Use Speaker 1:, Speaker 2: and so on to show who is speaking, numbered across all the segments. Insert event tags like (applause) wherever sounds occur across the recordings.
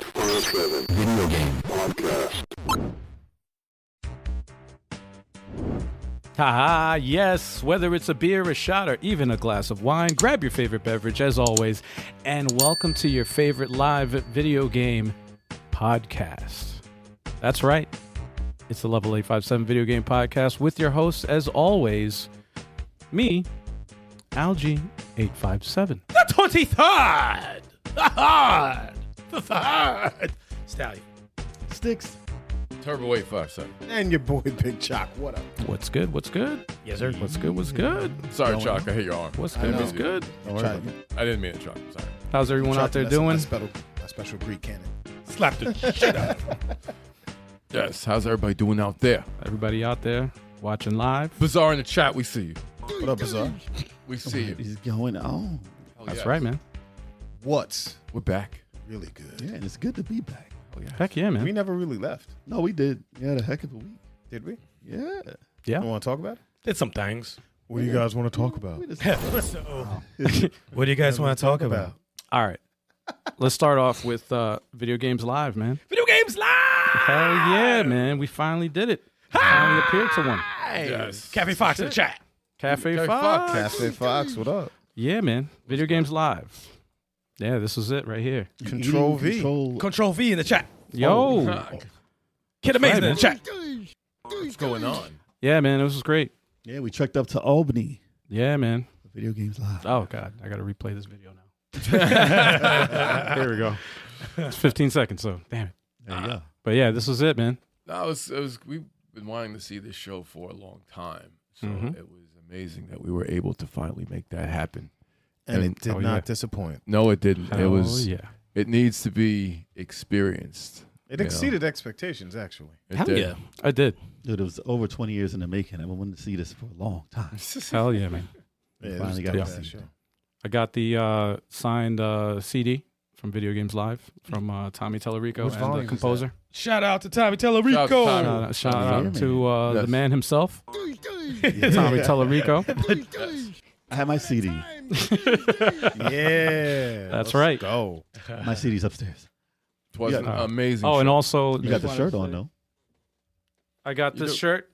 Speaker 1: Driven Video Game Podcast.
Speaker 2: Ah, yes, whether it's a beer, a shot, or even a glass of wine, grab your favorite beverage as always, and welcome to your favorite live video game podcast. That's right. It's the Level 857 Video Game Podcast with your host, as always, me, Algie 857.
Speaker 3: The twenty third, the third, the third. Stallion,
Speaker 4: Sticks
Speaker 5: Turbo 857.
Speaker 4: and your boy (laughs) Big Chalk. What up?
Speaker 2: What's good? What's good?
Speaker 3: yes sir.
Speaker 2: What's good? What's good?
Speaker 5: Sorry, Chuck. I hit your arm.
Speaker 2: What's
Speaker 5: I
Speaker 2: good?
Speaker 5: didn't
Speaker 2: What's
Speaker 5: mean to-
Speaker 2: good?
Speaker 4: Chalk-
Speaker 5: I didn't mean it, Chuck. Sorry.
Speaker 2: How's everyone
Speaker 4: Chalk,
Speaker 2: out there
Speaker 4: that's-
Speaker 2: doing?
Speaker 4: that's Special, that's special Greek cannon.
Speaker 3: Slapped the shit out. of him.
Speaker 5: Yes. How's everybody doing out there?
Speaker 2: Everybody out there watching live?
Speaker 5: Bizarre in the chat. We see you.
Speaker 4: What up, Bizarre?
Speaker 5: We see you. Oh,
Speaker 6: is going on.
Speaker 5: Hell
Speaker 2: That's
Speaker 5: yes.
Speaker 2: right, man.
Speaker 4: What's
Speaker 5: We're back.
Speaker 4: really good?
Speaker 6: Yeah, and it's good to be back.
Speaker 2: Heck yeah, man.
Speaker 4: We never really left,
Speaker 6: No, we did. We had a heck of a week.
Speaker 4: did we?
Speaker 6: Yeah.
Speaker 4: You want to talk about it?
Speaker 3: Did some things.
Speaker 4: What do you guys want to talk about?
Speaker 6: We just-
Speaker 3: So, what do you guys want to talk about?
Speaker 2: All right. Let's start off with uh, video games live, man.
Speaker 3: Video games live.
Speaker 2: Hell yeah, man. We finally did it. Finally appeared to one.
Speaker 5: Yes.
Speaker 3: Cafe Fox in the chat.
Speaker 2: Cafe
Speaker 5: Cafe
Speaker 2: Fox.
Speaker 4: Cafe Fox, what up?
Speaker 2: Yeah, man. Video games live. Yeah, this was it right here.
Speaker 6: you
Speaker 4: Control
Speaker 6: eating
Speaker 4: V.
Speaker 6: Control
Speaker 3: Control V in the chat.
Speaker 2: Yo.
Speaker 5: Fuck.
Speaker 3: Kid Amazing in
Speaker 2: man.
Speaker 3: the chat.
Speaker 5: What's going on?
Speaker 2: Yeah, man. This was great.
Speaker 6: Yeah, we trekked up to Albany.
Speaker 2: Yeah, man.
Speaker 6: Video games live.
Speaker 2: Oh, God. I got to replay this video now. Here we go. It's 15 seconds, so damn it.
Speaker 6: There you go.
Speaker 2: But yeah, this was it, man.
Speaker 5: No, it was, it was, we've been wanting to see this show for a long time. So
Speaker 2: Mhm.
Speaker 5: it was amazing that we were able to finally make that happen.
Speaker 4: And it
Speaker 5: And-
Speaker 4: did
Speaker 2: oh,
Speaker 4: not
Speaker 2: yeah.
Speaker 4: disappoint.
Speaker 5: No, it didn't. it was,
Speaker 2: Oh, yeah.
Speaker 5: it needs to be experienced.
Speaker 4: It
Speaker 5: Yeah.
Speaker 4: exceeded expectations, actually.
Speaker 5: It
Speaker 2: Hell
Speaker 5: did.
Speaker 3: yeah.
Speaker 2: I did.
Speaker 6: Dude, it was over 20 years in the making. I've been wanting to see this for a long time.
Speaker 2: Hell yeah, man.
Speaker 4: Yeah, it was
Speaker 6: finally
Speaker 4: a
Speaker 6: got
Speaker 4: dope
Speaker 2: to
Speaker 4: ass
Speaker 6: see it.
Speaker 4: show.
Speaker 2: I got the uh, signed uh, CD from Video Games Live from uh, Tommy Tellerico
Speaker 4: Which
Speaker 2: and
Speaker 4: volume
Speaker 2: the
Speaker 4: is
Speaker 2: composer.
Speaker 3: Shout out to Tommy
Speaker 5: Shout out to Tommy.
Speaker 3: Tellerico.
Speaker 2: Shout out, shout
Speaker 6: Yeah,
Speaker 2: out
Speaker 6: man.
Speaker 2: to uh,
Speaker 5: Yes.
Speaker 2: the man himself, Tommy Tellerico.
Speaker 6: I have my CD.
Speaker 4: (laughs) Yeah,
Speaker 2: That's
Speaker 4: let's
Speaker 2: right.
Speaker 4: Go.
Speaker 6: My CD's upstairs.
Speaker 5: It was
Speaker 6: Yeah.
Speaker 5: an amazing
Speaker 2: Oh, and
Speaker 5: show.
Speaker 2: also
Speaker 6: You got the
Speaker 5: Just
Speaker 6: shirt
Speaker 5: wanna
Speaker 6: on, though.
Speaker 2: I got
Speaker 5: You
Speaker 2: this
Speaker 5: do-
Speaker 2: shirt,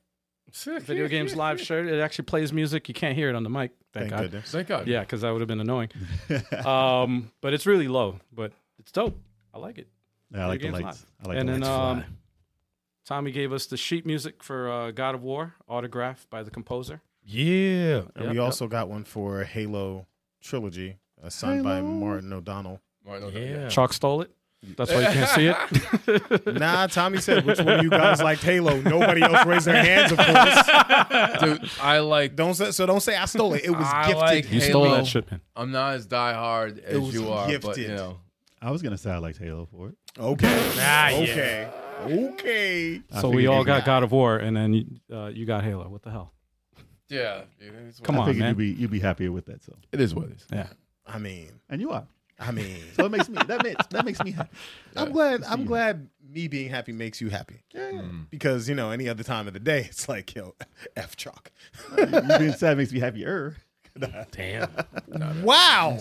Speaker 2: Video Games Live shirt. It actually plays music. You can't hear it on the mic. Thank,
Speaker 4: Thank
Speaker 2: God.
Speaker 4: goodness.
Speaker 5: Thank God.
Speaker 2: Yeah, because that would have been annoying. um, but it's really low, but it's dope. I like it.
Speaker 6: Yeah, I like the
Speaker 2: Video Games
Speaker 6: lights. I like
Speaker 2: and
Speaker 6: the
Speaker 2: then
Speaker 6: lights.
Speaker 2: um,
Speaker 6: fly.
Speaker 2: Tommy gave us the sheet music for uh, God of War, autographed by the composer.
Speaker 3: Yeah.
Speaker 4: And
Speaker 2: Yep,
Speaker 4: we
Speaker 2: yep.
Speaker 4: also got one for Halo Trilogy, uh, signed by
Speaker 6: Halo.
Speaker 4: Martin O'Donnell.
Speaker 5: Right, okay,
Speaker 3: Yeah.
Speaker 2: Chalk stole it. That's why you can't see it.
Speaker 4: Nah, Tommy said, which one of you (laughs) guys liked Halo? Nobody else raised their hands, of course.
Speaker 5: Dude, I like
Speaker 4: Don't say, so don't say I stole it. It was
Speaker 5: I
Speaker 4: gifted.
Speaker 5: like
Speaker 2: You
Speaker 5: Halo.
Speaker 2: stole that shit, man.
Speaker 5: I'm not as diehard as
Speaker 4: was
Speaker 5: you are, but you
Speaker 4: gifted.
Speaker 5: know,
Speaker 2: uh,
Speaker 6: I was going to say I liked Halo for it.
Speaker 4: Okay.
Speaker 3: Ah, yeah.
Speaker 4: okay. Okay.
Speaker 6: I
Speaker 2: So we
Speaker 6: figured
Speaker 2: all
Speaker 6: you'd-
Speaker 2: got God of War, and then uh, you got Halo. What the hell?
Speaker 5: yeah. It is what
Speaker 2: Come
Speaker 6: I
Speaker 2: on,
Speaker 6: figured
Speaker 2: man.
Speaker 6: you'd be, you'd be happier with that, so.
Speaker 5: it is what it is.
Speaker 2: Yeah.
Speaker 4: I mean,
Speaker 6: And you are.
Speaker 4: I mean, uh,
Speaker 6: So it makes me, that makes, that makes me happy.
Speaker 4: (laughs) I'm glad. I'm glad me being happy makes you happy. Mm.
Speaker 6: Yeah, yeah.
Speaker 4: Because you know, any other time of the day, (laughs) it's like yo, f chalk.
Speaker 6: you being sad makes me happier.
Speaker 3: (laughs) Damn.
Speaker 4: (laughs) Wow.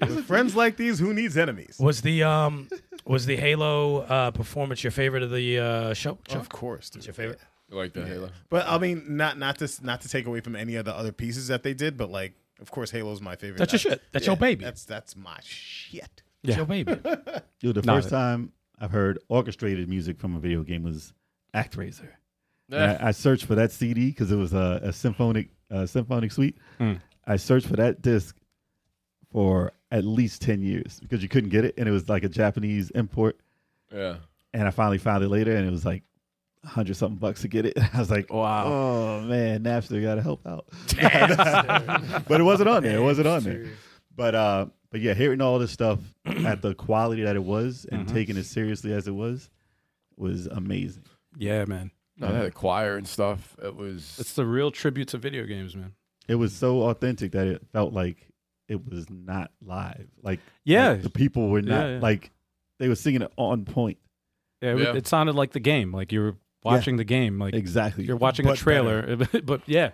Speaker 4: With friends like these, who needs enemies?
Speaker 3: Was the um was the Halo uh, performance your favorite of the uh, show? Chuck?
Speaker 4: Of course,
Speaker 3: It's your favorite.
Speaker 5: You like that, Halo?
Speaker 4: But I mean, not not to not to take away from any of the other pieces that they did, but like, of course, Halo's my favorite.
Speaker 3: That's your
Speaker 4: I-
Speaker 3: shit. That's your baby.
Speaker 4: That's that's my shit.
Speaker 3: It's your baby.
Speaker 6: Dude, the
Speaker 2: Nah,
Speaker 6: first time I've heard orchestrated music from a video game was ActRaiser.
Speaker 2: Eh.
Speaker 6: And I, I searched for that CD because it was a, a symphonic uh, symphonic suite.
Speaker 2: Mm.
Speaker 6: I searched for that disc for at least ten years because you couldn't get it, and it was like a Japanese import.
Speaker 5: Yeah.
Speaker 6: And I finally found it later, and it was like a hundred something bucks to get it. (laughs) I was like,
Speaker 2: Wow.
Speaker 6: oh man, Napster got to help out. (laughs) but it wasn't on there. It wasn't on
Speaker 3: (laughs)
Speaker 6: there. But uh, but yeah, hearing all this
Speaker 2: (clears throat)
Speaker 6: stuff at the quality that it was and
Speaker 2: Mhm.
Speaker 6: taking it seriously as it was was amazing.
Speaker 2: Yeah, man.
Speaker 5: No, they had a choir and stuff. It was
Speaker 2: It's the real tribute to video games, man.
Speaker 6: It was so authentic that it felt like it was not live. Like
Speaker 2: Yeah.
Speaker 6: like, the people were not
Speaker 2: Yeah, yeah.
Speaker 6: like they were singing it on point.
Speaker 2: Yeah, it,
Speaker 5: Yeah.
Speaker 2: it sounded like the game. Like you were watching the game. Like
Speaker 6: Exactly.
Speaker 2: you're watching a
Speaker 4: But
Speaker 2: trailer. (laughs) but yeah.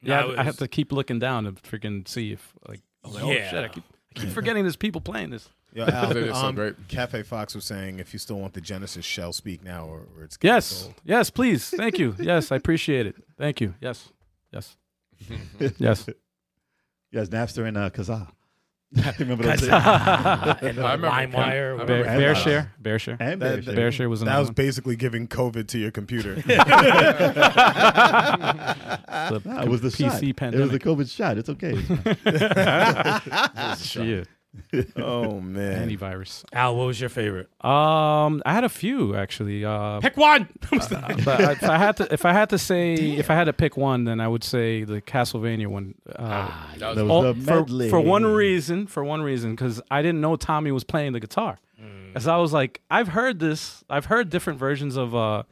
Speaker 2: Yeah,
Speaker 3: Nah, it
Speaker 2: I have
Speaker 3: was-
Speaker 2: to keep looking down to freaking see if like, I was like, oh (laughs)
Speaker 3: Yeah.
Speaker 2: shit, I keep, I keep forgetting there's people playing this.
Speaker 4: Yo,
Speaker 5: It is
Speaker 4: Al,
Speaker 5: so
Speaker 4: um,
Speaker 5: great.
Speaker 4: Cafe Fox was saying if you still want the Genesis shell, speak now or, or it's getting
Speaker 2: Yes.
Speaker 4: sold.
Speaker 2: Yes, please. Thank (laughs) you. Yes, I appreciate it. Thank you. Yes. (laughs) Yes. Yes.
Speaker 6: Yes, Napster and
Speaker 2: (laughs)
Speaker 6: uh, Kazaa. (laughs) Remember those?
Speaker 2: bear,
Speaker 3: and
Speaker 5: I remember
Speaker 3: LimeWire.
Speaker 5: Ken- I
Speaker 3: whatever.
Speaker 5: remember
Speaker 2: bear
Speaker 5: Ken-
Speaker 2: share. Bear share.
Speaker 6: And
Speaker 4: That-
Speaker 6: Bear
Speaker 4: that-
Speaker 6: Share.
Speaker 2: Bear share was
Speaker 4: That
Speaker 2: another
Speaker 4: was
Speaker 2: one.
Speaker 4: basically giving COVID to
Speaker 3: (laughs)
Speaker 4: your computer.
Speaker 2: the (laughs)
Speaker 6: Nah, it was the
Speaker 2: PC
Speaker 6: shot. It was the
Speaker 2: pandemic.
Speaker 6: COVID shot. It's
Speaker 2: (laughs)
Speaker 6: okay.
Speaker 2: yeah.
Speaker 4: (laughs) oh man.
Speaker 2: Antivirus.
Speaker 3: Al, what was your favorite?
Speaker 2: Um, I had a few actually.
Speaker 3: (laughs)
Speaker 2: Uh,
Speaker 3: Pick one.
Speaker 2: but I, if I had to, if I had to say, if I had to pick one, then I would say the Castlevania one. Uh,
Speaker 5: That was
Speaker 6: That was
Speaker 2: all-
Speaker 6: the
Speaker 2: Oh, for,
Speaker 6: medley.
Speaker 2: for one reason, for one reason, because I didn't know Tommy was playing the guitar. As I was like, I've heard this, I've heard different versions of uh,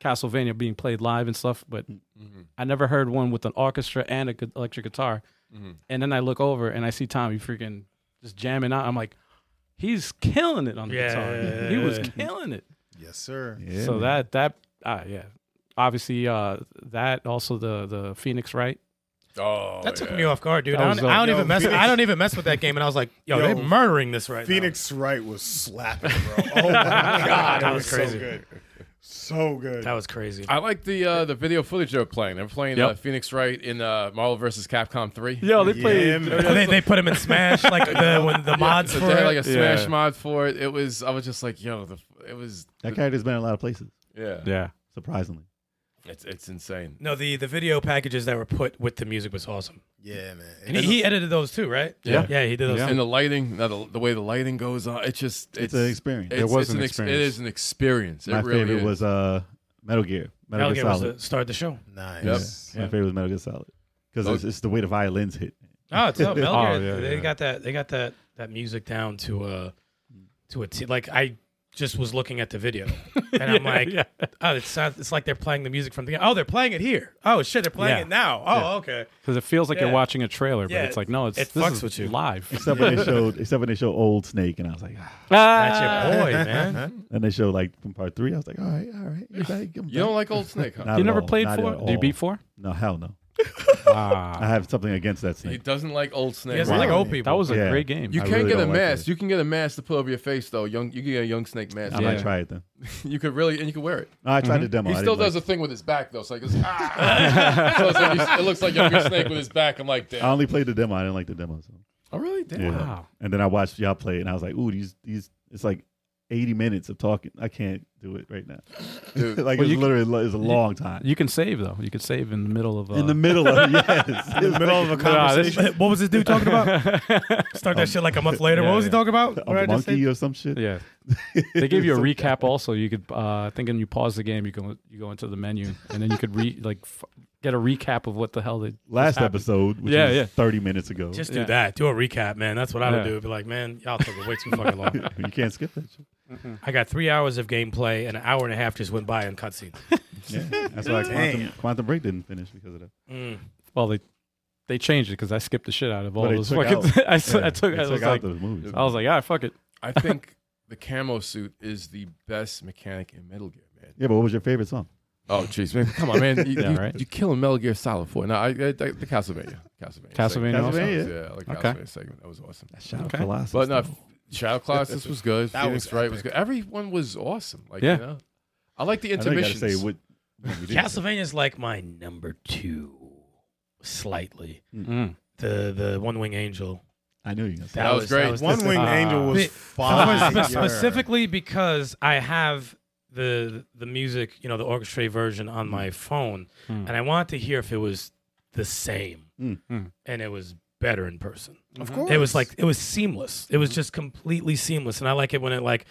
Speaker 2: Castlevania being played live and stuff, but I never heard one with an orchestra and an electric guitar. And then I look over and I see Tommy freaking just jamming out. I'm like, he's killing it on the
Speaker 3: Yeah,
Speaker 2: guitar.
Speaker 3: yeah, yeah,
Speaker 2: he was
Speaker 3: yeah.
Speaker 2: killing it
Speaker 4: Yes, sir.
Speaker 6: Yeah,
Speaker 2: so
Speaker 6: man.
Speaker 2: that that ah yeah, obviously uh that also the the Phoenix Wright.
Speaker 5: Oh,
Speaker 3: That took
Speaker 5: yeah.
Speaker 3: me off guard, dude.
Speaker 2: That
Speaker 3: I
Speaker 2: was
Speaker 3: don't,
Speaker 2: dope.
Speaker 3: I don't
Speaker 4: Yo,
Speaker 3: even mess.
Speaker 4: Phoenix-
Speaker 3: I don't even mess with that game, and I was like, "Yo,
Speaker 4: Yo,
Speaker 3: they're murdering this right
Speaker 4: Phoenix Wright was
Speaker 3: (laughs)
Speaker 4: slapping, bro. Oh my god,
Speaker 3: That
Speaker 4: it
Speaker 3: was
Speaker 4: was,
Speaker 3: crazy.
Speaker 4: so good. So good. (laughs)
Speaker 3: now." That was crazy.
Speaker 5: I like the uh, the video footage they were playing. They were playing
Speaker 2: Yep.
Speaker 5: uh, Phoenix Wright in uh, Marvel vs. Capcom 3.
Speaker 2: Yo, they
Speaker 4: yeah,
Speaker 2: played.
Speaker 4: man.
Speaker 3: they, they put him in Smash, like the when the mods
Speaker 5: So
Speaker 3: for
Speaker 5: they had
Speaker 3: it.
Speaker 5: like a
Speaker 2: Yeah.
Speaker 5: Smash mod for it. It was I was just like, yo, the it was
Speaker 6: that character's been in a lot of places,
Speaker 5: yeah,
Speaker 2: Yeah,
Speaker 6: surprisingly.
Speaker 5: it's it's insane.
Speaker 3: no, the the video packages that were put with the music was awesome.
Speaker 4: yeah, man.
Speaker 3: And he, he edited those too, right?
Speaker 5: Yeah.
Speaker 3: yeah, he did those.
Speaker 5: And the lighting, now the, the way the lighting goes on, it's just it's,
Speaker 6: It's, an experience.
Speaker 5: it's-
Speaker 2: was
Speaker 5: it's
Speaker 2: an
Speaker 5: ex- It
Speaker 2: experience.
Speaker 5: is an experience.
Speaker 6: my
Speaker 5: it really
Speaker 6: favorite
Speaker 5: is.
Speaker 6: was uh, Metal Gear. Metal,
Speaker 3: Metal
Speaker 6: Gear
Speaker 3: Gear was
Speaker 6: Solid.
Speaker 3: the start of the show.
Speaker 4: nice.
Speaker 6: My favorite was Metal Gear Solid because
Speaker 5: Oh.
Speaker 6: it's, it's the way the
Speaker 5: (laughs)
Speaker 6: violins hit.
Speaker 3: (laughs) Oh, it's up. Metal
Speaker 2: Oh,
Speaker 3: Gear,
Speaker 2: yeah,
Speaker 3: they
Speaker 2: yeah.
Speaker 3: got that. They got that that music down to uh to a T. Like I just was looking at the video, and I'm like,
Speaker 2: yeah.
Speaker 3: oh, it's not, it's like they're playing the music from the. Oh, they're playing it here. Oh shit, they're playing
Speaker 2: Yeah.
Speaker 3: it now. Oh, okay.
Speaker 2: because it feels like
Speaker 3: Yeah.
Speaker 2: you're watching a trailer, but
Speaker 3: Yeah,
Speaker 2: it's like no, it's
Speaker 3: it
Speaker 2: this
Speaker 3: fucks
Speaker 2: is
Speaker 3: with you.
Speaker 2: live.
Speaker 6: Except when they showed, except when they showed Old Snake, and I was like, ah.
Speaker 2: (laughs)
Speaker 3: That's your boy, man.
Speaker 6: and they showed like from part three. I was like, all right, all right, you're back. I'm
Speaker 5: You
Speaker 6: back.
Speaker 5: don't like Old
Speaker 6: (laughs)
Speaker 5: Snake, huh?
Speaker 6: Not
Speaker 2: you
Speaker 6: at
Speaker 2: never
Speaker 6: all,
Speaker 2: played
Speaker 6: not
Speaker 2: four?
Speaker 6: at
Speaker 2: Do you
Speaker 6: all.
Speaker 2: beat
Speaker 6: (laughs)
Speaker 2: four?
Speaker 6: No, hell no. I
Speaker 2: Wow,
Speaker 6: have something against that
Speaker 5: He
Speaker 6: snake.
Speaker 5: doesn't like Old
Speaker 3: You
Speaker 5: Snake.
Speaker 3: guys are like
Speaker 6: Wow.
Speaker 3: old people.
Speaker 2: that was a
Speaker 6: Yeah.
Speaker 2: great game.
Speaker 5: You
Speaker 6: I
Speaker 5: can't
Speaker 6: really
Speaker 5: get a
Speaker 6: don't like
Speaker 5: mask.
Speaker 6: it.
Speaker 5: you can get a mask to put over your face though. Young, you can get a Young Snake mask.
Speaker 6: I
Speaker 5: Yeah.
Speaker 6: might try it then.
Speaker 5: You could really, and you could wear it.
Speaker 6: No, I tried
Speaker 2: Mm-hmm.
Speaker 6: the demo.
Speaker 5: He
Speaker 6: I
Speaker 5: still
Speaker 6: didn't
Speaker 5: does
Speaker 6: like-
Speaker 5: a thing with his back though. So like, it's,
Speaker 6: (laughs)
Speaker 5: ah. so it's like he's- it looks like Younger Snake with his back. I'm like,
Speaker 6: I
Speaker 5: damn.
Speaker 6: only played the demo. I didn't like the demo. So.
Speaker 5: Oh really? Damn.
Speaker 6: Yeah.
Speaker 2: wow.
Speaker 6: And then I watched y'all play, and I was like, ooh, these these. It's like. 80 minutes of talking. I can't do it right now. (laughs)
Speaker 5: Dude.
Speaker 6: like
Speaker 2: Well,
Speaker 6: it's
Speaker 2: you-
Speaker 6: literally lo- it's a long time.
Speaker 2: You can save though. You can save in the middle of uh,
Speaker 6: in the middle
Speaker 2: (laughs)
Speaker 6: of yes, in the middle of a
Speaker 2: Nah,
Speaker 6: (laughs)
Speaker 2: this-
Speaker 3: what was (laughs) this dude talking about?
Speaker 2: (laughs)
Speaker 3: Start that shit like (laughs) a month later.
Speaker 2: yeah,
Speaker 3: what was
Speaker 2: yeah.
Speaker 3: he talking about? What did I just say?
Speaker 6: monkey or some shit.
Speaker 2: yeah. They gave you a recap also. You could, uh, I think, when you pause the game, you can you go into the menu and then you could re like f- get a recap of what the hell they
Speaker 6: Last
Speaker 2: happened.
Speaker 6: episode, which
Speaker 2: Yeah,
Speaker 6: was
Speaker 2: yeah.
Speaker 6: 30 minutes ago.
Speaker 3: Just
Speaker 2: Yeah.
Speaker 3: do that. Do a recap, man. That's what I would
Speaker 2: Yeah.
Speaker 3: do. Be like, man, y'all took it way too fucking
Speaker 6: (laughs)
Speaker 3: long.
Speaker 6: (laughs) you can't skip that
Speaker 2: (laughs)
Speaker 6: shit.
Speaker 3: I got three hours of gameplay, and an hour and a half just went by in cutscenes.
Speaker 6: Yeah. That's why Quantum, Quantum Break didn't finish because of that.
Speaker 3: Mm.
Speaker 2: Well, they they changed it because I skipped the shit out of all
Speaker 6: But they
Speaker 2: those
Speaker 6: took
Speaker 2: fucking. (laughs) I, s- (laughs) I
Speaker 6: Yeah,
Speaker 2: took.
Speaker 6: they
Speaker 2: I was
Speaker 6: out
Speaker 2: like,
Speaker 6: those movies.
Speaker 2: I was like, ah, fuck it.
Speaker 5: (laughs) I think the camo suit is the best mechanic in Metal Gear, man.
Speaker 6: Yeah, but what was your favorite song?
Speaker 5: Oh, jeez, man. Come on, man. You,
Speaker 2: Yeah,
Speaker 5: you,
Speaker 2: right.
Speaker 5: you killing Metal Gear Solid 4. No, I, I, I- the Castlevania. Castlevania.
Speaker 2: Castlevania
Speaker 5: segment.
Speaker 6: also?
Speaker 5: Yeah, I like
Speaker 2: Okay.
Speaker 5: Castlevania segment. That was awesome.
Speaker 6: Shout
Speaker 2: Okay.
Speaker 6: out Colossus.
Speaker 5: But no,
Speaker 6: though.
Speaker 5: Shadow Colossus was good.
Speaker 4: (laughs) That
Speaker 5: Phoenix
Speaker 4: was
Speaker 5: Wright
Speaker 4: epic.
Speaker 5: was good. Everyone was awesome. Like,
Speaker 2: Yeah.
Speaker 5: you know, I like the
Speaker 6: I know you gotta
Speaker 5: intermissions.
Speaker 6: say what. what we did.
Speaker 3: Castlevania's like my number two, slightly.
Speaker 2: Mm.
Speaker 3: The the one wing angel.
Speaker 6: I knew you. were gonna say
Speaker 5: That was great.
Speaker 4: One winged
Speaker 3: uh,
Speaker 2: Ah.
Speaker 4: angel was
Speaker 3: Wait,
Speaker 4: fire.
Speaker 3: Spe- specifically because I have the the music, you know, the orchestra version on
Speaker 4: Hmm.
Speaker 3: my phone,
Speaker 2: Mm.
Speaker 3: and I wanted to hear if it was the same,
Speaker 6: Mm.
Speaker 2: Mm.
Speaker 3: and it was better in person.
Speaker 4: Hmm. of course.
Speaker 3: Mm-hmm.
Speaker 4: Hmm.
Speaker 3: It was like it was seamless. It was just completely seamless, and I like it when it like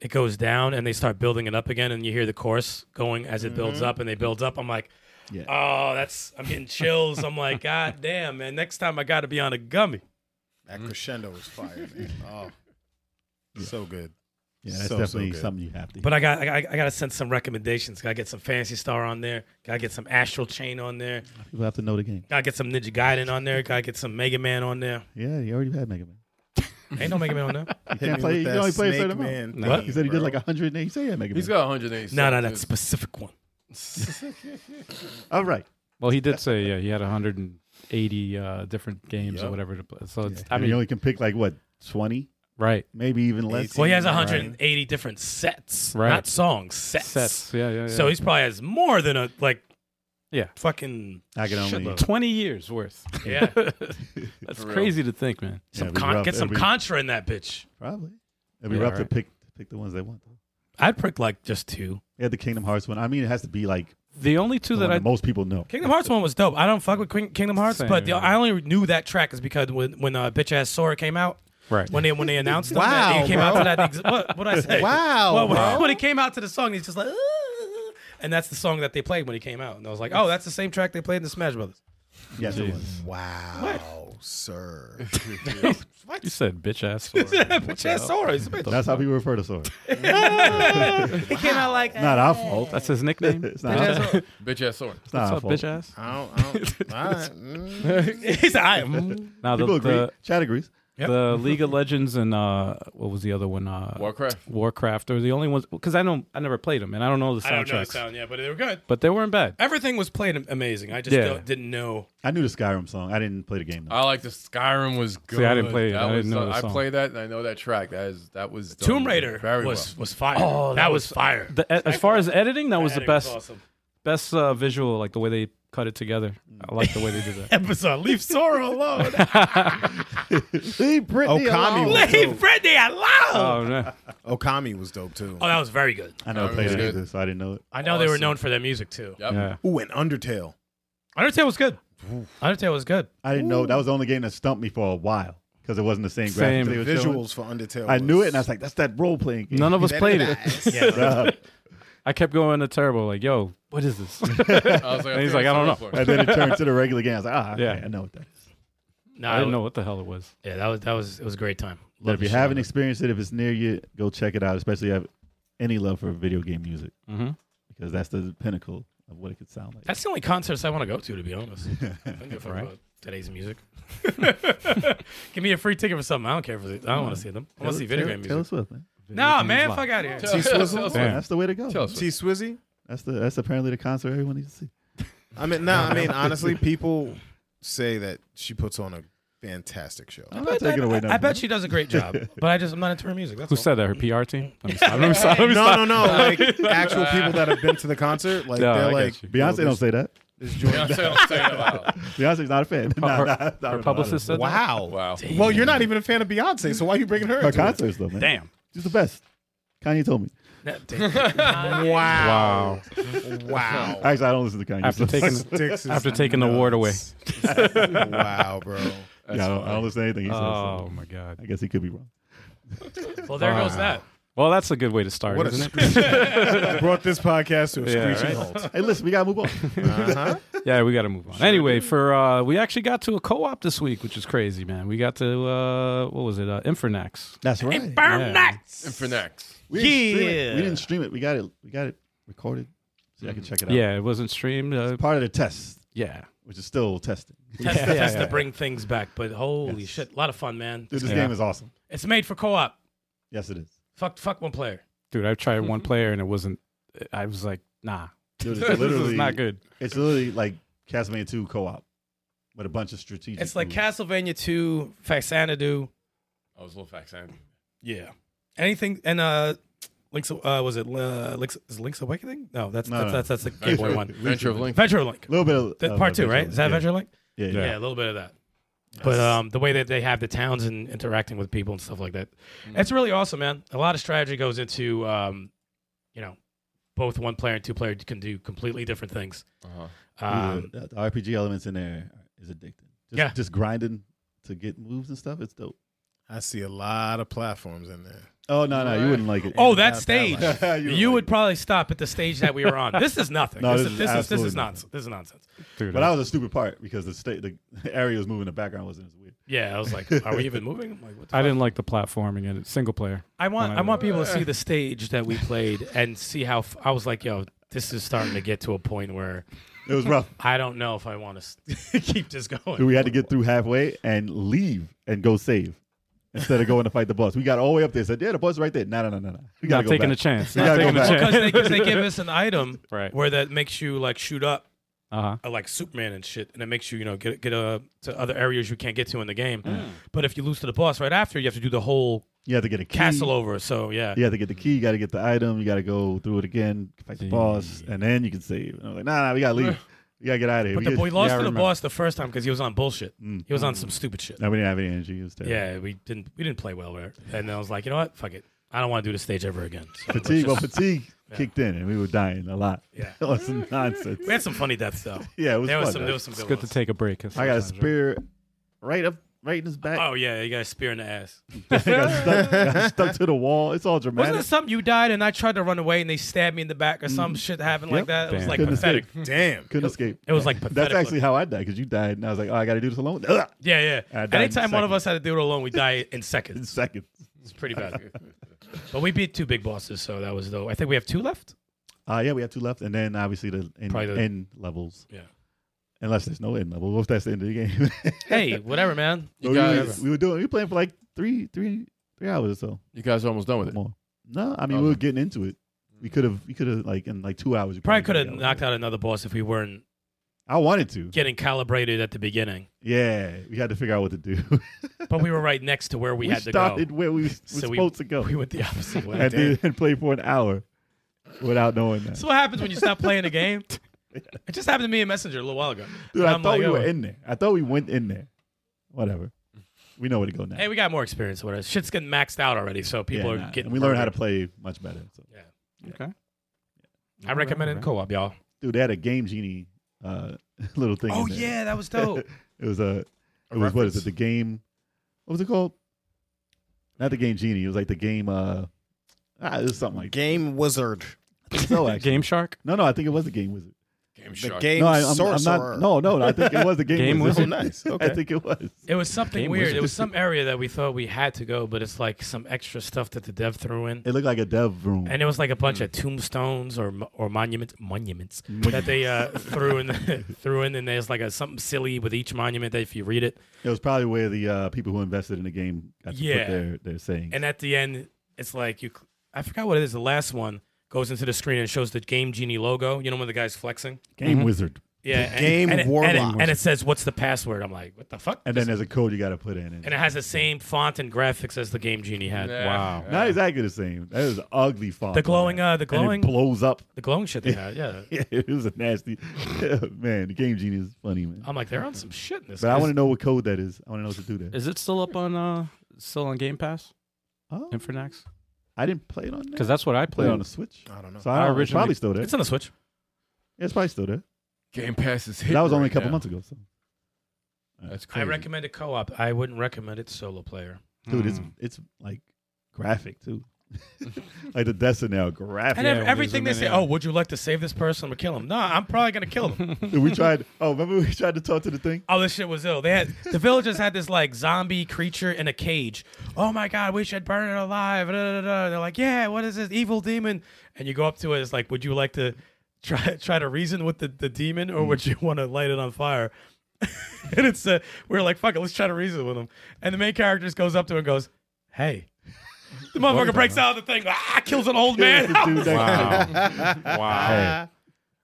Speaker 3: it goes down and they start building it up again, and you hear the chorus going as it
Speaker 4: Mm-hmm.
Speaker 3: builds up, and they builds up. I'm like,
Speaker 6: Yeah.
Speaker 3: oh, that's I'm getting chills. I'm
Speaker 4: (laughs)
Speaker 3: like, god damn, man, next time I got to be on a gummy.
Speaker 4: that
Speaker 3: Mm-hmm.
Speaker 4: crescendo was fire,
Speaker 3: (laughs)
Speaker 4: man. Oh. So good.
Speaker 6: Yeah, that's
Speaker 4: So, so
Speaker 6: definitely
Speaker 4: good.
Speaker 6: something you have to.
Speaker 3: But I got I, I got to send some recommendations. Got to get some Fancy Star on there. Got to get some Astral Chain on there.
Speaker 6: People have to know the game.
Speaker 3: Got to get some Ninja Gaiden on there. Got to get some Mega Man on there.
Speaker 6: Yeah, you already had Mega Man.
Speaker 3: Ain't no Mega Man on there. (laughs)
Speaker 6: You
Speaker 4: Hit
Speaker 6: can't
Speaker 4: me
Speaker 6: play.
Speaker 4: with
Speaker 6: You
Speaker 4: that
Speaker 6: can only play a
Speaker 4: Snake
Speaker 6: certain amount.
Speaker 4: Man
Speaker 3: What?
Speaker 4: thing,
Speaker 6: He said he did
Speaker 4: bro.
Speaker 6: like 108. He said, yeah, Mega Man.
Speaker 5: He's got 180.
Speaker 3: no, no, that specific one.
Speaker 5: (laughs)
Speaker 6: All right.
Speaker 2: Well, he did say yeah, he had 180 uh, different games or
Speaker 4: Yup.
Speaker 2: whatever to play. So it's,
Speaker 6: Yeah.
Speaker 2: I
Speaker 6: And
Speaker 2: mean,
Speaker 6: you only can pick like what 20.
Speaker 2: Right.
Speaker 6: maybe even less.
Speaker 3: Well, he has
Speaker 4: Right.
Speaker 3: 180 different sets,
Speaker 2: Right.
Speaker 3: not songs, sets.
Speaker 2: Sets. Yeah, yeah, yeah.
Speaker 3: So he's probably has more than a like,
Speaker 2: Yeah.
Speaker 3: fucking (laughs)
Speaker 6: I can only-
Speaker 3: shitload.
Speaker 2: 20 years worth.
Speaker 3: (laughs) yeah.
Speaker 2: (laughs) That's
Speaker 5: For real.
Speaker 2: crazy to think, man.
Speaker 3: Some
Speaker 6: it'd be
Speaker 3: con-
Speaker 6: rough.
Speaker 3: get some
Speaker 6: It'd be-
Speaker 3: contra in that bitch.
Speaker 6: Probably. It'd be
Speaker 2: Yeah,
Speaker 6: rough to
Speaker 2: right.
Speaker 6: pick pick the ones they want. Though.
Speaker 3: I'd prick like just two.
Speaker 6: Yeah, the Kingdom Hearts one. I mean, it has to be like
Speaker 2: The only two
Speaker 6: the
Speaker 2: that
Speaker 6: one
Speaker 2: I
Speaker 6: that most people know.
Speaker 3: Kingdom Hearts one was dope. I don't fuck with Queen- Kingdom Hearts,
Speaker 2: Same,
Speaker 3: but the,
Speaker 2: yeah.
Speaker 3: I only knew that track is because when when uh, bitch ass Sora came out.
Speaker 2: Right.
Speaker 3: When they when they announced him,
Speaker 4: Wow,
Speaker 3: that he came out
Speaker 4: bro.
Speaker 3: to that ex- what what I say
Speaker 4: Wow,
Speaker 3: Well, (laughs) when,
Speaker 4: bro.
Speaker 3: when he came out to the song he's just like "Ooh," and that's the song that they played when he came out and I was like oh that's the same track they played in the Smash Brothers (laughs)
Speaker 6: Yes, it was.
Speaker 4: Wow, sir.
Speaker 2: you said bitch
Speaker 6: (laughs)
Speaker 2: ass.
Speaker 3: bitch ass Sora he's a bitch.
Speaker 6: That's how people refer to Sora.
Speaker 3: he came out like
Speaker 6: Not our fault.
Speaker 2: That's his nickname.
Speaker 6: It's not. Our, fault.
Speaker 5: Bitch ass sword.
Speaker 6: It's not our
Speaker 2: What's up, bitch ass?
Speaker 6: fault.
Speaker 4: (laughs) I don't. I don't all right. Mm.
Speaker 3: he's I am
Speaker 2: Now the
Speaker 6: People agree.
Speaker 2: the,
Speaker 6: Chad agrees.
Speaker 3: (laughs)
Speaker 2: the League of Legends and uh, what was the other one? Uh,
Speaker 5: Warcraft.
Speaker 2: Warcraft are the only ones because I don't I never played them and I don't know the soundtracks,
Speaker 3: I don't know the sound yet but they were good
Speaker 2: but they weren't bad.
Speaker 3: everything was played am- amazing I just
Speaker 2: Yeah.
Speaker 3: don't- didn't know
Speaker 6: I knew the Skyrim song. I didn't play the game though.
Speaker 5: I like the Skyrim was good.
Speaker 2: I didn't play it.
Speaker 5: That
Speaker 2: I
Speaker 5: was,
Speaker 2: didn't know
Speaker 5: uh,
Speaker 2: the song.
Speaker 5: I played that and I know that track. That is that was done
Speaker 3: Tomb Raider
Speaker 5: Mm-hmm. Very
Speaker 3: was
Speaker 5: well.
Speaker 3: was fire oh that, was, fire
Speaker 2: The, e, as far as editing, that was the
Speaker 3: That was
Speaker 2: best
Speaker 3: awesome.
Speaker 2: best uh, visual, like the way they cut it together. I like the way they did that.
Speaker 3: episode leave Sora alone
Speaker 6: Leave Britney
Speaker 4: Okami
Speaker 6: alone.
Speaker 4: was-
Speaker 3: leave Brittany
Speaker 2: (laughs)
Speaker 3: alone
Speaker 2: oh no,
Speaker 4: Okami was dope too.
Speaker 3: oh that was very good
Speaker 6: I never
Speaker 5: That
Speaker 6: played
Speaker 5: was
Speaker 6: it
Speaker 5: good.
Speaker 6: either, so I didn't know it.
Speaker 3: I know they were
Speaker 5: Awesome.
Speaker 3: known for their music too.
Speaker 5: Yep.
Speaker 2: yeah,
Speaker 4: Ooh, and Undertale.
Speaker 3: Undertale was good. Undertale was good.
Speaker 6: I didn't know that was the only game that stumped me for a while because it wasn't the same,
Speaker 2: Same.
Speaker 6: graphics they
Speaker 4: The
Speaker 6: were
Speaker 4: visuals
Speaker 6: showing.
Speaker 4: for Undertale.
Speaker 6: I knew it, and I was like, "That's that role playing game."
Speaker 2: none of us played it.
Speaker 4: (laughs)
Speaker 6: Uh,
Speaker 2: I kept going to turbo, like yo, what is this?
Speaker 5: I was like,
Speaker 2: And he's
Speaker 5: think
Speaker 2: like, I don't
Speaker 5: that's what
Speaker 2: (laughs)
Speaker 6: (laughs) and then it turned to the regular game. I was like, "Ah,
Speaker 2: Yeah.
Speaker 6: yeah, I know what that is."
Speaker 3: No,
Speaker 2: I didn't know what the hell it was.
Speaker 3: Yeah, that was that was it was a great time.
Speaker 6: But
Speaker 3: Love
Speaker 6: if you
Speaker 3: the show.
Speaker 6: haven't experienced it, if it's near you, go check it out. Especially if you have any love for video game music,
Speaker 2: Mm-hmm.
Speaker 6: because that's the pinnacle of what it could sound like.
Speaker 3: that's the only concerts I want to go to, to be honest. I don't give a
Speaker 2: (laughs)
Speaker 3: fuck
Speaker 2: Right.
Speaker 3: about today's music. (laughs) Give me a free ticket for something. I don't care for it. I don't want to see them. I want to see video game
Speaker 6: Taylor
Speaker 3: music.
Speaker 6: Swift, man.
Speaker 3: No,
Speaker 2: games
Speaker 3: man,
Speaker 2: live.
Speaker 3: fuck out of here.
Speaker 5: Tell- tell- (laughs) tell-
Speaker 2: Damn.
Speaker 6: That's the way to go.
Speaker 5: tell us.
Speaker 4: T Swizzy.
Speaker 6: That's the that's apparently the concert everyone needs to see.
Speaker 4: I mean, no. I mean,
Speaker 6: (laughs)
Speaker 4: honestly, people say that she puts on a fantastic
Speaker 6: (laughs)
Speaker 4: show.
Speaker 6: I'm not taking away nothing.
Speaker 3: I bet she does a
Speaker 2: (laughs)
Speaker 3: great job, but I just I'm not into her music. That's
Speaker 2: Who
Speaker 3: all.
Speaker 2: said that? Her PR team? Let me stop. Let (laughs) me stop. Let me
Speaker 4: No,
Speaker 2: stop.
Speaker 4: no,
Speaker 6: (laughs)
Speaker 4: no. Like actual people that have been to the concert, like
Speaker 2: No, I
Speaker 4: they're
Speaker 2: got
Speaker 4: like
Speaker 2: you.
Speaker 6: Beyonce don't say that.
Speaker 4: this joint-
Speaker 5: I said- I said it out
Speaker 2: (laughs)
Speaker 6: Beyonce's not a fan. (laughs) Nah,
Speaker 2: her-
Speaker 6: nah, I don't know.
Speaker 2: Her publicist said that?
Speaker 4: Wow.
Speaker 5: loud. Wow.
Speaker 4: Well, you're not even a fan of Beyonce, so why are you bringing her?
Speaker 6: Her
Speaker 4: into it?
Speaker 6: concerts though, man.
Speaker 2: Damn.
Speaker 6: she's the best. Kanye told me.
Speaker 2: (laughs)
Speaker 4: Wow.
Speaker 3: Oh.
Speaker 4: Wow.
Speaker 6: Actually, I don't listen to Kanye. (laughs)
Speaker 2: After
Speaker 6: so-
Speaker 2: taking after taking the award away.
Speaker 4: (laughs) wow, bro.
Speaker 6: yeah, I don't, I don't listen to anything he says.
Speaker 2: Oh
Speaker 6: so
Speaker 2: my god.
Speaker 6: I guess he could be wrong.
Speaker 3: Well, there goes that.
Speaker 2: Well, that's a good way to start,
Speaker 4: What a
Speaker 2: isn't (laughs)
Speaker 4: screech. Brought this podcast to a
Speaker 2: Yeah,
Speaker 4: screeching
Speaker 2: right?
Speaker 4: halt.
Speaker 6: Hey, listen, we
Speaker 3: (laughs)
Speaker 6: gotta move on.
Speaker 4: Uh-huh.
Speaker 2: it? Yeah, we got to move on. Anyway, for uh, we actually got to a co-op this week, which is crazy, man. We got to uh, what was it? Uh, Infernax.
Speaker 6: That's right.
Speaker 3: Burn
Speaker 2: Yeah.
Speaker 3: nuts.
Speaker 5: And for next.
Speaker 6: We didn't stream it. We didn't stream it. We got it. We got it recorded, so I can check it out.
Speaker 2: Yeah, it wasn't streamed. Uh,
Speaker 6: It's part of the test,
Speaker 2: yeah,
Speaker 6: which is still testing.
Speaker 3: (laughs) Test,
Speaker 2: Yeah, yeah,
Speaker 3: test
Speaker 2: yeah.
Speaker 3: to bring things back, but holy
Speaker 6: Yes.
Speaker 3: shit, a lot of fun, man.
Speaker 6: Dude, this
Speaker 2: Yeah.
Speaker 6: game is awesome.
Speaker 3: It's made for co-op.
Speaker 6: Yes, it is.
Speaker 3: Fuck, fuck one player.
Speaker 2: dude, I tried (laughs) one player and it wasn't. I was like, nah,
Speaker 3: (laughs)
Speaker 6: Dude, it's (laughs)
Speaker 2: this
Speaker 6: literally
Speaker 2: is not good.
Speaker 6: It's literally like Castlevania 2 co-op, with a bunch of strategic.
Speaker 3: It's like
Speaker 6: moves.
Speaker 3: Castlevania 2, Faxanadu.
Speaker 5: I was Oh, a little fact
Speaker 3: Yeah. Anything and uh Link's uh was it uh, Link's is it Link's Awakening? No, that's
Speaker 6: No,
Speaker 3: that's,
Speaker 6: no.
Speaker 3: that's that's the Game Boy
Speaker 6: (laughs)
Speaker 3: one.
Speaker 5: Venture of Link.
Speaker 3: Venture Link.
Speaker 6: a little bit of
Speaker 3: That
Speaker 6: of
Speaker 3: part two, right?
Speaker 6: Adventure
Speaker 3: Is that
Speaker 6: Link.
Speaker 3: Venture Link?
Speaker 6: Yeah, yeah.
Speaker 3: Yeah.
Speaker 6: yeah.
Speaker 3: a little bit of that. But um the way that they have the towns and interacting with people and stuff like that.
Speaker 6: Mm-hmm.
Speaker 3: It's really awesome, man. A lot of strategy goes into um, you know, both one player and two player can do completely different things.
Speaker 5: Uh-huh.
Speaker 3: Um
Speaker 6: Dude, the, the RPG elements in there is addicting. Just,
Speaker 3: Yeah.
Speaker 6: just grinding to get moves and stuff. It's dope.
Speaker 4: I see a lot of platforms in there.
Speaker 6: Oh no, no, you wouldn't like it.
Speaker 3: Oh, that
Speaker 4: That- that
Speaker 3: stage.
Speaker 4: like-
Speaker 6: (laughs) You
Speaker 3: you
Speaker 6: like
Speaker 3: would probably stop at the stage that we were on. This is nothing.
Speaker 6: (laughs) No,
Speaker 3: this,
Speaker 6: this is
Speaker 3: is, this is this
Speaker 6: absolutely
Speaker 3: is
Speaker 6: nothing.
Speaker 3: nonsense. This is nonsense.
Speaker 2: Dude,
Speaker 6: But that was a stupid part because the state, the (laughs) area was moving. in The background wasn't as weird.
Speaker 3: Yeah, I was like, are we even moving? I'm like, what the
Speaker 2: I
Speaker 3: fuck?
Speaker 2: didn't like the platforming in it. Single player.
Speaker 3: I want
Speaker 2: when
Speaker 3: I
Speaker 2: I
Speaker 3: want people to see the stage that we (laughs) played and see how f- I was like, yo, this is starting to get to a point where
Speaker 6: It was rough.
Speaker 3: I don't know if I want to (laughs) keep this
Speaker 6: Dude,
Speaker 3: going. (laughs)
Speaker 6: we had to get through halfway and leave and go save instead of going to fight the boss. We got all the way up there. Said, "Yeah, the boss is right there." No, no, no, no, no. We gotta
Speaker 2: Not
Speaker 6: go
Speaker 2: taking a
Speaker 6: back.
Speaker 2: chance.
Speaker 6: We
Speaker 2: Not
Speaker 6: gotta go
Speaker 2: taking a
Speaker 6: back.
Speaker 3: Because
Speaker 2: chance.
Speaker 3: they,
Speaker 6: (laughs)
Speaker 3: 'cause they give us (laughs) an item
Speaker 2: Right.
Speaker 3: where that makes you like shoot up
Speaker 2: Uh huh.
Speaker 3: uh, like Superman and shit, and it makes you you know get get uh, to other areas you can't get to in the game. But if you lose to the boss right after, you have to do the whole
Speaker 6: You have to get a key.
Speaker 3: Castle over. So yeah.
Speaker 6: You have to get the key. You got to get the item. You got to go through it again, fight the boss, and then you can save. And I'm like, nah, nah, we got to leave. We got to get out of here.
Speaker 3: But
Speaker 6: we
Speaker 3: the,
Speaker 6: just-
Speaker 3: we lost
Speaker 2: yeah, I
Speaker 3: to the
Speaker 2: remember.
Speaker 3: boss the first time because he was on bullshit. He was on some stupid shit.
Speaker 6: no, we didn't have any energy. It was terrible.
Speaker 3: Yeah, we didn't we didn't play well with it. And then I was like, you know what? Fuck it. I don't want to do this stage ever again. So let's
Speaker 6: Fatigue. Well,
Speaker 3: just-
Speaker 6: fatigue kicked in, and we were dying a lot. (laughs)
Speaker 3: Yeah.
Speaker 6: it was some nonsense.
Speaker 3: we had some funny deaths though.
Speaker 6: Yeah, (laughs) it was
Speaker 3: there
Speaker 6: fun.
Speaker 3: was some there
Speaker 6: though.
Speaker 3: was some
Speaker 2: It's
Speaker 3: good,
Speaker 2: good to
Speaker 3: ones.
Speaker 2: take a break.
Speaker 6: I got a
Speaker 2: sometimes, right?
Speaker 6: spear right up, right in his back. (laughs)
Speaker 3: Oh yeah, you got a spear in the ass.
Speaker 6: got, stuck, got stuck to the wall. It's all
Speaker 3: Wasn't
Speaker 6: dramatic.
Speaker 3: there something you died and I tried to run away and they stabbed me in the back or some shit happened like
Speaker 6: Mm. Yep.
Speaker 3: that? It was
Speaker 2: Damn.
Speaker 3: like
Speaker 6: Couldn't
Speaker 3: pathetic.
Speaker 6: escape.
Speaker 4: Damn.
Speaker 6: Couldn't escape.
Speaker 3: It was like pathetic.
Speaker 6: That's actually how I died because you died, and I was like, "Oh, I got to do this alone." Ugh!
Speaker 3: Yeah, yeah.
Speaker 6: I died in
Speaker 3: Anytime one of
Speaker 6: seconds.
Speaker 3: us had to do it alone, we
Speaker 6: (laughs)
Speaker 3: die in
Speaker 6: In
Speaker 3: seconds.
Speaker 6: seconds.
Speaker 3: It's pretty
Speaker 6: (laughs)
Speaker 3: bad. but we beat two big bosses, so that was though. I think we have two left.
Speaker 6: Uh, yeah, we have two left, and then obviously the end,
Speaker 3: Probably the-
Speaker 6: end levels.
Speaker 3: Yeah.
Speaker 6: Unless there's no end level. What if that's the end of the game?
Speaker 3: (laughs) Hey, whatever, man.
Speaker 6: (laughs) But
Speaker 5: You
Speaker 2: Oh,
Speaker 6: we,
Speaker 5: guys,
Speaker 6: we were doing. We were playing for like three, three, three hours or so.
Speaker 5: you guys are almost done with it.
Speaker 6: More. No, I mean
Speaker 5: Oh.
Speaker 6: we were getting into it. We could have. We could have like in like two hours. we
Speaker 3: Probably could
Speaker 6: could've
Speaker 3: have
Speaker 6: got
Speaker 3: knocked
Speaker 6: it.
Speaker 3: out another boss if we weren't
Speaker 6: I wanted to.
Speaker 3: getting calibrated at the beginning.
Speaker 6: Yeah, we had to figure out what to do.
Speaker 3: But we were right next to where we,
Speaker 6: (laughs) we
Speaker 3: had to
Speaker 6: started where we were
Speaker 3: (laughs) So we-
Speaker 6: supposed to go,
Speaker 3: go. We went the opposite way.
Speaker 6: and then (laughs) and played for an hour without knowing that.
Speaker 3: So what happens when you stop playing a
Speaker 6: (laughs)
Speaker 3: game? It just happened to me in Messenger a little while ago.
Speaker 6: Dude,
Speaker 3: And
Speaker 6: I
Speaker 3: I'm
Speaker 6: thought
Speaker 3: like,
Speaker 6: we were
Speaker 3: oh,
Speaker 6: in there. I thought we went in there. Whatever. We know where to go now.
Speaker 3: Hey, we got more experience with it. Shit's getting maxed out already, so people
Speaker 6: Yeah,
Speaker 3: are
Speaker 6: nah,
Speaker 3: getting.
Speaker 6: We learned how to
Speaker 3: murdered.
Speaker 6: play much better. So.
Speaker 2: Okay.
Speaker 3: I recommend it in
Speaker 2: Alright.
Speaker 3: co-op, y'all.
Speaker 6: Dude, they had a game genie uh, (laughs) little thing.
Speaker 3: Oh
Speaker 6: in there.
Speaker 3: yeah, that was dope.
Speaker 6: It was a. It was what is it? The game. What was it called? Not the game genie. It was like the game. Uh, ah, it was something
Speaker 4: (laughs)
Speaker 6: like
Speaker 4: Game Wizard.
Speaker 3: (laughs)
Speaker 6: so. Actually,
Speaker 2: Game Shark.
Speaker 6: no, no, I think it was the game wizard.
Speaker 5: Game
Speaker 4: The
Speaker 5: Shark.
Speaker 4: game
Speaker 6: no, I, I'm, I'm
Speaker 4: sorcerer.
Speaker 6: not. No, no, I think it
Speaker 3: (laughs)
Speaker 6: was the game,
Speaker 2: Game
Speaker 4: Oh,
Speaker 6: wizard.
Speaker 4: nice.
Speaker 6: (laughs) I
Speaker 4: Okay.
Speaker 6: think it was.
Speaker 3: It was something
Speaker 2: Game
Speaker 3: weird.
Speaker 2: Wizard.
Speaker 3: It was some area that we thought we had to go, but it's like some extra stuff that the dev threw in.
Speaker 6: It looked like a dev room.
Speaker 3: And it was like a
Speaker 6: Hmm.
Speaker 3: bunch of tombstones or mo- or monuments monuments that they uh, threw
Speaker 6: (laughs)
Speaker 3: in threw in, and there's like a something silly with each monument that if you read it,
Speaker 6: It was probably where the uh, people who invested in the game got to
Speaker 3: Yeah.
Speaker 6: put their their saying.
Speaker 3: and at the end it's like you. cl- I forgot what it is. The last one goes into the screen and shows the Game Genie logo. You know when the guy's flexing.
Speaker 6: game wizard.
Speaker 3: Yeah, and,
Speaker 4: Game
Speaker 3: and it- and it-
Speaker 4: Warlock.
Speaker 3: and it, says what's the password. I'm like, what the fuck?
Speaker 6: And then there's a code you got to put in.
Speaker 3: and it has the same font and graphics as the Game Genie had.
Speaker 5: Yeah.
Speaker 3: Wow.
Speaker 6: Not exactly the same. That is ugly font.
Speaker 3: The glowing,
Speaker 6: on
Speaker 3: uh, the
Speaker 6: that.
Speaker 3: glowing,
Speaker 6: And it blows up. (laughs)
Speaker 3: the glowing shit they had. Yeah.
Speaker 6: it was a nasty (laughs) man. The game genie is funny, man.
Speaker 3: I'm like, they're on some shit in this.
Speaker 6: But I want to know what code that is. I want to know what to do there.
Speaker 2: Is it still up on uh still on Game Pass?
Speaker 6: Oh,
Speaker 2: Infernax?
Speaker 6: I didn't play it on.
Speaker 2: Because
Speaker 6: Because
Speaker 2: that's what I
Speaker 6: I played
Speaker 2: played.
Speaker 6: it on the Switch.
Speaker 4: I don't know.
Speaker 6: So I,
Speaker 2: I
Speaker 6: don't- it's
Speaker 2: originally-
Speaker 6: probably still there.
Speaker 3: It's on the Switch.
Speaker 6: It's probably still there.
Speaker 5: Game Pass is hit.
Speaker 6: That was only a
Speaker 5: right
Speaker 6: couple
Speaker 5: now.
Speaker 6: months ago. So,
Speaker 5: That's crazy.
Speaker 3: I recommend it co-op. I wouldn't recommend it solo player.
Speaker 2: Mm.
Speaker 6: dude,
Speaker 2: Hmm.
Speaker 6: it's it's like graphic too.
Speaker 2: (laughs)
Speaker 6: like the Destiny now graphic.
Speaker 3: And
Speaker 2: Yeah,
Speaker 3: ev-
Speaker 2: when
Speaker 3: everything they
Speaker 2: there's a
Speaker 3: say,
Speaker 2: mini-
Speaker 3: oh, would you like to save this person or kill him? No, I'm probably gonna kill him.
Speaker 6: Dude, we tried. Oh, remember we tried to talk to the thing.
Speaker 3: (laughs) oh, this shit was ill. They had the villagers had this like zombie creature in a cage. Oh my god, we should burn it alive. Da, da, da, da. They're like, yeah, what is this evil demon? And you go up to it, it's like, would you like to try try to reason with the, the demon or would
Speaker 6: Mm.
Speaker 3: you want to light it on fire? (laughs) and it's uh, we're like, fuck it, let's try to reason with him. And the main character just goes up to it and goes, hey. The motherfucker breaks out of the thing, ah, kills an old (laughs) man.
Speaker 6: The dude that-
Speaker 2: Wow.
Speaker 6: (laughs)
Speaker 2: wow.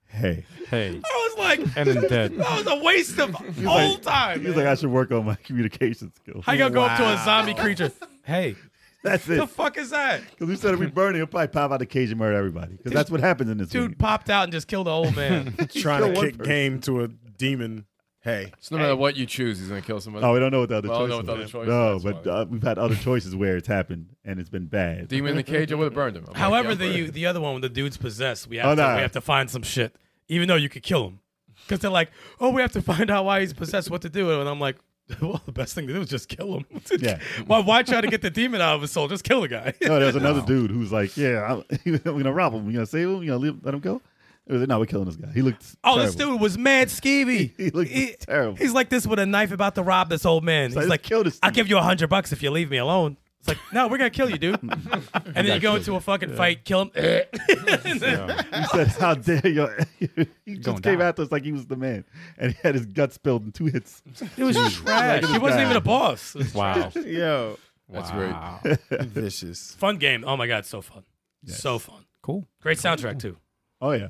Speaker 6: Hey, hey.
Speaker 2: Hey.
Speaker 3: I was like,
Speaker 2: And then
Speaker 6: (laughs)
Speaker 2: dead.
Speaker 3: that was a waste of all
Speaker 6: like-
Speaker 3: time.
Speaker 6: He was like, I should work on my (laughs) communication skills.
Speaker 3: How you gonna go up to a zombie creature? Hey,
Speaker 6: That's it. (laughs)
Speaker 3: the fuck is that?
Speaker 6: Because we said if we burn it, it'll probably pop out of the cage and murder everybody. Because that's what happens in this
Speaker 3: Dude
Speaker 6: game.
Speaker 3: popped out and just killed the old
Speaker 6: (laughs)
Speaker 3: man.
Speaker 4: (laughs) Trying to
Speaker 6: one
Speaker 4: kick game to a demon. Hey.
Speaker 5: So no matter what you choose, he's gonna kill somebody.
Speaker 6: Oh, we don't know what the other
Speaker 5: Well, I don't
Speaker 6: choice
Speaker 5: know
Speaker 6: was.
Speaker 5: what the other
Speaker 6: no,
Speaker 5: choice was,
Speaker 6: but uh, we've had other choices where it's happened and it's been bad.
Speaker 5: Demon in the cage, I would have burned him. I'm like,
Speaker 3: However,
Speaker 5: yeah,
Speaker 3: the
Speaker 5: burned him.
Speaker 3: the other one, when the dude's possessed, we have
Speaker 6: Oh,
Speaker 3: to
Speaker 6: nah.
Speaker 3: we have to find some shit, even though you could kill him, because they're like, oh, we have to find out why he's possessed, what to do, and I'm like. (laughs) Well, the best thing to do is just kill him. (laughs)
Speaker 6: Yeah.
Speaker 3: why, why try to get the demon out of his soul? Just kill the guy. (laughs)
Speaker 6: (laughs) No, there's another dude who's like, yeah, I'm, (laughs) we're gonna rob him. We're gonna save him. We're gonna leave, let him go. It was like, no, we're killing this guy. He looked.
Speaker 3: Oh, this
Speaker 6: terrible.
Speaker 3: dude was mad skeevy.
Speaker 6: (laughs) He looked terrible.
Speaker 3: He's like this with a knife about to rob this old man.
Speaker 6: like,
Speaker 3: He's like,
Speaker 6: "Just kill this
Speaker 3: I'll
Speaker 6: dude."
Speaker 3: give you a hundred bucks if you leave me alone. It's like, no, we're gonna kill you,
Speaker 6: (laughs)
Speaker 3: dude. and then you go into a fucking fight, kill him. (laughs) And then-
Speaker 6: (laughs) He said, "How dare you?" (laughs) he
Speaker 2: Gonna
Speaker 6: just came
Speaker 2: die.
Speaker 6: after us like he was the man, and he had his guts spilled in two hits.
Speaker 3: It was trash. He wasn't even a boss. It was
Speaker 2: Wow.
Speaker 4: Yo.
Speaker 5: That's
Speaker 2: wow.
Speaker 5: (laughs)
Speaker 4: Vicious.
Speaker 3: Fun game. Oh my god, so fun. So fun.
Speaker 2: Cool.
Speaker 3: Great soundtrack too.
Speaker 6: Oh yeah,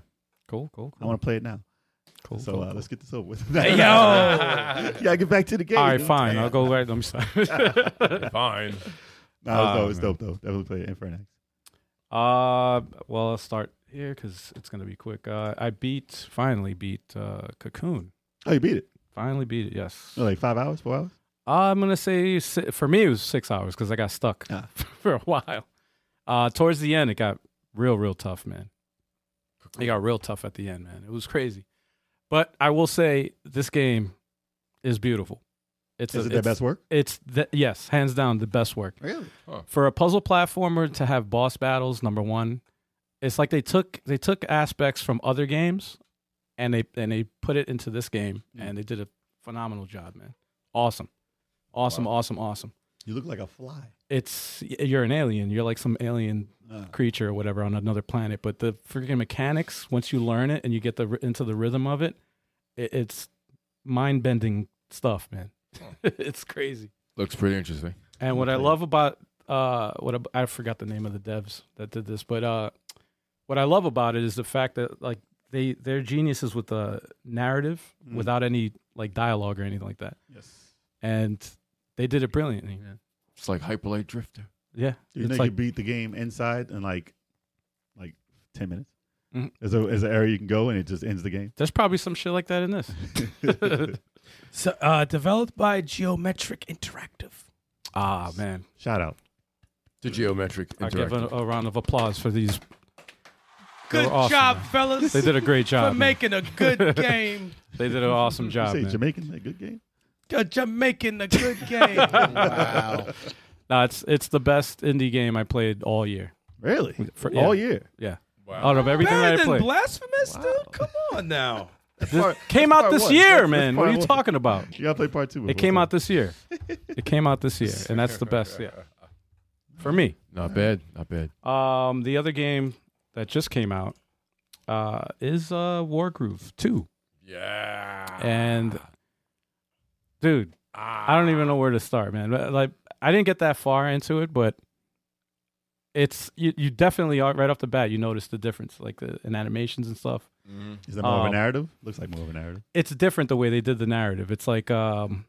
Speaker 2: Cool. Cool.
Speaker 6: I
Speaker 2: Cool.
Speaker 6: want to play it now.
Speaker 2: cool,
Speaker 6: So
Speaker 2: cool,
Speaker 6: uh,
Speaker 2: cool.
Speaker 6: let's get this over with. (laughs)
Speaker 3: Hey, yo.
Speaker 6: yeah, get back to the game.
Speaker 2: All right,
Speaker 6: dude. (laughs)
Speaker 2: fine. I'll go right. Let me stop.
Speaker 5: great. Fine.
Speaker 6: No, it
Speaker 2: Oh,
Speaker 6: was dope. It was dope though. Definitely play it Infernax.
Speaker 2: (laughs) Uh, well, I'll start here because it's gonna be quick. Uh, I beat finally beat uh, Cocoon.
Speaker 6: Oh, you beat it.
Speaker 2: Finally beat it. Yes.
Speaker 6: Oh, like five hours, four hours.
Speaker 2: I'm gonna say si- for me it was six hours because I got stuck
Speaker 6: Ah.
Speaker 2: (laughs) for a while. Uh, towards the end, it got real, real tough, man. It got real tough at the end, man. It was crazy. But I will say this game is beautiful. It's
Speaker 6: Is
Speaker 2: a-
Speaker 6: it their
Speaker 2: it's-
Speaker 6: best work?
Speaker 2: It's the, yes, hands down the best work
Speaker 6: Really?
Speaker 2: for a puzzle platformer to have boss battles number one it's like they took they took aspects from other games and they and they put it into this game and they did a phenomenal job man awesome awesome awesome awesome
Speaker 6: You look like a fly.
Speaker 2: it's you're an alien you're like some alien
Speaker 6: Uh,
Speaker 2: creature or whatever on another planet but the freaking mechanics once you learn it and you get the into the rhythm of it, it it's mind-bending stuff man (laughs) it's crazy
Speaker 5: Looks pretty interesting.
Speaker 2: and what I
Speaker 6: Okay.
Speaker 2: love about uh, what ab- I forgot the name of the devs that did this, but uh, what I love about it is the fact that like they they're geniuses with the narrative
Speaker 6: Mm.
Speaker 2: without any like dialogue or anything like that,
Speaker 6: yes.
Speaker 2: and they did it brilliantly. Man.
Speaker 5: It's like Hyperlight Drifter.
Speaker 2: Yeah,
Speaker 6: You
Speaker 2: it's
Speaker 6: think
Speaker 2: like
Speaker 6: you beat the game inside in like, like ten minutes?
Speaker 2: Mhm.
Speaker 6: Is there is an area you can go and it just ends the game?
Speaker 2: there's probably some shit like that in
Speaker 6: (laughs)
Speaker 2: this.
Speaker 3: So, uh, developed by Geometric Interactive.
Speaker 2: ah man,
Speaker 6: Shout out.
Speaker 5: To Geometric
Speaker 2: I give a,
Speaker 5: Interactive.
Speaker 2: a round of applause for these. They
Speaker 3: Good
Speaker 2: were awesome,
Speaker 3: job,
Speaker 2: man.
Speaker 3: fellas,
Speaker 2: They did a
Speaker 6: (laughs)
Speaker 2: great
Speaker 3: for
Speaker 2: job. man.
Speaker 3: making a
Speaker 2: (laughs)
Speaker 3: good game.
Speaker 2: They did an awesome
Speaker 6: You
Speaker 2: job.
Speaker 6: say
Speaker 2: man.
Speaker 6: Jamaican, a good game.
Speaker 3: Uh, Jamaican,
Speaker 2: (laughs)
Speaker 3: a good game.
Speaker 4: Wow.
Speaker 2: No, it's it's the best indie game I played all year.
Speaker 6: Really?
Speaker 2: For-
Speaker 6: All
Speaker 2: yeah.
Speaker 6: year.
Speaker 2: Yeah,
Speaker 5: Wow.
Speaker 2: out of everything
Speaker 3: Better
Speaker 2: that I
Speaker 3: than
Speaker 2: played.
Speaker 3: blasphemous, dude. Come on now.
Speaker 2: This came out
Speaker 6: part
Speaker 2: this
Speaker 6: one.
Speaker 2: year,
Speaker 6: That's- that's
Speaker 2: man.
Speaker 6: part
Speaker 2: What are you
Speaker 6: one.
Speaker 2: talking about?
Speaker 6: You gotta play part two.
Speaker 2: It came out this year. It came out this year, and that's the best, yeah, for me.
Speaker 5: Not bad. Not bad.
Speaker 2: Um, the other game that just came out uh, is uh, Wargroove Two,
Speaker 5: Yeah.
Speaker 2: and dude, I don't even know where to start, man. But, Like, I didn't get that far into it, but it's you. You definitely are right off the bat. You notice the difference, like the, in animations and stuff.
Speaker 5: Mhm.
Speaker 6: Is that more of
Speaker 2: Um,
Speaker 6: a narrative? Looks like more of a narrative.
Speaker 2: it's different the way they did the narrative. It's like um,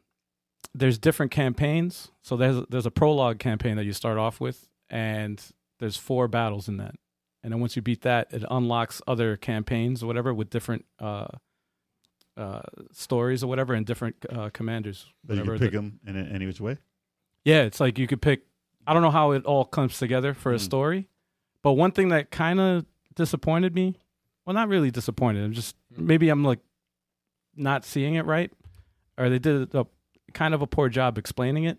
Speaker 2: there's different campaigns. So there's there's a prologue campaign that you start off with, and there's four battles in that. And then once you beat that, it unlocks other campaigns or whatever with different uh, uh, stories or whatever and different uh, commanders.
Speaker 6: But you
Speaker 2: whatever
Speaker 6: can pick
Speaker 2: the-
Speaker 6: them in a- any which way.
Speaker 2: yeah, it's like you could pick. I don't know how it all comes together for a
Speaker 6: Mm.
Speaker 2: story, but one thing that kind of disappointed me. Well, not really disappointed. I'm just
Speaker 5: Mm.
Speaker 2: maybe I'm like not seeing it right, or they did a kind of a poor job explaining it.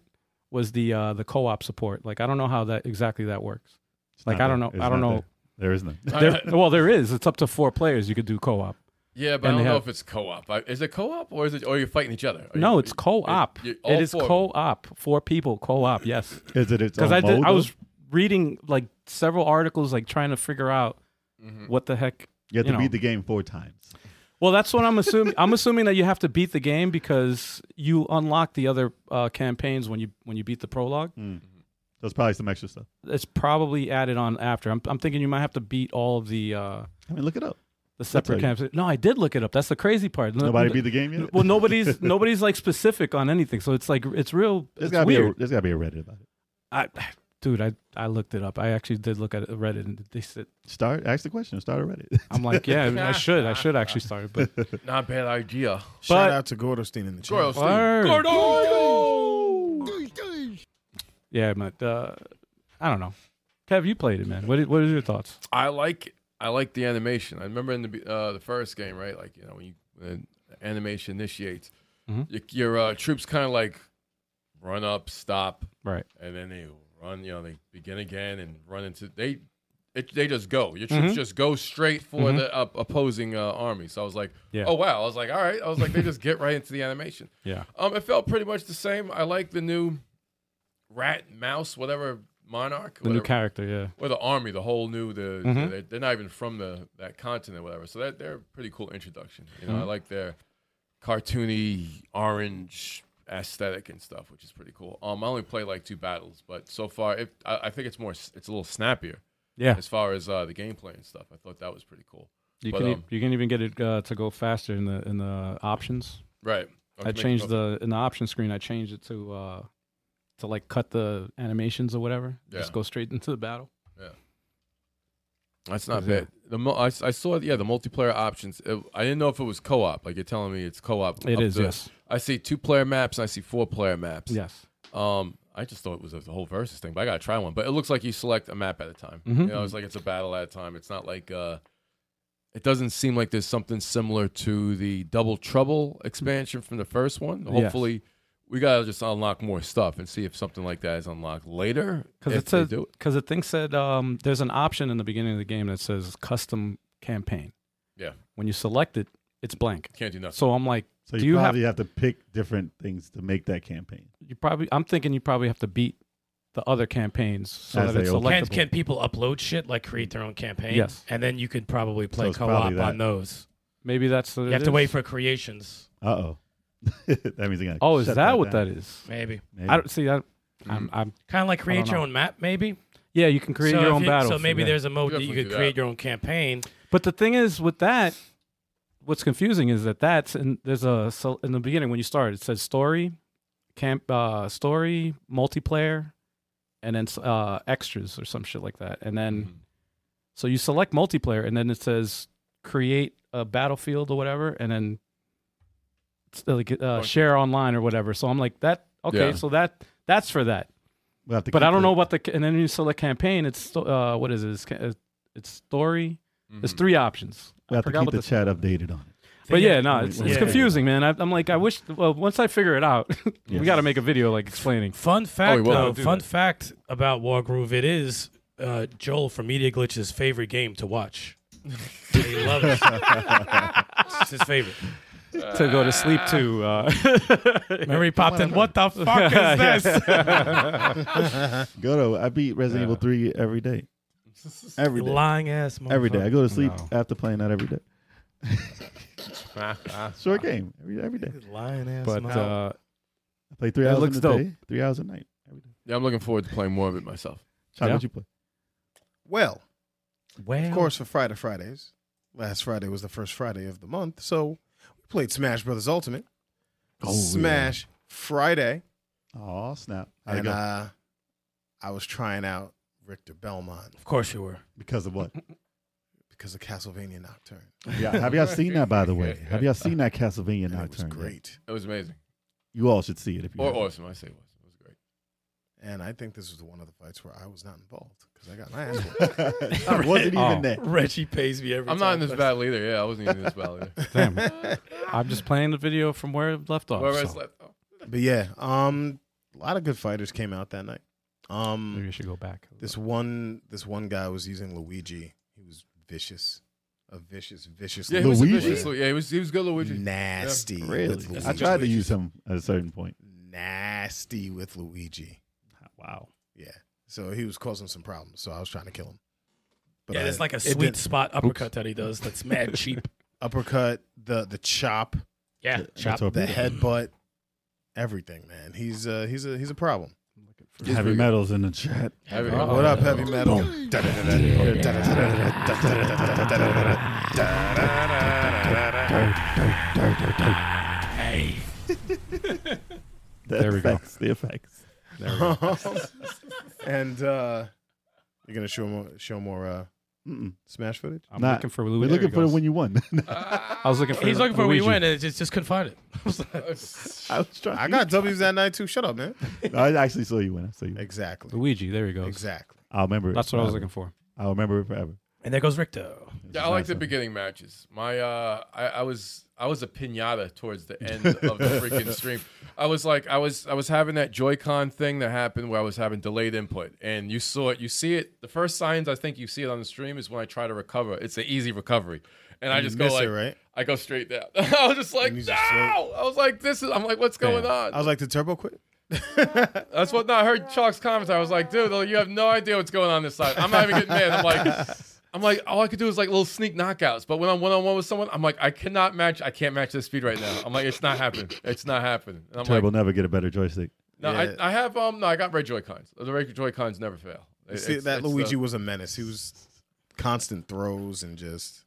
Speaker 2: Was the uh, the co-op support? Like I don't know how that exactly that works.
Speaker 6: It's
Speaker 2: Like
Speaker 6: not
Speaker 2: I don't
Speaker 6: there.
Speaker 2: know.
Speaker 6: It's
Speaker 2: I don't
Speaker 6: not
Speaker 2: know.
Speaker 6: There, there is none.
Speaker 2: There,
Speaker 5: (laughs)
Speaker 2: well, there is. It's up to four players. You could do co-op.
Speaker 5: Yeah, but
Speaker 2: And
Speaker 5: I
Speaker 2: they
Speaker 5: don't know
Speaker 2: have-
Speaker 5: if it's co-op. I, is it co-op or is it or you're fighting each other? Are
Speaker 2: No,
Speaker 5: you-
Speaker 2: it's co-op.
Speaker 5: you- all
Speaker 2: It is
Speaker 5: four of
Speaker 2: co-op. Four people co-op. Yes.
Speaker 6: (laughs) Is
Speaker 2: (laughs)
Speaker 6: it its
Speaker 2: because
Speaker 6: own
Speaker 2: I did.
Speaker 6: mode,
Speaker 2: I
Speaker 6: though?
Speaker 2: was reading like several articles, like trying to figure out what the heck.
Speaker 6: You have
Speaker 2: you
Speaker 6: to
Speaker 2: know.
Speaker 6: beat the game four times.
Speaker 2: Well, that's what I'm assuming. I'm assuming that you have to beat the game because you unlock the other uh, campaigns when you when you beat the prologue.
Speaker 6: There's probably some extra stuff.
Speaker 2: It's probably added on after. I'm, I'm thinking you might have to beat all of the uh,
Speaker 6: I mean, look it up.
Speaker 2: the separate
Speaker 6: tell you.
Speaker 2: campaigns. No, I did look it up. That's the crazy part. No-
Speaker 6: Nobody
Speaker 2: no-
Speaker 6: beat the game yet.
Speaker 2: well,
Speaker 6: (laughs)
Speaker 2: nobody's nobody's like specific on anything, so it's like it's real.
Speaker 6: There's
Speaker 2: It's
Speaker 6: gotta be a,
Speaker 2: weird.
Speaker 6: there's gotta be a Reddit about it.
Speaker 2: I, dude, I I looked it up. I actually did look at Reddit, and they said
Speaker 6: Start ask the question. Start a Reddit. (laughs)
Speaker 2: I'm like, yeah, I should, I should actually start it, but
Speaker 5: (laughs) it. Not bad idea.
Speaker 4: Shout out to Gordostein in the chat.
Speaker 5: Girls,
Speaker 2: Word.
Speaker 5: Gordo!
Speaker 2: Yeah, but uh, I don't know. Kev, you played it, man. What i- What are your thoughts?
Speaker 5: I like I like the animation. I remember in the be- uh, the first game, right? Like you know when you when the animation initiates,
Speaker 2: Mhm.
Speaker 5: your, your uh, troops kind of like run up, stop,
Speaker 2: Right.
Speaker 5: and then they run. You know they begin again and run into they. It, they just go. Your troops
Speaker 2: Mhm.
Speaker 5: just go straight for
Speaker 2: Mhm.
Speaker 5: the uh, opposing uh, army. So I was like,
Speaker 2: Yeah.
Speaker 5: "Oh wow!" I was like, "All right." I was like, "They just get right into the animation."
Speaker 2: Yeah.
Speaker 5: Um, it felt pretty much the same. I like the new rat, mouse, whatever monarch,
Speaker 2: The new
Speaker 5: whatever-
Speaker 2: character, yeah.
Speaker 5: well, the army, the whole new, the
Speaker 2: Mhm.
Speaker 5: they're, they're not even from the that continent, whatever. So that they're a pretty cool introduction. You know, I
Speaker 2: Mhm.
Speaker 5: like their cartoony orange aesthetic and stuff, which is pretty cool. Um, I only play like two battles, but so far, if I, I think it's more, s- it's a little snappier
Speaker 2: Yeah.
Speaker 5: as far as uh, the gameplay and stuff. I thought that was pretty cool.
Speaker 2: You
Speaker 5: but,
Speaker 2: can e-
Speaker 5: um,
Speaker 2: you can even get it uh, to go faster in the in the options.
Speaker 5: Right.
Speaker 2: I changed the in the option screen. I changed it to uh, to like cut the animations or whatever.
Speaker 5: Yeah.
Speaker 2: Just go straight into the battle.
Speaker 5: That's not
Speaker 2: Yeah.
Speaker 5: bad. The mo- I, s- I saw yeah the multiplayer options. It- I didn't know if it was co-op. Like you're telling me it's co-op.
Speaker 2: It
Speaker 5: up
Speaker 2: is
Speaker 5: to-
Speaker 2: yes,
Speaker 5: I see two player maps and I see four player maps.
Speaker 2: yes.
Speaker 5: Um, I just thought it was a whole versus thing, but I gotta try one. But it looks like you select a map at a time.
Speaker 2: Mhm.
Speaker 5: You know, it's like it's a battle at a time. It's not like uh, it doesn't seem like there's something similar to the Double Trouble expansion from the first one.
Speaker 2: Yes.
Speaker 5: Hopefully, we gotta just unlock more stuff and see if something like that is unlocked later.
Speaker 2: Because
Speaker 5: if
Speaker 2: it
Speaker 5: they
Speaker 2: says
Speaker 5: do it.
Speaker 2: because the thing said um, there's an option in the beginning of the game that says custom campaign.
Speaker 5: Yeah.
Speaker 2: When you select it, it's blank.
Speaker 5: can't do nothing.
Speaker 2: So I'm like,
Speaker 6: So
Speaker 2: Do
Speaker 6: you,
Speaker 2: you have-
Speaker 6: probably have, to pick different things to make that campaign.
Speaker 2: you probably I'm thinking you probably have to beat the other campaigns so
Speaker 6: As
Speaker 2: that it's
Speaker 6: they open.
Speaker 3: Can,
Speaker 2: selectable.
Speaker 3: can people upload shit like create their own campaign?
Speaker 2: Yes.
Speaker 3: and then you could probably play
Speaker 6: So it's
Speaker 3: co-op
Speaker 6: probably that.
Speaker 3: on those.
Speaker 2: Maybe that's the
Speaker 3: You have to wait for creations,
Speaker 6: Uh oh. (laughs) that means they gotta
Speaker 2: Oh, is
Speaker 6: shut
Speaker 2: that, what
Speaker 6: down. Mm-hmm.
Speaker 2: that is?
Speaker 3: maybe.
Speaker 6: Maybe.
Speaker 2: I don't see that. I'm, I'm
Speaker 3: Kind of like create your
Speaker 2: know.
Speaker 3: own map, maybe.
Speaker 2: yeah. You can create
Speaker 3: So
Speaker 2: your
Speaker 3: if
Speaker 2: own
Speaker 3: you-
Speaker 2: battle.
Speaker 3: So
Speaker 2: for
Speaker 3: maybe
Speaker 2: that.
Speaker 3: there's a mode that you
Speaker 5: Definitely
Speaker 3: could
Speaker 5: do
Speaker 3: create
Speaker 5: that.
Speaker 3: your own campaign.
Speaker 2: But the thing is with that, what's confusing is that that's and there's a so in the beginning when you start it says story, camp uh, story multiplayer, and then uh, extras or some shit like that. And then
Speaker 5: Mhm.
Speaker 2: so you select multiplayer and then it says create a battlefield or whatever, and then it's like uh,
Speaker 5: Okay.
Speaker 2: share online or whatever. So I'm like that. Okay,
Speaker 5: Yeah.
Speaker 2: so that that's for that.
Speaker 6: We'll have to
Speaker 2: But I
Speaker 6: keep
Speaker 2: don't
Speaker 6: the-
Speaker 2: know about the and then you select campaign. It's sto- uh, what is it? It's, ca- it's story. It's
Speaker 5: Mhm.
Speaker 2: three options.
Speaker 6: We'll have to keep the
Speaker 2: this-
Speaker 6: chat updated on it.
Speaker 2: but yeah,
Speaker 6: when
Speaker 2: no,
Speaker 6: we-
Speaker 2: it's,
Speaker 6: when
Speaker 2: it's
Speaker 3: we-
Speaker 2: confusing, man. I, I'm like, I wish. Well, once I figure it out, (laughs)
Speaker 6: Yes.
Speaker 2: we got to make a video like
Speaker 3: (laughs)
Speaker 2: explaining.
Speaker 3: Fun fact,
Speaker 5: will.
Speaker 3: though,
Speaker 5: We'll do
Speaker 3: fun
Speaker 5: that.
Speaker 3: fact about Wargroove, it is uh, Joel from Media Glitch's favorite game
Speaker 2: (laughs)
Speaker 3: to watch. he loves it. it's
Speaker 2: (laughs)
Speaker 3: his favorite.
Speaker 2: to go to sleep to. Uh,
Speaker 3: Remember he
Speaker 2: (laughs)
Speaker 3: popped in, what the fuck is this?
Speaker 6: Go to I beat Resident Evil Three every
Speaker 2: (laughs)
Speaker 6: day. Every day.
Speaker 3: Lying ass motherfucker.
Speaker 6: Every day. I go to sleep
Speaker 2: No.
Speaker 6: after playing that every day.
Speaker 3: (laughs)
Speaker 6: Short game. Every every day.
Speaker 3: Lying
Speaker 2: (laughs)
Speaker 3: ass
Speaker 2: but
Speaker 3: motherfucker.
Speaker 2: uh,
Speaker 6: I play three
Speaker 2: That
Speaker 6: hours
Speaker 2: looks
Speaker 6: in the
Speaker 2: dope.
Speaker 6: day, three hours a night. Every day.
Speaker 5: Yeah, I'm looking forward to playing more of it myself.
Speaker 6: Chad,
Speaker 2: Yeah.
Speaker 6: what you play?
Speaker 4: Well,
Speaker 3: well,
Speaker 4: of course, for Friday Fridays, last Friday was the first Friday of the month, so we played Smash Brothers Ultimate,
Speaker 2: Oh,
Speaker 4: Smash Friday,
Speaker 6: Oh snap! I
Speaker 4: and
Speaker 6: go
Speaker 4: uh, I was trying out Richter Belmont
Speaker 3: Of course you were.
Speaker 6: because of what?
Speaker 4: because of Castlevania Nocturne.
Speaker 6: Yeah, have y'all seen that? By the way, have y'all seen that Castlevania
Speaker 4: And it was
Speaker 6: Nocturne? yet?
Speaker 4: great,
Speaker 5: It was amazing.
Speaker 6: You all should see it if you.
Speaker 5: Or
Speaker 6: haven't.
Speaker 5: awesome. I say awesome. It was great.
Speaker 4: and I think this was one of the fights where I was not involved because I got my ass whooped.
Speaker 6: (laughs) I wasn't even
Speaker 2: Oh.
Speaker 6: there.
Speaker 3: Reggie pays me every
Speaker 5: I'm not in this battle either. Yeah, I wasn't even in this battle
Speaker 2: (laughs)
Speaker 5: either.
Speaker 2: damn, I'm just playing the video from where it left off.
Speaker 5: Where I
Speaker 2: so
Speaker 5: slept. Oh.
Speaker 4: (laughs) but yeah, um, a lot of good fighters came out that night.
Speaker 3: hmm.
Speaker 4: Um,
Speaker 2: Maybe I should go back.
Speaker 4: This one, this one guy was using Luigi. He was vicious, a vicious, vicious.
Speaker 5: Yeah, he was
Speaker 6: Luigi?
Speaker 5: vicious. Lu- Yeah, he was. He was good, Luigi.
Speaker 4: nasty. with
Speaker 6: Really?
Speaker 4: Luigi.
Speaker 6: I tried to use him at a certain point.
Speaker 4: nasty with Luigi.
Speaker 3: Wow.
Speaker 4: Yeah, so he was causing some problems. So I was trying to kill him. But
Speaker 3: yeah,
Speaker 4: I-
Speaker 3: there's like a
Speaker 4: it
Speaker 3: sweet
Speaker 4: didn't-
Speaker 3: spot uppercut that he does that's
Speaker 2: (laughs)
Speaker 3: mad cheap.
Speaker 4: uppercut, the the chop,
Speaker 3: Yeah,
Speaker 6: The-
Speaker 3: chop.
Speaker 6: the
Speaker 4: the
Speaker 6: torpedo.
Speaker 4: headbutt, everything, man. He's uh, he's a he's a problem.
Speaker 5: He's
Speaker 6: Heavy
Speaker 5: pretty
Speaker 6: metals in the chat.
Speaker 5: Heavy-
Speaker 2: Oh.
Speaker 4: What up, heavy metal?
Speaker 3: Hey.
Speaker 6: The
Speaker 2: There we go.
Speaker 6: effects, The effects.
Speaker 4: (laughs) and uh, you're gonna show more show more uh,
Speaker 6: Mm-mm.
Speaker 4: smash footage.
Speaker 2: I'm
Speaker 6: Nah,
Speaker 2: looking for.
Speaker 6: We're looking for when you won. (laughs)
Speaker 2: I was looking for.
Speaker 3: He's looking for where you
Speaker 2: Luigi.
Speaker 3: went and just, just couldn't find it.
Speaker 6: I was trying.
Speaker 4: I got W's that night too. Shut up, man.
Speaker 6: I actually saw you win. I saw you. Win.
Speaker 4: Exactly.
Speaker 2: Luigi. There he goes.
Speaker 4: Exactly.
Speaker 6: I'll remember. It
Speaker 2: That's what I was
Speaker 6: forever.
Speaker 2: looking for.
Speaker 6: I'll remember it forever.
Speaker 3: And there goes Ricto.
Speaker 5: (laughs) Yeah, I like the beginning matches. My, uh, I, I was, I was a pinata towards the end of
Speaker 4: (laughs)
Speaker 5: the freaking stream. I was like, I was, I was having that Joy-Con thing that happened where I was having delayed input, and you saw it. You see it. The first signs I think you see it on the stream is when I try to recover. It's an easy recovery, and I
Speaker 4: You
Speaker 5: just go
Speaker 4: miss
Speaker 5: like,
Speaker 4: it, right?
Speaker 5: I go straight down. (laughs) I was just like,
Speaker 4: And
Speaker 5: no.
Speaker 4: you just float.
Speaker 5: I was like, this is. I'm like, what's going on?
Speaker 4: I was like, the turbo quit.
Speaker 5: That's what no, I heard Chalk's comments. I was like, dude, like, you have no idea what's going on this side. I'm not even getting mad. I'm like, I'm like, all I could do is like little sneak knockouts. But when I'm one on one with someone, I'm like, I cannot match. I can't match this speed right now. I'm like, it's not happening. It's not happening. And I'm
Speaker 6: Tab will
Speaker 5: like,
Speaker 6: never get a better joystick.
Speaker 5: no,
Speaker 4: Yeah.
Speaker 5: I, I have um, no, I got red Joy Cons. The red Joy Cons never fail. It-
Speaker 4: See,
Speaker 5: it's- uh,
Speaker 4: that
Speaker 5: it's
Speaker 4: Luigi
Speaker 5: the-
Speaker 4: was a menace. He was constant throws and just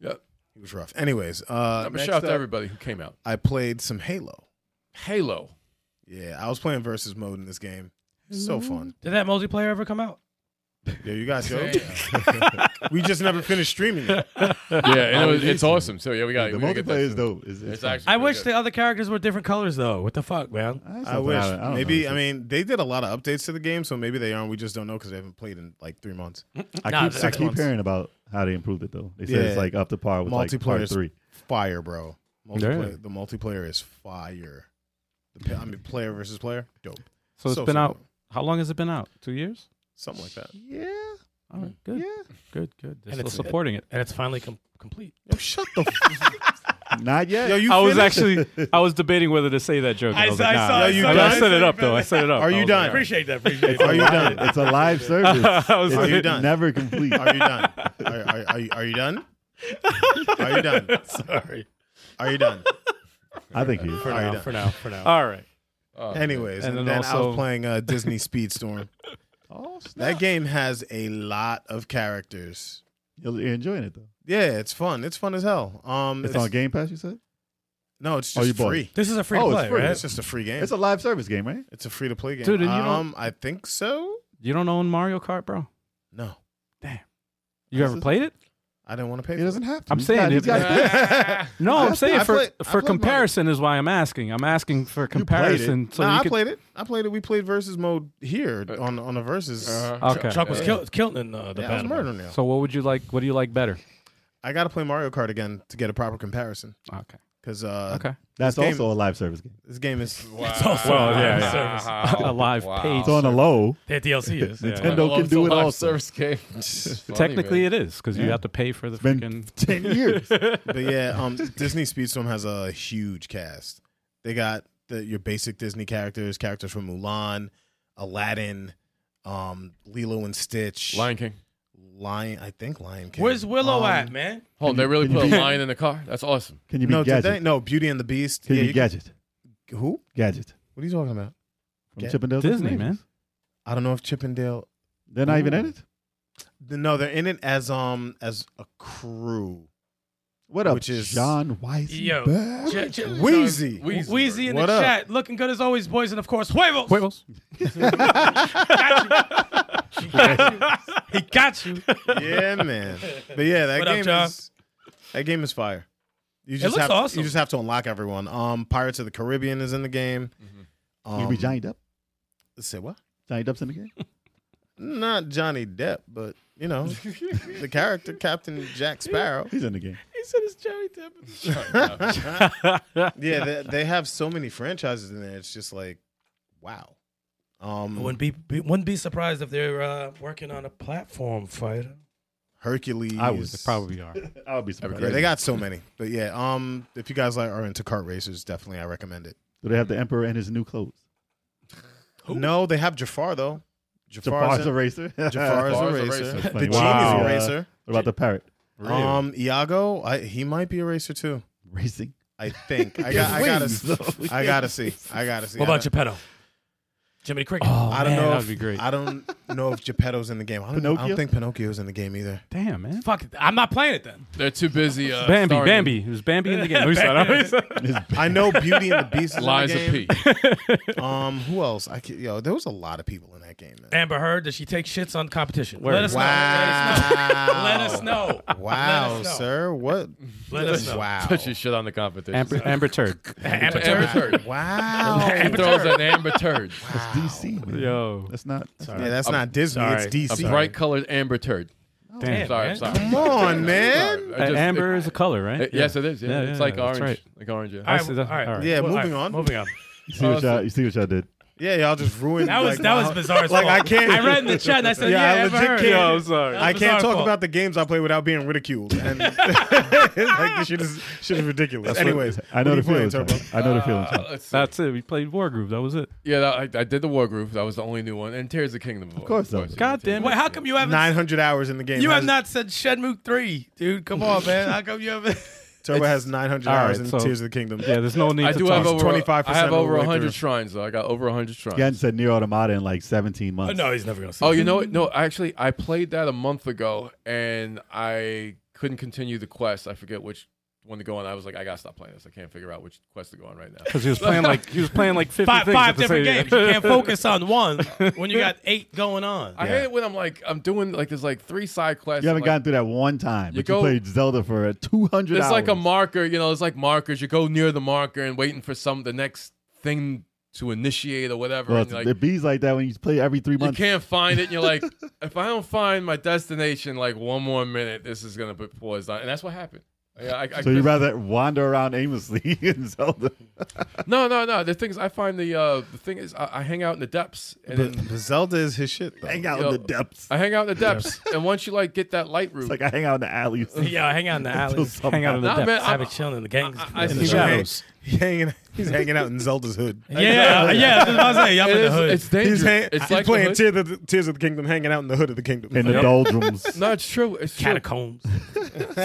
Speaker 5: yeah.
Speaker 4: he was rough. Anyways, uh,
Speaker 5: But
Speaker 4: next
Speaker 5: shout out to
Speaker 4: up,
Speaker 5: everybody who came out.
Speaker 6: (laughs)
Speaker 4: I played some Halo.
Speaker 5: Halo.
Speaker 4: Yeah, I was playing versus mode in this game. So fun.
Speaker 3: Did that multiplayer ever come out?
Speaker 4: Yeah, you guys go. (laughs)
Speaker 5: Damn.
Speaker 4: We just never finished streaming it.
Speaker 5: yeah, and it was,
Speaker 6: Amazing.
Speaker 5: it's awesome. So yeah, we got
Speaker 6: the
Speaker 5: we gotta get that
Speaker 6: multiplayer is
Speaker 5: soon.
Speaker 6: dope. It's, it's
Speaker 5: It's
Speaker 6: fun.
Speaker 5: actually.
Speaker 3: I
Speaker 5: pretty
Speaker 3: wish
Speaker 5: good.
Speaker 3: the other characters were different colors though. What the fuck, man?
Speaker 6: That's
Speaker 4: I
Speaker 6: not
Speaker 4: wish.
Speaker 6: bad. don't
Speaker 4: maybe,
Speaker 6: know.
Speaker 4: I mean, they did a lot of updates to the game, so maybe they aren't. We just don't know because they haven't played in like three months.
Speaker 6: I
Speaker 3: Nah,
Speaker 6: keep, I
Speaker 3: six
Speaker 6: keep
Speaker 4: months.
Speaker 6: hearing about how they improved it though. They said it's
Speaker 4: Yeah.
Speaker 6: like up to par with like part
Speaker 4: Multiplayer's- (laughs)
Speaker 6: three.
Speaker 4: Fire, bro. Multiplayer,
Speaker 2: Yeah.
Speaker 4: The multiplayer is fire. The, pa- I mean, player versus player, dope.
Speaker 2: So it's
Speaker 4: So
Speaker 2: been out.
Speaker 4: similar.
Speaker 2: How long has it been out? Two years.
Speaker 4: Something like that.
Speaker 6: Yeah,
Speaker 2: All right, good, good, good. They're
Speaker 3: And
Speaker 2: still
Speaker 3: it's-
Speaker 2: supporting it.
Speaker 3: And it's finally com- complete.
Speaker 4: Yo, shut the. F-
Speaker 6: not yet.
Speaker 4: Yo, you
Speaker 2: I was
Speaker 4: finished?
Speaker 2: actually (laughs) I was debating whether to say that joke. and
Speaker 3: I
Speaker 2: I, was
Speaker 3: saw-
Speaker 2: like,
Speaker 3: I
Speaker 2: nah.
Speaker 3: saw-
Speaker 4: I saw-
Speaker 2: I, mean, I set it
Speaker 3: I
Speaker 2: up though. I set it up.
Speaker 4: Are
Speaker 2: I
Speaker 4: you
Speaker 2: was like,
Speaker 4: done?
Speaker 3: Appreciate that. Appreciate
Speaker 6: it's a
Speaker 4: Are you
Speaker 6: live-
Speaker 4: done?
Speaker 6: It's a
Speaker 4: (laughs)
Speaker 6: live service.
Speaker 2: (laughs) I was
Speaker 6: It's
Speaker 4: Are you
Speaker 2: like,
Speaker 4: done?
Speaker 6: never complete.
Speaker 4: Are you done? Are, are, are, you- are you done? Are
Speaker 2: (laughs)
Speaker 4: you done?
Speaker 3: Sorry.
Speaker 4: Are you done?
Speaker 6: I think he. is. Oh,
Speaker 3: For
Speaker 4: Are you
Speaker 3: now.
Speaker 4: done?
Speaker 3: For now. For
Speaker 6: (laughs)
Speaker 3: now.
Speaker 2: all right.
Speaker 5: Oh, man. (laughs)
Speaker 4: Anyways,
Speaker 2: And
Speaker 4: and,
Speaker 2: then
Speaker 4: then I
Speaker 2: also-
Speaker 4: was playing uh, Disney Speedstorm.
Speaker 6: Oh, snap.
Speaker 4: That game has a lot of characters.
Speaker 6: You're you're enjoying it though.
Speaker 4: Yeah, it's fun. It's fun as hell. Um,
Speaker 6: It's, on Game Pass. You said
Speaker 4: No, it's
Speaker 6: Oh,
Speaker 4: just
Speaker 6: you bought it.
Speaker 4: free.
Speaker 3: This is a free
Speaker 6: Oh,
Speaker 3: to
Speaker 6: it's
Speaker 3: play,
Speaker 6: free.
Speaker 3: right?
Speaker 4: It's just a free game.
Speaker 6: it's
Speaker 4: It's
Speaker 6: a
Speaker 4: a,
Speaker 6: live service game, right?
Speaker 4: free to play game.
Speaker 2: Dude, and you don't-
Speaker 4: um, I think so.
Speaker 2: You don't own Mario Kart, bro?
Speaker 4: No,
Speaker 2: You ever
Speaker 6: is-
Speaker 2: played it?
Speaker 4: I didn't want to pay.
Speaker 6: He
Speaker 4: for
Speaker 6: doesn't have to.
Speaker 2: I'm
Speaker 6: He's
Speaker 2: saying
Speaker 6: got-
Speaker 2: it-
Speaker 6: he's got-
Speaker 2: (laughs) No,
Speaker 6: I
Speaker 2: I'm
Speaker 6: played-
Speaker 2: saying
Speaker 4: I
Speaker 2: for
Speaker 4: played- I
Speaker 2: for
Speaker 4: played Mario.
Speaker 2: comparison is why I'm asking. I'm asking for
Speaker 4: You played it.
Speaker 2: comparison. So
Speaker 4: Nah,
Speaker 2: you
Speaker 4: I
Speaker 2: could,
Speaker 4: played it. I played it. We played versus mode here on on the versus.
Speaker 5: Uh-huh.
Speaker 2: Okay.
Speaker 3: Chuck was
Speaker 5: Yeah.
Speaker 3: kill- killed in uh, the
Speaker 4: yeah, I was
Speaker 3: battle.
Speaker 4: murdering now.
Speaker 2: So what would you like? What do you like better?
Speaker 4: I got to play Mario Kart again to get a proper comparison
Speaker 2: Okay.
Speaker 4: because uh,
Speaker 2: Okay.
Speaker 6: That's
Speaker 4: This game- Oh,
Speaker 6: also a live service game.
Speaker 4: this
Speaker 3: (laughs)
Speaker 4: game is
Speaker 5: Wow.
Speaker 2: Well, yeah, yeah. (laughs)
Speaker 5: Wow.
Speaker 2: A live page.
Speaker 6: So on
Speaker 4: (laughs)
Speaker 6: a low,
Speaker 3: That DLC is. yeah.
Speaker 6: Nintendo can do it
Speaker 5: all
Speaker 6: also.
Speaker 5: service game. (laughs) It's funny,
Speaker 2: Technically,
Speaker 5: man.
Speaker 2: it is because you
Speaker 6: Yeah.
Speaker 2: have to pay for the
Speaker 6: been
Speaker 2: freaking.
Speaker 6: ten years.
Speaker 4: but yeah, um, Disney Speedstorm has a huge cast. They got the, your basic Disney characters, characters from Mulan, Aladdin, um, Lilo and Stitch,
Speaker 5: Lion King.
Speaker 4: Lion I think Lion King.
Speaker 3: Where's Willow
Speaker 4: Um,
Speaker 3: at, man?
Speaker 5: Hold on, Oh, they really
Speaker 6: Can you
Speaker 5: put a
Speaker 6: be-
Speaker 5: lion in the car. That's awesome.
Speaker 6: Can you be
Speaker 4: No, did they?
Speaker 6: gadget?
Speaker 4: No, Beauty and the Beast.
Speaker 6: Can
Speaker 4: Yeah,
Speaker 6: you be
Speaker 4: you can-
Speaker 6: gadget?
Speaker 4: who?
Speaker 6: Gadget
Speaker 4: What are you talking about?
Speaker 6: from
Speaker 4: Gadget.
Speaker 6: Chippendales.
Speaker 2: Disney, man.
Speaker 4: I don't know if Chippendale.
Speaker 6: They're not even in it.
Speaker 4: No, they're in it as um as a crew.
Speaker 6: What up,
Speaker 4: Which is-
Speaker 6: John Weiss?
Speaker 3: Yo, Ch- ch-
Speaker 4: Wheezy.
Speaker 5: Wheezy.
Speaker 3: Wheezy in
Speaker 4: What
Speaker 3: the
Speaker 4: up?
Speaker 3: chat, looking good as always, boys, and of course, huevos.
Speaker 2: Huevos.
Speaker 3: He got you. (laughs) (laughs) He got you.
Speaker 4: yeah, man. But yeah, that
Speaker 3: What up,
Speaker 4: game
Speaker 3: John?
Speaker 4: is that game is fire. You just
Speaker 3: looks
Speaker 4: have
Speaker 3: awesome.
Speaker 4: you just have to unlock everyone. Um, Pirates of the Caribbean is in the game. Um,
Speaker 6: Mm-hmm. You be Johnny Depp.
Speaker 4: Say what?
Speaker 6: Johnny Depp's in the game.
Speaker 4: Not Johnny Depp, but
Speaker 3: (laughs)
Speaker 4: you know the character Captain Jack Sparrow.
Speaker 6: He's in the game.
Speaker 3: He said it's Johnny Depp.
Speaker 4: Yeah, they, they have so many franchises in there. It's just like, wow. Um,
Speaker 3: Wouldn't be, be wouldn't be surprised if they're uh, working on a platform fight.
Speaker 4: Hercules.
Speaker 6: I was
Speaker 2: Probably are.
Speaker 6: (laughs) I would be surprised.
Speaker 4: Yeah, Um, they got so many, but yeah. Um, if you guys like are into kart racers, definitely I recommend it.
Speaker 6: Do they have the Emperor and his new clothes?
Speaker 4: No, they have Jafar though. Jafar's,
Speaker 6: Jafar's
Speaker 4: in-
Speaker 6: a racer.
Speaker 4: Jafar is
Speaker 5: (laughs) Jafar's
Speaker 4: a
Speaker 5: a
Speaker 4: racer.
Speaker 5: racer.
Speaker 4: The
Speaker 6: Funny.
Speaker 4: genie's
Speaker 6: Wow.
Speaker 4: a racer.
Speaker 6: (laughs) What about the parrot?
Speaker 4: Um, Iago, I, he might be a racer too.
Speaker 6: Racing.
Speaker 4: I think. I got. I
Speaker 6: Wings,
Speaker 4: gotta.
Speaker 6: though.
Speaker 4: I gotta see. I gotta see.
Speaker 3: What
Speaker 4: I
Speaker 3: about
Speaker 4: don't-
Speaker 3: Geppetto? Jiminy Cricket.
Speaker 2: Oh,
Speaker 4: I don't
Speaker 2: man,
Speaker 4: know.
Speaker 2: That'd
Speaker 4: if,
Speaker 2: be great.
Speaker 4: I don't know if Geppetto's in the game. I don't, I
Speaker 6: Pinocchio?
Speaker 4: don't think Pinocchio's in the game either.
Speaker 2: Damn, man.
Speaker 3: Fuck it. I'm not playing it then.
Speaker 5: They're too busy. Uh,
Speaker 2: Bambi,
Speaker 5: starring
Speaker 2: Bambi. It was Bambi in the game. Who said that?
Speaker 4: I know Beauty and the Beast is
Speaker 5: Liza
Speaker 4: in the
Speaker 5: P.
Speaker 4: game. Um, who else? I can, yo, there was a lot of people in that game. Man.
Speaker 3: Amber Heard, does she take shits on competition?
Speaker 2: Word.
Speaker 3: Let us know.
Speaker 4: Wow.
Speaker 3: Let us know. (laughs)
Speaker 4: Wow,
Speaker 3: Let us know.
Speaker 4: sir. What?
Speaker 3: Let us know.
Speaker 4: Wow.
Speaker 5: Put your shit on the
Speaker 2: (laughs)
Speaker 5: competition.
Speaker 2: Amber, Amber Turd.
Speaker 3: Amber
Speaker 5: Amber
Speaker 3: Heard. (laughs)
Speaker 5: turd.
Speaker 4: Wow.
Speaker 5: He throws an amber turd.
Speaker 6: That's DC. man.
Speaker 2: Yo.
Speaker 6: That's not.
Speaker 4: Yeah, that's not Disney.
Speaker 3: sorry.
Speaker 4: It's
Speaker 5: A
Speaker 4: DC.
Speaker 5: bright colored amber turd.
Speaker 3: Damn,
Speaker 5: Sorry,
Speaker 3: man.
Speaker 5: sorry.
Speaker 4: Come on, man.
Speaker 5: Sorry. I
Speaker 2: Uh,
Speaker 5: just-
Speaker 2: amber is a color, right?
Speaker 5: it- it- yes, it is. Yeah,
Speaker 2: Yeah, yeah,
Speaker 5: it's like
Speaker 2: that's
Speaker 5: orange.
Speaker 2: right.
Speaker 5: Like orange. Yeah.
Speaker 3: All
Speaker 2: I see
Speaker 3: right,
Speaker 2: that.
Speaker 3: all right.
Speaker 2: All right.
Speaker 4: Yeah,
Speaker 3: Well, all
Speaker 4: moving on.
Speaker 3: Moving
Speaker 4: (laughs)
Speaker 3: on.
Speaker 6: You see what y'all, you see what y'all did?
Speaker 4: Yeah, y'all just ruined.
Speaker 3: That was
Speaker 4: like,
Speaker 3: that
Speaker 4: my-
Speaker 3: was bizarre.
Speaker 4: Like I can't.
Speaker 3: I read in the chat. And I said,
Speaker 4: Yeah,
Speaker 3: yeah,
Speaker 4: I
Speaker 3: Amber
Speaker 4: legit
Speaker 3: Heard.
Speaker 4: can't. Yo, I'm
Speaker 2: sorry.
Speaker 3: That was
Speaker 4: I can't
Speaker 3: bizarre
Speaker 4: talk
Speaker 3: fault.
Speaker 4: about the games I play without being ridiculed. And (laughs) like this shit is shit is ridiculous. Anyways,
Speaker 6: I know
Speaker 4: what
Speaker 6: the
Speaker 4: are you playing,
Speaker 6: feeling.
Speaker 4: Turbo.
Speaker 6: Tom. I know the feeling.
Speaker 5: Uh,
Speaker 6: Tom.
Speaker 5: let's see.
Speaker 2: That's it. We played War Group. That was it.
Speaker 5: yeah, that, I, I did the war group. That was the only new one. And Tears of the Kingdom. Of,
Speaker 6: course that was.
Speaker 5: yeah,
Speaker 2: God
Speaker 5: Tears
Speaker 2: damn
Speaker 5: of
Speaker 2: it.
Speaker 5: the
Speaker 3: Wait, how come you haven't?
Speaker 4: Nine hundred hours in the game.
Speaker 3: you have
Speaker 4: Has-
Speaker 3: not said Shenmue three, dude. Come
Speaker 4: (laughs)
Speaker 3: on, man. How come you (laughs) haven't?
Speaker 4: Turbo has nine hundred
Speaker 2: All
Speaker 4: hours
Speaker 2: right,
Speaker 4: in
Speaker 2: so-
Speaker 4: Tears of the Kingdom.
Speaker 2: Yeah, there's no need
Speaker 5: I
Speaker 2: to
Speaker 5: do
Speaker 2: talk.
Speaker 5: have over
Speaker 4: 25%
Speaker 5: I have
Speaker 4: all the
Speaker 5: over
Speaker 4: way
Speaker 5: 100
Speaker 4: through.
Speaker 5: shrines though. I got over 100 shrines.
Speaker 6: Again, said Nier Automata in like 17 months.
Speaker 3: no, he's never gonna. Say
Speaker 5: Oh, you know what? No, actually, I played that a month ago and I couldn't continue the quest. I forget which one to go on. I was like, I gotta stop playing this. I can't figure out which quest to go on right
Speaker 6: (laughs)
Speaker 5: now.
Speaker 2: because he was playing like he was playing like fifty
Speaker 3: Five,
Speaker 2: things
Speaker 3: five
Speaker 2: at the
Speaker 3: different
Speaker 2: same-
Speaker 3: games. You
Speaker 2: (laughs)
Speaker 3: can't focus on
Speaker 4: (laughs)
Speaker 3: one when you got eight going on.
Speaker 5: I hate it when I'm like I'm doing like there's like three side quests.
Speaker 6: You haven't
Speaker 5: like,
Speaker 6: gotten through that one time.
Speaker 5: you
Speaker 6: but
Speaker 5: go-
Speaker 6: you played Zelda for 200
Speaker 5: There's
Speaker 6: hours.
Speaker 5: like a marker, you know. It's like markers. You go near the marker and waiting for some the next thing to initiate or whatever.
Speaker 6: Well,
Speaker 5: and, like,
Speaker 6: it bees like that when you play every three
Speaker 5: you
Speaker 6: months.
Speaker 5: can't find it. And you're like, if I don't find my destination, like one more minute, this is gonna be paused on. And that's what happened. I, I, I
Speaker 6: So
Speaker 5: (laughs)
Speaker 6: you
Speaker 5: couldn't-
Speaker 6: rather wander around aimlessly (laughs) in Zelda.
Speaker 5: No, no, no. The thing is, I find the uh, the thing is, I, I hang out in the depths, and
Speaker 4: But,
Speaker 5: then
Speaker 4: but Zelda is his shit. Though.
Speaker 6: hang out
Speaker 5: Yo.
Speaker 6: in the depths.
Speaker 5: I hang out in the depths, and once you like get that light route,
Speaker 6: It's like I hang out in
Speaker 5: (laughs)
Speaker 6: the alleys.
Speaker 3: Yeah, hang out in the alley.
Speaker 2: Hang
Speaker 6: (laughs)
Speaker 2: out in the
Speaker 5: Nah,
Speaker 2: depths.
Speaker 5: man,
Speaker 3: Have
Speaker 5: I'm-
Speaker 3: it chilling in the gangs.
Speaker 5: I- I
Speaker 4: In
Speaker 5: see
Speaker 4: the
Speaker 5: shadows.
Speaker 4: shadows. He hanging, he's hanging out in Zelda's hood.
Speaker 3: yeah, yeah. That's what I was saying. Y'all
Speaker 5: It
Speaker 3: in the
Speaker 5: is-
Speaker 3: hood.
Speaker 5: it's dangerous.
Speaker 4: He's, hang,
Speaker 5: it's
Speaker 4: he's
Speaker 5: like the
Speaker 4: playing
Speaker 5: hood-
Speaker 4: Tears of, the, Tears of the Kingdom, hanging out in the hood of the kingdom.
Speaker 6: in the doldrums.
Speaker 5: (laughs) No, it's true. It's true.
Speaker 3: Catacombs.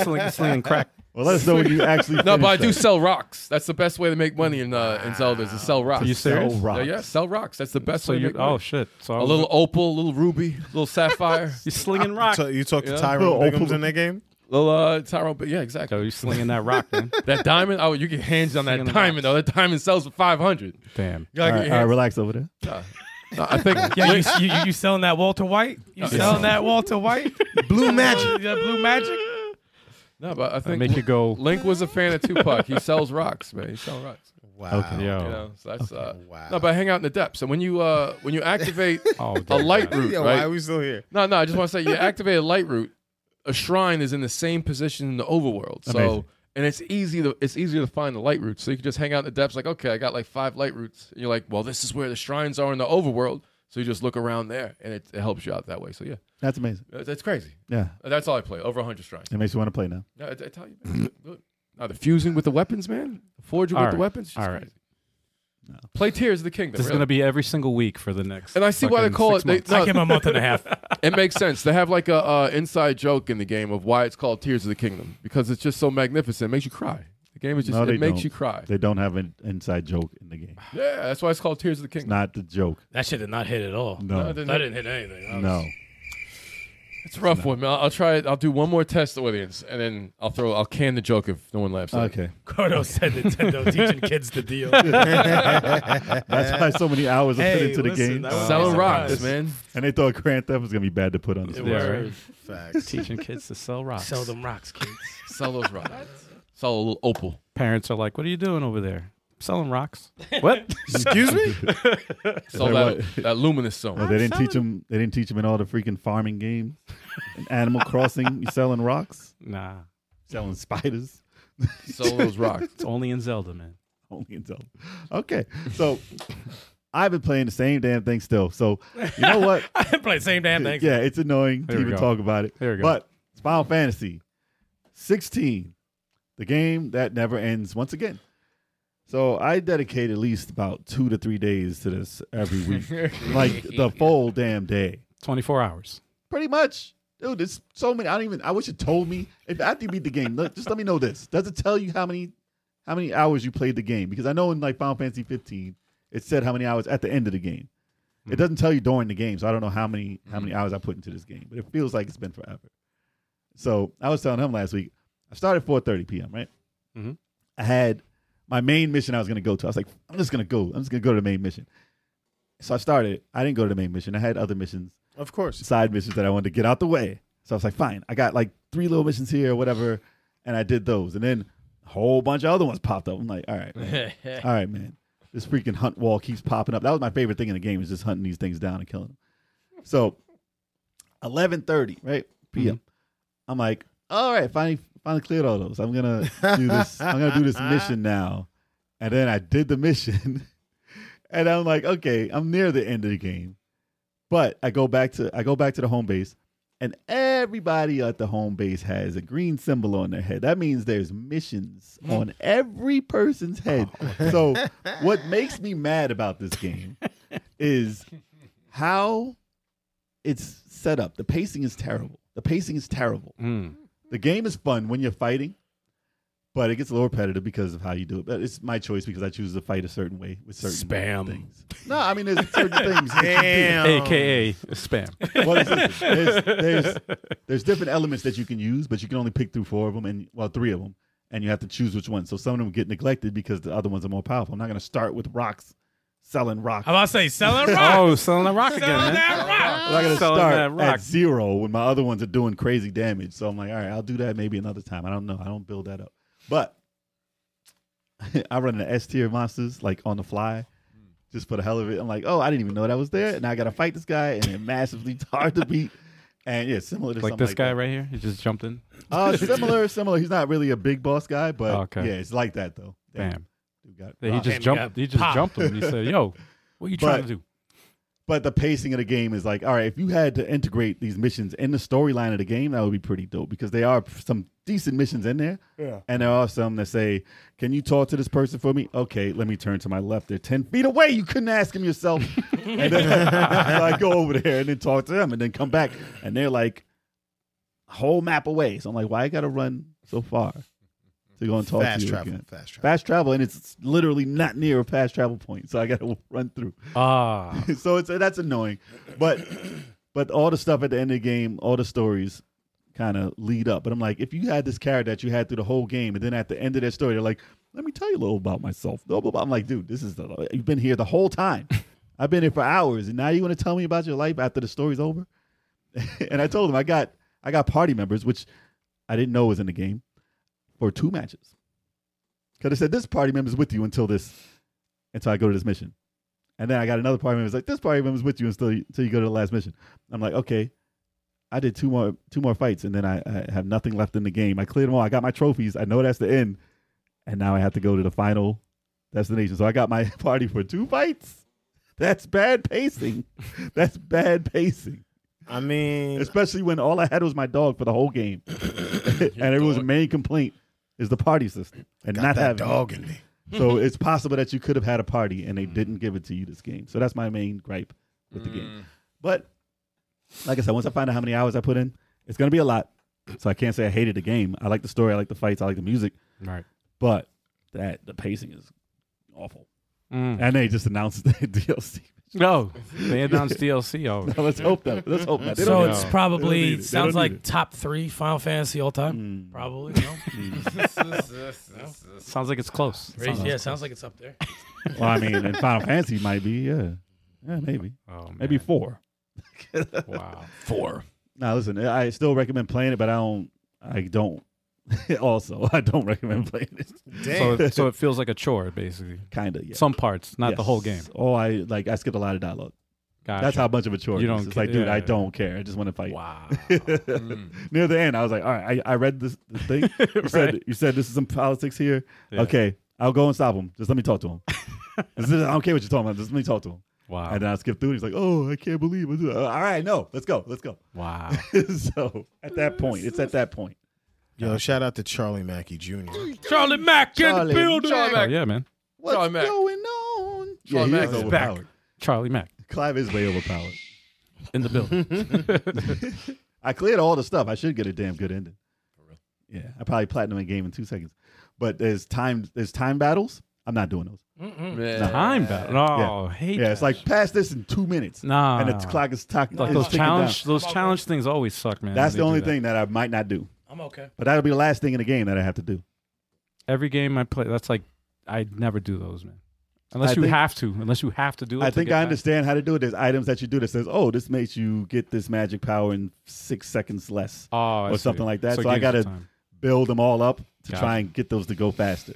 Speaker 2: slinging, slinging crack.
Speaker 6: Well, let us know when you actually.
Speaker 5: No, but I do
Speaker 6: finish
Speaker 5: sell rocks. That's the best way to make money in uh, in Zelda is to sell rocks.
Speaker 2: you
Speaker 6: that.
Speaker 2: serious?
Speaker 6: Sell
Speaker 5: Yeah,
Speaker 6: rocks.
Speaker 5: yeah, sell rocks. That's the best
Speaker 2: So
Speaker 5: way. To
Speaker 2: you
Speaker 5: make
Speaker 2: oh
Speaker 5: money.
Speaker 2: shit. So I
Speaker 5: a
Speaker 2: was-
Speaker 5: little opal, a little ruby, a
Speaker 2: (laughs)
Speaker 5: little sapphire,
Speaker 2: you slinging rock.
Speaker 4: So you talk
Speaker 5: Yeah.
Speaker 4: to Tyrone
Speaker 6: Little
Speaker 4: Biggums
Speaker 6: open-
Speaker 4: in that game?
Speaker 5: little uh, Tyrone. But yeah,
Speaker 2: So
Speaker 5: exactly.
Speaker 2: you slinging that rock, man.
Speaker 5: That diamond. Oh, you get hands on that
Speaker 2: Singing the
Speaker 5: diamond though. That diamond sells for five hundred.
Speaker 2: (laughs) Damn.
Speaker 5: You gotta
Speaker 6: All
Speaker 5: get
Speaker 6: right,
Speaker 5: your
Speaker 6: all right,
Speaker 5: hands-
Speaker 6: relax over there.
Speaker 5: No, I think.
Speaker 3: Yeah, you, you, you selling that Walter White? (laughs) You selling that Walter White?
Speaker 4: Blue Magic.
Speaker 3: that blue
Speaker 2: (laughs)
Speaker 3: magic?
Speaker 5: No, but I think
Speaker 2: Make you go.
Speaker 5: Link was a fan of Tupac. he sells rocks, man. He sells rocks.
Speaker 4: Wow.
Speaker 2: Yo.
Speaker 5: You know, so that's uh,
Speaker 4: Wow.
Speaker 5: no. But I hang out in the depths, and when you uh, when you (laughs) activate
Speaker 2: Oh,
Speaker 5: a
Speaker 2: dear
Speaker 5: light
Speaker 2: God.
Speaker 5: route,
Speaker 4: Yo,
Speaker 5: right?
Speaker 4: Why are we still here?
Speaker 5: No, no. I just want to say you activate a light route. A shrine is in the same position in the overworld, so
Speaker 6: Amazing.
Speaker 5: and it's easy to it's easier to find the light route. So you can just hang out in the depths, like okay, I got like five light routes. And you're like, well, this is where the shrines are in the overworld. So you just look around there, and it, it helps you out that way. So yeah,
Speaker 6: That's amazing.
Speaker 5: that's that's crazy.
Speaker 6: Yeah,
Speaker 5: That's all I play. Over 100 shrines.
Speaker 6: it makes you want to play now.
Speaker 5: No, I, I tell you, man, look. no, the fusing with the weapons, man. Forging
Speaker 2: All
Speaker 5: with the
Speaker 2: right.
Speaker 5: weapons. Just
Speaker 2: All right.
Speaker 5: crazy. Play Tears of the Kingdom.
Speaker 2: This is
Speaker 5: really.
Speaker 2: gonna be every single week for the next.
Speaker 5: and I see why they
Speaker 2: fucking
Speaker 5: call it.
Speaker 2: six
Speaker 3: (laughs)
Speaker 5: They,
Speaker 2: months.
Speaker 5: no,
Speaker 3: I give him a month and a half.
Speaker 5: it makes sense. They have like a uh, inside joke in the game of why it's called Tears of the Kingdom because it's just so magnificent. It makes you cry. The game is just
Speaker 6: No,
Speaker 5: it
Speaker 6: they
Speaker 5: makes
Speaker 6: don't.
Speaker 5: you cry.
Speaker 6: They don't have an inside joke in the game.
Speaker 5: Yeah, that's why it's called Tears of the Kingdom.
Speaker 6: Not the joke.
Speaker 3: That shit did not hit at all.
Speaker 5: No,
Speaker 6: No,
Speaker 3: That
Speaker 5: it
Speaker 3: didn't
Speaker 5: didn't.
Speaker 3: hit anything. That was-
Speaker 6: no.
Speaker 5: it's a rough one, man. I'll, I'll try it. I'll do one more test, audience, and then I'll throw. I'll can the joke if no one laughs. at it.
Speaker 6: (laughs) Okay,
Speaker 3: Gordo said (laughs) Nintendo teaching kids the deal.
Speaker 6: that's why so many hours are put
Speaker 3: Hey,
Speaker 6: into the
Speaker 3: listen,
Speaker 6: game,
Speaker 3: that was-
Speaker 5: Selling
Speaker 3: I'm
Speaker 5: rocks,
Speaker 3: surprised.
Speaker 5: man.
Speaker 6: and they thought Grand Theft was gonna be bad to put on this.
Speaker 3: It
Speaker 6: list.
Speaker 2: Yeah,
Speaker 3: was.
Speaker 2: right. (laughs)
Speaker 4: Facts.
Speaker 2: teaching kids to sell rocks.
Speaker 3: Sell them rocks, kids.
Speaker 5: Sell those rocks. Sell a little opal.
Speaker 2: Parents are like, "What are you doing over there? Selling
Speaker 3: (laughs)
Speaker 2: rocks? what?
Speaker 4: Excuse me?
Speaker 5: Sell
Speaker 6: Like
Speaker 5: that, that luminous zone.
Speaker 6: Well, they didn't teach them. They didn't teach them in all the freaking farming games,
Speaker 3: (laughs)
Speaker 6: and Animal Crossing. You selling rocks,
Speaker 2: Nah,
Speaker 6: selling spiders. (laughs)
Speaker 5: Sell those rocks.
Speaker 2: it's only in Zelda, man.
Speaker 6: Only in Zelda. Okay, so I've been playing the same damn thing still. So you know what?
Speaker 3: (laughs) I play the same (laughs) damn thing.
Speaker 6: yeah, it's annoying
Speaker 2: There
Speaker 6: to
Speaker 2: we go.
Speaker 6: even talk about it.
Speaker 2: There we go.
Speaker 6: But it's Final Fantasy 16, the game that never ends once again. So I dedicate at least about two to three days to this every
Speaker 2: (laughs)
Speaker 6: week, like the full damn day.
Speaker 2: Twenty-four hours.
Speaker 6: Pretty much. Dude, there's so many. I don't even. I wish it told me if after you beat the game. Look, just let me know this. Does it tell you how many how many hours you played the game? Because I know in like Final Fantasy 15, it said how many hours at the end of the game. It doesn't tell you during the game, so I don't know how many how many hours I put into this game. But it feels like it's been forever. So I was telling him last week. I started 4:30 p.m. Right.
Speaker 2: Mhm.
Speaker 6: I had my main mission I was gonna go to. I was like, I'm just gonna go. I'm just gonna go to the main mission. So I started. I didn't go to the main mission. I had other missions
Speaker 4: Of course.
Speaker 6: side missions that I wanted to get out the way. So I was like, fine, I got like three little missions here or whatever, and I did those. And then a whole bunch of other ones popped up. I'm like, all right, man. all right, man. This freaking hunt wall keeps popping up. That was my favorite thing in the game is just hunting these things down and killing them. So 11:30, right p.m. I'm like, all right, finally, finally cleared all those. I'm gonna do this. I'm gonna do this mission now. And then I did the mission, (laughs) and I'm like, okay, I'm near the end of the game, but I go back to I go back to the home base, and everybody at the home base has a green symbol on their head. That means there's missions on every person's head. So, what makes me mad about this game is how it's set up. The pacing is terrible. The pacing is terrible.
Speaker 2: Mm.
Speaker 6: The game is fun when you're fighting, but it gets a little repetitive because of how you do it. But it's my choice because I choose to fight a certain way with certain
Speaker 3: Spam.
Speaker 6: things. No, I mean there's certain things. that you do.
Speaker 4: Damn.
Speaker 2: AKA spam.
Speaker 6: What is this? There's, there's there's different elements that you can use, but you can only pick through four of them and well three of them, and you have to choose which one. So some of them get neglected because the other ones are more powerful. I'm not going to start with rocks, selling rocks.
Speaker 3: I'm about to say (laughs) selling rock.
Speaker 2: Oh, selling that
Speaker 3: (laughs)
Speaker 2: rock again,
Speaker 3: selling
Speaker 2: man.
Speaker 3: that rock.
Speaker 6: I'm not gonna
Speaker 2: Selling that
Speaker 6: start
Speaker 2: rock.
Speaker 6: at zero when my other ones are doing crazy damage. So I'm like, all right, I'll do that maybe another time. I don't know. I don't build that up. But (laughs) I run the S tier monsters like on the fly. Just for the hell of it, I'm like, oh, I didn't even know that was there, and I gotta fight this guy, and it massively (laughs) hard to beat, and yeah, similar to
Speaker 2: Like
Speaker 6: something
Speaker 2: this guy
Speaker 6: that.
Speaker 2: right here, he just jumped in. (laughs)
Speaker 6: Uh, similar, similar. He's not really a big boss guy, but
Speaker 2: Okay.
Speaker 6: yeah, it's like that though.
Speaker 2: Bam!
Speaker 6: You got it.
Speaker 2: He just
Speaker 3: we
Speaker 2: jumped.
Speaker 3: got
Speaker 2: He just
Speaker 3: popped.
Speaker 2: jumped him. He said, "Yo, what you trying
Speaker 6: But-
Speaker 2: to do?"
Speaker 6: but the pacing of the game is like, all right, if you had to integrate these missions in the storyline of the game, that would be pretty dope because there are some decent missions in there. Yeah. And there are some that say, can you talk to this person for me? Okay, let me turn to my left. They're 10 feet away. You couldn't ask
Speaker 2: (laughs)
Speaker 6: him yourself. and then (laughs) so I go over there and then talk to them and then come back. And they're like, whole map away. So I'm like, why I got to run so far to go and talk to
Speaker 4: Fast
Speaker 6: you
Speaker 4: travel.
Speaker 6: again?
Speaker 4: Fast travel.
Speaker 6: Fast travel, and it's literally not near a fast travel point. So I got to run through
Speaker 2: Ah,
Speaker 6: (laughs) so it's that's annoying, but but all the stuff at the end of the game, all the stories kind of lead up. But I'm like, if you had this character that you had through the whole game, and then at the end of that story, they're like, "Let me tell you a little about myself." Blah, blah, blah. I'm like, dude, this is the you've been here the whole time. I've been here for hours, and now you want to tell me about your life after the story's over? (laughs) and I told him I got I got party members, which I didn't know was in the game, for two matches. Because I said this party member's with you until this, until I go to this mission. And then I got another party member. It's like this party member's with you until you, until you go to the last mission. I'm like, okay, I did two more two more fights, and then I, I have nothing left in the game. I cleared them all. I got my trophies. I know that's the end, and now I have to go to the final destination. So I got my (laughs) party for two fights. That's bad pacing. (laughs) that's bad pacing,
Speaker 4: I mean,
Speaker 6: especially when all I had was my dog for the
Speaker 4: (coughs)
Speaker 6: whole game, and it was
Speaker 5: dog.
Speaker 6: main complaint is the party system and
Speaker 4: got
Speaker 6: not
Speaker 4: that
Speaker 6: having it.
Speaker 4: dog in me.
Speaker 6: So it's possible that you could have had a party and they didn't give it to you this game. So that's my main gripe with the
Speaker 5: Mm.
Speaker 6: game. But like I said, once I find out how many hours I put in, it's going to be a lot. So I can't say I hated the game. I like the story. I like the fights. I like the music.
Speaker 2: right.
Speaker 6: But that the pacing is awful.
Speaker 2: Mm.
Speaker 6: And they just announced (laughs) the DLC. (laughs)
Speaker 2: No, they announced DLC. Oh,
Speaker 6: Now let's hope that. Let's hope that. They
Speaker 3: So
Speaker 6: don't-
Speaker 2: know.
Speaker 3: it's
Speaker 6: They don't need
Speaker 3: probably
Speaker 6: it. They
Speaker 3: sounds
Speaker 6: don't need
Speaker 3: like
Speaker 6: it.
Speaker 3: top three Final Fantasy all time.
Speaker 6: Mm.
Speaker 3: Probably. You know?
Speaker 2: sounds like it's close.
Speaker 3: Raise- yeah, sounds like it's up there.
Speaker 6: Well, I mean, and Final Fantasy might be, yeah. Yeah, maybe.
Speaker 2: Oh,
Speaker 6: Maybe four.
Speaker 2: man. Wow.
Speaker 5: Four.
Speaker 6: Now listen, I still recommend playing it, but I don't. I don't. (laughs) also, I don't recommend playing it.
Speaker 4: Damn.
Speaker 2: So, so it feels like a chore, basically.
Speaker 6: Kind of, yeah.
Speaker 2: Some parts, not the whole game.
Speaker 6: Yes. Oh, I like. I skipped a lot of dialogue.
Speaker 2: Gotcha.
Speaker 6: That's how much of a chore.
Speaker 2: You
Speaker 6: You don't.
Speaker 2: don't
Speaker 6: It's
Speaker 2: ca-
Speaker 6: like, dude,
Speaker 2: yeah,
Speaker 6: I
Speaker 2: yeah.
Speaker 6: don't care. I just want to fight.
Speaker 2: Wow.
Speaker 6: (laughs) Near the end, I was like, all right, I, I read this, this thing.
Speaker 2: (laughs)
Speaker 6: You said you said this is some politics here.
Speaker 2: Yeah.
Speaker 6: Okay, I'll go and stop him. Just let me talk
Speaker 2: (laughs)
Speaker 6: to him. This is- I don't care what you're talking about. Just let me talk to him.
Speaker 2: Wow.
Speaker 6: And then I skipped through. And he's like, oh, I can't believe. It. All right, no, let's go, let's go. (laughs)
Speaker 2: wow.
Speaker 6: so at that point, it's at that point.
Speaker 4: Yo, shout out to Charlie Mackey Jr.
Speaker 3: Charlie Mack in
Speaker 6: Charlie
Speaker 3: the building.
Speaker 5: Charlie
Speaker 2: Oh,
Speaker 5: Mack.
Speaker 2: yeah, man.
Speaker 6: What's
Speaker 5: Charlie Mack.
Speaker 6: going on?
Speaker 5: Charlie
Speaker 6: yeah,
Speaker 5: Mack
Speaker 6: he
Speaker 5: is
Speaker 6: is
Speaker 5: back.
Speaker 6: overpowered.
Speaker 2: Charlie Mack
Speaker 6: Clive is way overpowered.
Speaker 2: in the
Speaker 6: (laughs)
Speaker 2: building.
Speaker 6: I cleared all the stuff. I should get a damn good ending. Yeah, I probably platinum a game in two seconds. But there's time. There's time battles. I'm not doing those.
Speaker 2: Time battle. Oh, hate.
Speaker 6: Yeah, it's like pass this in two minutes.
Speaker 2: Nah.
Speaker 6: and the clock is talking.
Speaker 2: Like those challenge, those challenge things always suck, man.
Speaker 6: That's
Speaker 2: when
Speaker 6: the
Speaker 2: they
Speaker 6: only
Speaker 2: do that.
Speaker 6: thing that I might not do.
Speaker 3: I'm okay.
Speaker 6: But that'll be the last thing in the game that I have to do.
Speaker 2: Every game I play, that's like I never do those, man. Unless
Speaker 6: I
Speaker 2: you
Speaker 6: think-
Speaker 2: have to, unless you have to do it. to
Speaker 6: I think
Speaker 2: get
Speaker 6: I
Speaker 2: back.
Speaker 6: understand how to do it. There's items that you do that says, "Oh, this makes you get this magic power in six seconds less."
Speaker 2: Oh, I
Speaker 6: or
Speaker 2: see.
Speaker 6: something like that.
Speaker 2: it
Speaker 6: So
Speaker 2: gives
Speaker 6: I
Speaker 2: you
Speaker 6: gotta-
Speaker 2: time.
Speaker 6: build them all up to
Speaker 2: Gotcha.
Speaker 6: try and get those to go faster.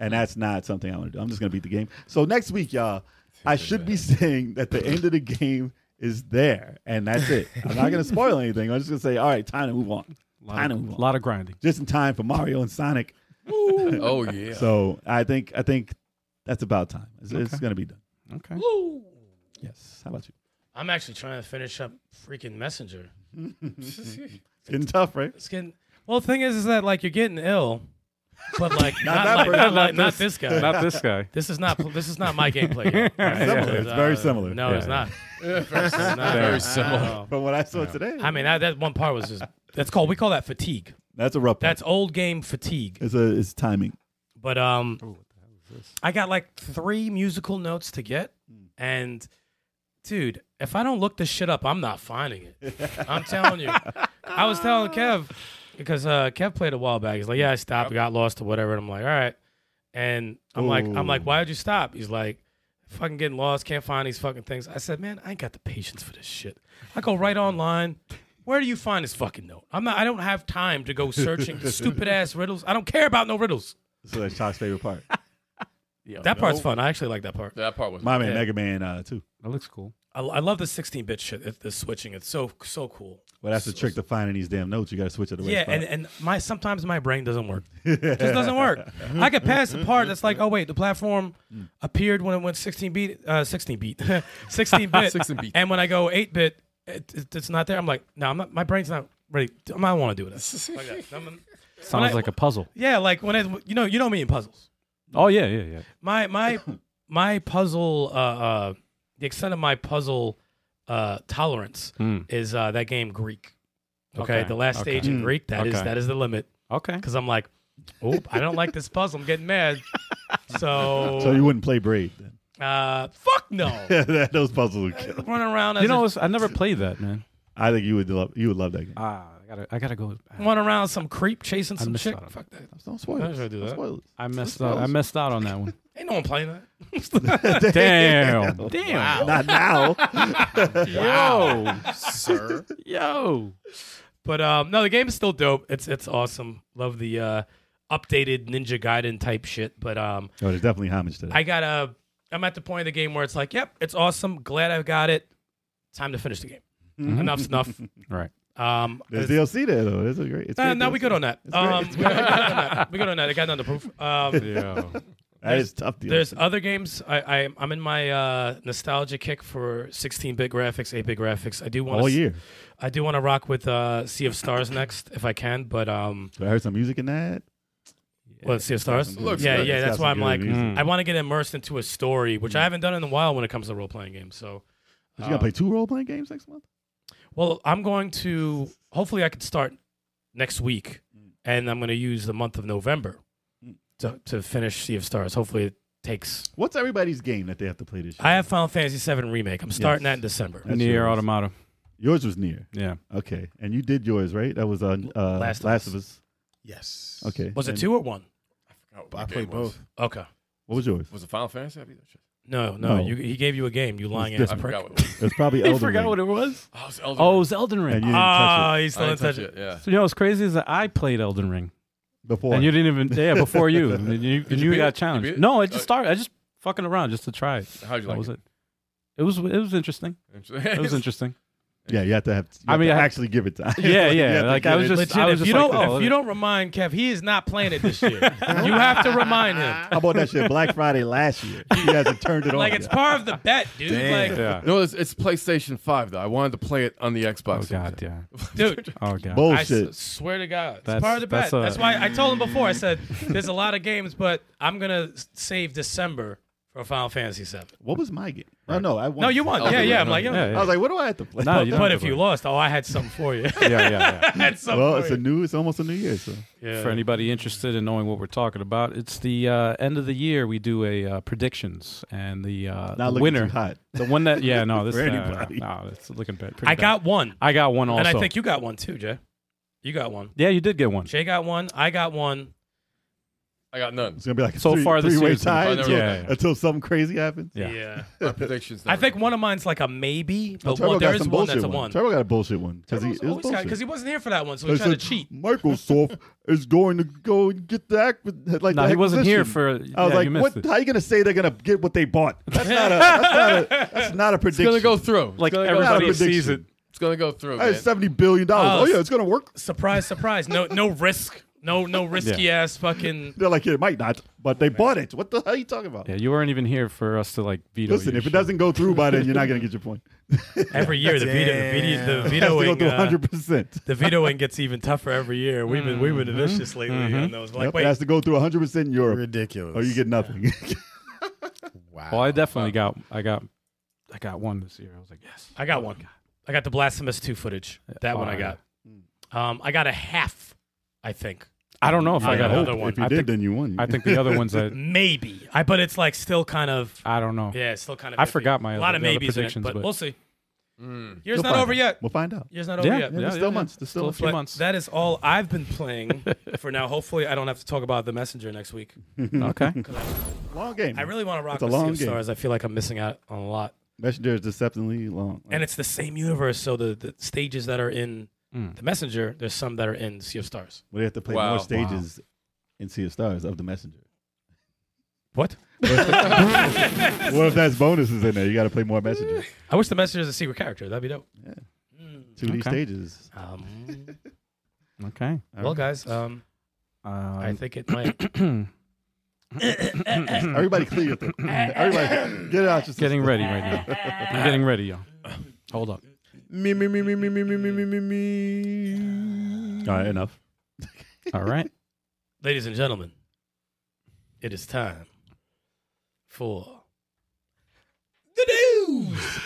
Speaker 6: And that's not something I want to do. I'm just going to beat the game. So next week, y'all, I should be saying that the end of the game is there, and that's it. I'm not going to spoil anything. I'm just going to say, all right, time to move on. Time to move on.
Speaker 2: lot of grinding.
Speaker 6: Just in time for Mario and Sonic.
Speaker 5: Oh yeah.
Speaker 6: So I think I think that's about time. It's, it's going to be done.
Speaker 2: Okay.
Speaker 6: Yes. How about you?
Speaker 3: I'm actually trying to finish up freaking Messenger. (laughs)
Speaker 6: It's getting tough, right?
Speaker 3: It's getting well. The thing is, is that like you're getting ill, but like not,
Speaker 6: that
Speaker 3: like,
Speaker 6: person,
Speaker 3: not,
Speaker 6: (laughs) not
Speaker 3: like, not this guy.
Speaker 2: Not
Speaker 6: (laughs)
Speaker 2: this guy.
Speaker 3: (laughs) this is not this is not my gameplay. (laughs) yet.
Speaker 6: Similar. It's very similar.
Speaker 3: uh, No, it's
Speaker 2: Yeah.
Speaker 3: not.
Speaker 5: Very
Speaker 3: (laughs) Very
Speaker 5: similar.
Speaker 6: From what I saw today,
Speaker 3: I mean, that, that one part was just that's called we call that fatigue.
Speaker 6: that's a rough. That's
Speaker 3: That's old game fatigue.
Speaker 6: it's a it's timing.
Speaker 3: But um, I got like three musical notes to get, and dude, if I don't look this shit up, I'm not finding it. I'm telling you. I was telling Kev, because uh, Kev played a while back. He's like, yeah, I stopped, got lost or whatever. And I'm like, all right. And I'm like, I'm like, why would you stop? He's like, fucking getting lost, can't find these fucking things. I said, man, I ain't got the patience for this shit. I go right online. Where do you find this fucking note? I'm not. I don't have time to go searching stupid ass riddles. I don't care about no riddles.
Speaker 6: This is like Shock's favorite part.
Speaker 5: Yo,
Speaker 3: That
Speaker 5: no.
Speaker 3: part's fun. I actually like that part.
Speaker 5: That part was.
Speaker 6: My man,
Speaker 3: Yeah.
Speaker 6: Mega Man uh, 2.
Speaker 2: That looks cool.
Speaker 3: I, I love the 16-bit shit. The, the switching. It's so so cool.
Speaker 6: Well, that's the trick to finding these damn notes. You got to switch it away.
Speaker 3: Yeah, and, and my sometimes my brain doesn't work. It just doesn't work. I could pass the part that's like, oh wait, the platform appeared when it went 16 beat, uh, 16 (laughs) beat, 16 bit,
Speaker 5: 16 beat.
Speaker 3: and when I go 8 bit, it, it- it's not there. I'm like, no, I'm not. My brain's not ready. I'm not want to do this. Like that. I'm-
Speaker 2: Sounds
Speaker 3: I-
Speaker 2: like a puzzle.
Speaker 3: yeah, like when it, you know, you know me in puzzles.
Speaker 2: Oh yeah, yeah, yeah.
Speaker 3: My my my puzzle, uh, uh, the extent of my puzzle uh, tolerance
Speaker 2: Hmm.
Speaker 3: is uh, that game Greek. Okay,
Speaker 2: Okay,
Speaker 3: the last
Speaker 2: okay.
Speaker 3: stage in
Speaker 6: Mm,
Speaker 3: Greek. That is
Speaker 2: okay.
Speaker 3: that is the limit
Speaker 2: Okay.
Speaker 3: because I'm like, oh, I don't like this puzzle. I'm getting mad. So,
Speaker 6: so you wouldn't play Braid (laughs) then.
Speaker 3: uh, fuck no.
Speaker 6: Those puzzles would kill.
Speaker 3: Run around as
Speaker 2: You know, it's- I never played that, man.
Speaker 6: I think you would love you would love that game.
Speaker 2: Ah, I gotta, I gotta go.
Speaker 3: a, (laughs) run around some creep chasing some
Speaker 2: missed
Speaker 3: chick.
Speaker 2: out on
Speaker 3: Fuck that.
Speaker 6: Don't
Speaker 3: I
Speaker 6: spoil
Speaker 3: was gonna
Speaker 6: it.
Speaker 3: do
Speaker 6: Don't
Speaker 3: that.
Speaker 6: spoil it.
Speaker 2: I messed up. I messed out on that one.
Speaker 3: Ain't no one playing that.
Speaker 2: (laughs)
Speaker 3: (laughs)
Speaker 6: (laughs)
Speaker 2: Damn. Damn.
Speaker 6: Not (laughs) now.
Speaker 2: Yo.
Speaker 4: sir.
Speaker 2: Yo.
Speaker 3: But um, no, the game is still dope. It's it's awesome. Love the uh, updated Ninja Gaiden type shit. But um,
Speaker 6: No, there's definitely homage to that.
Speaker 3: I got to I'm at the point of the game where it's like, yep, it's awesome. Glad I've got it. Time to finish the game. Enough's enough.
Speaker 2: Right.
Speaker 3: Um,
Speaker 6: there's DLC there though. That's a great. It's
Speaker 3: uh,
Speaker 6: great
Speaker 3: no, we
Speaker 6: DLC.
Speaker 3: good on that.
Speaker 6: It's great.
Speaker 3: Um, (laughs)
Speaker 6: It's
Speaker 3: we good on that. We good on that. I got nothing to prove. Um,
Speaker 2: Yo.
Speaker 6: That is tough. DLC.
Speaker 3: There's other games. I, I I'm in my uh, nostalgia kick for 16-bit graphics, 8-bit graphics. I do want
Speaker 6: all year.
Speaker 3: I do want to rock with uh, Sea of Stars next if I can, but um,
Speaker 6: So I heard some music in that.
Speaker 3: well, Sea of Stars.
Speaker 5: good- Looks
Speaker 3: yeah,
Speaker 5: good.
Speaker 3: yeah.
Speaker 6: It's got
Speaker 3: That's why
Speaker 6: some
Speaker 3: I'm
Speaker 6: good
Speaker 3: like,
Speaker 2: Hmm.
Speaker 6: music.
Speaker 3: I want to get immersed into a story, which I haven't done in a while when it comes to role-playing games. So,
Speaker 6: But you gonna
Speaker 3: uh,
Speaker 6: play two role playing games next month?
Speaker 3: well, I'm going to hopefully I could start next week, and I'm going to use the month of November to to finish Sea of Stars. Hopefully, it takes.
Speaker 6: What's everybody's game that they have to play this year?
Speaker 3: I have Final Fantasy VII remake. I'm starting that in December.
Speaker 6: That's
Speaker 2: Near
Speaker 6: yours.
Speaker 2: Automata.
Speaker 6: Yours was near.
Speaker 2: Yeah.
Speaker 6: Okay, and you did yours right. That was on uh,
Speaker 3: Last of
Speaker 6: Last
Speaker 3: Us.
Speaker 6: of Us.
Speaker 4: Yes.
Speaker 6: Okay.
Speaker 3: Was it
Speaker 6: And
Speaker 3: two or one?
Speaker 5: I, forgot what
Speaker 4: I
Speaker 5: the
Speaker 4: played
Speaker 5: game was.
Speaker 4: both.
Speaker 3: Okay.
Speaker 6: What was yours?
Speaker 5: Was it Final Fantasy? I beat that shit.
Speaker 3: No, no.
Speaker 6: No.
Speaker 3: You, he gave you a game. You lying
Speaker 6: It's
Speaker 3: ass
Speaker 5: I
Speaker 3: prick.
Speaker 5: forgot what it was.
Speaker 6: It was probably
Speaker 2: You
Speaker 6: Elden
Speaker 2: forgot
Speaker 6: Ring.
Speaker 2: what it was?
Speaker 5: Oh, it was Elden
Speaker 2: Oh, it
Speaker 5: Ring.
Speaker 2: was Elden
Speaker 6: and you
Speaker 2: Ring.
Speaker 6: didn't touch
Speaker 3: Ah, he's
Speaker 5: I
Speaker 3: still in
Speaker 5: didn't touch
Speaker 3: touch it.
Speaker 5: it. Yeah.
Speaker 2: So, you know what's crazy is that I played Elden Ring.
Speaker 6: it before.
Speaker 2: And you didn't even, yeah, before
Speaker 6: (laughs)
Speaker 2: you. And you, and
Speaker 5: you
Speaker 2: you
Speaker 5: beat it? You
Speaker 2: got
Speaker 5: beat
Speaker 2: challenged.
Speaker 5: it?
Speaker 2: No, I just
Speaker 5: Oh.
Speaker 2: started. I just fucking around just to try it.
Speaker 5: How'd
Speaker 2: That
Speaker 5: you like
Speaker 2: was
Speaker 5: it?
Speaker 2: it. It was, it was interesting. It
Speaker 5: (laughs)
Speaker 2: was interesting.
Speaker 6: yeah, you have to have. You
Speaker 2: I
Speaker 6: have
Speaker 2: mean,
Speaker 6: to
Speaker 2: I have-
Speaker 6: actually give it time.
Speaker 2: Yeah,
Speaker 6: (laughs) You
Speaker 2: yeah,
Speaker 6: have to
Speaker 2: like,
Speaker 6: give
Speaker 2: I was
Speaker 6: it-
Speaker 2: just-
Speaker 3: Legit,
Speaker 2: I
Speaker 3: if
Speaker 2: just
Speaker 3: you
Speaker 2: like,
Speaker 3: don't
Speaker 2: oh,
Speaker 3: if you don't remind Kev, he is not playing it this year. you have to remind him.
Speaker 6: How about that shit? Black Friday last year. You guys have turned
Speaker 3: (laughs)
Speaker 6: it
Speaker 3: Like
Speaker 6: on.
Speaker 3: it's part of the bet, dude.
Speaker 4: Damn.
Speaker 3: Like,
Speaker 5: (laughs)
Speaker 2: Yeah.
Speaker 5: No, it's, it's PlayStation Five though. I wanted to play it on the Xbox.
Speaker 2: Oh, God, yeah.
Speaker 3: dude.
Speaker 2: Oh, God.
Speaker 3: I s-
Speaker 6: Bullshit.
Speaker 3: swear to God, it's
Speaker 2: That's-
Speaker 3: part of the
Speaker 2: that's
Speaker 3: bet.
Speaker 2: a-
Speaker 3: that's why I told him before. I said there's a lot of games, but I'm gonna s- save December for Final Fantasy VII.
Speaker 6: What was my game? Oh no, I won.
Speaker 3: No, you won.
Speaker 5: I'll
Speaker 3: yeah,
Speaker 5: do
Speaker 3: yeah.
Speaker 5: it.
Speaker 3: I'm like,
Speaker 2: Yeah,
Speaker 3: yeah.
Speaker 6: I
Speaker 2: yeah.
Speaker 6: was like, what do I have to play?
Speaker 2: No, you don't
Speaker 3: but
Speaker 2: have
Speaker 3: if
Speaker 2: to
Speaker 3: you Oh,
Speaker 2: worry.
Speaker 3: lost, oh, I had something for you. (laughs)
Speaker 2: Yeah, yeah,
Speaker 5: (laughs)
Speaker 2: yeah.
Speaker 3: I had something
Speaker 6: well,
Speaker 3: for
Speaker 6: it's a
Speaker 3: you.
Speaker 6: new. It's almost a new year. So
Speaker 3: Yeah.
Speaker 2: for anybody interested in knowing what we're talking about, it's the uh, end of the year. We do a uh, predictions and the, uh,
Speaker 6: not
Speaker 2: the
Speaker 6: looking
Speaker 2: winner,
Speaker 6: too hot.
Speaker 2: the one that yeah, no, this
Speaker 6: (laughs) For
Speaker 2: no, no,
Speaker 6: anybody.
Speaker 2: no, it's looking bad. pretty
Speaker 3: I
Speaker 2: bad.
Speaker 3: got one,
Speaker 2: I got one also.
Speaker 3: and I think you got one too, Jay. You got one.
Speaker 2: yeah, you did get one.
Speaker 3: Jay got one. I got one.
Speaker 5: I got none.
Speaker 6: It's gonna be like a
Speaker 2: So
Speaker 6: three,
Speaker 2: far this
Speaker 6: three-way
Speaker 2: season.
Speaker 6: tie
Speaker 5: Oh,
Speaker 6: until,
Speaker 5: never
Speaker 2: mind. Yeah.
Speaker 6: until something crazy happens.
Speaker 2: Yeah.
Speaker 3: (laughs)
Speaker 5: My predictions.
Speaker 3: I think one of mine's like a maybe,
Speaker 6: Oh,
Speaker 3: but
Speaker 6: Turbo
Speaker 3: one,
Speaker 6: got
Speaker 3: there is
Speaker 6: some
Speaker 3: one
Speaker 6: bullshit
Speaker 3: that's a one.
Speaker 6: Turbo got a bullshit one because he
Speaker 3: Turbo's
Speaker 6: is
Speaker 3: always got-
Speaker 6: bullshit.
Speaker 3: 'cause he wasn't here for that one, so he
Speaker 6: They
Speaker 3: tried to
Speaker 6: said,
Speaker 3: cheat.
Speaker 6: Microsoft is going to go and get the acqui- like
Speaker 2: no,
Speaker 6: the
Speaker 2: he wasn't here
Speaker 6: acquisition."
Speaker 2: for.
Speaker 6: I was
Speaker 2: yeah, you
Speaker 6: like,
Speaker 2: missed
Speaker 6: what?
Speaker 2: it.
Speaker 6: How you gonna say they're gonna get what they bought? That's not a. That's not
Speaker 3: (laughs)
Speaker 6: a. That's not a
Speaker 5: it's
Speaker 6: prediction.
Speaker 5: gonna go through.
Speaker 2: Like
Speaker 5: it's gonna
Speaker 2: everybody
Speaker 5: go
Speaker 6: Not a
Speaker 5: through.
Speaker 2: sees it.
Speaker 6: prediction.
Speaker 5: It's gonna go through.
Speaker 6: That
Speaker 5: Man.
Speaker 6: is seventy billion dollars.
Speaker 3: Oh,
Speaker 6: oh yeah, it's gonna work.
Speaker 3: Surprise, surprise. No, no risk. No,
Speaker 6: (laughs)
Speaker 3: no risky ass fucking.
Speaker 6: They're like, yeah, it might not, but they bought it. What the hell are you talking about?
Speaker 2: Yeah, you weren't even here for us to like veto.
Speaker 6: Listen,
Speaker 2: your
Speaker 6: if it
Speaker 2: shit.
Speaker 6: doesn't go through by then, you're not gonna get your point.
Speaker 3: Every year, the veto, the veto, the
Speaker 6: It has to go
Speaker 3: vetoing,
Speaker 6: through
Speaker 3: uh,
Speaker 6: hundred percent.
Speaker 3: the vetoing gets even tougher every year. We've been we've been vicious lately on those. Like,
Speaker 6: Mm-hmm. Yep,
Speaker 3: wait,
Speaker 6: it has to go through hundred percent in Europe,
Speaker 4: Ridiculous.
Speaker 6: or you get nothing.
Speaker 4: wow.
Speaker 2: well, I definitely got. I got. I got one this year. I was like, yes.
Speaker 3: I got one. I got the Blasphemous two footage. That one I got.
Speaker 6: Mm.
Speaker 3: Um, I got a half. I think
Speaker 2: I don't know if I,
Speaker 3: I
Speaker 2: got
Speaker 3: got
Speaker 2: hope.
Speaker 3: another one.
Speaker 6: if you
Speaker 2: I
Speaker 6: did,
Speaker 2: think,
Speaker 6: then you won.
Speaker 2: I think the other ones I.
Speaker 3: maybe. I but it's like still kind of
Speaker 2: (laughs) I don't know.
Speaker 3: yeah, it's still kind of.
Speaker 2: I
Speaker 3: iffy.
Speaker 2: forgot my
Speaker 3: a
Speaker 2: other-
Speaker 3: lot of
Speaker 2: the other
Speaker 3: maybe,
Speaker 2: predictions,
Speaker 3: but,
Speaker 2: but-
Speaker 3: we'll see.
Speaker 5: Mm.
Speaker 3: Year's
Speaker 6: You'll
Speaker 3: not
Speaker 6: find
Speaker 3: over
Speaker 6: out.
Speaker 3: yet.
Speaker 6: We'll find out.
Speaker 3: Year's not over
Speaker 2: Yeah,
Speaker 3: yet.
Speaker 6: Yeah, there's
Speaker 2: yeah,
Speaker 6: still
Speaker 2: yeah.
Speaker 6: months. There's still,
Speaker 2: Still
Speaker 6: a
Speaker 2: a few
Speaker 6: few.
Speaker 3: But
Speaker 2: months.
Speaker 3: That is all I've been
Speaker 6: (laughs)
Speaker 3: playing for now. Hopefully, I don't have to talk about the messenger next week.
Speaker 2: okay.
Speaker 6: (laughs) Long game.
Speaker 3: I really want to rock
Speaker 6: It's a
Speaker 3: with Sea
Speaker 6: long
Speaker 3: of
Speaker 6: game.
Speaker 3: Stars. I feel like I'm missing out on a lot.
Speaker 6: Messenger is deceptively long.
Speaker 3: And it's the same universe, so the, the stages that are in
Speaker 2: Mm.
Speaker 3: the messenger, there's some that are in Sea of Stars.
Speaker 6: we have to play
Speaker 5: Wow.
Speaker 6: more stages in Sea of Stars of the Messenger.
Speaker 3: What? (laughs)
Speaker 6: What if that's bonuses in there? You got to play more Messenger.
Speaker 3: I wish the messenger is a secret character. That'd be dope.
Speaker 6: Yeah.
Speaker 3: Mm.
Speaker 6: Two D
Speaker 2: Okay.
Speaker 6: stages.
Speaker 4: (laughs)
Speaker 3: Um,
Speaker 2: Okay.
Speaker 3: well, guys, um,
Speaker 2: (clears throat)
Speaker 3: I
Speaker 2: Um,
Speaker 3: think it
Speaker 4: (coughs)
Speaker 3: might.
Speaker 6: Everybody clear your (laughs) throat. Everybody get it out. Just
Speaker 2: getting ready right now. I'm getting ready, y'all. Hold up.
Speaker 4: Me, me, me, me, me, me, me, me, me, me,
Speaker 3: (laughs)
Speaker 4: me.
Speaker 6: All right, enough.
Speaker 2: All right.
Speaker 3: Ladies and gentlemen, it is time for the news.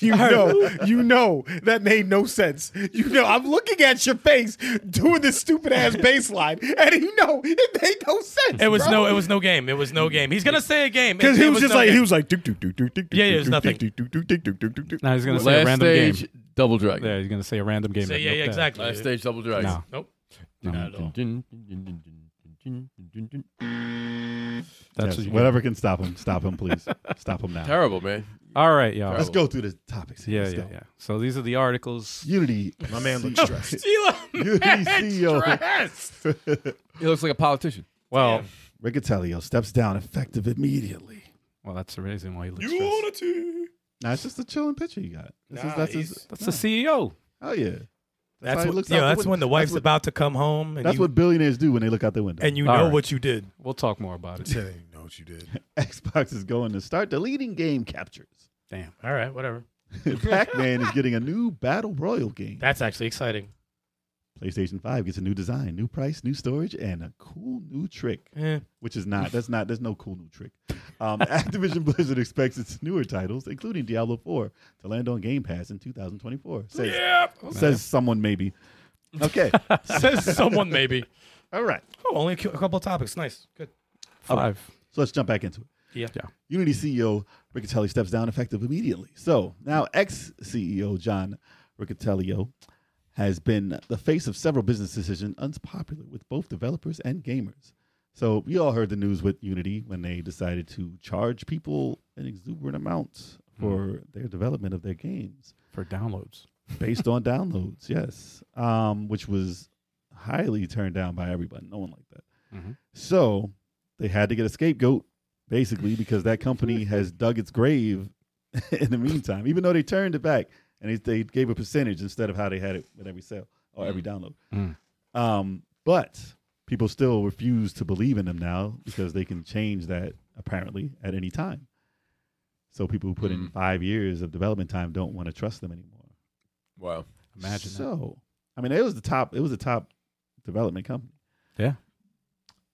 Speaker 4: You know, you know that made no sense. You know, I'm looking at your face doing this stupid ass bass line, and you know it made no sense.
Speaker 3: It was
Speaker 4: bro.
Speaker 3: no,
Speaker 4: (laughs)
Speaker 3: it was no game. It was no game. He's gonna say a game
Speaker 4: because
Speaker 3: It-
Speaker 4: he
Speaker 3: it
Speaker 4: was just
Speaker 3: no
Speaker 4: like
Speaker 3: game.
Speaker 4: he was like doop, doop, doop, doop, doop,
Speaker 3: Yeah, yeah, it was
Speaker 4: doop,
Speaker 3: nothing.
Speaker 4: doop, doop, doop, doop, doop, doop, doop, doop.
Speaker 2: Now he's gonna say a
Speaker 5: Last
Speaker 2: random
Speaker 5: stage,
Speaker 2: game.
Speaker 5: Double Dragon.
Speaker 2: Yeah, he's gonna say a random game.
Speaker 3: So, yeah,
Speaker 2: Nope,
Speaker 3: yeah,
Speaker 2: that-
Speaker 3: exactly.
Speaker 5: Last stage, Double Dragon.
Speaker 2: No.
Speaker 3: Nope.
Speaker 2: No.
Speaker 3: Not at all.
Speaker 2: That's
Speaker 6: Yes,
Speaker 2: what you
Speaker 6: whatever can stop him. Stop him, please. Stop him now.
Speaker 5: Terrible, man.
Speaker 2: All right, y'all.
Speaker 6: Let's go through the topics.
Speaker 2: Yeah,
Speaker 6: Let's
Speaker 2: yeah,
Speaker 6: go.
Speaker 2: yeah. So these are the articles.
Speaker 6: Unity.
Speaker 4: My man looks
Speaker 6: CEO.
Speaker 4: stressed.
Speaker 6: (laughs) Unity E CEO
Speaker 5: He looks like a politician.
Speaker 2: Well,
Speaker 6: Riccatelio steps down effective immediately.
Speaker 2: well, that's the reason why he looks. stressed.
Speaker 6: Nah, it's just a chilling picture you got. This
Speaker 3: Nah,
Speaker 6: is, that's his,
Speaker 3: he's-
Speaker 2: That's the E CEO.
Speaker 6: oh yeah.
Speaker 3: That's,
Speaker 6: how he
Speaker 3: what,
Speaker 6: looks
Speaker 3: yeah,
Speaker 6: out the
Speaker 3: that's
Speaker 6: window.
Speaker 3: when the wife's
Speaker 6: That's what-
Speaker 3: about to come home, and
Speaker 6: That's
Speaker 3: you,
Speaker 6: what billionaires do when they look out their window.
Speaker 3: and you
Speaker 2: All
Speaker 3: know
Speaker 2: right.
Speaker 3: what you did.
Speaker 2: We'll talk more about it.
Speaker 4: I didn't know what you did.
Speaker 6: (laughs) Xbox is going to start deleting game captures. (laughs)
Speaker 2: Damn.
Speaker 3: All right, whatever.
Speaker 6: Pac-Man is getting a new battle royal game.
Speaker 3: That's actually exciting. (laughs)
Speaker 6: PlayStation 5 gets a new design, new price, new storage, and a cool new trick.
Speaker 3: Eh.
Speaker 6: which is not. That's not. There's no cool new trick. Um, Activision Blizzard expects its newer titles, including Diablo 4, to land on Game Pass in 2024. Says, says someone maybe. Okay.
Speaker 3: Says someone maybe.
Speaker 6: All right.
Speaker 3: Oh, only a cou- a couple of topics. Nice. Good.
Speaker 2: Five.
Speaker 6: So let's jump back into it.
Speaker 3: Yeah.
Speaker 2: Yeah.
Speaker 6: Unity CEO Riccatelli steps down effective immediately. So now ex CEO John Riccatelli has been the face of several business decisions unpopular with both developers and gamers. So we all heard the news with Unity when they decided to charge people an exuberant amount for their development of their games
Speaker 2: For downloads.
Speaker 6: based on (laughs) downloads. Yes, um, which was highly turned down by everybody. No one liked that.
Speaker 2: Mhm.
Speaker 6: So they had to get a scapegoat, basically, because
Speaker 2: (laughs)
Speaker 6: that company has dug its grave. (laughs) in the meantime, even though they turned it back and they, they gave a percentage instead of how they had it with every sale or every download,
Speaker 2: Mm.
Speaker 6: um, but people still refuse to believe in them now because they can change that apparently at any time. So people who put in
Speaker 5: Mm.
Speaker 6: five years of development time don't want to trust them anymore.
Speaker 5: Wow.
Speaker 2: Imagine that.
Speaker 6: So, I mean, it was the top. It was the top development company.
Speaker 2: Yeah.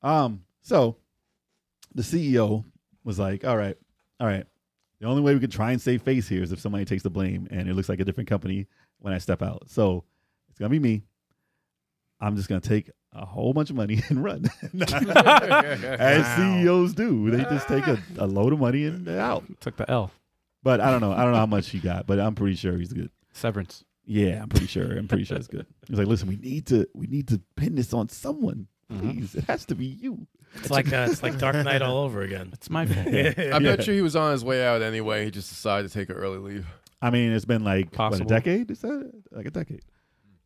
Speaker 6: Um. So, the CEO was like, "All right, all right. The only way we can try and save face here is if somebody takes the blame, and it looks like a different company when I step out. So, it's gonna be me. I'm just gonna take a whole bunch of money (laughs) and run." As
Speaker 4: Wow.
Speaker 6: CEOs do, they just take a, a load of money and they're out.
Speaker 2: Took the L.
Speaker 6: But I don't know. I don't know how much he got, but I'm pretty sure he's good.
Speaker 2: Severance.
Speaker 6: Yeah, I'm pretty sure. I'm pretty sure it's good. He's like, listen, we need to we need to pin this on someone. Please, it has to be you.
Speaker 3: It's like uh, it's like Dark Knight all over (laughs) again.
Speaker 2: It's my
Speaker 6: (laughs)
Speaker 2: fault.
Speaker 5: I bet you he was on his way out anyway. He just decided to take an early leave.
Speaker 6: I mean, it's been like what, a
Speaker 2: Possible.
Speaker 6: decade. Is that like a decade?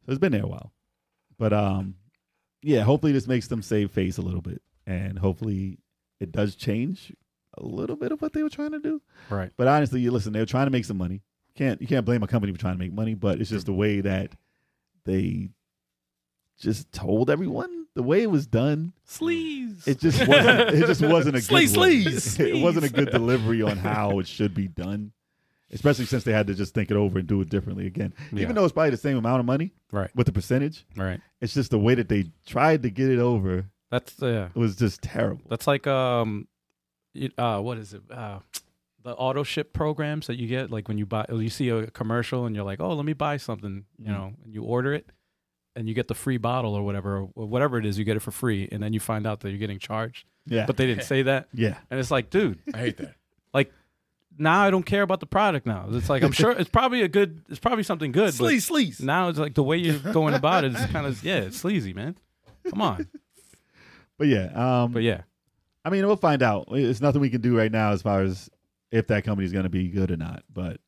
Speaker 6: So it's been there a while. But um, yeah. Hopefully, this makes them save face a little bit, and hopefully, it does change a little bit of what they were trying to do.
Speaker 2: Right.
Speaker 6: But honestly, you listen, they're trying to make some money. Can't you can't blame a company for trying to make money, but it's just the way that they just told everyone the way it was done.
Speaker 3: Sleaze.
Speaker 6: It just wasn't. It just
Speaker 2: (laughs)
Speaker 6: wasn't a
Speaker 3: Sleaze,
Speaker 6: good. way.
Speaker 3: sleaze,
Speaker 6: (laughs) It wasn't a good delivery on how it should be done, especially since they had to just think it over and do it differently again.
Speaker 2: Yeah.
Speaker 6: Even though it's probably the same amount of money
Speaker 2: Right.
Speaker 6: with the percentage,
Speaker 2: Right.
Speaker 6: it's just the way that they tried to get it over
Speaker 2: That's uh,
Speaker 6: was just terrible.
Speaker 2: that's like um, you- uh, what is it? Uh, the auto ship programs that you "Oh, get, like when you buy, you see a commercial and you're like, oh, let me buy something, you know, and you order it, and you get the free bottle or whatever, or whatever it is, you get it for free, and then you find out that you're getting charged.
Speaker 6: Yeah.
Speaker 2: But they didn't say that,
Speaker 6: yeah.
Speaker 2: and it's like, dude,
Speaker 5: I hate that.
Speaker 2: now I don't care about the product. Now it's like I'm sure it's probably a good, it's probably something good. but
Speaker 5: Sleaze, sleaze.
Speaker 2: now it's like the way you're going about it is kind of yeah, it's sleazy, man. Come on,
Speaker 6: But yeah. Um,
Speaker 2: but yeah,
Speaker 6: I mean, we'll find out. It's nothing we can do right now as far as if that company's going to be good or not. But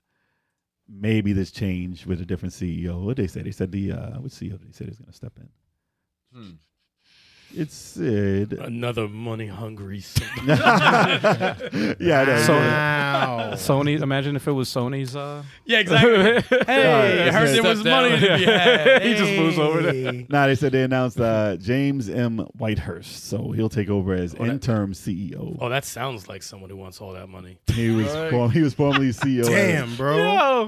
Speaker 6: maybe this change with a different CEO. What they say? They said the uh, which CEO did they said is going to step in?
Speaker 5: Hmm.
Speaker 6: It said.
Speaker 3: Another money (laughs) hungry.
Speaker 6: (coughs) yeah, I know.
Speaker 2: So-
Speaker 4: Wow.
Speaker 2: Sony. Imagine if it was Sony's. uh
Speaker 3: yeah, exactly. (laughs) hey, I heard there was money
Speaker 2: (laughs)
Speaker 3: to be had.
Speaker 2: he just moves over there.
Speaker 6: (laughs) nah, they said they announced uh, James M. Whitehurst, so he'll take over as interim CEO.
Speaker 3: Oh, that sounds like someone who wants all that money.
Speaker 6: He was
Speaker 5: Right.
Speaker 6: form- he was formerly E CEO at,
Speaker 4: Damn, bro.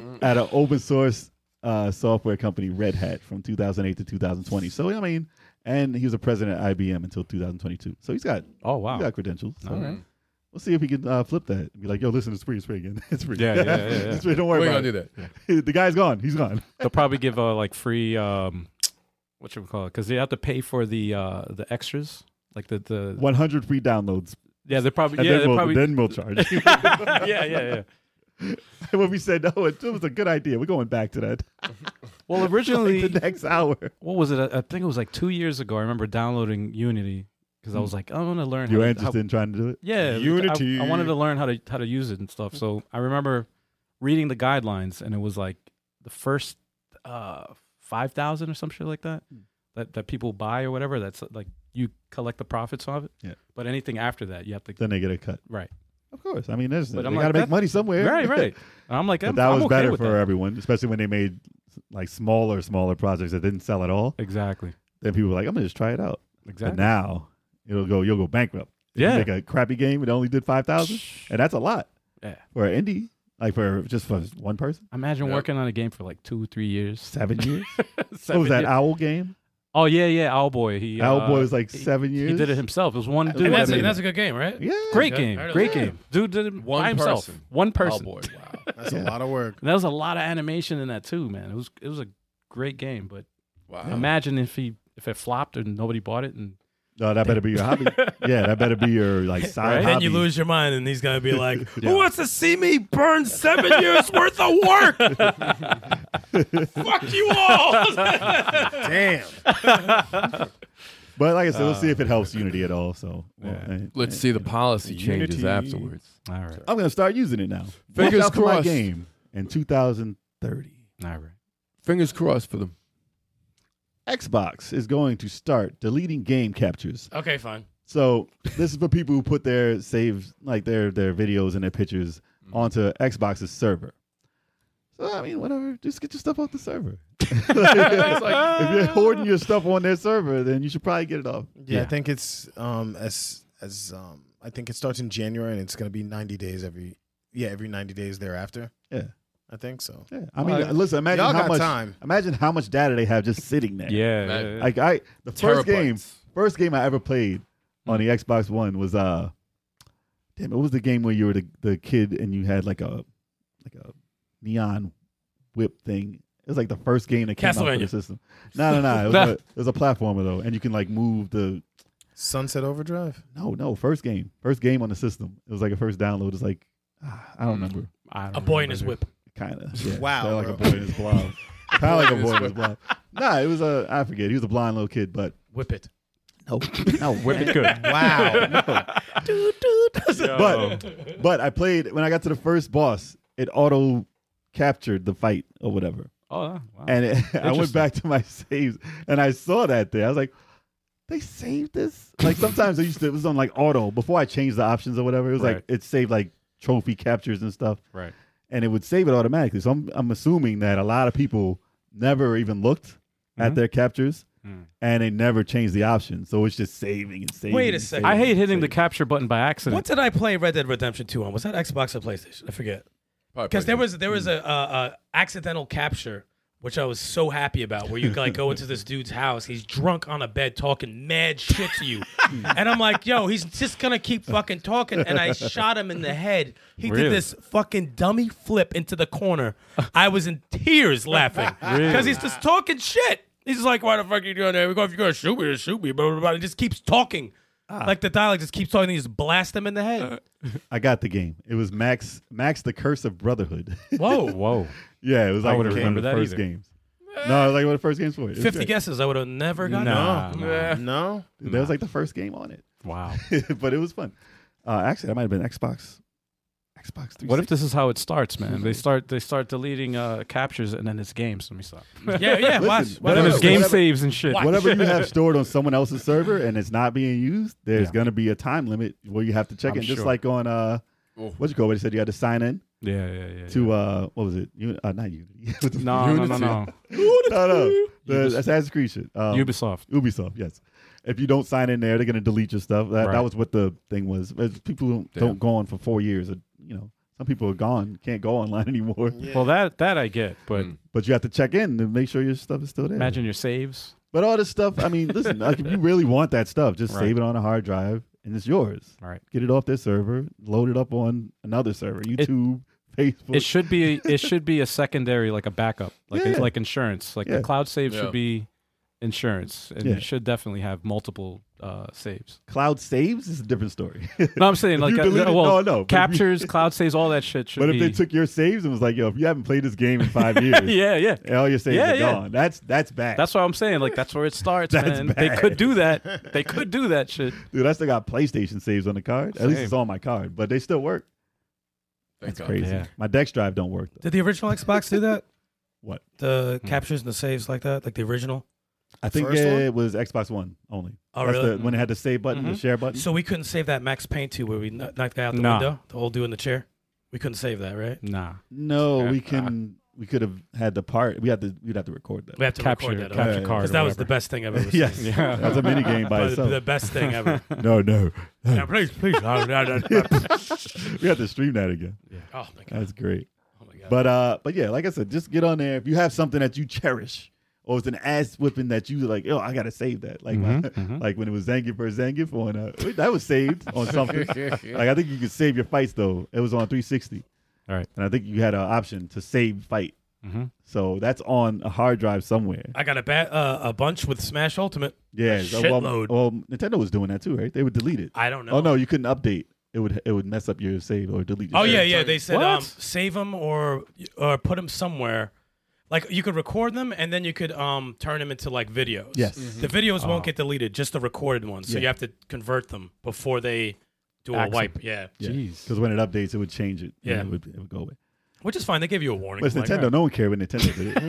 Speaker 2: Mm.
Speaker 6: a- at an open source uh, software company, Red Hat, from 2008 to 2020. So I mean, and he was a president at IBM until 2022. So he's got
Speaker 2: Oh
Speaker 6: he
Speaker 2: wow.
Speaker 6: got credentials. So
Speaker 2: All right.
Speaker 6: We'll see if he can uh, flip that. Be like, yo, listen, it's free, it's free again, (laughs) it's free.
Speaker 2: Yeah, yeah, yeah, yeah.
Speaker 6: it's free. Don't
Speaker 5: We're
Speaker 6: worry
Speaker 5: gonna
Speaker 6: about
Speaker 5: do
Speaker 6: it.
Speaker 5: that.
Speaker 6: the guy's gone. He's gone.
Speaker 2: They'll probably give uh, like free um, what should we call it? Because they have to pay for the uh, the extras, like the the
Speaker 6: 100 free downloads,
Speaker 2: yeah. They're probably
Speaker 6: and
Speaker 2: yeah.
Speaker 6: then,
Speaker 2: They're
Speaker 6: we'll,
Speaker 2: probably
Speaker 6: then we'll
Speaker 2: (laughs)
Speaker 6: charge. (laughs)
Speaker 2: yeah, yeah, yeah.
Speaker 6: when we said no, it, it was a good idea. We're going back to that (laughs)
Speaker 2: (laughs) Well, originally,
Speaker 6: the next hour.
Speaker 2: what was it? I I think it was like two years ago. I remember downloading Unity because I was like, I want to learn.
Speaker 6: You were
Speaker 2: how,
Speaker 6: interested
Speaker 2: How,
Speaker 6: in trying to do it?
Speaker 2: yeah,
Speaker 4: Unity.
Speaker 2: I, I wanted to learn how to how to use it and stuff. So I remember reading the guidelines, and it was like the first uh, five thousand or some shit like that
Speaker 6: Hmm.
Speaker 2: that that people buy or whatever. That's like you collect the profits of it.
Speaker 6: Yeah.
Speaker 2: But anything after that, you have to
Speaker 6: Then they get a cut.
Speaker 2: right,
Speaker 6: Of course. I mean, there's they
Speaker 2: But
Speaker 6: got
Speaker 2: I'm
Speaker 6: to
Speaker 2: like,
Speaker 6: make
Speaker 2: that-
Speaker 6: money
Speaker 2: (laughs)
Speaker 6: somewhere.
Speaker 2: right,
Speaker 6: (laughs)
Speaker 2: right. And I'm like,
Speaker 6: But
Speaker 2: I'm,
Speaker 6: that
Speaker 2: I'm
Speaker 6: was
Speaker 2: okay
Speaker 6: better
Speaker 2: with
Speaker 6: for
Speaker 2: that.
Speaker 6: everyone, especially when they made like smaller, smaller projects that didn't sell at all.
Speaker 2: Exactly.
Speaker 6: Then people were like, "I'm gonna just try it out." But
Speaker 2: Exactly.
Speaker 6: now it'll go, you'll go bankrupt. If
Speaker 2: Yeah.
Speaker 6: You make a crappy game. It only did five thousand, and that's a lot.
Speaker 2: Yeah.
Speaker 6: For an indie, like for just for one person,
Speaker 2: Imagine
Speaker 5: Yep.
Speaker 2: working on a game for like two, three years. (laughs)
Speaker 6: seven years. what
Speaker 2: Seven
Speaker 6: was that
Speaker 2: years.
Speaker 6: owl game?
Speaker 2: Oh yeah, yeah. Owlboy. He uh,
Speaker 6: Owlboy was like
Speaker 2: he-
Speaker 6: seven years.
Speaker 2: He did it himself. It was one dude.
Speaker 3: And that's,
Speaker 2: that
Speaker 3: a,
Speaker 2: made
Speaker 3: that's
Speaker 2: it.
Speaker 3: a good game, right?
Speaker 6: Yeah.
Speaker 2: great
Speaker 3: Yeah,
Speaker 2: game.
Speaker 3: I heard of
Speaker 2: Great
Speaker 3: that.
Speaker 2: game. Dude did it
Speaker 5: One
Speaker 2: by himself.
Speaker 5: person.
Speaker 2: One
Speaker 5: Oh
Speaker 2: person.
Speaker 5: boy, wow.
Speaker 4: That's
Speaker 6: Yeah.
Speaker 4: a lot of work.
Speaker 2: And there was a lot of animation in that too, man. It was it was a great game, but
Speaker 5: Wow.
Speaker 2: imagine if he if it flopped and nobody bought it and
Speaker 6: No, that better be
Speaker 2: (laughs)
Speaker 6: your hobby. yeah, that better be your like side
Speaker 2: Right?
Speaker 3: Then
Speaker 6: hobby.
Speaker 3: you lose your mind, and he's gonna (laughs) be like,
Speaker 2: Yeah.
Speaker 3: "Who wants to see me burn seven years worth of
Speaker 2: (laughs)
Speaker 3: work? Fuck you all!" (laughs)
Speaker 4: Damn.
Speaker 6: But like I said, we'll see if it
Speaker 2: Uh.
Speaker 6: helps Unity at all. So well,
Speaker 2: yeah.
Speaker 6: eh,
Speaker 5: Let's
Speaker 6: eh,
Speaker 5: see the
Speaker 6: you know.
Speaker 5: policy changes
Speaker 4: Unity.
Speaker 5: afterwards.
Speaker 2: all right.
Speaker 6: I'm gonna start using it now.
Speaker 5: Fingers
Speaker 6: Watch out for my
Speaker 5: crossed.
Speaker 6: game in 2030.
Speaker 2: All right.
Speaker 5: Fingers crossed for them.
Speaker 6: Xbox is going to start deleting game captures.
Speaker 3: okay, fine.
Speaker 6: So this is for people who put their saves, like their their videos and their pictures, onto Xbox's server. So I mean, whatever. Just get your stuff off the server. (laughs) if you're hoarding your stuff on their server, then you should probably get it off.
Speaker 4: Yeah, I think it's um as as um I think it starts in January and it's gonna be ninety days every yeah every ninety days thereafter.
Speaker 6: Yeah.
Speaker 4: I think so.
Speaker 6: Yeah. I mean,
Speaker 2: Well,
Speaker 6: listen. Imagine
Speaker 4: y'all
Speaker 6: how
Speaker 4: got
Speaker 6: much.
Speaker 4: time.
Speaker 6: Imagine how much data they have just sitting there.
Speaker 2: Yeah. yeah,
Speaker 5: Imagine.
Speaker 2: yeah.
Speaker 6: Like I, the first game,
Speaker 5: Terabytes.
Speaker 6: first game I ever played on the Xbox One was uh, damn, it was the game where you were the, the kid and you had like a like a neon whip thing. It was like the first game that came out for the
Speaker 3: Castlevania.
Speaker 6: system. No, no, no. It was, a, it was a platformer though, and you can like move the
Speaker 4: Sunset
Speaker 5: (laughs)
Speaker 4: Overdrive.
Speaker 6: no, no. First game, first game on the system. It was like a first download. It's like ah, I don't remember.
Speaker 2: I don't
Speaker 3: A boy in his
Speaker 2: remember.
Speaker 3: whip.
Speaker 6: Kind of. Yeah.
Speaker 4: Wow,
Speaker 6: Kinda like a
Speaker 4: bro.
Speaker 6: boy in his blob. kind of like a
Speaker 5: in
Speaker 6: boy
Speaker 5: his
Speaker 6: in his blob. Nah, it was a I forget. He was a blind little kid, but
Speaker 3: Whip it. (laughs)
Speaker 6: no, (laughs) no,
Speaker 2: Whip (laughs) it good.
Speaker 4: (laughs) Wow.
Speaker 2: Oh.
Speaker 6: but but I played when I got to the first boss, it auto captured the fight or whatever,
Speaker 2: oh, wow.
Speaker 6: and it, (laughs) I went
Speaker 2: Interesting.
Speaker 6: back to my (laughs) saves and I saw that there. I was like, they saved this. Like sometimes I used to it was on like auto before I changed the options or whatever. It was
Speaker 2: Right.
Speaker 6: like it saved like trophy captures and stuff,
Speaker 2: right.
Speaker 6: and it would save it automatically. So I'm I'm assuming that a lot of people never even looked at
Speaker 2: Mhm.
Speaker 6: their captures.
Speaker 2: Mm.
Speaker 6: And they never changed the options, so it's just saving and saving.
Speaker 3: Wait a
Speaker 6: and
Speaker 3: second.
Speaker 6: saving
Speaker 2: I hate
Speaker 6: and
Speaker 2: hitting the
Speaker 6: saving.
Speaker 2: capture button by accident.
Speaker 3: What did I play Red Dead Redemption Two on? Was that Xbox or PlayStation? I forget.
Speaker 5: Probably
Speaker 3: Because there
Speaker 5: pretty
Speaker 3: was there was a, uh a accidental capture. Which I was so happy about, where you like go into this dude's house, he's drunk on a bed talking mad shit to you, and I'm like, "Yo, he's just gonna keep fucking talking," and I shot him in the head. He
Speaker 2: Really?
Speaker 3: did this fucking dummy flip into the corner. I was in tears laughing because he's just talking shit. He's just like, why the fuck are you doing that? We go, if you're gonna shoot me, just shoot me, blah blah blah. He just keeps talking. Like the dialogue just keeps talking, and he just blasts them in the head.
Speaker 6: I got the game. It was Max Max the Curse of Brotherhood. (laughs)
Speaker 2: Whoa, whoa.
Speaker 6: yeah, it was like one
Speaker 2: wouldn't
Speaker 6: of
Speaker 2: remember
Speaker 6: the
Speaker 2: that
Speaker 6: first
Speaker 2: either.
Speaker 6: games. No, it was like one of the first games for it. It was
Speaker 3: Fifty
Speaker 6: great.
Speaker 3: guesses, I would have never gotten.
Speaker 2: No. Nah,
Speaker 3: it.
Speaker 4: no, (laughs)
Speaker 5: nah.
Speaker 4: no.
Speaker 6: That was like the first game on it,
Speaker 2: Wow.
Speaker 6: but it (laughs) was fun. Uh, actually, that might have been Xbox, Xbox. 360.
Speaker 2: What if this is how it starts, man? They start they start deleting uh, captures and then it's games. Let me stop.
Speaker 3: Yeah, yeah.
Speaker 6: Listen,
Speaker 3: watch.
Speaker 6: what
Speaker 3: watch.
Speaker 2: Then
Speaker 6: Whatever,
Speaker 2: it's game
Speaker 6: whatever.
Speaker 2: saves and shit.
Speaker 6: (laughs) Whatever you
Speaker 2: (laughs)
Speaker 6: have stored on someone else's server and it's not being used, there's
Speaker 2: Yeah.
Speaker 6: going to be a time limit where you have to check
Speaker 2: I'm
Speaker 6: in. Just
Speaker 2: sure.
Speaker 6: like on uh,
Speaker 5: Oof.
Speaker 6: what you call it? You said you had to sign in
Speaker 2: Yeah, yeah, yeah.
Speaker 6: to uh, what was it? You, (laughs) uh, not Unity. What the f-
Speaker 2: no, no, no, no.
Speaker 6: no, no. The Assassin's Creed shit. Um,
Speaker 2: Ubisoft.
Speaker 6: Ubisoft, yes. If you don't sign in there, they're going to delete your stuff. That, that
Speaker 2: Right.
Speaker 6: was what the thing was. As People don't, don't go on for four years. uh, You know, some people are gone, can't go online (laughs) anymore.
Speaker 2: Well, that that I get, but
Speaker 3: Hmm.
Speaker 6: But you have to check in to make sure your stuff is still there.
Speaker 2: imagine your saves.
Speaker 6: But all this stuff, I mean, listen, like
Speaker 2: (laughs)
Speaker 6: if you really want that stuff, just
Speaker 2: Right.
Speaker 6: save it on a hard drive and it's yours.
Speaker 2: All right.
Speaker 6: Get it off this server, load it up on another server, YouTube, Facebook.
Speaker 2: It should be it should be a secondary, like a backup, like
Speaker 6: Yeah.
Speaker 2: like insurance. Like
Speaker 6: Yeah.
Speaker 2: the cloud save
Speaker 5: Yeah.
Speaker 2: should be insurance, and
Speaker 6: Yeah.
Speaker 2: you should definitely have multiple uh, saves.
Speaker 6: Cloud saves is a
Speaker 2: (laughs)
Speaker 6: different story.
Speaker 2: No, I'm saying
Speaker 6: If
Speaker 2: like
Speaker 6: you
Speaker 2: uh,
Speaker 6: delete it-
Speaker 2: well,
Speaker 6: no, no, but if you-
Speaker 2: (laughs) captures, cloud saves, all that shit should
Speaker 6: but
Speaker 2: be.
Speaker 6: if they took your saves and was like, yo, if you haven't played this game in five years,
Speaker 2: (laughs) yeah, yeah.
Speaker 6: and all your saves
Speaker 2: Yeah,
Speaker 6: are
Speaker 2: yeah.
Speaker 6: gone, that's that's bad.
Speaker 2: That's what I'm saying. Like that's where it starts,
Speaker 6: That's
Speaker 2: man. They
Speaker 6: bad.
Speaker 2: could do
Speaker 6: (laughs)
Speaker 2: that. They could do that shit.
Speaker 6: Dude, I still got PlayStation saves on the card. At least
Speaker 2: Same.
Speaker 6: it's on my card, but they still work.
Speaker 5: Thank God.
Speaker 6: Crazy.
Speaker 2: Yeah.
Speaker 6: My Dex drive don't work. Though.
Speaker 3: Did the original Xbox do that?
Speaker 6: What?
Speaker 3: The captures and the saves like that, like the original.
Speaker 6: I think
Speaker 4: First one?
Speaker 6: it was Xbox One only.
Speaker 3: Oh,
Speaker 6: That's
Speaker 3: really?
Speaker 6: the- when it had the save button, the
Speaker 2: Mhm.
Speaker 6: share button.
Speaker 3: So we couldn't save that Max Payne too, where we kn- knocked the guy out the
Speaker 2: Nah.
Speaker 3: window, the old dude in the chair. We couldn't save that, right?
Speaker 2: Nah.
Speaker 6: no, we can. We could have had the part. We had to. We'd have to record that.
Speaker 3: We have to
Speaker 2: Capture
Speaker 3: record that.
Speaker 2: capture
Speaker 6: Yeah,
Speaker 2: card.
Speaker 3: Because
Speaker 2: or
Speaker 3: that was the
Speaker 2: whatever.
Speaker 3: best thing I've
Speaker 6: (laughs)
Speaker 3: ever seen.
Speaker 6: yes,
Speaker 2: (laughs) Yeah.
Speaker 6: that's a mini game by
Speaker 3: But
Speaker 6: itself.
Speaker 3: the best thing ever.
Speaker 6: no, no. (laughs)
Speaker 3: Now, please, please. Oh, no, no, no.
Speaker 6: we have to stream that again.
Speaker 3: (laughs) Oh, my God.
Speaker 6: That's great.
Speaker 3: Oh, my God.
Speaker 6: But uh, but yeah, like I said, just get on there. If you have something that you cherish, or it's an ass whipping that you like, oh, I gotta save that. Like my- (laughs)
Speaker 2: Mhm, mhm.
Speaker 6: like when it was Zangief versus Zangief on uh, that was
Speaker 3: (laughs)
Speaker 6: saved on something. like I think you could save your fights though. It was on 360.
Speaker 2: All right.
Speaker 6: and I think you had an option to save fight.
Speaker 2: Mhm.
Speaker 6: So that's on a hard drive somewhere.
Speaker 3: I got a, ba- uh, a bunch with Smash Ultimate.
Speaker 6: Yeah, so, well,
Speaker 3: shitload.
Speaker 6: well, Nintendo was doing that too, right? They would delete it.
Speaker 3: I don't know.
Speaker 6: Oh no, you couldn't update. It would it would mess up your save or delete. Your
Speaker 3: Oh yeah,
Speaker 6: save.
Speaker 3: yeah. They said
Speaker 2: What?
Speaker 3: um, save them or or put them somewhere. Like you could record them and then you could um, turn them into like videos.
Speaker 6: Yes. Uh-huh.
Speaker 3: The videos
Speaker 2: Oh.
Speaker 3: won't get deleted, just the recorded ones. So
Speaker 6: Yeah.
Speaker 3: you have to convert them before they do
Speaker 2: Accent.
Speaker 3: a wipe. Yeah.
Speaker 2: Jeez.
Speaker 6: (laughs) Because when it updates, it would change it. and
Speaker 3: Yeah.
Speaker 6: it would, it would go away.
Speaker 3: Which is fine. They give you a warning.
Speaker 6: But it's
Speaker 3: Like,
Speaker 6: Nintendo. No one cared when Nintendo did (laughs) it.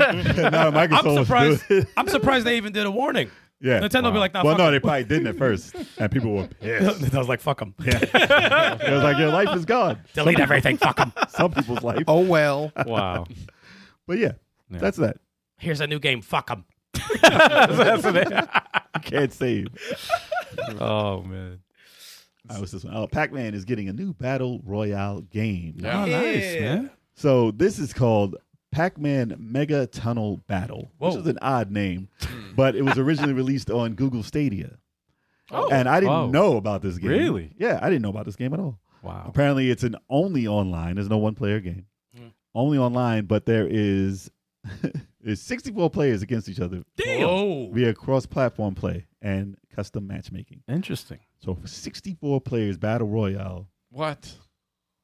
Speaker 6: now Microsoft
Speaker 3: I'm
Speaker 6: was doing
Speaker 3: surprised.
Speaker 6: (laughs) it.
Speaker 3: I'm surprised they even did a warning.
Speaker 6: yeah.
Speaker 3: Nintendo will be like, nah,
Speaker 6: well,
Speaker 3: fuck
Speaker 6: no,
Speaker 3: 'em.
Speaker 6: they probably didn't at first, and people were pissed.
Speaker 3: (laughs)
Speaker 6: (laughs)
Speaker 3: I was like, fuck them.
Speaker 6: It was like your life is gone.
Speaker 3: (laughs) Delete everything. Fuck
Speaker 6: (laughs)
Speaker 3: them.
Speaker 6: Some people's life.
Speaker 4: Oh well.
Speaker 2: Wow. (laughs)
Speaker 6: But yeah,
Speaker 2: Yeah.
Speaker 6: that's that.
Speaker 3: Here's a new game. Fuck them.
Speaker 6: You can't save.
Speaker 2: Oh man.
Speaker 6: I was this one. Oh, Pac-Man is getting a new battle royale game.
Speaker 5: Yeah.
Speaker 2: Oh, nice, man.
Speaker 6: So this is called Pac-Man Mega Tunnel Battle,
Speaker 3: Whoa.
Speaker 6: which is an odd name, but it was originally released on Google Stadia.
Speaker 5: Oh.
Speaker 6: and I didn't
Speaker 2: Whoa.
Speaker 6: know about this game.
Speaker 2: Really?
Speaker 6: Yeah, I didn't know about this game at all.
Speaker 2: Wow.
Speaker 6: Apparently, it's an only online. There's no one-player game.
Speaker 3: Mm.
Speaker 6: Only online, but there is (laughs) there's 64 players against each other
Speaker 3: Whoa.
Speaker 6: via cross-platform play and custom matchmaking.
Speaker 2: Interesting.
Speaker 6: So 64 players battle royale.
Speaker 5: What?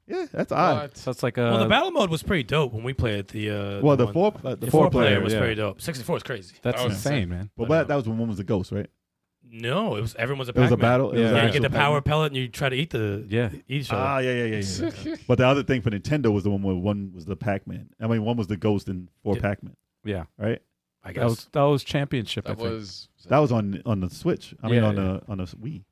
Speaker 6: Yeah, that's odd.
Speaker 5: What?
Speaker 2: So it's like a
Speaker 3: Well, the battle mode was pretty dope when we played the. Uh,
Speaker 6: Well, the
Speaker 3: one-
Speaker 6: four uh, the,
Speaker 3: the
Speaker 6: four,
Speaker 3: four
Speaker 6: player,
Speaker 3: player was
Speaker 2: yeah.
Speaker 3: pretty dope. 64 is crazy.
Speaker 2: that's
Speaker 5: Oh, yeah.
Speaker 2: insane, man.
Speaker 6: but what, that was when one was a ghost, right?
Speaker 3: No, it was everyone's a
Speaker 6: It was a
Speaker 3: Pac-Man.
Speaker 6: battle. It
Speaker 2: Yeah.
Speaker 6: was an
Speaker 3: Yeah, you
Speaker 6: actual
Speaker 3: get the
Speaker 6: Pac-Man.
Speaker 3: power pellet and you try to eat the
Speaker 2: Yeah.
Speaker 3: eat each other. (laughs)
Speaker 6: Ah, yeah, yeah, yeah, yeah. yeah. but the other thing for Nintendo was the one where one was the Pac-Man. I mean, one was the Ghost and four
Speaker 3: Yeah.
Speaker 6: Pac-Man,
Speaker 2: Yeah.
Speaker 6: right?
Speaker 3: I
Speaker 2: That was
Speaker 3: guess.
Speaker 2: that was championship. I
Speaker 5: That
Speaker 2: think.
Speaker 5: was.
Speaker 6: That was on on the Switch. I mean,
Speaker 2: Yeah,
Speaker 6: on
Speaker 2: yeah.
Speaker 6: the on the Wii,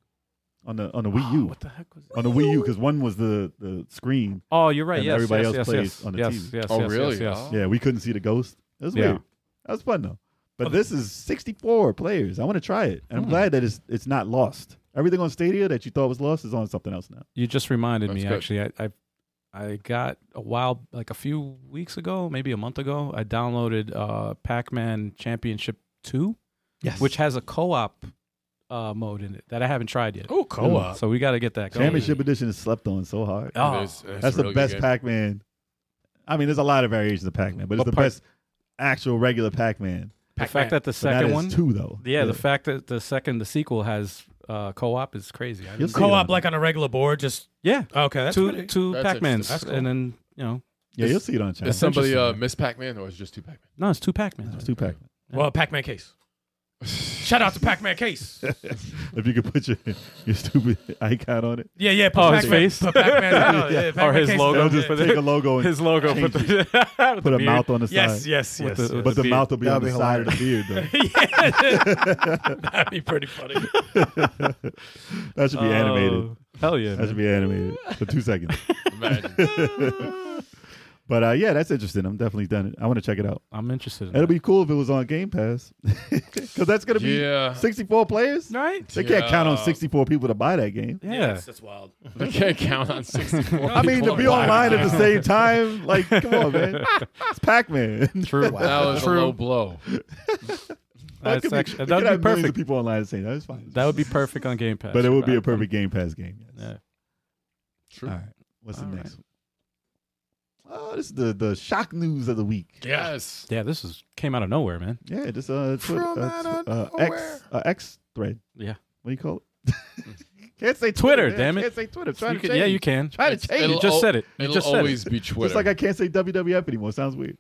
Speaker 6: on
Speaker 2: (gasps)
Speaker 6: the on the
Speaker 5: (gasps)
Speaker 6: Wii U,
Speaker 2: the heck was
Speaker 6: on the Wii U, because one was the the screen.
Speaker 2: Oh, you're right.
Speaker 6: And
Speaker 2: yes,
Speaker 6: everybody
Speaker 2: yes,
Speaker 6: else
Speaker 2: yes,
Speaker 6: plays
Speaker 2: yes,
Speaker 6: on the
Speaker 2: yes,
Speaker 6: TV.
Speaker 2: Yes,
Speaker 5: Oh,
Speaker 2: yes,
Speaker 5: really?
Speaker 2: Yes, yes.
Speaker 5: Oh.
Speaker 6: Yeah, we couldn't see the Ghost. That was
Speaker 2: Yeah.
Speaker 6: weird. That was fun though. But this is 64 players. I want to try it, and I'm
Speaker 2: Hmm.
Speaker 6: glad that it's it's not lost. Everything on Stadia that you thought was lost is on something else now.
Speaker 2: You just reminded me.
Speaker 5: That's
Speaker 2: Actually,
Speaker 5: good.
Speaker 2: I, I I got a while, like a few weeks ago, maybe a month ago. I downloaded uh, Pac-Man Championship Two,
Speaker 6: Yes.
Speaker 2: which has a co-op uh, mode in it that I haven't tried yet.
Speaker 3: Oh, co-op. Ah,
Speaker 2: So we got to get that going.
Speaker 6: Championship Edition is slept on so hard.
Speaker 2: Oh,
Speaker 6: That's the best Pac-Man. I mean, there's a lot of variations of Pac-Man, but it's
Speaker 2: But
Speaker 6: the
Speaker 2: Pac-
Speaker 6: best actual regular Pac-Man.
Speaker 2: The fact that the
Speaker 6: But that
Speaker 2: second
Speaker 6: is
Speaker 2: one,
Speaker 6: two though.
Speaker 2: yeah, the fact that the second, the sequel has uh, co-op is crazy. I didn't
Speaker 6: Yes.
Speaker 2: see-
Speaker 3: Co-op like on a regular board, just oh,
Speaker 2: yeah,
Speaker 3: okay. That's
Speaker 2: two
Speaker 3: pretty-
Speaker 2: two
Speaker 5: That's
Speaker 2: Pac-Mans,
Speaker 5: interesting. That's cool.
Speaker 2: and then you know,
Speaker 6: yeah, you'll see it on channel.
Speaker 5: Is somebody uh,
Speaker 6: Interesting.
Speaker 5: Miss Pac-Man or is it just two Pac-Man?
Speaker 2: no, it's two Pac-Mans.
Speaker 6: (laughs) it's two pack.
Speaker 3: well, Pac-Man case. Shout out to Pac-Man
Speaker 6: (laughs)
Speaker 3: case.
Speaker 6: If you could put your, your stupid (laughs) icon on it,
Speaker 3: Yeah, yeah. put
Speaker 2: Oh, his
Speaker 3: Pac-Man-
Speaker 2: face?
Speaker 3: put Pac-Man, no, yeah, Pac-Man
Speaker 2: his
Speaker 3: case,
Speaker 2: logo,
Speaker 3: no,
Speaker 2: just
Speaker 3: yeah.
Speaker 2: put
Speaker 6: take a logo and
Speaker 2: His logo
Speaker 6: Change
Speaker 2: put, the, with
Speaker 6: put
Speaker 2: the
Speaker 6: a
Speaker 2: beard.
Speaker 6: mouth on the
Speaker 3: Yes,
Speaker 6: side.
Speaker 3: yes, yes. (laughs)
Speaker 2: the-
Speaker 3: yes.
Speaker 6: but the,
Speaker 2: beard.
Speaker 6: mouth will be on
Speaker 4: That'd
Speaker 6: the
Speaker 4: be
Speaker 6: side of the beard. Though.
Speaker 3: That'd be pretty funny.
Speaker 6: (laughs) That should be animated.
Speaker 2: Oh, Hell yeah!
Speaker 6: That
Speaker 2: man.
Speaker 6: should be animated for two seconds.
Speaker 5: Imagine.
Speaker 6: (laughs) But uh, yeah, that's interesting. I'm definitely done it. I want to check it out.
Speaker 2: I'm interested. In that.
Speaker 6: It'll be cool if it was on Game Pass, (laughs) because that's gonna be
Speaker 5: Yeah.
Speaker 6: 64 players.
Speaker 2: right.
Speaker 6: They can't count on
Speaker 5: Yeah.
Speaker 6: 64 people to buy that game.
Speaker 2: Yeah.
Speaker 3: that's, that's wild.
Speaker 5: they can't count on
Speaker 6: (laughs)
Speaker 5: 64.
Speaker 6: I mean, to
Speaker 5: people
Speaker 6: be
Speaker 5: to buy
Speaker 6: online at
Speaker 5: it.
Speaker 6: the same time, like, come on, man. It's Pac Man. (laughs)
Speaker 2: True.
Speaker 5: That was a low blow.
Speaker 2: That's actually- that would be
Speaker 6: Millions of
Speaker 2: perfect.
Speaker 6: people online saying that is fine.
Speaker 2: That would be perfect on Game Pass.
Speaker 6: but it would be a
Speaker 2: Uh,
Speaker 6: perfect Game Pass game. Yes.
Speaker 2: Yeah.
Speaker 5: True.
Speaker 6: All right. What's
Speaker 2: All
Speaker 6: the
Speaker 2: right.
Speaker 6: next one? Oh, this is the, the shock news of the week.
Speaker 5: Yes.
Speaker 2: Yeah, this is came out of nowhere, man.
Speaker 6: Yeah, just uh, tw- uh,
Speaker 4: From out of
Speaker 6: tw- uh, X uh, X thread.
Speaker 2: Yeah.
Speaker 6: What do you call it?
Speaker 2: (laughs)
Speaker 6: (laughs) Can't say
Speaker 2: Twitter,
Speaker 6: man.
Speaker 2: damn it.
Speaker 6: Can't say Twitter. Try
Speaker 2: You
Speaker 6: to
Speaker 2: can-
Speaker 6: change.
Speaker 2: yeah, you can.
Speaker 6: try to
Speaker 5: It's-
Speaker 6: change.
Speaker 5: it'll
Speaker 2: You just
Speaker 5: al-
Speaker 2: said it. You
Speaker 5: It'll
Speaker 2: just said it.
Speaker 5: always be Twitter.
Speaker 6: Just like I can't say WWF anymore. Sounds weird.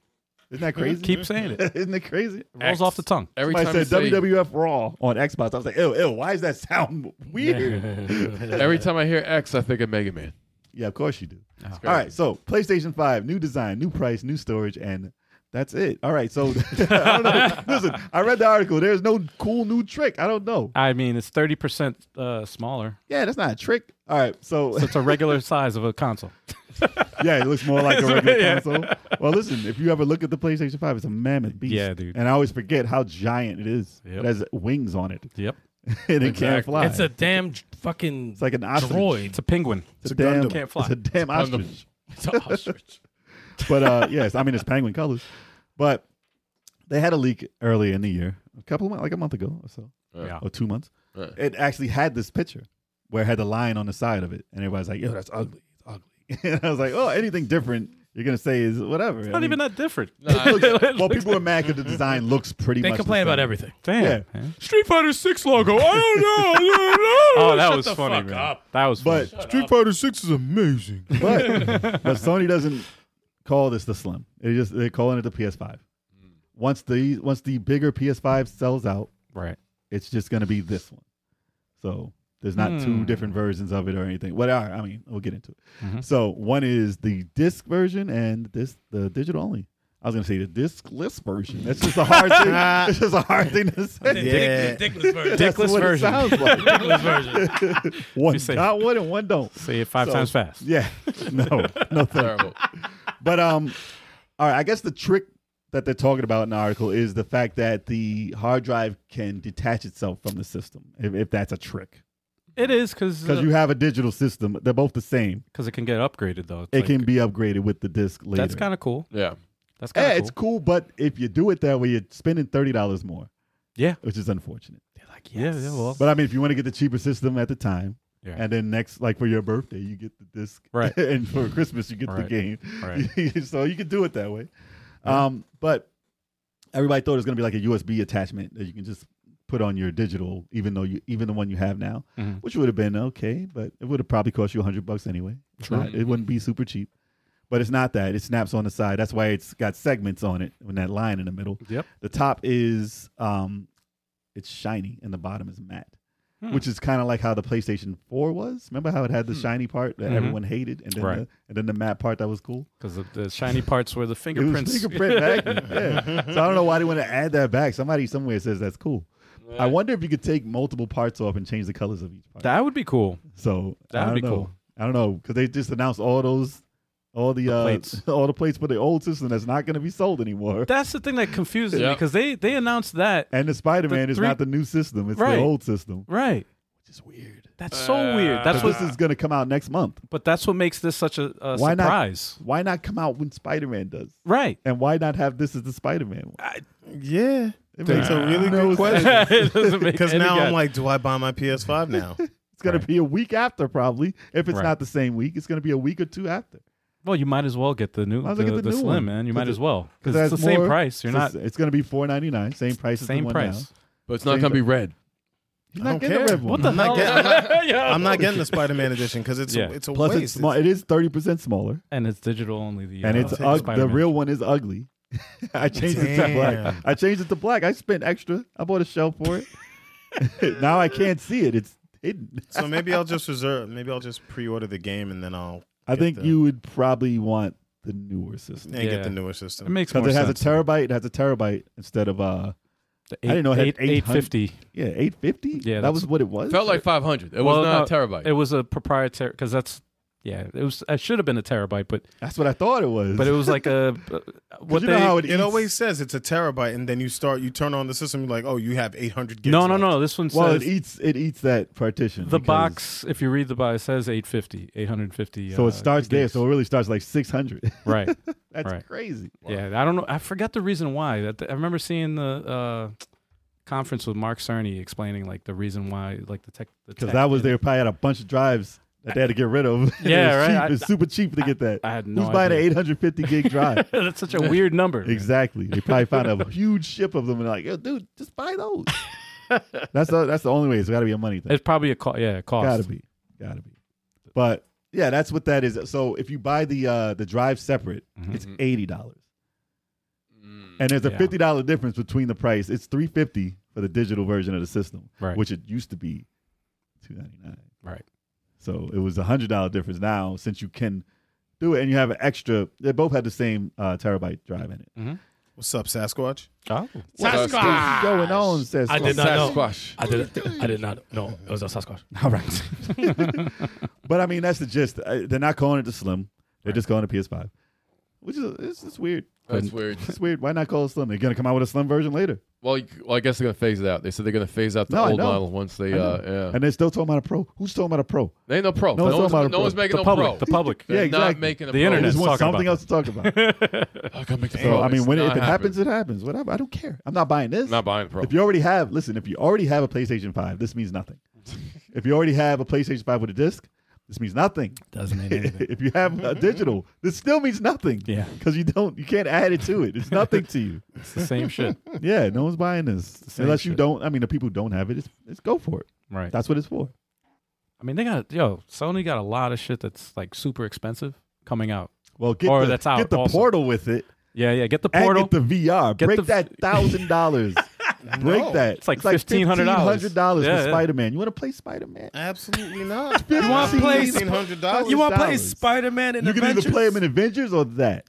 Speaker 6: Isn't that crazy?
Speaker 2: (laughs) Keep saying
Speaker 6: (laughs)
Speaker 2: it.
Speaker 6: Isn't it crazy?
Speaker 2: Rolls
Speaker 5: X.
Speaker 2: off the tongue.
Speaker 5: Every time
Speaker 6: Somebody
Speaker 5: I
Speaker 6: said
Speaker 5: say,
Speaker 6: WWF Raw on Xbox. I was like, ew, ew, why does that sound weird?
Speaker 5: (laughs) every time I hear X, I think of Mega Man.
Speaker 6: yeah, of course you do.
Speaker 5: It's
Speaker 6: All right, so PlayStation 5, new design, new price, new storage, and that's it. All right, so (laughs) I don't know. Listen, I read the article. There's no cool new trick. I don't know.
Speaker 2: I mean, it's thirty percent uh, smaller.
Speaker 6: Yeah, that's not a trick. All right, so
Speaker 2: So it's a regular size of a console.
Speaker 6: (laughs) yeah, it looks more like a regular
Speaker 2: Yeah.
Speaker 6: console. Well, listen, if you ever look at the PlayStation 5, it's a mammoth beast.
Speaker 2: Yeah, dude.
Speaker 6: And I always forget how giant it is.
Speaker 2: Yep.
Speaker 6: It has wings on it, (laughs)
Speaker 2: Yep.
Speaker 6: and it
Speaker 5: Exactly.
Speaker 6: can't fly.
Speaker 3: It's a damn j- fucking
Speaker 6: it's like an ostrich.
Speaker 3: droid.
Speaker 2: It's a penguin.
Speaker 4: It's
Speaker 6: It's a,
Speaker 4: a
Speaker 6: damn,
Speaker 4: Gundam.
Speaker 2: Can't fly.
Speaker 6: It's a damn
Speaker 5: Gundam.
Speaker 6: ostrich.
Speaker 3: (laughs) It's an ostrich.
Speaker 6: but uh yes, I mean it's penguin colors. But they had a leak earlier in the year, a couple of months, like a month ago or so,
Speaker 2: Yeah.
Speaker 6: or two months.
Speaker 5: Right.
Speaker 6: It actually had this picture where it had the lion on the side of it, and everybody's like, "Yo, that's ugly. It's ugly." (laughs) and I was like, "Oh, anything different you're gonna say is whatever."
Speaker 2: Not even that (laughs) different.
Speaker 6: (laughs)
Speaker 3: (laughs)
Speaker 6: well, people were mad because the design looks pretty.
Speaker 3: They
Speaker 6: much the
Speaker 3: complain about
Speaker 6: same.
Speaker 3: everything.
Speaker 2: Damn.
Speaker 6: Yeah.
Speaker 2: man.
Speaker 3: Street Fighter Six logo. I
Speaker 2: (laughs)
Speaker 3: don't know. I don't know.
Speaker 2: Oh, that
Speaker 3: Shut
Speaker 2: was
Speaker 3: the
Speaker 2: funny,
Speaker 3: fuck
Speaker 2: man.
Speaker 3: up.
Speaker 2: That was funny.
Speaker 6: But
Speaker 4: Street Fighter Six is amazing.
Speaker 3: (laughs)
Speaker 6: but but Sony doesn't call this the Slim. They just they're calling it the PS5. Once the once the bigger PS5 sells out,
Speaker 2: right.
Speaker 6: it's just going to be this one. So there's not two
Speaker 2: Hmm.
Speaker 6: different versions of it or anything. What are I mean, we'll get into it.
Speaker 2: Mhm.
Speaker 6: So one is the disc version and this the digital only. I was going to say the discless version. That's just a
Speaker 2: (laughs)
Speaker 6: hard thing. That's just a hard thing to
Speaker 4: Yeah.
Speaker 6: say.
Speaker 3: Dickless (laughs) version.
Speaker 6: (laughs) That's
Speaker 2: Dickless
Speaker 6: what it
Speaker 2: version.
Speaker 6: sounds like.
Speaker 3: Dickless version.
Speaker 2: (laughs)
Speaker 6: one
Speaker 2: say-
Speaker 6: got one and one don't.
Speaker 2: Say it five
Speaker 6: So-
Speaker 2: times fast. (laughs)
Speaker 6: Yeah. No. No. Thanks.
Speaker 5: terrible.
Speaker 6: But um, all right. I guess the trick that they're talking about in the article is the fact that the hard drive can detach itself from the system. If, if that's a trick,
Speaker 2: It is uh, because
Speaker 6: because you have a digital system, they're both the same.
Speaker 2: because it can get upgraded though. It's
Speaker 6: It
Speaker 2: like-
Speaker 6: can be upgraded with the disc later.
Speaker 2: That's kind of cool.
Speaker 5: Yeah.
Speaker 2: That's kind
Speaker 6: yeah,
Speaker 2: of
Speaker 6: it's
Speaker 2: cool.
Speaker 6: cool, but if you do it that way, you're spending thirty dollars more.
Speaker 2: Yeah.
Speaker 6: which is unfortunate.
Speaker 2: Like, yeah, yeah. Well,
Speaker 6: But I mean, if you want to get the cheaper system at the time,
Speaker 2: Yeah.
Speaker 6: and then next, like for your birthday, you get the disc,
Speaker 2: Right.
Speaker 6: (laughs) and for Christmas, you get the
Speaker 2: Right.
Speaker 6: game.
Speaker 2: Right.
Speaker 6: (laughs) so you can do it that way. Um, but everybody thought it was going to be like a USB attachment that you can just put on your digital, even though you even the one you have now,
Speaker 2: Mhm.
Speaker 6: which would have been okay, but it would have probably cost you hundred bucks anyway. It's
Speaker 2: True.
Speaker 6: not- it wouldn't be super cheap. But it's not that. It snaps on the side. That's why it's got segments on it when that line in the middle.
Speaker 2: Yep.
Speaker 6: The top is um it's shiny and the bottom is matte.
Speaker 2: Hmm.
Speaker 6: Which is kind of like how the PlayStation 4 was. Remember how it had the shiny part that
Speaker 2: Mhm.
Speaker 6: everyone hated and then
Speaker 2: Right.
Speaker 6: the, and then the matte part that was cool?
Speaker 2: because the, the shiny parts were the
Speaker 6: It was
Speaker 2: fingerprints.
Speaker 6: (laughs) fingerprint magnet. Yeah. So I don't know why they want to add that back. Somebody somewhere says that's cool. I wonder if you could take multiple parts off and change the colors of each
Speaker 2: (laughs)
Speaker 6: part.
Speaker 2: That would be cool.
Speaker 6: so
Speaker 2: that
Speaker 6: I
Speaker 2: would be
Speaker 6: don't know.
Speaker 2: cool.
Speaker 6: I don't know because they just announced all those, all the, uh,
Speaker 2: plates.
Speaker 6: (laughs) all the plates for the old system that's not going to be sold anymore.
Speaker 2: That's the thing that confuses me
Speaker 5: Yeah.
Speaker 2: because they they announced that
Speaker 6: and the Spider Man
Speaker 2: The
Speaker 6: is
Speaker 2: three-
Speaker 6: not the new system; it's
Speaker 2: Right.
Speaker 6: the old system,
Speaker 2: right. Uh,
Speaker 6: which is weird.
Speaker 2: That's so weird. That's
Speaker 6: Because
Speaker 2: what.
Speaker 6: this is going to come out next month.
Speaker 2: But that's what makes this such a, a
Speaker 6: Why not?
Speaker 2: surprise.
Speaker 6: Why not come out when Spider Man does?
Speaker 2: Right.
Speaker 6: And why not have this as the Spider Man one?
Speaker 4: Yeah, it makes a really
Speaker 6: No
Speaker 4: good question.
Speaker 2: (laughs) it doesn't
Speaker 6: (laughs)
Speaker 2: make
Speaker 4: Because
Speaker 2: any
Speaker 4: now I'm
Speaker 2: sense.
Speaker 4: like, do I buy my PS5 now?
Speaker 6: It's going
Speaker 2: Right.
Speaker 6: to be a week after, probably. If it's
Speaker 2: Right.
Speaker 6: not the same week, it's going to be a week or two after.
Speaker 2: Well, you might as well get the new,
Speaker 6: Might
Speaker 2: the,
Speaker 6: as well get
Speaker 2: the,
Speaker 6: the new
Speaker 2: slim,
Speaker 6: one.
Speaker 2: man. You
Speaker 6: 'Cause
Speaker 2: might
Speaker 6: it-
Speaker 2: as well because
Speaker 6: it
Speaker 2: it's the
Speaker 6: has
Speaker 2: same
Speaker 6: more-
Speaker 2: price. You're
Speaker 6: it's-
Speaker 2: not
Speaker 6: It's gonna be four ninety nine. Same price. as the
Speaker 2: same
Speaker 6: one now. (laughs)
Speaker 2: price.
Speaker 5: But it's not
Speaker 6: Same
Speaker 5: gonna be
Speaker 6: thing.
Speaker 5: red.
Speaker 6: He's
Speaker 4: I
Speaker 6: not
Speaker 4: don't
Speaker 6: getting the
Speaker 4: care.
Speaker 6: red one.
Speaker 2: What the
Speaker 4: I'm not
Speaker 2: hell? (laughs)
Speaker 4: getting-
Speaker 2: Yeah.
Speaker 4: I'm not getting the Spider-Man edition because it's
Speaker 2: Yeah.
Speaker 4: a, it's a
Speaker 6: Plus,
Speaker 4: waste.
Speaker 6: it's small. It is thirty percent smaller,
Speaker 2: And it's digital only. The
Speaker 6: and
Speaker 2: uh,
Speaker 6: it's
Speaker 4: take
Speaker 6: ug- the
Speaker 2: Spider-Man.
Speaker 6: real one is ugly. (laughs) I changed it to black.
Speaker 4: Damn.
Speaker 6: I changed it to black. I spent extra. I bought a shell for it. (laughs) now I can't see it. It's hidden.
Speaker 4: so maybe I'll just reserve. Maybe I'll just pre-order the game and then I'll
Speaker 6: I
Speaker 4: Get
Speaker 6: think
Speaker 4: the-
Speaker 6: you would probably want the newer system
Speaker 4: and get the
Speaker 2: Yeah.
Speaker 4: newer
Speaker 2: It
Speaker 4: system.
Speaker 2: makes more
Speaker 6: because it has
Speaker 2: sense.
Speaker 6: a terabyte. It has a terabyte instead of uh
Speaker 2: The
Speaker 6: I didn't know it had
Speaker 2: eight-
Speaker 6: 800.
Speaker 2: 850.
Speaker 6: yeah eight fifty.
Speaker 2: Yeah,
Speaker 6: that
Speaker 2: that's-
Speaker 6: was what it was.
Speaker 5: Felt like 500. It
Speaker 2: Well,
Speaker 5: was not
Speaker 2: no,
Speaker 5: a terabyte.
Speaker 2: It was a proprietary because that's yeah. It was it should have been a terabyte, but
Speaker 6: That's what I thought it was.
Speaker 2: but it was like
Speaker 6: (laughs)
Speaker 2: a uh, what
Speaker 6: you
Speaker 2: they
Speaker 6: know how it,
Speaker 4: It
Speaker 6: eats-
Speaker 4: always says it's a terabyte, and then you start, you turn on the system, you're like, oh, you have 800 gigs.
Speaker 2: no no
Speaker 4: left.
Speaker 2: no. This one
Speaker 6: well it
Speaker 2: says
Speaker 6: eats it eats that partition.
Speaker 2: the
Speaker 6: because-
Speaker 2: box. If you read the box, it says 850, 850.
Speaker 6: So
Speaker 2: uh,
Speaker 6: it starts there.
Speaker 2: gigs.
Speaker 6: So it really starts like six hundred. (laughs)
Speaker 2: right.
Speaker 6: That's
Speaker 2: Right.
Speaker 6: crazy.
Speaker 2: Yeah, I don't know. I forgot the reason why. That I remember seeing the uh, conference with Mark Cerny explaining like the reason why, like the tech.
Speaker 6: Because that was they probably had a bunch of drives that they had to get rid of. (laughs)
Speaker 2: Yeah,
Speaker 6: it was
Speaker 2: right.
Speaker 6: cheap.
Speaker 2: I-
Speaker 6: It was super cheap to get that.
Speaker 2: I had no
Speaker 6: Who's buying
Speaker 2: idea.
Speaker 6: an
Speaker 2: (laughs)
Speaker 6: 850 gig drive?
Speaker 2: That's such a weird number. man.
Speaker 6: exactly. They probably
Speaker 2: (laughs)
Speaker 6: found a huge ship of them and like, yo, dude, just buy those. that's the that's the only way. It's got to be a money thing.
Speaker 2: It's probably a co- yeah a cost.
Speaker 6: Gotta be, gotta be. But yeah, that's what that is. So if you buy the uh the drive separate,
Speaker 2: Mhm.
Speaker 6: it's eighty dollars,
Speaker 5: Mm.
Speaker 6: and there's a
Speaker 2: Yeah.
Speaker 6: fifty dollar difference between the price. It's three fifty for the digital version of the system,
Speaker 2: Right.
Speaker 6: which it used to be two ninety nine.
Speaker 2: Right.
Speaker 6: So it was a hundred dollar difference now since you can do it, and you have an extra. They both had the same uh, terabyte drive in it.
Speaker 4: What's up, Sasquatch?
Speaker 2: Oh.
Speaker 6: What's going on? Says
Speaker 3: I did not know.
Speaker 5: Sasquatch.
Speaker 3: I did. I did not. No, it was a Sasquatch.
Speaker 6: (laughs) All right. (laughs) but I mean, that's the gist. Uh, They're not calling it the Slim. They're just calling it PS5, which is it's, it's weird.
Speaker 5: That's weird.
Speaker 6: It's weird. Why not call it Slim? They're gonna come out with a Slim version later,
Speaker 5: Well, you, well, I guess they're gonna phase it out. They said they're gonna phase out the
Speaker 6: No, I
Speaker 5: old
Speaker 6: know.
Speaker 5: model once they.
Speaker 6: I know.
Speaker 5: Uh, yeah.
Speaker 6: and they're still talking about a Pro. Who's talking about a Pro?
Speaker 5: They ain't no pro.
Speaker 6: No,
Speaker 5: No,
Speaker 6: it's all
Speaker 5: one's,
Speaker 6: about a
Speaker 5: no
Speaker 6: pro.
Speaker 5: one's making
Speaker 2: The
Speaker 5: no
Speaker 2: public.
Speaker 5: pro.
Speaker 2: The public.
Speaker 5: They're
Speaker 6: (laughs) Yeah,
Speaker 5: not
Speaker 6: exactly.
Speaker 5: making
Speaker 2: The
Speaker 5: a pro.
Speaker 6: They
Speaker 2: internet's
Speaker 6: just want
Speaker 2: talking
Speaker 6: something
Speaker 2: about
Speaker 6: else to talk
Speaker 2: (laughs)
Speaker 6: about.
Speaker 5: I gotta make the pro.
Speaker 6: so I mean,
Speaker 5: It's
Speaker 6: when it, if
Speaker 5: not
Speaker 6: it happens,
Speaker 5: happening.
Speaker 6: it happens. Whatever. I don't care. I'm not buying this.
Speaker 5: I'm not buying the pro.
Speaker 6: If you already have, listen, if you already have a PlayStation 5, this means nothing.
Speaker 2: (laughs)
Speaker 6: if you already have a PlayStation 5 with a disc, this means nothing.
Speaker 2: Doesn't mean anything.
Speaker 6: (laughs) if you have a digital, this still means nothing.
Speaker 2: Yeah.
Speaker 6: Because you don't you can't add it to it. It's nothing
Speaker 2: (laughs)
Speaker 6: to you.
Speaker 2: It's the same
Speaker 6: (laughs)
Speaker 2: shit.
Speaker 6: Yeah, no one's buying this.
Speaker 2: Hmm. same
Speaker 6: Unless you
Speaker 2: shit.
Speaker 6: don't I mean the people who don't have it, it's, it's go for it.
Speaker 2: Right.
Speaker 6: That's what it's for.
Speaker 2: I mean, they got yo Sony got a lot of shit that's like super expensive coming out.
Speaker 6: Well get
Speaker 2: Or
Speaker 6: the,
Speaker 2: that's out
Speaker 6: get the
Speaker 2: also.
Speaker 6: portal with it
Speaker 2: Yeah, yeah. Get the
Speaker 6: and
Speaker 2: portal.
Speaker 6: get the VR.
Speaker 2: Get
Speaker 6: Break
Speaker 2: the-
Speaker 6: that
Speaker 2: (laughs)
Speaker 6: thousand dollars. Break that.
Speaker 2: It's like $1,500.
Speaker 6: dollars
Speaker 2: Yeah,
Speaker 6: for
Speaker 2: yeah.
Speaker 6: Spider Man. You want to play Spider Man?
Speaker 4: Absolutely not.
Speaker 6: (laughs) You wanna play
Speaker 4: $1,500?
Speaker 6: You wanna play
Speaker 3: Spider Man in
Speaker 6: You can either play him in Avengers or that.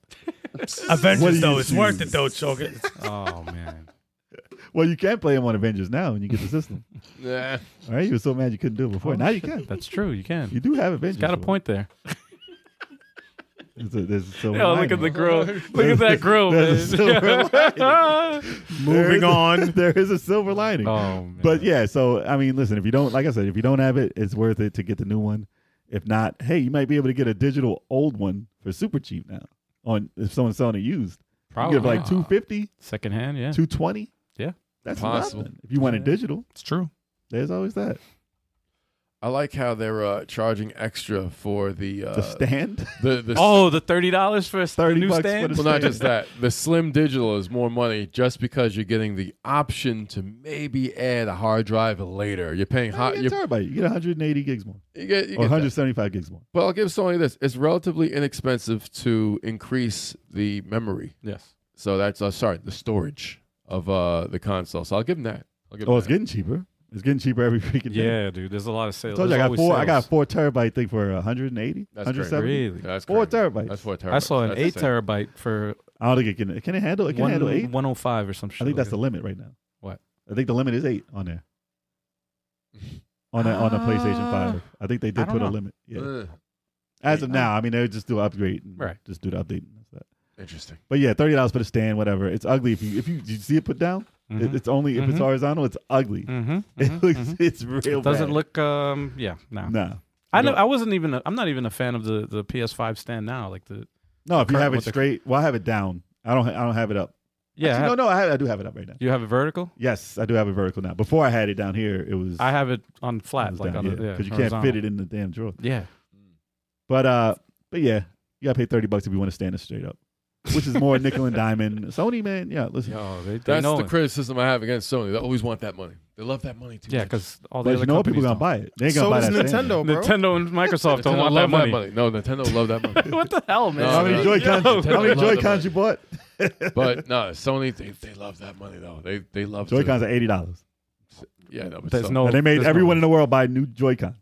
Speaker 6: What do
Speaker 3: Avengers
Speaker 6: you
Speaker 3: though. It's worth
Speaker 6: choose?
Speaker 3: it though, Chogan.
Speaker 2: oh man.
Speaker 6: Well, you can play him on Avengers now, and you get
Speaker 2: (laughs)
Speaker 6: the system.
Speaker 5: Nah.
Speaker 6: All right, you were so mad you couldn't do it before. now you can.
Speaker 2: That's true. You can.
Speaker 6: (laughs) You do have Avengers.
Speaker 2: got a
Speaker 6: for it.
Speaker 2: Oh, point there.
Speaker 6: There's a- there's a silver
Speaker 2: Yo, look at the
Speaker 6: lining. (laughs)
Speaker 2: grill. Look at that grill, man.
Speaker 6: There's a silver
Speaker 2: (laughs)
Speaker 6: There
Speaker 4: (laughs)
Speaker 6: is
Speaker 4: Moving
Speaker 6: a-
Speaker 4: on.
Speaker 6: (laughs) there is a silver lining.
Speaker 2: Oh, man.
Speaker 6: But yeah, so I mean, listen, if you don't, like I said, if you don't have it, it's worth it to get the new one. If not, hey, you might be able to get a digital old one for super cheap now. On if someone's selling it used,
Speaker 2: probably
Speaker 6: you get like 250,
Speaker 2: secondhand. Yeah,
Speaker 6: 220.
Speaker 2: Yeah.
Speaker 6: that's
Speaker 5: Possible.
Speaker 6: nothing. If you want it digital,
Speaker 2: it's true.
Speaker 6: there's always that.
Speaker 5: I like how they're uh, charging extra for the uh,
Speaker 2: (laughs)
Speaker 6: The stand.
Speaker 5: the, the
Speaker 2: Oh, the thirty dollars for a s-
Speaker 6: 30
Speaker 2: new
Speaker 6: bucks for
Speaker 2: stand.
Speaker 6: the-
Speaker 5: Well, not just that. The Slim Digital is more money just because you're getting the option to maybe add a hard drive later. You're paying hot.
Speaker 6: (laughs) you get a
Speaker 5: You're,
Speaker 6: terabyte. You get 180 gigs more,
Speaker 5: you get, you
Speaker 6: or
Speaker 5: get that.
Speaker 6: 175 gigs more.
Speaker 5: But I'll give Sony this: it's relatively inexpensive to increase the memory.
Speaker 2: yes,
Speaker 5: So that's uh, sorry, the storage of uh, the console. So I'll give them that. I'll give
Speaker 6: Oh,
Speaker 5: them
Speaker 6: it's
Speaker 5: that.
Speaker 6: getting cheaper. It's getting cheaper every (laughs) freaking day.
Speaker 2: yeah, dude. There's a lot of
Speaker 6: I
Speaker 2: sales.
Speaker 6: told you I
Speaker 2: There's
Speaker 6: got four.
Speaker 2: always
Speaker 6: I got a
Speaker 2: sales.
Speaker 6: four terabyte thing for 180,
Speaker 5: That's
Speaker 6: 170.
Speaker 2: Really,
Speaker 5: That's
Speaker 6: Four
Speaker 5: crazy.
Speaker 6: terabytes.
Speaker 5: That's four terabytes.
Speaker 2: I saw an
Speaker 5: That's
Speaker 2: eight
Speaker 5: insane.
Speaker 2: terabyte for
Speaker 6: I don't think it can. Can it handle? It can
Speaker 2: one
Speaker 6: handle eight.
Speaker 2: one hundred five or some shit.
Speaker 6: I think that's the
Speaker 2: like
Speaker 6: limit right now.
Speaker 2: What?
Speaker 6: I think the limit is eight on there. On the on the PlayStation Five, I think
Speaker 2: Ah. I
Speaker 6: they did
Speaker 2: don't
Speaker 6: put a
Speaker 2: know. Uh,
Speaker 6: limit. Yeah.
Speaker 5: Ugh,
Speaker 6: As of now, I mean, they would just do an upgrade, and
Speaker 2: Right.
Speaker 6: Just do the update. And that's that.
Speaker 5: interesting.
Speaker 6: But yeah, thirty dollars for the stand, whatever. It's ugly if you if you, did you see it put down.
Speaker 2: that.
Speaker 6: It, it's only if it's
Speaker 2: Mhm.
Speaker 6: horizontal, it's ugly. (laughs)
Speaker 2: Mm-hmm.
Speaker 6: It looks it's real.
Speaker 2: It doesn't
Speaker 6: bad.
Speaker 2: look. Um. Yeah. No.
Speaker 6: Nah.
Speaker 2: I know. I wasn't even. A, I'm not even a fan of the the PS5 stand now. Like the.
Speaker 6: No, if you
Speaker 2: current
Speaker 6: have it
Speaker 2: with the-
Speaker 6: straight, well, I have it down. I don't. ha- I don't have it up.
Speaker 2: Yeah. I
Speaker 6: Actually,
Speaker 2: have-
Speaker 6: no, no, I, have, I do have it up right now.
Speaker 2: You have it vertical.
Speaker 6: Yes, I do have it vertical now. Before I had it down here, it was
Speaker 2: I have it on
Speaker 6: it
Speaker 2: flat,
Speaker 6: was
Speaker 2: like
Speaker 6: down
Speaker 2: on
Speaker 6: here,
Speaker 2: the yeah,
Speaker 6: you can't
Speaker 2: horizontal.
Speaker 6: fit it in the damn drawer.
Speaker 2: Yeah.
Speaker 6: But uh, but yeah, You gotta pay thirty bucks if you want to stand it straight up, which is more nickel and diamond. Sony man, yeah,
Speaker 2: (laughs)
Speaker 6: listen.
Speaker 2: Yo, they, they
Speaker 5: That's
Speaker 2: know
Speaker 5: the
Speaker 2: it.
Speaker 5: criticism I have against Sony. They always want that money. They love that money too.
Speaker 2: Yeah,
Speaker 5: much.
Speaker 2: because all the
Speaker 6: But
Speaker 2: other
Speaker 6: you know what? People
Speaker 2: companies
Speaker 6: gonna
Speaker 2: don't.
Speaker 6: buy it. They ain't
Speaker 4: So
Speaker 6: gonna
Speaker 4: is
Speaker 6: buy that. stand.
Speaker 4: Nintendo, bro.
Speaker 2: Nintendo (laughs) and Microsoft don't
Speaker 5: Nintendo
Speaker 2: want
Speaker 5: love
Speaker 2: that money.
Speaker 5: No, Nintendo love that
Speaker 6: (laughs)
Speaker 2: (laughs)
Speaker 5: money.
Speaker 2: what the hell, man?
Speaker 5: No,
Speaker 6: How many
Speaker 5: no.
Speaker 6: Joy Cons?
Speaker 2: Yo.
Speaker 6: How many
Speaker 5: Nintendo love
Speaker 6: Joy
Speaker 5: the
Speaker 6: Cons you bought?
Speaker 5: But no, Sony they, they love that money though. They they love to-
Speaker 6: Joy Cons are eighty dollars,
Speaker 5: Yeah, no, but
Speaker 2: There's
Speaker 5: still.
Speaker 2: no.
Speaker 6: and they made
Speaker 2: there's no-
Speaker 6: everyone in the world buy new Joy Cons.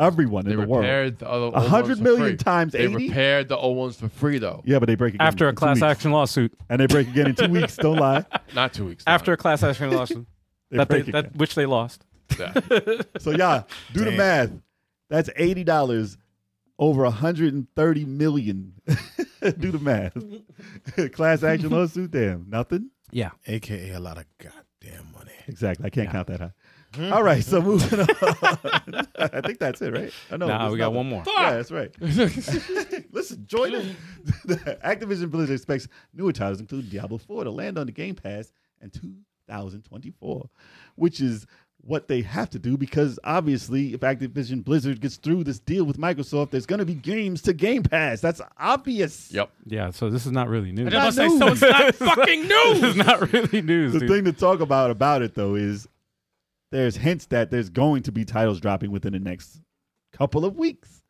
Speaker 6: Everyone
Speaker 5: They
Speaker 6: in the world.
Speaker 5: repaired the other old
Speaker 6: A hundred
Speaker 5: ones for
Speaker 6: million
Speaker 5: free.
Speaker 6: times
Speaker 5: They
Speaker 6: eighty.
Speaker 5: repaired the old ones for free though.
Speaker 6: Yeah, but they break again
Speaker 2: after
Speaker 6: in
Speaker 2: a
Speaker 6: two
Speaker 2: class
Speaker 6: weeks.
Speaker 2: action lawsuit.
Speaker 6: and they break again
Speaker 2: (laughs)
Speaker 6: in two weeks. Don't lie.
Speaker 5: Not two weeks.
Speaker 2: After a class action lawsuit
Speaker 6: They
Speaker 2: that they,
Speaker 6: break again.
Speaker 2: that which they lost.
Speaker 5: yeah.
Speaker 2: (laughs)
Speaker 6: So yeah, do the
Speaker 4: Damn.
Speaker 6: math. That's eighty dollars over hundred and thirty million. (laughs) do the math. (laughs) Class action lawsuit. Damn, nothing.
Speaker 2: Yeah.
Speaker 4: AKA a lot of goddamn money.
Speaker 6: (laughs) Exactly. I can't
Speaker 2: Yeah. Mm-hmm.
Speaker 6: count that high. All right. So moving (laughs) on. I think that's it, right? I know.
Speaker 2: nah,
Speaker 6: there's
Speaker 2: we got
Speaker 6: nothing.
Speaker 2: one more.
Speaker 6: Yeah, that's right.
Speaker 2: (laughs)
Speaker 6: (laughs) Listen, join us. Activision Blizzard expects newer titles, including Diablo 4, to land on the Game Pass in 2024, which is what they have to do because obviously, if Activision Blizzard gets through this deal with Microsoft, there's going to be games to Game Pass. That's obvious.
Speaker 5: Yep.
Speaker 2: Yeah, so this is not really news.
Speaker 3: I
Speaker 6: Not
Speaker 3: was about to say,
Speaker 6: news.
Speaker 3: so it's (laughs) not
Speaker 2: (laughs)
Speaker 3: fucking
Speaker 2: This
Speaker 3: news.
Speaker 2: is not really news,
Speaker 6: The
Speaker 2: dude.
Speaker 6: thing to talk about about it though is there's hints that there's going to be titles dropping within the next couple of weeks,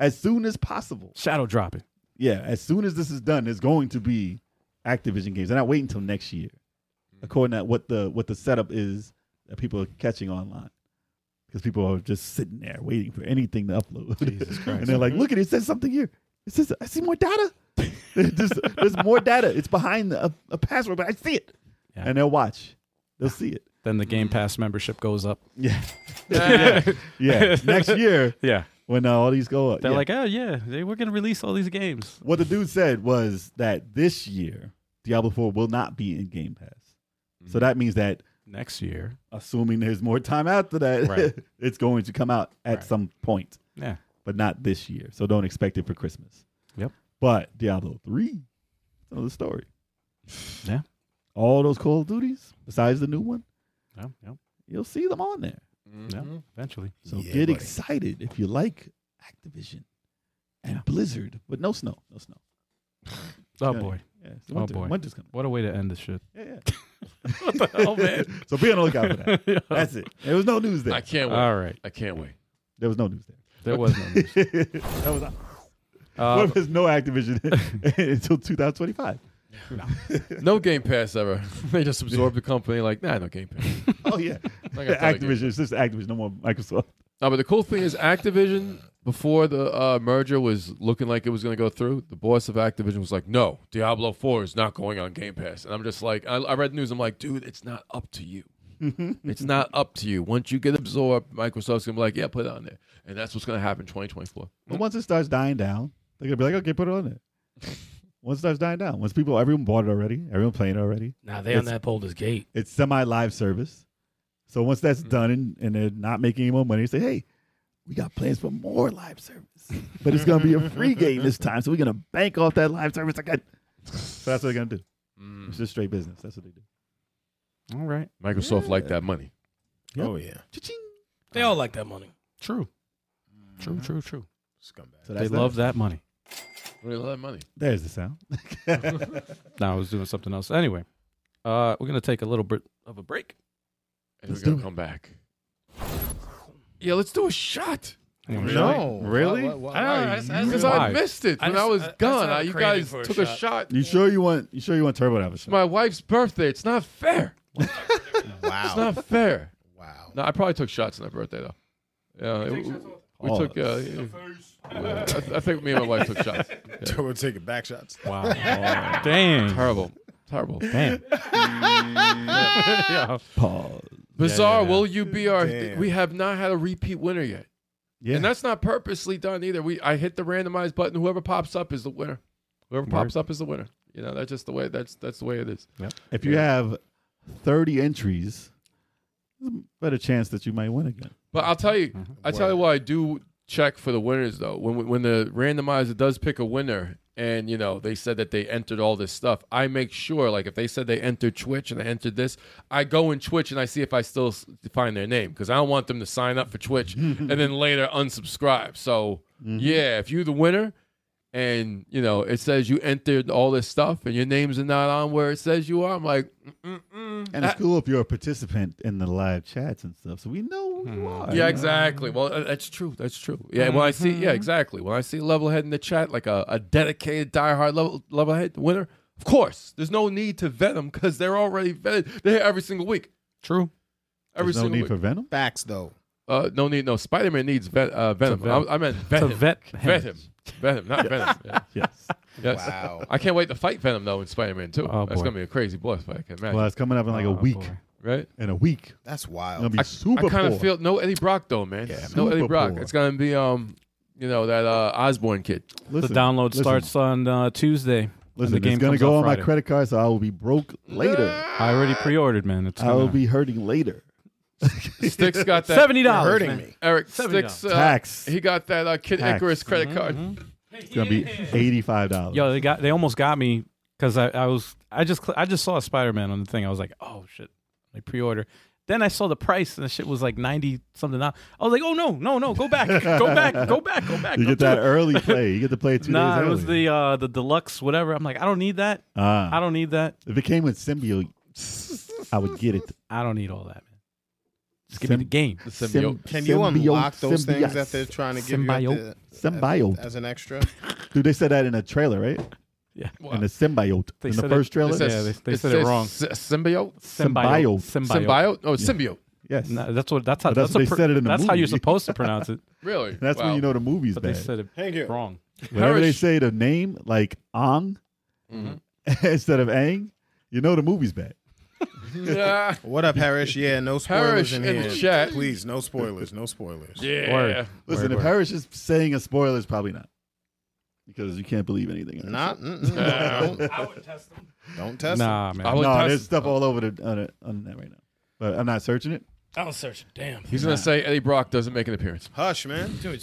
Speaker 6: as soon as possible.
Speaker 2: Shadow dropping.
Speaker 6: yeah, as soon as this is done, there's going to be Activision games. They're not waiting until next year,
Speaker 2: Mm-hmm.
Speaker 6: according to what the what the setup is that people are catching online, because people are just sitting there waiting for anything to upload. (laughs)
Speaker 2: Jesus Christ.
Speaker 6: and they're like, "Look at it, it says something here. It says I see more data. (laughs) there's, there's more data. It's behind a, a password, but I see it."
Speaker 2: Yeah.
Speaker 6: And they'll watch. They'll see it.
Speaker 2: Then the Game Pass membership goes up.
Speaker 6: Yeah,
Speaker 2: (laughs)
Speaker 6: (laughs) yeah. Next year,
Speaker 2: Yeah.
Speaker 6: when uh, all these go up,
Speaker 2: They're
Speaker 6: yeah.
Speaker 2: like, oh yeah, they were gonna release all these games.
Speaker 6: What the dude said was that this year Diablo 4 will not be in Game Pass. So that means that
Speaker 2: Next year.
Speaker 6: assuming there's more time after that,
Speaker 2: Right.
Speaker 6: (laughs) it's going to come out at
Speaker 2: Right.
Speaker 6: some point,
Speaker 2: Yeah.
Speaker 6: but not this year. So don't expect it for Christmas.
Speaker 2: Yep.
Speaker 6: But Diablo 3, another story.
Speaker 2: (sighs) Yeah.
Speaker 6: All those Call of Duties, besides the new one,
Speaker 2: Yeah, yeah,
Speaker 6: you'll see them on there.
Speaker 2: yeah.
Speaker 6: Mm-hmm.
Speaker 5: Mhm.
Speaker 2: Eventually.
Speaker 6: So
Speaker 4: Yeah,
Speaker 6: get
Speaker 4: buddy.
Speaker 6: excited if you like Activision and Blizzard, but no snow, no snow.
Speaker 2: Oh
Speaker 6: Yeah.
Speaker 2: boy.
Speaker 6: Yeah, it's
Speaker 2: Oh,
Speaker 6: winter.
Speaker 2: boy.
Speaker 6: Winter's coming.
Speaker 2: What a way to end this
Speaker 6: (laughs)
Speaker 2: shit.
Speaker 6: Yeah, yeah.
Speaker 2: what
Speaker 6: (laughs)
Speaker 2: the
Speaker 6: Oh,
Speaker 2: hell, man?
Speaker 6: so be on the lookout for (laughs) that. That's it. There was no news there.
Speaker 5: I can't wait.
Speaker 2: All right.
Speaker 5: I can't wait.
Speaker 6: There was no news (laughs) there.
Speaker 2: There was no news.
Speaker 6: that was what
Speaker 2: Uh,
Speaker 6: if there's no (laughs) Activision until 2025?
Speaker 5: No Game Pass ever. (laughs) they just absorbed the company. Like, nah, no Game Pass.
Speaker 6: Oh (laughs) yeah,
Speaker 5: Like I thought
Speaker 6: Activision. It's just Activision. No more Microsoft.
Speaker 5: No, but the cool thing is Activision before the uh, merger was looking like it was going to go through. The boss of Activision was like, "No, Diablo Four is not going on Game Pass." And I'm just like, I, I read the news. I'm like, dude, it's not up to
Speaker 6: (laughs)
Speaker 5: you. it's not up to you. Once you get absorbed, Microsoft's gonna be like, "Yeah, put it on there," and that's what's gonna happen in 2024.
Speaker 6: But once it starts dying down, they're gonna be like, okay, put it on there. (laughs) Once it starts dying down, once people, everyone bought it already, everyone playing it already.
Speaker 3: Nah, they on that Boulder's Gate.
Speaker 6: It's semi-live service. So once that's done and, and they're not making any more money, say, hey, we got plans for more live service, but it's gonna be a free game this time. So we're gonna bank off that live service again. So that's what they're gonna do. It's
Speaker 5: Mm.
Speaker 6: just straight business. That's what they do.
Speaker 2: all right.
Speaker 5: Microsoft liked that money.
Speaker 6: Yep.
Speaker 4: Oh yeah,
Speaker 6: Cha-ching.
Speaker 3: They all like that money.
Speaker 2: True. True, true, true.
Speaker 4: scumbag.
Speaker 2: Mm-hmm.
Speaker 6: So
Speaker 2: They
Speaker 6: that's
Speaker 2: love that money.
Speaker 5: Really love that money.
Speaker 6: There's
Speaker 5: (laughs)
Speaker 6: the sound.
Speaker 2: No, I was doing something else. Anyway, uh, we're gonna take a little bit of a break.
Speaker 5: And
Speaker 6: Let's
Speaker 5: we're gonna
Speaker 6: do it.
Speaker 5: come back. Yeah, let's do a shot.
Speaker 6: Oh,
Speaker 4: No,
Speaker 6: Really?
Speaker 3: Ah.
Speaker 5: Because
Speaker 2: Why?
Speaker 5: I missed it
Speaker 3: I
Speaker 5: when I,
Speaker 3: just-
Speaker 5: was
Speaker 3: I- I just
Speaker 5: gone.
Speaker 3: had a
Speaker 5: I- you
Speaker 3: craving
Speaker 5: guys
Speaker 3: for a
Speaker 5: took a
Speaker 3: shot.
Speaker 5: shot.
Speaker 6: You sure you want? You sure you want Turbo to have a
Speaker 5: It's
Speaker 6: shot?
Speaker 5: my wife's birthday. It's not fair. It's
Speaker 4: Wow.
Speaker 5: not fair.
Speaker 4: Wow. (laughs)
Speaker 5: No, I probably took shots on that birthday though. Yeah, it- we
Speaker 6: Oh,
Speaker 5: took. Uh, yeah. I, I think me and my wife took
Speaker 3: (laughs)
Speaker 5: shots. Yeah.
Speaker 4: We're taking back shots.
Speaker 2: (laughs) Wow. Dang.
Speaker 5: Terrible, terrible.
Speaker 2: Damn.
Speaker 6: (laughs)
Speaker 2: Yeah.
Speaker 6: Pause.
Speaker 5: Bizarre.
Speaker 2: yeah.
Speaker 5: Will you be our?
Speaker 4: Damn.
Speaker 5: We have not had a repeat winner yet,
Speaker 6: Yeah.
Speaker 5: and that's not purposely done either. We I hit the randomized button. Whoever pops up is the winner. Whoever pops up is the winner. You know, that's just the way. That's that's the way it is.
Speaker 6: if you have thirty entries, there's a better chance that you might win again.
Speaker 5: But I'll tell you, I tell you what I do check for the winners though. When when the randomizer does pick a winner, and you know they said that they entered all this stuff, I make sure like if they said they entered Twitch and they entered this, I go in Twitch and I see if I still s- find their name because I don't want them to sign up for Twitch and then later unsubscribe. So yeah, if you're the winner. and you know it says you entered all this stuff and your names are not on where it says you are. I'm like, Mm-mm-mm.
Speaker 6: And it's cool if you're a participant in the live chats and stuff, so we know Mm-hmm. who you are.
Speaker 5: Hmm. yeah, exactly. Well, uh, that's true. That's true. Yeah, when I see, yeah, exactly. When I see levelhead in the chat, like a, a dedicated diehard level levelhead winner, of course, there's no need to vet them because they're already vetted. They're here every single week.
Speaker 2: True.
Speaker 5: Every
Speaker 6: There's no
Speaker 5: single
Speaker 6: need
Speaker 5: week.
Speaker 6: for
Speaker 5: (laughs)
Speaker 6: Venom.
Speaker 4: Facts though.
Speaker 5: Uh, no need. No, Spider Man needs vet, uh, Venom.
Speaker 2: vet.
Speaker 5: I, I meant vet
Speaker 2: To
Speaker 5: him.
Speaker 2: vet
Speaker 5: vet him. Vet him, not Venom.
Speaker 6: (laughs)
Speaker 5: Yeah.
Speaker 6: Yes.
Speaker 5: Yes.
Speaker 4: Wow.
Speaker 5: I can't wait to fight Venom though in Spider Man too.
Speaker 2: Oh,
Speaker 5: That's
Speaker 2: boy.
Speaker 5: gonna be a crazy boss fight. I can imagine.
Speaker 6: Well, it's coming up in like a
Speaker 2: Oh,
Speaker 6: week.
Speaker 2: boy.
Speaker 5: right?
Speaker 6: In a week,
Speaker 4: That's
Speaker 6: I'm gonna
Speaker 4: wild.
Speaker 6: be super.
Speaker 5: I kind
Speaker 6: poor.
Speaker 5: of feel no Eddie Brock though, man.
Speaker 6: Yeah,
Speaker 5: no
Speaker 6: super
Speaker 5: Eddie Brock.
Speaker 6: poor.
Speaker 5: It's gonna be um, you know that uh Osborne
Speaker 6: (laughs)
Speaker 5: kid.
Speaker 6: Listen,
Speaker 2: the download
Speaker 6: listen,
Speaker 2: starts on uh, Tuesday.
Speaker 6: Listen,
Speaker 2: and the game
Speaker 6: it's gonna
Speaker 2: comes
Speaker 6: go
Speaker 2: out
Speaker 6: on my
Speaker 2: Friday.
Speaker 6: credit card, so I will be broke later.
Speaker 2: I already pre-ordered, man. It's
Speaker 6: I will
Speaker 2: coming
Speaker 6: be hurting later.
Speaker 5: Sticks got that
Speaker 2: seventy dollars.
Speaker 4: hurting me.
Speaker 5: Eric
Speaker 2: Seventy
Speaker 5: Sticks. Uh,
Speaker 6: Tax.
Speaker 5: He got that uh, Kid
Speaker 6: Tax.
Speaker 5: Icarus credit
Speaker 2: Mm-hmm.
Speaker 5: card.
Speaker 6: It's gonna be eighty-five dollars.
Speaker 2: Yo, they got they almost got me because I, I was I just cl- I just saw Spider Man on the thing. I was like, oh shit, I pre-order. Then I saw the price and the shit was like ninety something. dollars. I was like, oh no, no, no, go
Speaker 6: (laughs)
Speaker 2: back, go back, go back, go back.
Speaker 6: You
Speaker 2: Don't
Speaker 6: get
Speaker 2: do
Speaker 6: that
Speaker 2: it.
Speaker 6: early play. You get to play it two
Speaker 2: Nah,
Speaker 6: days
Speaker 2: it
Speaker 6: early.
Speaker 2: was the uh, the deluxe whatever. I'm like, I don't need that.
Speaker 6: Ah.
Speaker 2: I don't need that.
Speaker 6: If it came with symbiote,
Speaker 2: Mm-hmm.
Speaker 5: (laughs)
Speaker 6: I would get it.
Speaker 2: I don't need all that, man. Just give me the
Speaker 6: Sym-
Speaker 2: game.
Speaker 5: The symbiote.
Speaker 4: Can you
Speaker 6: symbiote,
Speaker 4: unlock those
Speaker 6: symbiote.
Speaker 4: things that they're trying to give you at
Speaker 2: Symbiote.
Speaker 4: the-
Speaker 6: Symbiote.
Speaker 4: as an extra?
Speaker 6: Dude, they said that in a trailer, right?
Speaker 5: Wow.
Speaker 6: In the symbiote.
Speaker 2: They
Speaker 6: in the
Speaker 2: said it-
Speaker 6: first
Speaker 2: they
Speaker 6: trailer?
Speaker 2: said- Yeah, they- they said it
Speaker 5: says
Speaker 2: wrong.
Speaker 5: sy- symbiote.
Speaker 2: Symbiote. Symbiote.
Speaker 5: Symbiote. Oh, symbiote.
Speaker 6: yes.
Speaker 2: No, that's what. That's how.
Speaker 6: But that's
Speaker 2: a
Speaker 6: what they said it in the
Speaker 2: That's how you're
Speaker 6: movie.
Speaker 2: supposed to pronounce
Speaker 6: (laughs)
Speaker 2: it.
Speaker 5: Really?
Speaker 6: That's when
Speaker 5: Wow.
Speaker 6: you know the movie's
Speaker 2: But
Speaker 6: bad.
Speaker 2: they said it
Speaker 4: Thank you.
Speaker 2: wrong.
Speaker 6: Whenever they
Speaker 5: Perish.
Speaker 6: say the name, like Ang
Speaker 5: Mhm.
Speaker 4: Mm-hmm.
Speaker 6: (laughs) instead of Ang, you know the movie's bad. (laughs)
Speaker 5: Yeah.
Speaker 4: What up,
Speaker 5: (laughs)
Speaker 4: Parrish? Yeah, no spoilers
Speaker 5: Parrish
Speaker 4: in
Speaker 5: in
Speaker 4: here.
Speaker 5: the chat.
Speaker 4: Please, no spoilers. No spoilers.
Speaker 5: Yeah.
Speaker 2: Word.
Speaker 6: Listen, if Harris is saying a spoiler, it's probably not. Because you can't believe anything. in it.
Speaker 4: Not. Mm-mm, don't,
Speaker 5: (laughs)
Speaker 4: don't, don't test. them.
Speaker 2: Nah, man.
Speaker 5: I would
Speaker 6: No,
Speaker 5: pass-
Speaker 6: there's stuff all over the, on, it, on that right now. But I'm not searching it. (laughs)
Speaker 3: I was searching. Damn.
Speaker 5: He's gonna say Eddie Brock doesn't make an appearance. (laughs)
Speaker 4: Hush, man.
Speaker 3: Dude,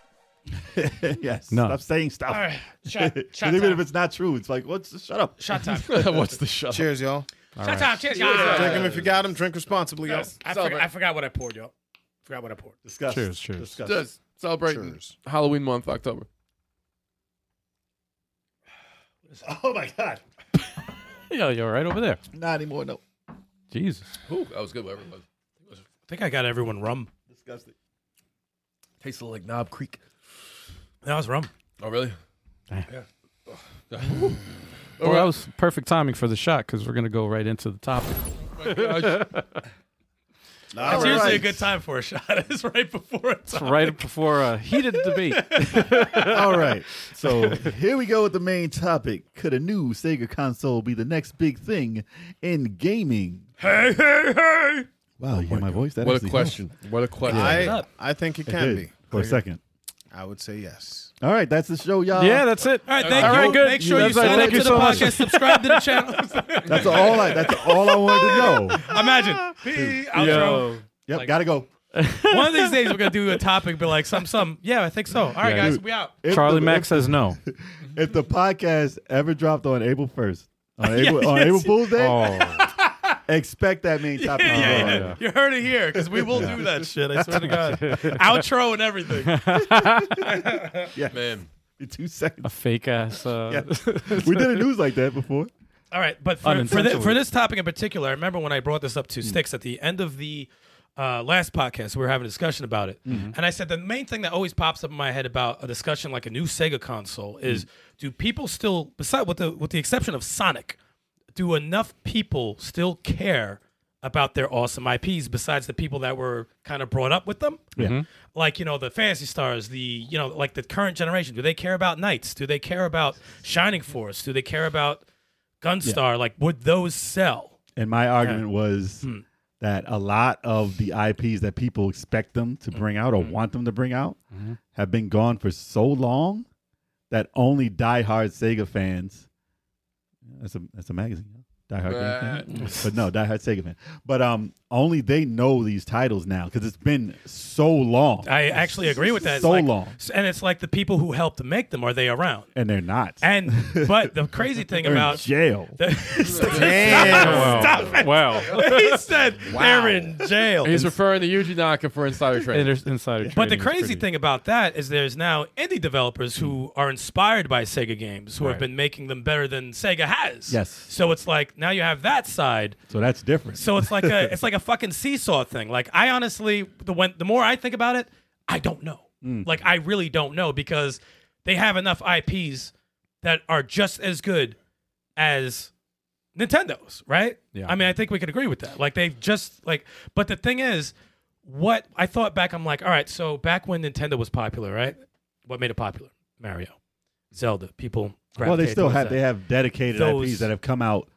Speaker 6: (laughs)
Speaker 3: it's-
Speaker 6: yes.
Speaker 2: No.
Speaker 6: Stop saying stuff.
Speaker 3: all right.
Speaker 6: (laughs)
Speaker 3: Shot,
Speaker 6: 'Cause
Speaker 3: shot
Speaker 6: even if
Speaker 3: time.
Speaker 6: it's not true, it's like, what's shut up?
Speaker 3: Shot
Speaker 6: (laughs)
Speaker 3: time. Shot
Speaker 5: What's the shut? up?
Speaker 4: Cheers, y'all.
Speaker 3: time. Cheers, guys.
Speaker 4: Drink them if you got them. Drink responsibly, y'all.
Speaker 3: Yes. I, forgot, I forgot what I poured, y'all. Forgot what I poured.
Speaker 6: Disgust.
Speaker 2: Cheers, cheers.
Speaker 6: Disgust.
Speaker 5: Just celebrating
Speaker 4: Cheers.
Speaker 5: Halloween month, October.
Speaker 6: Oh my god.
Speaker 2: Yo, you're right over there.
Speaker 6: Not anymore. No.
Speaker 2: Jesus.
Speaker 5: Ooh, that was good. Whatever it was.
Speaker 3: I think I got everyone rum.
Speaker 6: Disgusting.
Speaker 5: Tasted like Knob Creek.
Speaker 3: That was rum.
Speaker 5: Oh, really? (laughs)
Speaker 2: Well, that was perfect timing for the shot because we're gonna go right into the topic.
Speaker 3: It's usually a good time for a shot. (laughs) It's right before it's
Speaker 2: Right before a heated debate.
Speaker 6: All
Speaker 3: (laughs)
Speaker 6: right. So here we go with the main topic. Could a new Sega console be the next big thing in gaming?
Speaker 3: Hey, hey, hey!
Speaker 6: Wow,
Speaker 2: Oh
Speaker 6: you hear my voice? That
Speaker 5: What a
Speaker 6: actually
Speaker 5: question. What a question.
Speaker 4: I, I think it
Speaker 6: helped.
Speaker 4: can
Speaker 6: It
Speaker 4: be.
Speaker 6: did, for a second.
Speaker 4: I would say yes.
Speaker 6: All right, that's the show, y'all.
Speaker 2: (laughs) yeah, that's it.
Speaker 3: All right, thank
Speaker 2: All
Speaker 3: you.
Speaker 2: right, good.
Speaker 3: Make sure
Speaker 2: You
Speaker 3: you
Speaker 2: guys are-
Speaker 3: sign up
Speaker 2: thank
Speaker 3: to
Speaker 2: you
Speaker 3: the
Speaker 2: so much.
Speaker 3: podcast, subscribe to the (laughs) channel.
Speaker 6: that's all I. That's all I wanted to know.
Speaker 3: (laughs) Imagine. P, outro.
Speaker 6: Yep, gotta go.
Speaker 3: One of these days we're gonna do a topic, be like some some. Yeah, I think so. All right,
Speaker 2: Yeah.
Speaker 3: guys, we
Speaker 5: (laughs)
Speaker 3: out.
Speaker 6: If
Speaker 2: Charlie
Speaker 6: the-
Speaker 2: Mack says no.
Speaker 6: If the podcast ever dropped on April first,
Speaker 3: (laughs)
Speaker 6: on April, on April Fool's Day, (laughs) expect that main topic.
Speaker 3: Yeah, yeah,
Speaker 2: yeah.
Speaker 3: yeah. (laughs) You heard it here because we will do that shit. I swear to God. (laughs) Outro and everything.
Speaker 5: Man.
Speaker 6: Two
Speaker 2: (laughs)
Speaker 6: seconds.
Speaker 2: a (laughs) fake ass. Uh, (laughs)
Speaker 6: we did a news like that before.
Speaker 3: All right, but for, for,
Speaker 2: Unintentionally.
Speaker 3: thi- for this topic in particular, I remember when I brought this up to Sticks at the end of the uh, last podcast, we were having a discussion about it, and I said the main thing that always pops up in my head about a discussion like a new Sega console is: Do people still, beside with the with the exception of Sonic, do enough people still care about their awesome IPs besides the people that were kind of brought up with them? Yeah. Like, you know, the fantasy stars, the, you know, like the current generation, do they care about Knights? Do they care about Shining Force? Do they care about Gunstar? Like, would those sell?
Speaker 6: And my argument was
Speaker 3: Hmm.
Speaker 6: that a lot of the IPs that people expect them
Speaker 3: Mm.
Speaker 6: to bring out or want them to bring out
Speaker 3: Mm-hmm.
Speaker 6: have been gone for so long that only diehard Sega fans.
Speaker 3: (laughs)
Speaker 6: That's a that's a magazine. huh? Diehard, Game fan. but no, diehard Sega fan. But um, only they know these titles now because it's been so long
Speaker 3: I actually agree with that. It's
Speaker 6: So
Speaker 3: like-
Speaker 6: long.
Speaker 3: and it's like the people who helped make them are they around?
Speaker 6: and they're not. (laughs)
Speaker 3: And but the crazy thing
Speaker 6: they're
Speaker 3: about
Speaker 6: in jail.
Speaker 3: the, (laughs) (laughs)
Speaker 4: Damn.
Speaker 3: stop it.
Speaker 2: Wow.
Speaker 3: he said they're in jail.
Speaker 5: He's referring to Yuji Naka for
Speaker 2: (laughs)
Speaker 5: insider
Speaker 2: (laughs)
Speaker 5: trading.
Speaker 2: Inter- insider
Speaker 3: But
Speaker 2: trading
Speaker 3: the
Speaker 2: is
Speaker 3: crazy
Speaker 2: pretty-
Speaker 3: thing about that is there's now indie developers who are inspired by Sega games who have been making them better than Sega has.
Speaker 6: Yes.
Speaker 3: So it's like now you have that side.
Speaker 6: so that's different.
Speaker 3: So it's like a it's like a fucking seesaw thing. Like I honestly the when the more I think about it, I don't know. Like I really don't know because they have enough IPs that are just as good as Nintendo's, right?
Speaker 2: Yeah.
Speaker 3: I mean, I think we could agree with that. Like they've just like but the thing is, what I thought back, I'm like, all right, so back when Nintendo was popular, right? What made it popular? Mario. Zelda. People
Speaker 6: well, they
Speaker 3: gravitate
Speaker 6: still
Speaker 3: towards
Speaker 6: have
Speaker 3: that.
Speaker 6: they have dedicated
Speaker 3: Those-
Speaker 6: IPs that have come out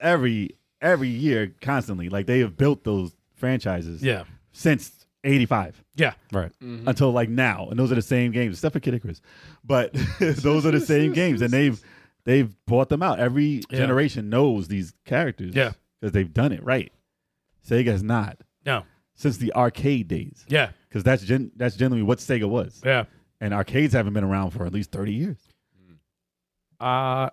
Speaker 6: every every year constantly. Like they have built those franchises
Speaker 3: Yeah.
Speaker 6: since '85
Speaker 3: Yeah.
Speaker 2: Right.
Speaker 6: until like now, and those are the same games, except for Kid Icarus. But (laughs) those are the same games, and they've they've bought them out. Every
Speaker 3: Yeah.
Speaker 6: generation knows these characters,
Speaker 3: Yeah.
Speaker 6: because they've done it right. Sega has not
Speaker 3: No.
Speaker 6: since the arcade days,
Speaker 3: Yeah.
Speaker 6: because that's gen- that's generally what Sega was,
Speaker 3: Yeah.
Speaker 6: and arcades haven't been around for at least thirty years.
Speaker 2: Uh,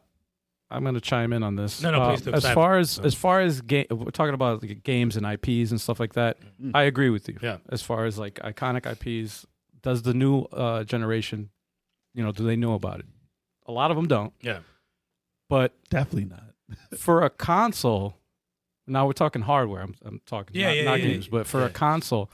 Speaker 2: I'm going to chime in on this.
Speaker 3: No, no,
Speaker 2: Uh,
Speaker 3: please do.
Speaker 2: As
Speaker 3: Sorry.
Speaker 2: far as as far as ga- we're talking about like, games and IPs and stuff like that, I agree with you.
Speaker 3: Yeah.
Speaker 2: As far as like iconic IPs, does the new uh, generation, you know, do they know about it? A lot of them don't.
Speaker 3: Yeah.
Speaker 2: But
Speaker 6: Definitely not.
Speaker 2: for a console, now we're talking hardware. I'm, I'm talking
Speaker 3: Yeah,
Speaker 2: not,
Speaker 3: yeah,
Speaker 2: not
Speaker 3: yeah,
Speaker 2: games,
Speaker 3: yeah.
Speaker 2: but for
Speaker 3: Yeah.
Speaker 2: a console,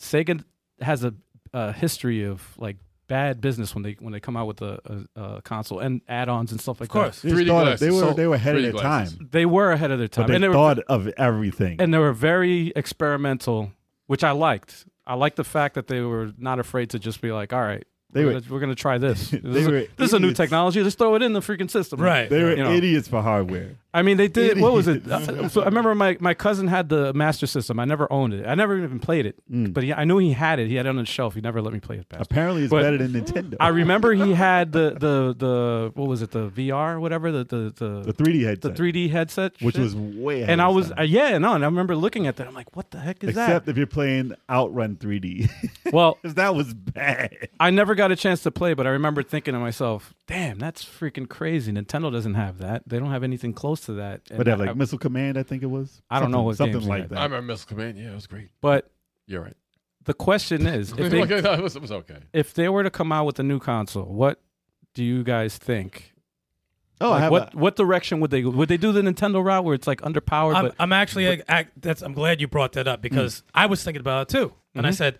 Speaker 2: Sega has a, a history of like bad business when they when they come out with a, a, a console and add-ons and stuff like
Speaker 3: Of course.
Speaker 6: They just
Speaker 5: 3D
Speaker 6: thought of-
Speaker 5: glasses.
Speaker 6: they were
Speaker 5: So-
Speaker 6: they were ahead of
Speaker 5: 3D
Speaker 6: their
Speaker 5: glasses.
Speaker 6: time,
Speaker 2: that. They were ahead of their time,
Speaker 6: but they
Speaker 2: and they were
Speaker 6: thought of everything.
Speaker 2: and they were very experimental, which I liked. I liked the fact that they were not afraid to just be like, "All right,
Speaker 6: They
Speaker 2: we're,
Speaker 6: were-
Speaker 2: gonna, we're gonna try
Speaker 6: (laughs)
Speaker 2: this. This, is, a,
Speaker 6: were
Speaker 2: this is a new
Speaker 6: idiots.
Speaker 2: technology. Let's throw it in the freaking system."
Speaker 3: Right.
Speaker 6: they were
Speaker 2: you know.
Speaker 6: idiots for hardware.
Speaker 2: I mean, they did. What was
Speaker 6: (laughs)
Speaker 2: it? I, so I remember my, my cousin had the Master System. I never owned it. I never even played it. But he, I knew he had it. He had it on his shelf. He never let me play it. Past.
Speaker 6: Mm. Apparently, it's
Speaker 2: But-
Speaker 6: better than Nintendo.
Speaker 2: I remember he had the the the what was it? The VR, whatever the the the,
Speaker 6: the 3D headset,
Speaker 2: the 3D headset,
Speaker 6: which
Speaker 2: shit.
Speaker 6: was way. Ahead
Speaker 2: And I
Speaker 6: of
Speaker 2: was
Speaker 6: time.
Speaker 2: uh, yeah, no, and I remember looking at that. I'm like, what the heck is
Speaker 6: (laughs) except if you're playing Outrun (laughs) 3D,
Speaker 2: that? Well,
Speaker 6: because that was bad.
Speaker 2: I never got a chance to play, but I remember thinking to myself, damn, that's freaking crazy. Nintendo doesn't have that. They don't have anything close to that. And
Speaker 6: But they have
Speaker 2: I-
Speaker 6: like Missile Command, I think it was.
Speaker 2: I don't know
Speaker 6: Something-
Speaker 2: what
Speaker 6: something
Speaker 2: games they
Speaker 6: like
Speaker 2: had.
Speaker 6: that.
Speaker 5: I remember Missile Command. Yeah, it was great.
Speaker 2: but
Speaker 5: You're right.
Speaker 2: the question
Speaker 6: (laughs)
Speaker 2: is, if they
Speaker 5: Okay, no, (laughs) it, was, it was okay.
Speaker 2: if they were to come out with a new console, what do you guys think?
Speaker 6: oh, I
Speaker 2: Like,
Speaker 6: have
Speaker 2: what
Speaker 6: a-
Speaker 2: what direction would they go? Would they do the Nintendo route where it's like underpowered?
Speaker 3: I'm,
Speaker 2: but Mm.
Speaker 3: I'm actually I, that's I'm glad you brought that up because I was thinking about it too, and I said,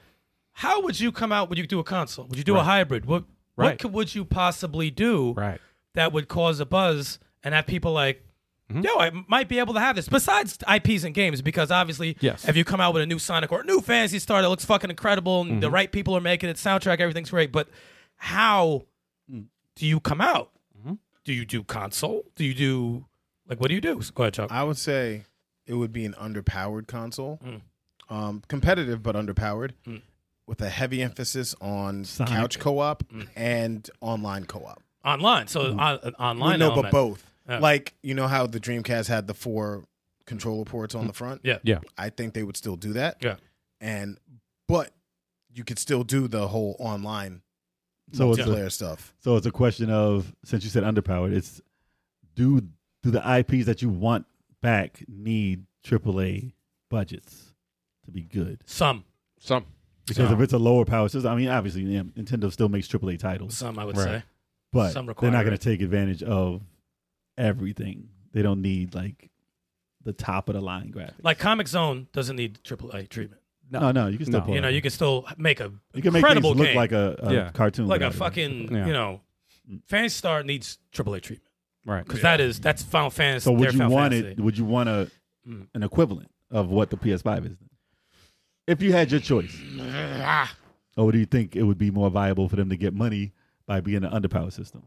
Speaker 3: how would you come out? Would you do a console? Would you do a hybrid? What
Speaker 2: Mm-hmm. Right.
Speaker 3: what could, would you possibly do
Speaker 2: right,
Speaker 3: that would cause a buzz and have people like?
Speaker 2: Mm-hmm.
Speaker 3: Yo, I might be able to have this. Besides IPs and games, because obviously,
Speaker 2: Yes.
Speaker 3: if you come out with a new Sonic or a new Fantasy Star that looks fucking incredible, and
Speaker 2: Mm-hmm.
Speaker 3: the right people are making it, soundtrack, everything's great. But how
Speaker 2: Mm.
Speaker 3: do you come out?
Speaker 2: Mm-hmm.
Speaker 3: Do you do console? Do you do like what do you do? Go ahead, Chuck.
Speaker 4: I would say it would be an underpowered console,
Speaker 5: Mm.
Speaker 4: um, competitive but underpowered, with a heavy emphasis on
Speaker 6: Sonic.
Speaker 4: couch co-op
Speaker 5: Mm.
Speaker 4: and online co-op.
Speaker 3: online. So on, an online.
Speaker 4: Mm-hmm. no,
Speaker 3: element.
Speaker 4: but both.
Speaker 3: Yeah.
Speaker 4: Like you know how the Dreamcast had the four controller ports on the front.
Speaker 3: Mm. Yeah.
Speaker 2: Yeah.
Speaker 4: I think they would still do that.
Speaker 3: Yeah.
Speaker 4: and but you could still do the whole online
Speaker 6: so it's a,
Speaker 3: (laughs)
Speaker 4: multiplayer stuff.
Speaker 6: so it's a question of since you said underpowered, it's do do the IPs that you want back need AAA budgets to be good?
Speaker 3: Some,
Speaker 5: Some.
Speaker 6: Because
Speaker 3: Yeah.
Speaker 6: if it's a lower power system, I mean, obviously yeah, Nintendo still makes AAA titles,
Speaker 3: some I would
Speaker 2: Right.
Speaker 3: say.
Speaker 6: but
Speaker 3: some
Speaker 6: they're not
Speaker 3: require
Speaker 6: going
Speaker 3: it.
Speaker 6: to take advantage of everything. They don't need like the top of the line graphics.
Speaker 3: Like Comic Zone doesn't need AAA treatment.
Speaker 2: no.
Speaker 6: no, no, you can still
Speaker 2: No.
Speaker 6: play.
Speaker 3: You know, you can still make a
Speaker 6: You can make things
Speaker 3: incredible
Speaker 6: look
Speaker 3: game.
Speaker 6: like a, a
Speaker 2: Yeah.
Speaker 6: cartoon,
Speaker 3: like a
Speaker 6: without it.
Speaker 3: fucking
Speaker 2: Yeah.
Speaker 3: you know. Fantasy Star needs AAA treatment
Speaker 2: right.
Speaker 3: because that is that's Final Fantasy.
Speaker 6: So
Speaker 3: their
Speaker 6: would you
Speaker 3: Final
Speaker 6: want it?
Speaker 3: Fantasy.
Speaker 6: Would you want a
Speaker 3: Mm.
Speaker 6: an equivalent of what the PS5 is? If you had your choice, or do you think it would be more viable for them to get money by being an underpowered system?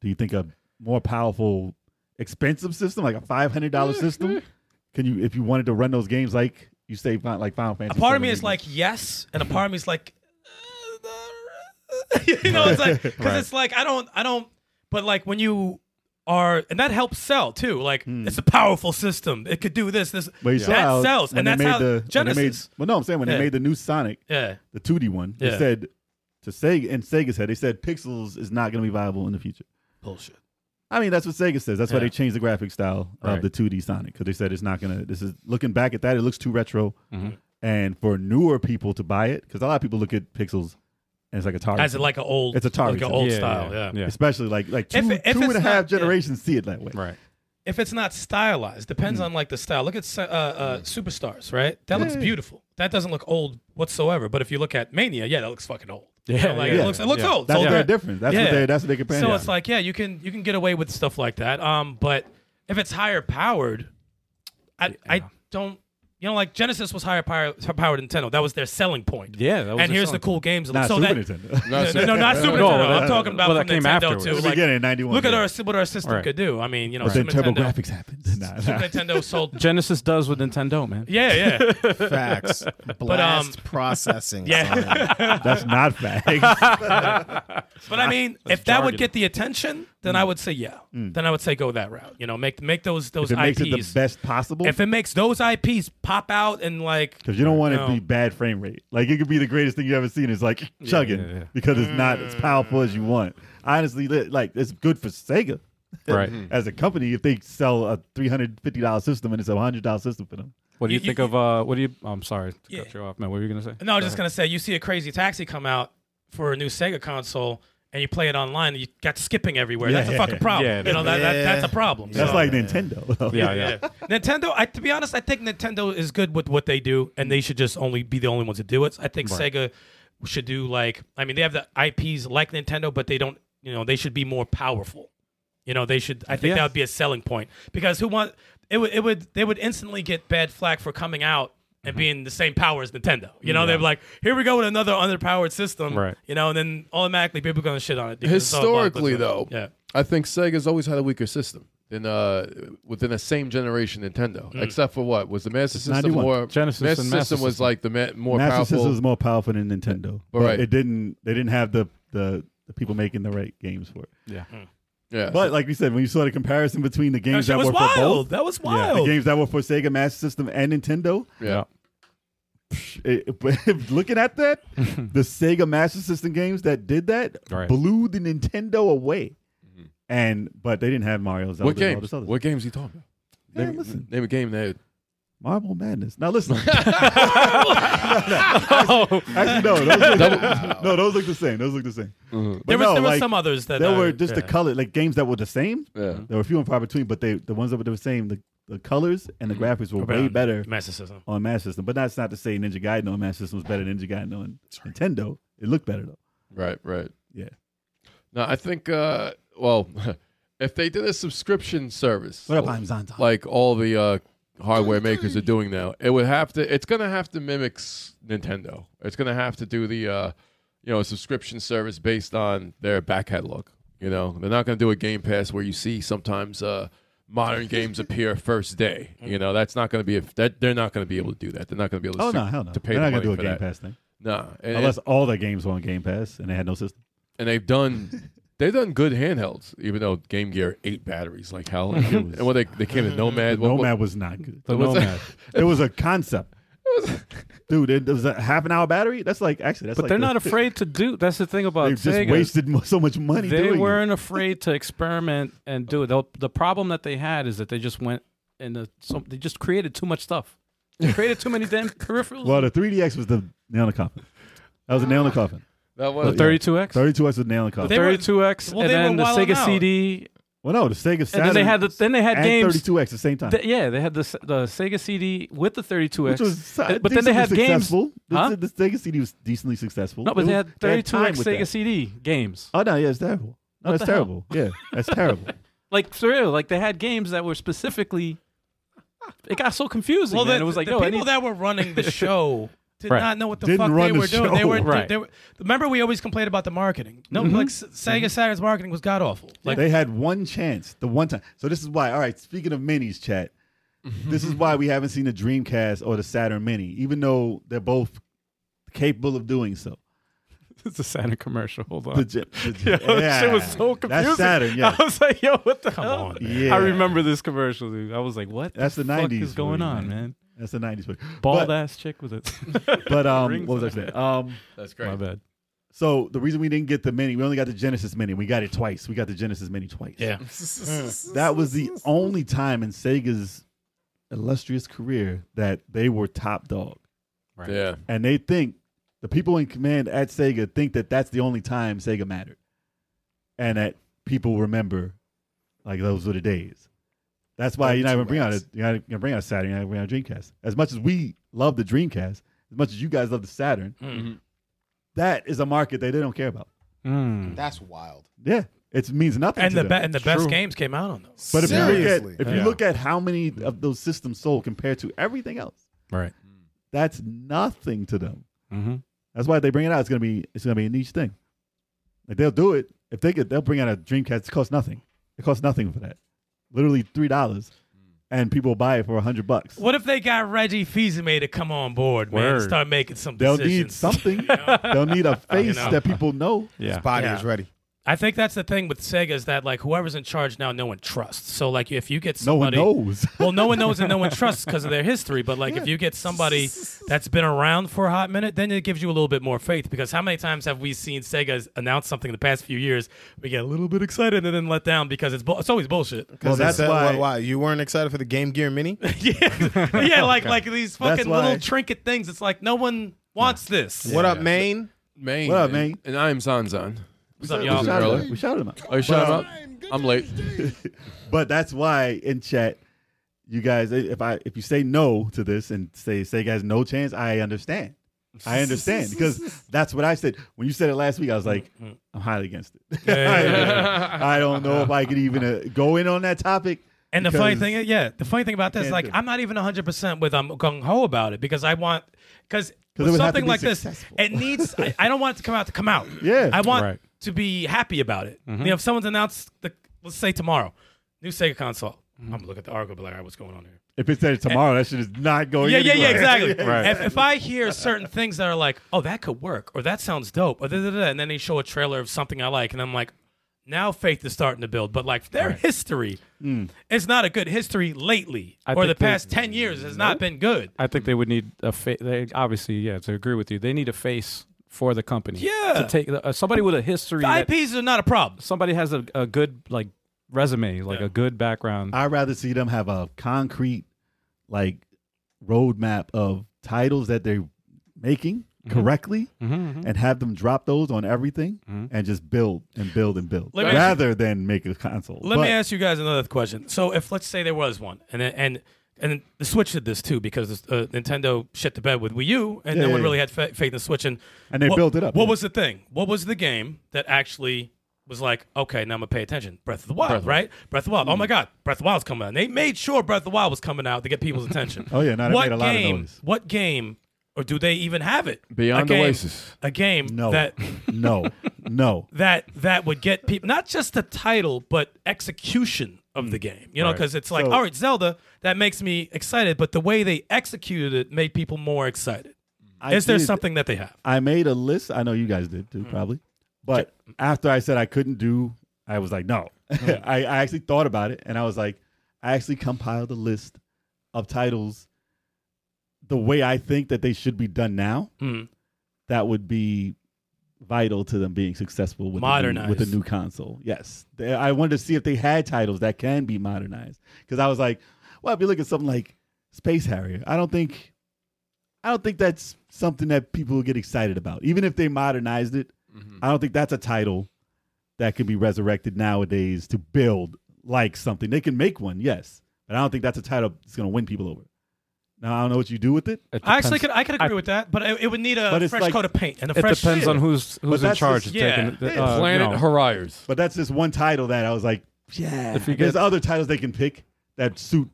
Speaker 6: Do you think a more powerful, expensive system like a five hundred dollar
Speaker 3: Mm-hmm.
Speaker 6: system? Can you, if you wanted to run those games like you say, fi- like Final
Speaker 3: A
Speaker 6: Fantasy?
Speaker 3: part of
Speaker 6: VII
Speaker 3: me is
Speaker 6: Remake?
Speaker 3: like yes, and a part of me is
Speaker 6: (laughs)
Speaker 3: like, (laughs) uh, you know, it's like because it's like I don't, I don't, but like when you are and that helps sell too. Like it's a powerful system. It could do this, this
Speaker 6: Hmm. But you
Speaker 3: that
Speaker 6: saw how
Speaker 3: sells, and
Speaker 6: when
Speaker 3: that's
Speaker 6: they made
Speaker 3: how
Speaker 6: the, when they made-
Speaker 3: Genesis.
Speaker 6: well, no, I'm saying when
Speaker 3: Yeah.
Speaker 6: they made the new Sonic,
Speaker 3: yeah,
Speaker 6: the 2D one, they
Speaker 3: Yeah.
Speaker 6: said to Sega and Sega said they said pixels is not going to be viable in the future.
Speaker 3: bullshit.
Speaker 6: I mean, that's what Sega says. That's why
Speaker 3: Yeah.
Speaker 6: they changed the graphic style
Speaker 3: Right.
Speaker 6: of the 2D Sonic because they said it's not gonna. This is looking back at that, it looks too retro,
Speaker 3: Mm-hmm.
Speaker 2: Mhm.
Speaker 6: and for newer people to buy it because a lot of people look at pixels and it's like Atari,
Speaker 3: As in like an old,
Speaker 6: It's Atari
Speaker 3: like an
Speaker 6: to-
Speaker 3: old
Speaker 2: Yeah,
Speaker 3: style. Yeah.
Speaker 2: yeah.
Speaker 6: especially like like two
Speaker 3: If
Speaker 6: two
Speaker 3: it- if
Speaker 6: and
Speaker 3: it's
Speaker 6: a half
Speaker 3: not- yeah.
Speaker 6: generations see it that way.
Speaker 2: Right.
Speaker 3: If it's not stylized, depends on like the style. Look at uh, uh, superstars, right? That looks
Speaker 6: Hmm. Yeah.
Speaker 3: beautiful. That doesn't look old whatsoever. But if you look at Mania, yeah, that looks fucking old. You
Speaker 2: Yeah,
Speaker 3: know, like,
Speaker 6: yeah,
Speaker 3: it looks it looks
Speaker 2: yeah.
Speaker 3: old.
Speaker 6: That's
Speaker 3: so
Speaker 6: their
Speaker 3: that-
Speaker 6: difference. That's
Speaker 3: Yeah.
Speaker 6: what they that's what they compare.
Speaker 3: So
Speaker 6: it
Speaker 3: it's
Speaker 6: to.
Speaker 3: like, yeah, you can you can get away with stuff like that. Um, but if it's higher powered, I I don't you know like Genesis was higher power, powered Nintendo. That was their selling point.
Speaker 2: Yeah, that was
Speaker 3: and
Speaker 2: their
Speaker 3: here's the
Speaker 2: selling
Speaker 3: cool games.
Speaker 6: not
Speaker 3: so
Speaker 6: Super
Speaker 3: that,
Speaker 6: Nintendo.
Speaker 5: No,
Speaker 3: No, no, not Super
Speaker 2: No,
Speaker 3: Nintendo. I'm
Speaker 2: that-
Speaker 3: talking about
Speaker 2: well,
Speaker 3: from
Speaker 2: that came
Speaker 3: Nintendo
Speaker 2: afterwards.
Speaker 3: too.
Speaker 2: The
Speaker 3: Like,
Speaker 6: beginning, 91,
Speaker 3: Look at
Speaker 6: yeah.
Speaker 3: our what our system
Speaker 2: Right.
Speaker 3: could do. I mean, you know,
Speaker 6: But then
Speaker 3: Super Nintendo,
Speaker 6: TurboGrafx (laughs) happens. Nah,
Speaker 3: (laughs)
Speaker 6: nah.
Speaker 3: Super Nintendo
Speaker 6: (laughs)
Speaker 3: sold.
Speaker 2: Genesis does with Nintendo, man.
Speaker 3: Yeah, yeah.
Speaker 4: Facts.
Speaker 6: (laughs)
Speaker 4: Blast processing. son.
Speaker 3: um, (laughs) Yeah.
Speaker 6: That's not facts.
Speaker 3: But I mean, if that would get the attention, then
Speaker 6: Mm.
Speaker 3: I would say yeah. Then I would say go that route. You know, make make those (laughs) those
Speaker 6: if it makes
Speaker 3: IPs.
Speaker 6: it the best possible.
Speaker 3: if it makes those IPs pop out and like
Speaker 6: because you don't want it
Speaker 3: No.
Speaker 6: to be bad frame rate. Like it could be the greatest thing you ever seen. It's like chugging
Speaker 2: yeah, yeah.
Speaker 6: because it's not
Speaker 5: Mm.
Speaker 6: as powerful as you want. Honestly, li- like it's good for Sega
Speaker 2: Right.
Speaker 6: (laughs) as a company if they sell a three hundred fifty dollar system and it's a hundred dollar system for them.
Speaker 2: What do
Speaker 3: You-
Speaker 2: you,
Speaker 3: you-
Speaker 2: think of? Uh, what do you? I'm sorry to
Speaker 3: Yeah.
Speaker 2: cut you off, man. What were you gonna say?
Speaker 3: No, I was just gonna say you see a crazy taxi come out for a new Sega console and you play it online and you got skipping everywhere. that's a
Speaker 6: Yeah.
Speaker 3: fucking problem.
Speaker 2: Yeah,
Speaker 3: you know, that, that,
Speaker 4: yeah.
Speaker 3: that's a problem.
Speaker 6: That's
Speaker 3: So-
Speaker 6: like Nintendo. (laughs) though.
Speaker 2: Yeah, yeah.
Speaker 3: yeah. (laughs) Nintendo, I, to be honest, I think Nintendo is good with what they do, and they should just only be the only ones that do it. I think Sega should do like, I mean, they have the IPs like Nintendo, but they don't, you know, they should be more powerful. You know, they should. I think
Speaker 2: Yeah.
Speaker 3: that would be a selling point because who want it would it would they would instantly get bad flack for coming out and being the same power as Nintendo. You know, they're like, here we go with another underpowered system.
Speaker 2: Right.
Speaker 3: You know, and then automatically people gonna shit on it. because it's all about-
Speaker 5: Historically, though,
Speaker 3: yeah.
Speaker 5: I think Sega's always had a weaker system than uh, within the same generation Nintendo, except for what was the Master System
Speaker 6: 91.
Speaker 5: more
Speaker 2: Genesis
Speaker 5: Master
Speaker 2: and
Speaker 5: System
Speaker 2: Master
Speaker 5: was
Speaker 2: System.
Speaker 5: like the ma- more
Speaker 6: Master
Speaker 5: powerful.
Speaker 6: System is more powerful than Nintendo, but
Speaker 5: right.
Speaker 6: it didn't. They didn't have the the. The people making the right games for it,
Speaker 3: Hmm.
Speaker 5: yeah,
Speaker 6: but like we said, when you saw the comparison between the
Speaker 3: That
Speaker 6: games
Speaker 3: shit
Speaker 6: that
Speaker 3: was
Speaker 6: were for both,
Speaker 3: wild. That was
Speaker 6: the
Speaker 3: wild.
Speaker 6: games that were for Sega Master System and Nintendo,
Speaker 5: yeah,
Speaker 6: it- but (laughs) looking at
Speaker 5: (laughs)
Speaker 6: that, the Sega Master System games that did that
Speaker 2: Right.
Speaker 6: blew the Nintendo away. And but they didn't have Mario
Speaker 5: Mm-hmm.
Speaker 6: Zelda.
Speaker 5: What
Speaker 6: and all
Speaker 5: games?
Speaker 6: this other
Speaker 5: What games you talking
Speaker 6: Hey,
Speaker 5: about? Name,
Speaker 6: listen,
Speaker 5: name a game that
Speaker 6: Marble Madness.
Speaker 5: (laughs)
Speaker 6: Now listen. (laughs)
Speaker 5: Oh.
Speaker 6: Actually, no, those look, no, those look the same. Those look the same. But
Speaker 3: there was
Speaker 6: no,
Speaker 3: there
Speaker 6: like,
Speaker 3: were some others that
Speaker 6: There
Speaker 3: uh,
Speaker 6: were just the
Speaker 3: yeah.
Speaker 6: color, like games that were the same.
Speaker 5: yeah.
Speaker 6: There were few and far between, but they the ones that were the same, the, the colors and the graphics were way
Speaker 3: Mm-hmm. Around
Speaker 6: better
Speaker 3: Master System.
Speaker 6: on Master System. But that's not to say Ninja Gaiden on Master System was better than Ninja Gaiden on Nintendo. It looked better though.
Speaker 5: Right, right.
Speaker 6: Yeah.
Speaker 5: No, I think. Uh, well, (laughs) if they did a subscription service,
Speaker 6: What up, I'm Zonta?
Speaker 5: like all the uh, hardware makers are doing now, it would have to. It's gonna have to mimic s- Nintendo. It's gonna have to do the, uh, you know, subscription service based on their back catalog. You know, they're not gonna do a Game Pass where you see sometimes. Uh, Modern games appear first day. You know that's not going to be if that they're not going to be able to do that. They're not going to be able to,
Speaker 6: Oh
Speaker 5: su-
Speaker 6: no, hell no!
Speaker 5: to pay
Speaker 6: They're
Speaker 5: the
Speaker 6: not
Speaker 5: money
Speaker 6: gonna do a
Speaker 5: for
Speaker 6: Game
Speaker 5: that.
Speaker 6: Pass thing
Speaker 5: No, and,
Speaker 6: unless all their games were on Game Pass and they had no system.
Speaker 5: and they've done they've done good handhelds, even though Game Gear ate batteries like
Speaker 6: (laughs)
Speaker 5: hell. and what they they came to Nomad, what- what-
Speaker 6: Nomad was not good.
Speaker 2: The
Speaker 5: What's (laughs)
Speaker 2: Nomad.
Speaker 6: It was a concept, dude. It, it was a half an hour battery. That's like actually, that's
Speaker 2: But
Speaker 6: like
Speaker 2: they're
Speaker 6: the-
Speaker 2: not afraid to do. That's the thing about
Speaker 6: They've just
Speaker 2: Sega.
Speaker 6: wasted mo- so much money.
Speaker 2: they
Speaker 6: doing it.
Speaker 2: weren't afraid to experiment and do it. The, the problem that they had is that they just went and the, so they just created too much stuff. They created too many damn peripherals.
Speaker 6: Well, the 3DX was the nail in the coffin. That was a nail in the coffin.
Speaker 2: Ah.
Speaker 5: that
Speaker 2: the
Speaker 5: was
Speaker 2: 32X,
Speaker 6: 32X was a nail in the coffin.
Speaker 3: They were-
Speaker 2: 32X,
Speaker 3: well,
Speaker 2: and
Speaker 3: they
Speaker 2: then
Speaker 3: were
Speaker 2: the
Speaker 3: wilding
Speaker 2: Sega
Speaker 3: out.
Speaker 2: CD,
Speaker 6: well, no, the Sega
Speaker 2: and
Speaker 6: Saturn.
Speaker 2: then they had the then they had
Speaker 6: and
Speaker 2: games.
Speaker 6: 32X at the same time.
Speaker 2: that- yeah, they had the S- the Sega CD with the 32X,
Speaker 6: which was, I
Speaker 2: and- but
Speaker 6: think
Speaker 2: then they had
Speaker 6: something
Speaker 2: games.
Speaker 6: successful.
Speaker 2: Huh?
Speaker 6: The, the Sega CD was decently successful.
Speaker 2: No, but
Speaker 6: It
Speaker 2: they
Speaker 6: was-
Speaker 2: had
Speaker 6: time
Speaker 2: 32X
Speaker 6: with
Speaker 2: Sega
Speaker 6: that.
Speaker 2: CD games.
Speaker 6: Oh no, yeah, it's terrible.
Speaker 2: What
Speaker 6: No, that's
Speaker 2: the hell?
Speaker 6: terrible. Yeah,
Speaker 2: (laughs)
Speaker 6: that's terrible.
Speaker 2: Like for real, like they had games that were specifically. It got so confusing.
Speaker 3: Well,
Speaker 2: man.
Speaker 3: the,
Speaker 2: it was like
Speaker 3: the
Speaker 2: yo, I
Speaker 3: people
Speaker 2: need-
Speaker 3: that were running (laughs) the show did
Speaker 2: Right.
Speaker 3: not know what the
Speaker 6: Didn't
Speaker 3: fuck
Speaker 6: run
Speaker 3: they
Speaker 6: the
Speaker 3: were doing. They
Speaker 6: show. Mm-hmm.
Speaker 3: were,
Speaker 2: Right.
Speaker 3: they were. Remember, we always complained about the marketing. No, like S- Sega Saturn's marketing was god awful. Like
Speaker 6: they had one chance, the one time. So this is why. All right, speaking of minis, chat. this is why we haven't seen the Dreamcast or the Saturn Mini, even though they're both capable of doing so.
Speaker 2: (laughs) It's a Saturn commercial. Hold on. (laughs)
Speaker 6: The gym. The
Speaker 2: Yo,
Speaker 6: gym.
Speaker 2: that shit was
Speaker 6: Yeah.
Speaker 2: so confusing.
Speaker 6: That's Saturn. Yeah.
Speaker 2: (laughs) I was like, yo, what the
Speaker 3: Come
Speaker 2: hell?
Speaker 3: on, man.
Speaker 6: yeah.
Speaker 2: I remember this commercial, dude. I was like, what?
Speaker 6: That's the
Speaker 2: fuck
Speaker 6: '90s.
Speaker 2: is going
Speaker 6: for you,
Speaker 2: on, man?
Speaker 6: That's the '90s. for you.
Speaker 2: Bald
Speaker 6: But-
Speaker 2: ass chick
Speaker 3: (laughs)
Speaker 6: (laughs)
Speaker 2: with it. (laughs)
Speaker 6: But um,
Speaker 2: Rings
Speaker 6: what was I
Speaker 2: on
Speaker 6: saying?
Speaker 2: it.
Speaker 6: Um,
Speaker 5: That's great.
Speaker 2: My bad.
Speaker 6: so the reason we didn't get the mini, we only got the Genesis mini. We got it twice. We got the Genesis mini twice.
Speaker 3: Yeah.
Speaker 6: That was the only time in Sega's illustrious career that they were top dog.
Speaker 3: Right.
Speaker 5: Yeah.
Speaker 6: and they think the people in command at Sega think that that's the only time Sega mattered, and that people remember like those were the days. That's why you're not even bring out a, you're not gonna bring out a Saturn, you're not gonna bring out a Dreamcast. As much as we love the Dreamcast, as much as you guys love the Saturn,
Speaker 3: Mhm.
Speaker 6: that is a market that they don't care about.
Speaker 2: Mm.
Speaker 7: That's wild.
Speaker 6: Yeah, it means nothing.
Speaker 3: And
Speaker 6: to
Speaker 3: the
Speaker 6: them.
Speaker 3: be- and the best
Speaker 2: True.
Speaker 3: games came out on those.
Speaker 6: but if you look at
Speaker 4: Seriously.
Speaker 6: if you
Speaker 2: Yeah.
Speaker 6: look at how many of those systems sold compared to everything else,
Speaker 2: Right.
Speaker 6: that's nothing to them.
Speaker 2: Mm-hmm.
Speaker 6: That's why they bring it out. It's gonna be it's gonna be a niche thing. Like they'll do it if they could. They'll bring out a Dreamcast. It costs nothing. It costs nothing for that. Literally three dollars, and people buy it for a hundred bucks.
Speaker 3: What if they got Reggie Fils-Aimé to come on board, man, and
Speaker 2: Word.
Speaker 3: start making some
Speaker 6: They'll need
Speaker 3: decisions? (laughs)
Speaker 6: something. they'll need a face
Speaker 3: know.
Speaker 6: that people know.
Speaker 2: Yeah.
Speaker 4: His body
Speaker 3: Yeah.
Speaker 4: is ready.
Speaker 3: I think that's the thing with Sega is that like whoever's in charge now, no one trusts. So like if you get
Speaker 6: No one
Speaker 3: somebody,
Speaker 6: knows. (laughs)
Speaker 3: well, no one knows and no one trusts because of their history. But like if you get
Speaker 6: (laughs)
Speaker 3: somebody that's been around for a hot minute, then it gives you a little bit more faith. Because how many times have we seen Sega announce something in the past few years? We get a little bit excited and then let down because it's bu- it's always bullshit. (laughs)
Speaker 6: well,
Speaker 4: Is that-
Speaker 6: that's
Speaker 4: that-
Speaker 6: why.
Speaker 4: why you weren't excited for the Game Gear Mini.
Speaker 3: yeah, yeah, like like these
Speaker 6: That's
Speaker 3: fucking little
Speaker 6: why-
Speaker 3: trinket things. It's like no one wants this.
Speaker 4: What up, Maine?
Speaker 5: Maine.
Speaker 6: What up,
Speaker 5: and-
Speaker 6: Maine?
Speaker 5: And I am Zanzan.
Speaker 3: What's up,
Speaker 6: we
Speaker 3: y'all?
Speaker 6: shouted
Speaker 5: Early.
Speaker 6: him out. We shouted him out.
Speaker 5: Oh, you shut up. I'm late.
Speaker 6: But that's why in chat, you guys, eh, if I if you say no to this and say say guys no chance, I understand. I understand because that's what I said when you said it last week. I was like,
Speaker 3: Mm-hmm.
Speaker 6: I'm highly against it. (laughs) I don't know if I could even uh, go in on that topic.
Speaker 3: And the funny
Speaker 6: because-
Speaker 3: thing, is, yeah, the funny thing about this,
Speaker 6: Can't
Speaker 3: like,
Speaker 6: do it.
Speaker 3: I'm not even 100 percent with I'm gung ho about it because I want because
Speaker 6: it
Speaker 3: with
Speaker 6: would have to
Speaker 3: something
Speaker 6: be
Speaker 3: like
Speaker 6: successful.
Speaker 3: this, it needs. I, I don't want it to come out to come out.
Speaker 6: (laughs) Yeah.
Speaker 3: I want
Speaker 2: Right.
Speaker 3: to be happy about it. You know, if someone's announced the let's say tomorrow, new Sega console, I'm gonna look at the article, be like, all right, what's going on here?
Speaker 6: if it's said tomorrow, that shit is not
Speaker 2: Oh,
Speaker 6: going.
Speaker 3: Yeah, yeah, yeah,
Speaker 6: anywhere.
Speaker 3: exactly.
Speaker 2: (laughs) Right.
Speaker 3: If, if I hear certain things that are like, oh, that could work, or that sounds dope, or da, da, da, and then they show a trailer of something I like, and I'm like, now faith is starting to build. But like their history, it's not a good history lately,
Speaker 2: Mm. I
Speaker 3: or the
Speaker 2: think they-
Speaker 3: past ten years has not been good.
Speaker 2: I think they would need a face. They obviously, yeah, to agree with you, they need a face for the company.
Speaker 3: Yeah.
Speaker 2: to take uh, somebody with a history.
Speaker 3: The
Speaker 2: That,
Speaker 3: IPs are not a problem.
Speaker 2: somebody has a, a good like resume, like a good background.
Speaker 6: I'd rather see them have a concrete like roadmap of titles that they're making
Speaker 3: Mm-hmm.
Speaker 6: correctly and have them drop those on everything and just build and build and build
Speaker 3: Mm-hmm. Let me-
Speaker 6: rather than make a console.
Speaker 3: Let
Speaker 6: But
Speaker 3: me ask you guys another question. So if let's say there was one, and and and the Switch did this too because uh, Nintendo shit the bed with Wii U, and no
Speaker 6: yeah,
Speaker 3: one
Speaker 6: yeah.
Speaker 3: really had fa- faith in the Switch, and
Speaker 6: And they
Speaker 3: what-
Speaker 6: built it up,
Speaker 3: What
Speaker 6: yeah.
Speaker 3: was the thing? What was the game that actually was like, okay, now I'm gonna pay attention? Breath of the Wild,
Speaker 5: Breath of the
Speaker 3: right? Breath of the Wild. Oh
Speaker 6: Mm.
Speaker 3: my God, Breath of the Wild's coming out. And they made sure Breath of the Wild was coming out to get people's attention.
Speaker 6: (laughs) Oh, yeah, no, they
Speaker 3: what
Speaker 6: made a lot of
Speaker 3: game?
Speaker 6: noise.
Speaker 3: What game? Or do they even have it?
Speaker 5: Beyond
Speaker 3: a game,
Speaker 5: Oasis.
Speaker 3: A game
Speaker 6: no, (laughs)
Speaker 3: that
Speaker 6: no,
Speaker 3: (laughs)
Speaker 6: no.
Speaker 3: that that would get people not just the title but execution of the game you know because it's like
Speaker 6: So-
Speaker 3: all right zelda that makes me excited but the way they executed it made people more excited
Speaker 6: I
Speaker 3: is there
Speaker 6: did-
Speaker 3: something that they have
Speaker 6: I made a list. I know you guys did too, probably. But after I said I couldn't do, I was like, no. (laughs) I, I actually thought about it and I was like, I actually compiled a list of titles the way I think that they should be done now
Speaker 3: Mm.
Speaker 6: that would be vital to them being successful with the new, with the
Speaker 3: Modernized.
Speaker 6: new console. Yes, They- I wanted to see if they had titles that can be modernized because I was like, well, if you look at something like Space Harrier, I don't think, I don't think that's something that people would get excited about. Even if they modernized it, I don't think that's a title that could be resurrected nowadays to build like something. They can make one, yes, but I don't think that's a title that's going to win people over. Now I don't know what you do with it.
Speaker 2: It
Speaker 3: i actually
Speaker 2: depends-
Speaker 3: could i could agree with that but it, it would need
Speaker 6: But
Speaker 3: a
Speaker 6: it's
Speaker 3: fresh
Speaker 6: like-
Speaker 3: coat of paint and a
Speaker 2: It
Speaker 3: fresh
Speaker 2: depends on who's who's in
Speaker 6: that's
Speaker 2: charge.
Speaker 6: just-
Speaker 2: of
Speaker 3: yeah.
Speaker 2: taking the,
Speaker 6: Yeah.
Speaker 2: uh,
Speaker 5: Planet
Speaker 2: you know.
Speaker 5: Horiers.
Speaker 6: But that's just one title that I was like, yeah.
Speaker 2: If you
Speaker 6: There's
Speaker 2: get-
Speaker 6: other titles they can pick that suit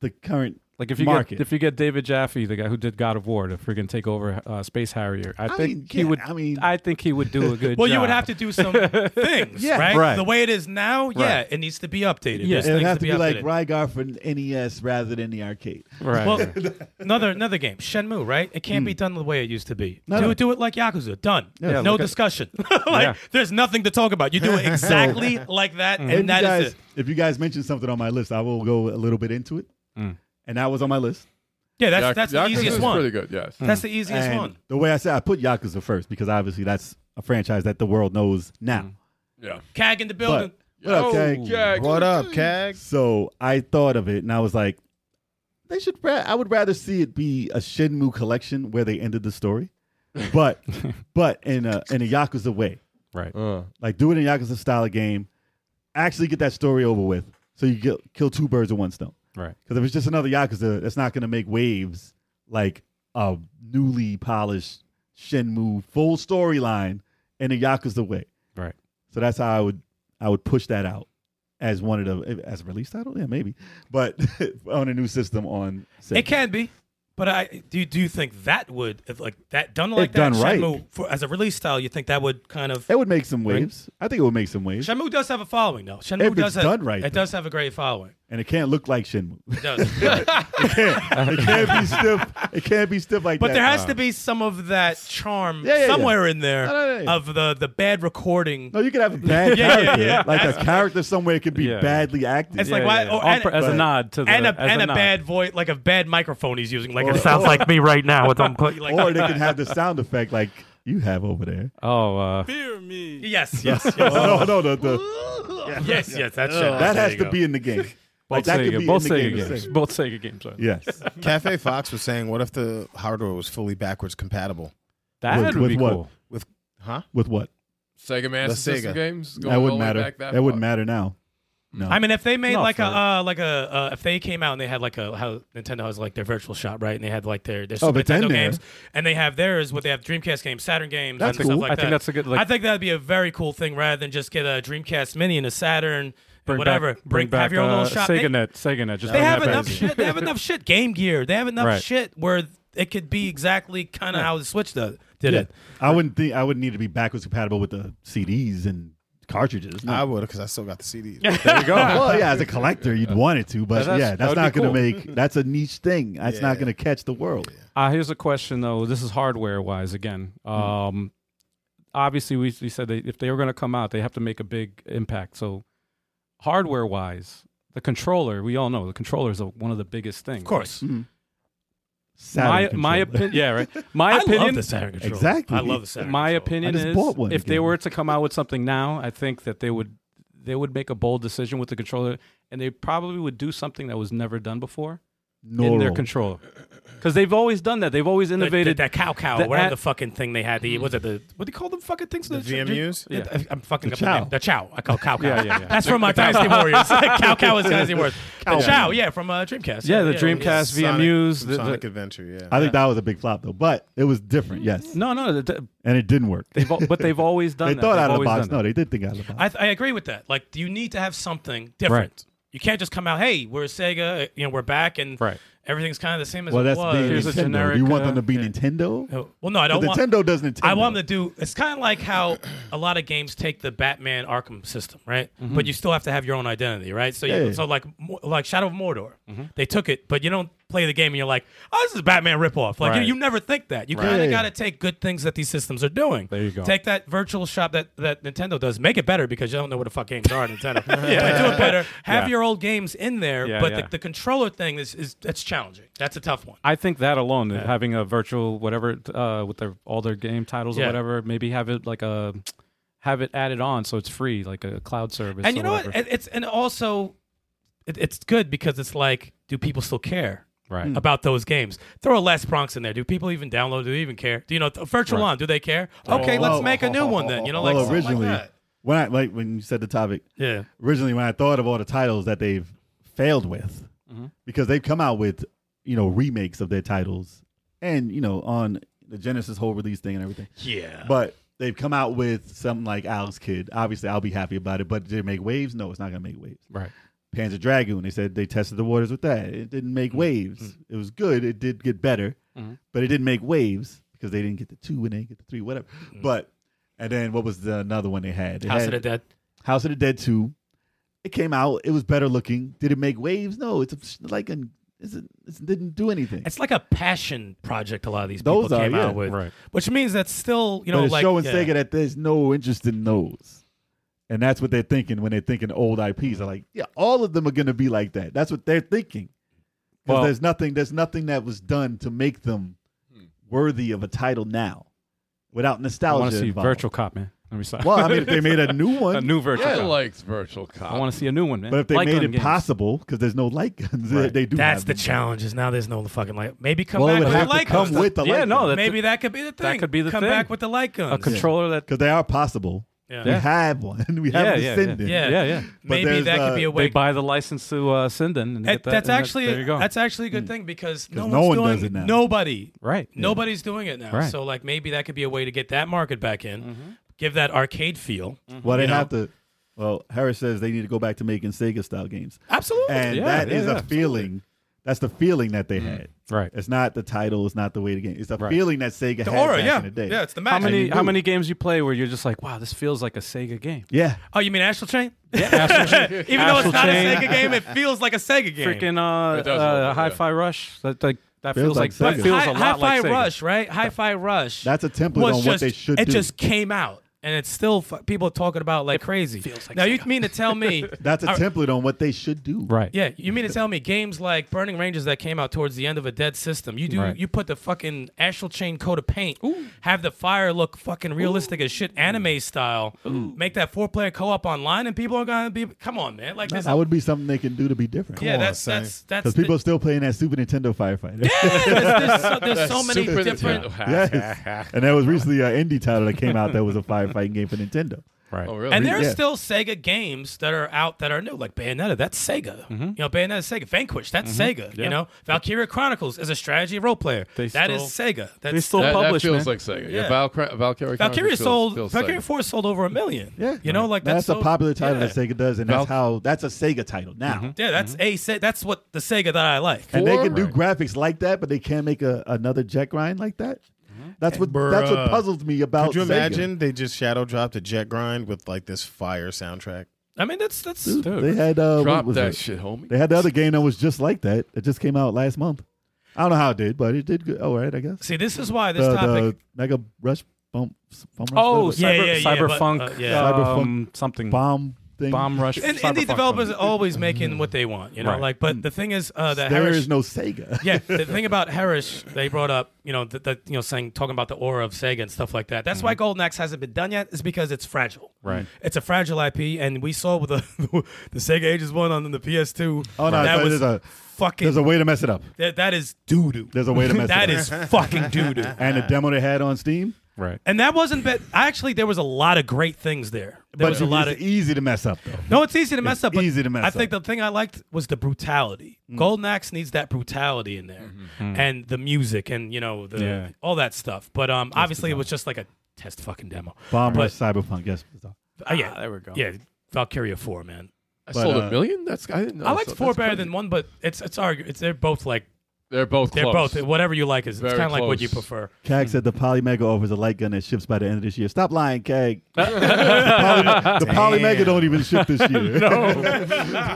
Speaker 6: the current
Speaker 2: Like if you
Speaker 6: Market.
Speaker 2: get if you get David Jaffe, the guy who did God of War, to freaking take over uh, Space Harrier, I,
Speaker 6: I
Speaker 2: think
Speaker 6: mean,
Speaker 2: he
Speaker 6: yeah,
Speaker 2: would.
Speaker 6: I mean-
Speaker 2: I think he would do a good.
Speaker 3: (laughs) Well, you
Speaker 2: job.
Speaker 3: would have to do
Speaker 6: (laughs)
Speaker 3: some things,
Speaker 6: Yeah.
Speaker 3: right?
Speaker 2: Right.
Speaker 3: The way it is now, yeah, it needs to be updated.
Speaker 2: Yeah.
Speaker 3: There's
Speaker 6: It would
Speaker 3: things
Speaker 6: have to be, like
Speaker 3: updated.
Speaker 6: Rygar for NES rather than the arcade.
Speaker 2: Right.
Speaker 3: Well, (laughs)
Speaker 6: (laughs)
Speaker 3: another another game, Shenmue, right? It can't be done the way it used to be.
Speaker 6: Hmm. No,
Speaker 3: do
Speaker 6: no.
Speaker 3: it, do it like Yakuza. Done.
Speaker 2: Yeah,
Speaker 3: no
Speaker 2: look at-
Speaker 3: discussion. (laughs) like
Speaker 2: Yeah.
Speaker 3: there's nothing to talk about. You do
Speaker 6: (laughs)
Speaker 3: it exactly like that,
Speaker 6: If
Speaker 3: and that
Speaker 6: you
Speaker 3: is
Speaker 6: guys,
Speaker 3: it.
Speaker 6: If you guys mention something on my list, I will go a little bit into it. And that was on my list.
Speaker 3: Yeah, that's
Speaker 5: Yak-
Speaker 3: that's
Speaker 5: Yakuza
Speaker 3: the
Speaker 5: is
Speaker 3: easiest one.
Speaker 5: Pretty good. Yes.
Speaker 3: That's the easiest
Speaker 6: And
Speaker 3: one.
Speaker 6: The way I said I put Yakuza first because obviously that's a franchise that the world knows now.
Speaker 5: Yeah.
Speaker 3: Cag in the building.
Speaker 6: But what up,
Speaker 5: Oh,
Speaker 6: Kang?
Speaker 5: Jack.
Speaker 3: (laughs)
Speaker 4: What up, Cag?
Speaker 6: So I thought of it and I was like, they should. Ra- I would rather see it be a Shinmu collection where they ended the story, but (laughs) but in a in a Yakuza way.
Speaker 2: right.
Speaker 5: Uh,
Speaker 6: Like do it in Yakuza style of game. Actually get that story over with, so you get, kill two birds with one stone.
Speaker 2: Right.
Speaker 6: Because if it's just another Yakuza, that's not going to make waves like a newly polished Shenmue full storyline in a Yakuza way.
Speaker 2: Right.
Speaker 6: So that's how I would I would push that out as one of the as a release title, yeah, maybe, but (laughs) on a new system on. Sega.
Speaker 3: It can be. But I do. Do you think that would if like that done like that?
Speaker 6: done right.
Speaker 3: Shenmue for, as a release style, you think that would kind of
Speaker 6: It would make some waves. I think it would make some waves,
Speaker 3: Shenmue does have a following though. Shenmue
Speaker 6: If it's
Speaker 3: does have,
Speaker 6: done right,
Speaker 3: It does have a great following.
Speaker 6: and it can't look like Shenmue. (laughs)
Speaker 3: It does.
Speaker 6: It can't. it
Speaker 3: (laughs)
Speaker 6: can't be stiff. It can't be stiff like
Speaker 3: But
Speaker 6: that.
Speaker 3: there has to be some of that charm
Speaker 6: Yeah, yeah, yeah.
Speaker 3: somewhere in there
Speaker 6: No, no, no, yeah.
Speaker 3: of the the bad recording.
Speaker 6: No, you could have a bad
Speaker 3: Yeah, yeah,
Speaker 6: character,
Speaker 3: yeah.
Speaker 6: like
Speaker 3: That's-
Speaker 6: a character somewhere could be
Speaker 2: Yeah.
Speaker 6: badly acted.
Speaker 3: It's like why- oh,
Speaker 2: On
Speaker 3: and-
Speaker 2: pur- as a
Speaker 6: but-
Speaker 2: nod to the
Speaker 3: and a
Speaker 2: as
Speaker 3: and a,
Speaker 2: nod.
Speaker 3: bad voice, like a bad microphone he's using. Like
Speaker 6: Or-
Speaker 3: it sounds
Speaker 6: or-
Speaker 3: like me right now with them. Like,
Speaker 6: (laughs) or they can have the sound effect like you have over there.
Speaker 2: Oh, uh,
Speaker 3: (laughs) yes, yes,
Speaker 6: (laughs)
Speaker 3: yes,
Speaker 6: no, no, no, the,
Speaker 3: (laughs) yes, yes. That's Shenmue.
Speaker 6: that
Speaker 3: There
Speaker 6: has
Speaker 3: you
Speaker 6: to
Speaker 3: go.
Speaker 6: be in the game.
Speaker 2: both
Speaker 6: Like, that could
Speaker 2: Sega,
Speaker 6: be
Speaker 2: both
Speaker 6: in the
Speaker 2: Sega
Speaker 6: game to
Speaker 2: games,
Speaker 6: say.
Speaker 2: both Sega games. Are.
Speaker 6: Yes,
Speaker 4: Cafe Fox was saying, what if the hardware was fully backwards compatible?
Speaker 2: That
Speaker 6: With-
Speaker 2: would
Speaker 6: with
Speaker 2: be
Speaker 6: what?
Speaker 2: cool.
Speaker 4: Huh?
Speaker 6: with what?
Speaker 5: Sega Master
Speaker 4: The
Speaker 5: System
Speaker 4: Sega.
Speaker 5: games. Going
Speaker 6: That
Speaker 5: all
Speaker 6: wouldn't
Speaker 5: the way
Speaker 6: matter.
Speaker 5: back
Speaker 6: That,
Speaker 5: far.
Speaker 6: wouldn't matter now. No,
Speaker 3: I mean, if they made
Speaker 2: Not
Speaker 3: like a
Speaker 2: fair.
Speaker 3: uh, like a uh, if they came out and they had like a how Nintendo has like their virtual shop, right? And they had like their their
Speaker 6: Oh,
Speaker 3: Super
Speaker 6: but then
Speaker 3: Nintendo
Speaker 6: there-
Speaker 3: games, and they have theirs. What they have Dreamcast games, Saturn games,
Speaker 6: That's
Speaker 3: and
Speaker 6: cool.
Speaker 3: stuff like
Speaker 2: I
Speaker 3: that.
Speaker 2: think that's a good. Like,
Speaker 3: I think that'd be a very cool thing rather than just get a Dreamcast Mini and a Saturn,
Speaker 2: bring
Speaker 3: whatever.
Speaker 2: Back, bring back
Speaker 3: have your own
Speaker 2: uh,
Speaker 3: little shop.
Speaker 2: Sega
Speaker 3: They-
Speaker 2: Net. Sega Net. Just
Speaker 3: they
Speaker 2: bring
Speaker 3: have
Speaker 2: that
Speaker 3: enough
Speaker 2: back.
Speaker 3: shit. They
Speaker 2: (laughs)
Speaker 3: have enough shit. Game Gear. They have enough
Speaker 2: Right.
Speaker 3: shit where it could be exactly kind of how the Switch does, did
Speaker 6: yeah.
Speaker 3: it.
Speaker 6: I wouldn't think I would need to be backwards compatible with the CDs and cartridges. No.
Speaker 4: I would, because I still got the CDs.
Speaker 2: There
Speaker 3: (laughs)
Speaker 2: you go.
Speaker 6: well, yeah, as a collector, you'd want it to, but
Speaker 2: That's-
Speaker 6: yeah,
Speaker 2: that
Speaker 6: that's
Speaker 2: would
Speaker 6: not
Speaker 2: be
Speaker 6: going to
Speaker 2: cool.
Speaker 6: make that's a niche thing. That's not going to catch the world.
Speaker 2: Uh, here's a question though. This is hardware wise again. Um, obviously, we, we said they, if they were going to come out, they have to make a big impact. So, hardware wise, the controller we all know the controller is a, one of the biggest things.
Speaker 3: Of course.
Speaker 2: Mm-hmm. my
Speaker 6: Saturn
Speaker 2: my
Speaker 6: controller.
Speaker 2: opinion. Yeah, (laughs) right. My
Speaker 3: I
Speaker 2: opinion.
Speaker 3: love the Saturn controller.
Speaker 6: Exactly.
Speaker 3: I love the Saturn.
Speaker 2: my
Speaker 3: controller.
Speaker 2: opinion
Speaker 6: I just
Speaker 2: is
Speaker 6: bought one
Speaker 2: if they
Speaker 6: again.
Speaker 2: were to come out with something now, I think that they would they would make a bold decision with the controller, and they probably would do something that was never done before in their
Speaker 6: Noro.
Speaker 2: controller. Because they've always done that. They've always innovated.
Speaker 3: that, that cow cow,
Speaker 2: the
Speaker 3: whatever
Speaker 2: ad-
Speaker 3: the fucking thing they had. The was it the what do you call them fucking things?
Speaker 4: The VMUs?
Speaker 2: Yeah.
Speaker 3: I- I'm fucking
Speaker 6: The
Speaker 3: up Mm. the name.
Speaker 6: chow.
Speaker 3: The chow. I call cow cow.
Speaker 2: Yeah, yeah, yeah.
Speaker 3: That's from my Dynasty (laughs) Warriors. cow cow is Dynasty Warriors. The chow, yeah, from uh, Dreamcast.
Speaker 2: yeah, the Dreamcast
Speaker 4: Sonic-
Speaker 2: VMUs.
Speaker 4: from
Speaker 2: the- the-
Speaker 4: Sonic Adventure, yeah.
Speaker 6: I think that was a big flop though, but it was different. Yes,
Speaker 2: no, no, th- th-
Speaker 6: and it didn't work.
Speaker 2: they've al- but they've always done.
Speaker 6: They
Speaker 2: that.
Speaker 6: thought
Speaker 2: They've
Speaker 6: out of
Speaker 2: always
Speaker 6: the box.
Speaker 2: done that.
Speaker 6: No, they did think out of the box.
Speaker 3: I, I agree with that. Like, you need to have something different.
Speaker 2: Right.
Speaker 3: You can't just come out, hey, we're Sega, you know, we're back, and
Speaker 2: Right.
Speaker 3: everything's kind of the same as
Speaker 6: well,
Speaker 3: it
Speaker 6: that's
Speaker 3: was. Oh,
Speaker 6: being
Speaker 2: Here's a
Speaker 6: Nintendo.
Speaker 2: generic,
Speaker 6: Do you want
Speaker 2: uh,
Speaker 6: them to be
Speaker 2: yeah.
Speaker 6: Nintendo?
Speaker 3: well, no, I don't want.
Speaker 6: Nintendo does Nintendo.
Speaker 3: I want them to do. It's kind of like how a lot of games take the Batman Arkham system, right?
Speaker 2: Mm-hmm.
Speaker 3: But you still have to have your own identity, right? So,
Speaker 6: Yeah,
Speaker 3: you,
Speaker 6: yeah.
Speaker 3: so like Mo- like Shadow of Mordor,
Speaker 2: Mm-hmm.
Speaker 3: they took it, but you don't play the game and you're like, oh, this is a Batman ripoff. Like
Speaker 2: Right.
Speaker 3: you, you never think that. You kind
Speaker 6: Yeah,
Speaker 3: of
Speaker 6: yeah.
Speaker 3: got to take good things that these systems are doing.
Speaker 2: There you go.
Speaker 3: Take that virtual shop that that Nintendo does, make it better because you don't know what the fuck games are
Speaker 2: (laughs)
Speaker 3: in Nintendo. But do it better. Have
Speaker 2: Yeah.
Speaker 3: your old games in there,
Speaker 2: Yeah,
Speaker 3: but
Speaker 2: yeah.
Speaker 3: The, the controller thing is is that's challenging. That's a tough one.
Speaker 2: I think that alone, having a virtual whatever uh, with their all their game titles or
Speaker 3: Yeah.
Speaker 2: whatever, maybe have it like a have it added on so it's free, like a cloud service. or
Speaker 3: and you know
Speaker 2: whatever.
Speaker 3: what? It- It's and also, it, it's good because it's like, do people still care
Speaker 2: Right.
Speaker 6: Hmm.
Speaker 3: about those games? Throw a Last Bronx in there. Do people even download? Do they even care? Do you know th- Virtual On? Do they care?
Speaker 6: Oh,
Speaker 3: Okay, let's make a new one then. You know, like
Speaker 6: well,
Speaker 3: something like
Speaker 6: oh, originally
Speaker 3: that.
Speaker 6: when I like when you said the topic
Speaker 3: yeah.
Speaker 6: originally when I thought of all the titles that they've failed with
Speaker 2: Mm-hmm.
Speaker 6: because they've come out with you know remakes of their titles and you know on the Genesis whole release thing and everything.
Speaker 3: Yeah.
Speaker 6: But they've come out with something like Alex Kid. Obviously, I'll be happy about it. But did it make waves? No, it's not gonna make waves.
Speaker 2: Right.
Speaker 6: Panzer Dragoon. They said they tested the waters with that. It didn't make waves. It was good. It did get better,
Speaker 2: Mhm.
Speaker 6: but it didn't make waves because they didn't get the two and they didn't get the three, whatever. But and then what was the another one they had? They
Speaker 3: House
Speaker 6: had
Speaker 3: of the Dead.
Speaker 6: House of the Dead two. It came out. It was better looking. Did it make waves? No. It's a, like an. It's a, it didn't do anything.
Speaker 3: It's like a passion project. A lot of these
Speaker 6: Those
Speaker 3: people
Speaker 6: are,
Speaker 3: came
Speaker 6: yeah.
Speaker 3: out with,
Speaker 2: Right.
Speaker 3: which means that's still you know
Speaker 6: but it's
Speaker 3: like
Speaker 6: showing
Speaker 3: yeah.
Speaker 6: Sega that there's no interest in those. And that's what they're thinking when they're thinking old IPs. They're like, yeah, all of them are gonna be like that. That's what they're thinking. Because
Speaker 2: Well-
Speaker 6: there's nothing there's nothing that was done to make them worthy of a title now. Without
Speaker 2: I
Speaker 6: nostalgia.
Speaker 2: want to see
Speaker 6: involved.
Speaker 2: Virtual (laughs) Cop, man. Let me stop.
Speaker 6: Well, I
Speaker 2: (laughs)
Speaker 6: mean if they made a new one.
Speaker 2: a new Virtual
Speaker 5: I
Speaker 2: Cop.
Speaker 5: liked Virtual Cop.
Speaker 2: I want to see a new one, man.
Speaker 6: but if they
Speaker 2: Light
Speaker 6: made
Speaker 2: gun
Speaker 6: it
Speaker 2: games.
Speaker 6: possible, because there's no light guns,
Speaker 2: Right.
Speaker 6: they do.
Speaker 3: That's
Speaker 6: have
Speaker 3: the
Speaker 6: them.
Speaker 3: challenge. Is now there's no fucking light. Maybe come
Speaker 6: Well, it
Speaker 3: back
Speaker 6: would
Speaker 3: with
Speaker 6: have
Speaker 3: the
Speaker 6: to
Speaker 3: light
Speaker 6: come
Speaker 3: guns.
Speaker 6: with the light
Speaker 2: Yeah, no,
Speaker 6: gun.
Speaker 2: that's
Speaker 6: (laughs)
Speaker 3: Maybe that could be the thing.
Speaker 2: could be the
Speaker 3: come
Speaker 2: thing.
Speaker 3: back with the light guns.
Speaker 2: a controller that.
Speaker 6: because they are possible.
Speaker 3: Yeah.
Speaker 6: We have one. (laughs) We have
Speaker 2: Yeah,
Speaker 6: the
Speaker 2: yeah,
Speaker 6: Sinden.
Speaker 3: Yeah.
Speaker 2: Yeah, yeah.
Speaker 6: But
Speaker 3: Maybe
Speaker 6: there's,
Speaker 3: that
Speaker 6: uh,
Speaker 3: could be a
Speaker 2: They
Speaker 3: way.
Speaker 2: buy the license to uh, Sinden and
Speaker 3: That-
Speaker 2: get that.
Speaker 3: that's
Speaker 2: and
Speaker 3: actually
Speaker 2: there you go.
Speaker 3: that's actually a good thing because no one's
Speaker 6: 'Cause Hmm. no one
Speaker 3: doing
Speaker 6: does it now.
Speaker 3: nobody
Speaker 2: right.
Speaker 3: nobody's doing it now.
Speaker 2: Right.
Speaker 3: So like maybe that could be a way to get that market back in,
Speaker 2: Mm-hmm.
Speaker 3: give that arcade feel.
Speaker 6: Well, they
Speaker 3: You know?
Speaker 6: have to. Well, Harris says they need to go back to making Sega style games,
Speaker 3: Absolutely.
Speaker 6: and
Speaker 2: Yeah,
Speaker 6: that is
Speaker 2: yeah,
Speaker 6: a
Speaker 2: yeah,
Speaker 6: feeling. That's the feeling that
Speaker 3: Mm-hmm.
Speaker 6: they had.
Speaker 2: Right.
Speaker 6: It's not the title. It's not the way the game. It's the
Speaker 2: Right.
Speaker 6: feeling that Sega
Speaker 3: the
Speaker 6: had
Speaker 3: aura,
Speaker 6: back
Speaker 3: yeah,
Speaker 6: in the day.
Speaker 3: yeah, it's the
Speaker 2: How
Speaker 3: magic.
Speaker 2: many how many games you play where you're just like, wow, this feels like a Sega game?
Speaker 6: yeah.
Speaker 3: oh, you mean Astral Chain?
Speaker 2: Astral
Speaker 3: (laughs) Even though
Speaker 2: Astral
Speaker 3: it's not
Speaker 2: Chain.
Speaker 3: a Sega game, it feels like a Sega game.
Speaker 2: Freaking uh,
Speaker 5: It
Speaker 2: uh,
Speaker 5: does look like that.
Speaker 2: Hi-Fi Rush. That like that
Speaker 6: Feels
Speaker 2: feels
Speaker 6: like
Speaker 2: like that
Speaker 6: Sega.
Speaker 2: feels
Speaker 3: Hi-
Speaker 2: a lot
Speaker 3: Hi-Fi
Speaker 2: like Sega.
Speaker 3: Rush, right? Hi-Fi Rush.
Speaker 6: That's a template
Speaker 3: was
Speaker 6: on what
Speaker 3: just,
Speaker 6: they should
Speaker 3: It
Speaker 6: do.
Speaker 3: just came out, and it's still fu- people are talking about like crazy.
Speaker 2: feels like
Speaker 3: now you
Speaker 2: Sega.
Speaker 3: mean to tell me?
Speaker 2: (laughs)
Speaker 6: That's a
Speaker 3: All right.
Speaker 6: template on what they should do.
Speaker 2: Right.
Speaker 3: Yeah, you mean to tell me games like Burning Rangers that came out towards the end of a dead system? You do
Speaker 2: Right.
Speaker 3: you put the fucking astral chain coat of paint, have the fire look fucking realistic as shit, anime style, make that four player co op online, and people are gonna be come on, man, like this.
Speaker 6: That would be something they can do to be different.
Speaker 3: yeah,
Speaker 4: on,
Speaker 3: that's
Speaker 4: son.
Speaker 3: that's that's
Speaker 6: Because
Speaker 3: the-
Speaker 6: people are still playing that Super Nintendo firefighter.
Speaker 3: there's, so, there's so many
Speaker 5: Super
Speaker 3: different.
Speaker 2: (laughs)
Speaker 5: Nintendo.
Speaker 6: (laughs) yes. And there was recently an indie title that came out that was a firefighting game for Nintendo.
Speaker 2: Right.
Speaker 5: Oh, really?
Speaker 3: And there are
Speaker 6: Yeah.
Speaker 3: still Sega games that are out that are new, like Bayonetta. That's Sega. You know, Bayonetta's Sega. Vanquish. That's Sega.
Speaker 2: Mm-hmm. Yeah.
Speaker 3: You know, Valkyria Chronicles is a strategy role player.
Speaker 2: They
Speaker 3: that is
Speaker 2: still-
Speaker 3: Sega. That's
Speaker 2: they still
Speaker 5: that, that
Speaker 2: published,
Speaker 5: feels
Speaker 2: man.
Speaker 5: like Sega. Yeah,
Speaker 3: Yeah.
Speaker 5: Valkyrie.
Speaker 3: Valkyria
Speaker 5: Valkyrie Chronicles
Speaker 3: sold
Speaker 5: feels
Speaker 3: Valkyria
Speaker 5: Sega.
Speaker 3: Four sold over a million.
Speaker 6: Yeah.
Speaker 3: you know, like
Speaker 6: That's,
Speaker 3: that's,
Speaker 6: a
Speaker 3: so-
Speaker 6: popular title
Speaker 3: yeah. Mm-hmm.
Speaker 6: that Sega does, and that's how that's a Sega title now.
Speaker 3: Yeah, that's
Speaker 6: Mm-hmm.
Speaker 3: a Se- that's what the Sega that I like.
Speaker 6: and they
Speaker 5: Four?
Speaker 6: can do
Speaker 5: Right.
Speaker 6: graphics like that, but they can't make a, another jet grind like that.
Speaker 3: Mm-hmm.
Speaker 6: That's what that's what
Speaker 4: Bruh.
Speaker 6: puzzles me about.
Speaker 4: Could you
Speaker 6: Sega.
Speaker 4: imagine they just shadow dropped a jet grind with like this fire soundtrack?
Speaker 3: I mean, that's that's
Speaker 6: Dude,
Speaker 2: Dude.
Speaker 6: they had uh, what
Speaker 5: Drop
Speaker 6: was
Speaker 5: that
Speaker 6: it?
Speaker 5: shit, homie.
Speaker 6: They had the other game that was just like that. It just came out last month. I don't know how it did, but it did good. All right, I guess.
Speaker 3: see, this is why this
Speaker 6: The, the (laughs)
Speaker 3: topic.
Speaker 6: Mega Rush Bomb Bomb Rush
Speaker 2: Oh,
Speaker 6: whatever,
Speaker 3: yeah,
Speaker 2: cyber,
Speaker 3: yeah, yeah,
Speaker 2: cyber
Speaker 3: but,
Speaker 2: funk,
Speaker 3: uh, yeah.
Speaker 6: Cyberpunk.
Speaker 2: um, something, bomb,
Speaker 6: bomb thing.
Speaker 2: rush.
Speaker 3: and
Speaker 2: cyberpunk
Speaker 3: indie developers
Speaker 2: funk.
Speaker 3: are always making what they want, you know.
Speaker 2: Right.
Speaker 3: Like, but the thing is, uh, that
Speaker 6: Mm-hmm. There
Speaker 3: Harris,
Speaker 6: is no (laughs) Sega.
Speaker 3: yeah, the thing about Harris, they brought up, you know, that that, you know, saying talking about the aura of Sega and stuff like that. That's why Golden Axe hasn't been done yet. Is because it's fragile.
Speaker 2: Mm-hmm. Right.
Speaker 3: It's a fragile IP, and we saw with the (laughs) the Sega Ages one on the PS2.
Speaker 6: Oh no,
Speaker 3: that
Speaker 6: so
Speaker 3: was
Speaker 6: there's a
Speaker 3: fucking.
Speaker 6: there's a way to mess it up.
Speaker 3: that, that is doo doo.
Speaker 6: There's a way
Speaker 3: (laughs)
Speaker 6: to mess
Speaker 3: That
Speaker 6: it up. (laughs)
Speaker 3: is fucking doo doo.
Speaker 6: and the demo they had on Steam.
Speaker 2: right.
Speaker 3: And that wasn't bad. Actually, there was a lot of great things there. There
Speaker 6: But
Speaker 3: was a lot
Speaker 6: it's
Speaker 3: of.
Speaker 6: easy to mess up though.
Speaker 3: No, it's easy to mess up. But
Speaker 6: easy to mess
Speaker 3: I think
Speaker 6: up.
Speaker 3: the thing I liked was the brutality. Golden Axe needs that brutality in there,
Speaker 5: Mm-hmm.
Speaker 3: and the music, and you know, the
Speaker 2: Yeah.
Speaker 3: all that stuff. But um, obviously, it was just like a test fucking demo.
Speaker 6: Bomb
Speaker 3: But-
Speaker 6: Rush Cyberpunk. Yes.
Speaker 3: Uh, yeah,
Speaker 2: Ah, there we go.
Speaker 3: yeah, Valkyria Four, man.
Speaker 5: I
Speaker 6: But,
Speaker 5: sold
Speaker 6: uh,
Speaker 5: a million. That's I didn't know.
Speaker 3: I liked
Speaker 5: that's
Speaker 3: four better
Speaker 5: crazy.
Speaker 3: than one, but it's it's argu- it's they're both like
Speaker 5: They're both.
Speaker 3: they're
Speaker 5: close.
Speaker 3: both whatever you like is it's
Speaker 5: Very
Speaker 3: kind of like what
Speaker 5: close.
Speaker 3: you prefer.
Speaker 6: Kag said the Polymega offers a light gun that ships by the end of this year. Stop lying, Kag. (laughs) the Poly- the Polymega don't even ship this year. no. (laughs)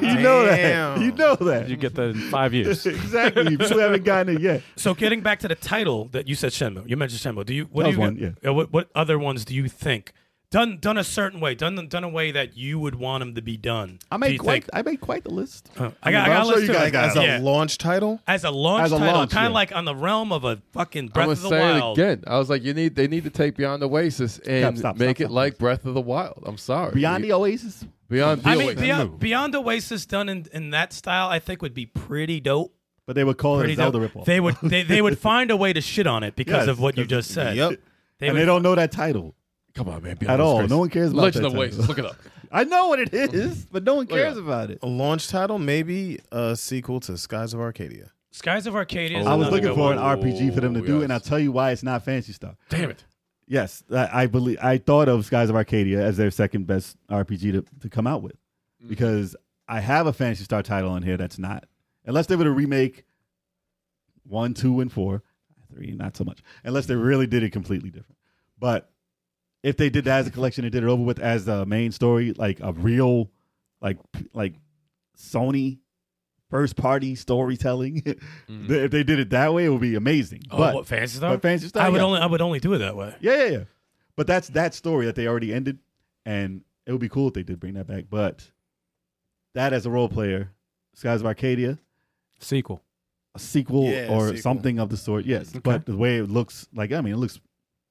Speaker 6: you know that.
Speaker 4: Damn.
Speaker 6: You know that.
Speaker 2: You get that in five years.
Speaker 6: (laughs) exactly. You still haven't gotten it yet.
Speaker 3: So getting back to the title that you said Shenmue, you mentioned Shenmue. Do you what
Speaker 6: That
Speaker 3: do you
Speaker 6: was one,
Speaker 3: uh, what, what other ones do you think done done a certain way, done done a way that you would want them to be done?
Speaker 6: I
Speaker 3: do
Speaker 6: made
Speaker 3: you
Speaker 6: quite.
Speaker 3: think?
Speaker 6: I made quite the list.
Speaker 3: Uh, I got, I got
Speaker 4: I'm
Speaker 3: a
Speaker 4: sure
Speaker 3: list
Speaker 4: you
Speaker 3: too.
Speaker 4: guys
Speaker 3: Like,
Speaker 4: as a
Speaker 3: yeah.
Speaker 4: launch title.
Speaker 3: as a launch
Speaker 6: As a
Speaker 3: title,
Speaker 6: launch,
Speaker 3: kind of
Speaker 6: yeah.
Speaker 3: like on the realm of a fucking
Speaker 5: I'm
Speaker 3: Breath
Speaker 5: gonna
Speaker 3: of the
Speaker 5: say
Speaker 3: Wild.
Speaker 5: it again. I was like, you need they need to take Beyond Oasis and
Speaker 6: stop, stop,
Speaker 5: make
Speaker 6: stop,
Speaker 5: it like Breath of the Wild. I'm sorry.
Speaker 6: Beyond the
Speaker 5: You-
Speaker 6: Oasis.
Speaker 5: Beyond the
Speaker 3: I mean,
Speaker 5: Oasis.
Speaker 3: beyond, beyond Oasis done in, in that style, I think would be pretty dope.
Speaker 6: But they would call it
Speaker 3: Pretty
Speaker 6: a Zelda
Speaker 3: dope.
Speaker 6: ripoff.
Speaker 3: They would they, they
Speaker 6: (laughs)
Speaker 3: would find a way to shit on it because
Speaker 6: Yes,
Speaker 3: of what you just said.
Speaker 4: Yep.
Speaker 3: They
Speaker 6: and
Speaker 3: would-
Speaker 6: they don't know that title
Speaker 5: Come on, man. Beyond
Speaker 6: at
Speaker 5: is
Speaker 6: all.
Speaker 5: crazy.
Speaker 6: No one cares about
Speaker 5: Legend
Speaker 6: that
Speaker 5: of
Speaker 6: title.
Speaker 5: Oasis. Look
Speaker 6: (laughs)
Speaker 5: it up.
Speaker 6: I know what it is, but no one
Speaker 3: Oh,
Speaker 5: Look it
Speaker 6: cares
Speaker 5: up.
Speaker 6: about it.
Speaker 4: A launch title, maybe a sequel to Skies of Arcadia.
Speaker 3: Skies of Arcadia. is
Speaker 5: Oh,
Speaker 6: I was
Speaker 3: another
Speaker 6: looking
Speaker 3: good
Speaker 6: for
Speaker 3: one. Oh,
Speaker 6: an RPG for them to do,
Speaker 5: yes.
Speaker 6: and I'll tell you why it's not Fancy Star.
Speaker 5: Damn it.
Speaker 6: Yes, I, I believe
Speaker 3: Mm-hmm.
Speaker 6: I thought of Skies of Arcadia as their second best RPG to, to come out with because I have a Fantasy Star title on here that's not. Unless they were to remake one, two, and four, three, not so much. Unless
Speaker 3: Mm-hmm.
Speaker 6: they really did it completely different. But if they did that as a collection and did it over with as the main story, like a real, like like Sony first party storytelling, (laughs) if they did it that way, it would be amazing.
Speaker 3: Mm-hmm. Oh,
Speaker 6: but
Speaker 3: what Fantasy Star?
Speaker 6: but Fantasy Star,
Speaker 3: I would
Speaker 6: yeah.
Speaker 3: only I would only do it that way.
Speaker 6: Yeah, yeah, yeah. But that's that story that they already ended, and it would be cool if they did bring that back. But that as a role player, Skies of Arcadia,
Speaker 2: Sequel.
Speaker 6: a sequel
Speaker 4: Yeah,
Speaker 6: or
Speaker 4: sequel.
Speaker 6: something of the sort, yes. But the way it looks, like I mean, it looks,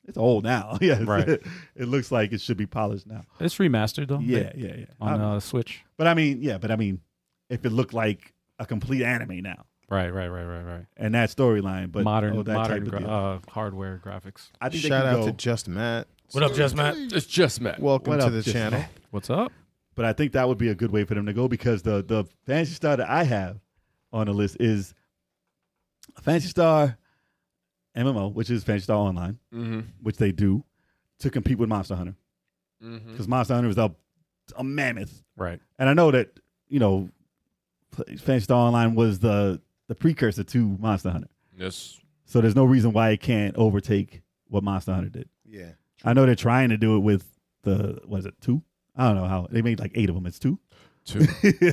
Speaker 6: it's old now. (laughs) yes.
Speaker 2: Right.
Speaker 6: it looks like it should be polished now.
Speaker 2: It's remastered though.
Speaker 6: Yeah, yeah, yeah.
Speaker 2: On
Speaker 6: Um,
Speaker 2: uh, Switch.
Speaker 6: but I mean, yeah, but I mean, if it looked like a complete anime now
Speaker 2: Right, right, right, right, right.
Speaker 6: and that storyline, but
Speaker 2: modern,
Speaker 6: oh, that
Speaker 2: modern
Speaker 6: type of
Speaker 2: gra-
Speaker 6: deal.
Speaker 2: uh, hardware graphics.
Speaker 6: I think
Speaker 4: Shout
Speaker 6: they
Speaker 4: out
Speaker 6: can go,
Speaker 4: to Just Matt.
Speaker 3: What up, Just Matt?
Speaker 5: It's just Matt.
Speaker 4: Welcome
Speaker 6: What
Speaker 4: to
Speaker 6: up,
Speaker 4: the
Speaker 6: Just
Speaker 4: channel.
Speaker 6: Matt?
Speaker 2: What's up?
Speaker 6: But I think that would be a good way for them to go because the the fantasy star that I have on the list is Fantasy Star MMO, which is Fantasy Star Online,
Speaker 5: mm-hmm.
Speaker 6: which they do to compete with Monster Hunter (laughs)
Speaker 5: Mm-hmm.
Speaker 6: because Monster Hunter is a, a mammoth,
Speaker 2: Right.
Speaker 6: and I know that you know Fantasy Star Online was the the precursor to Monster Hunter,
Speaker 5: Yes.
Speaker 6: so there's no reason why it can't overtake what Monster Hunter did.
Speaker 4: Yeah.
Speaker 6: I know they're trying to do it with the what is it two? I don't know how they made like eight of them. It's two.
Speaker 5: Two.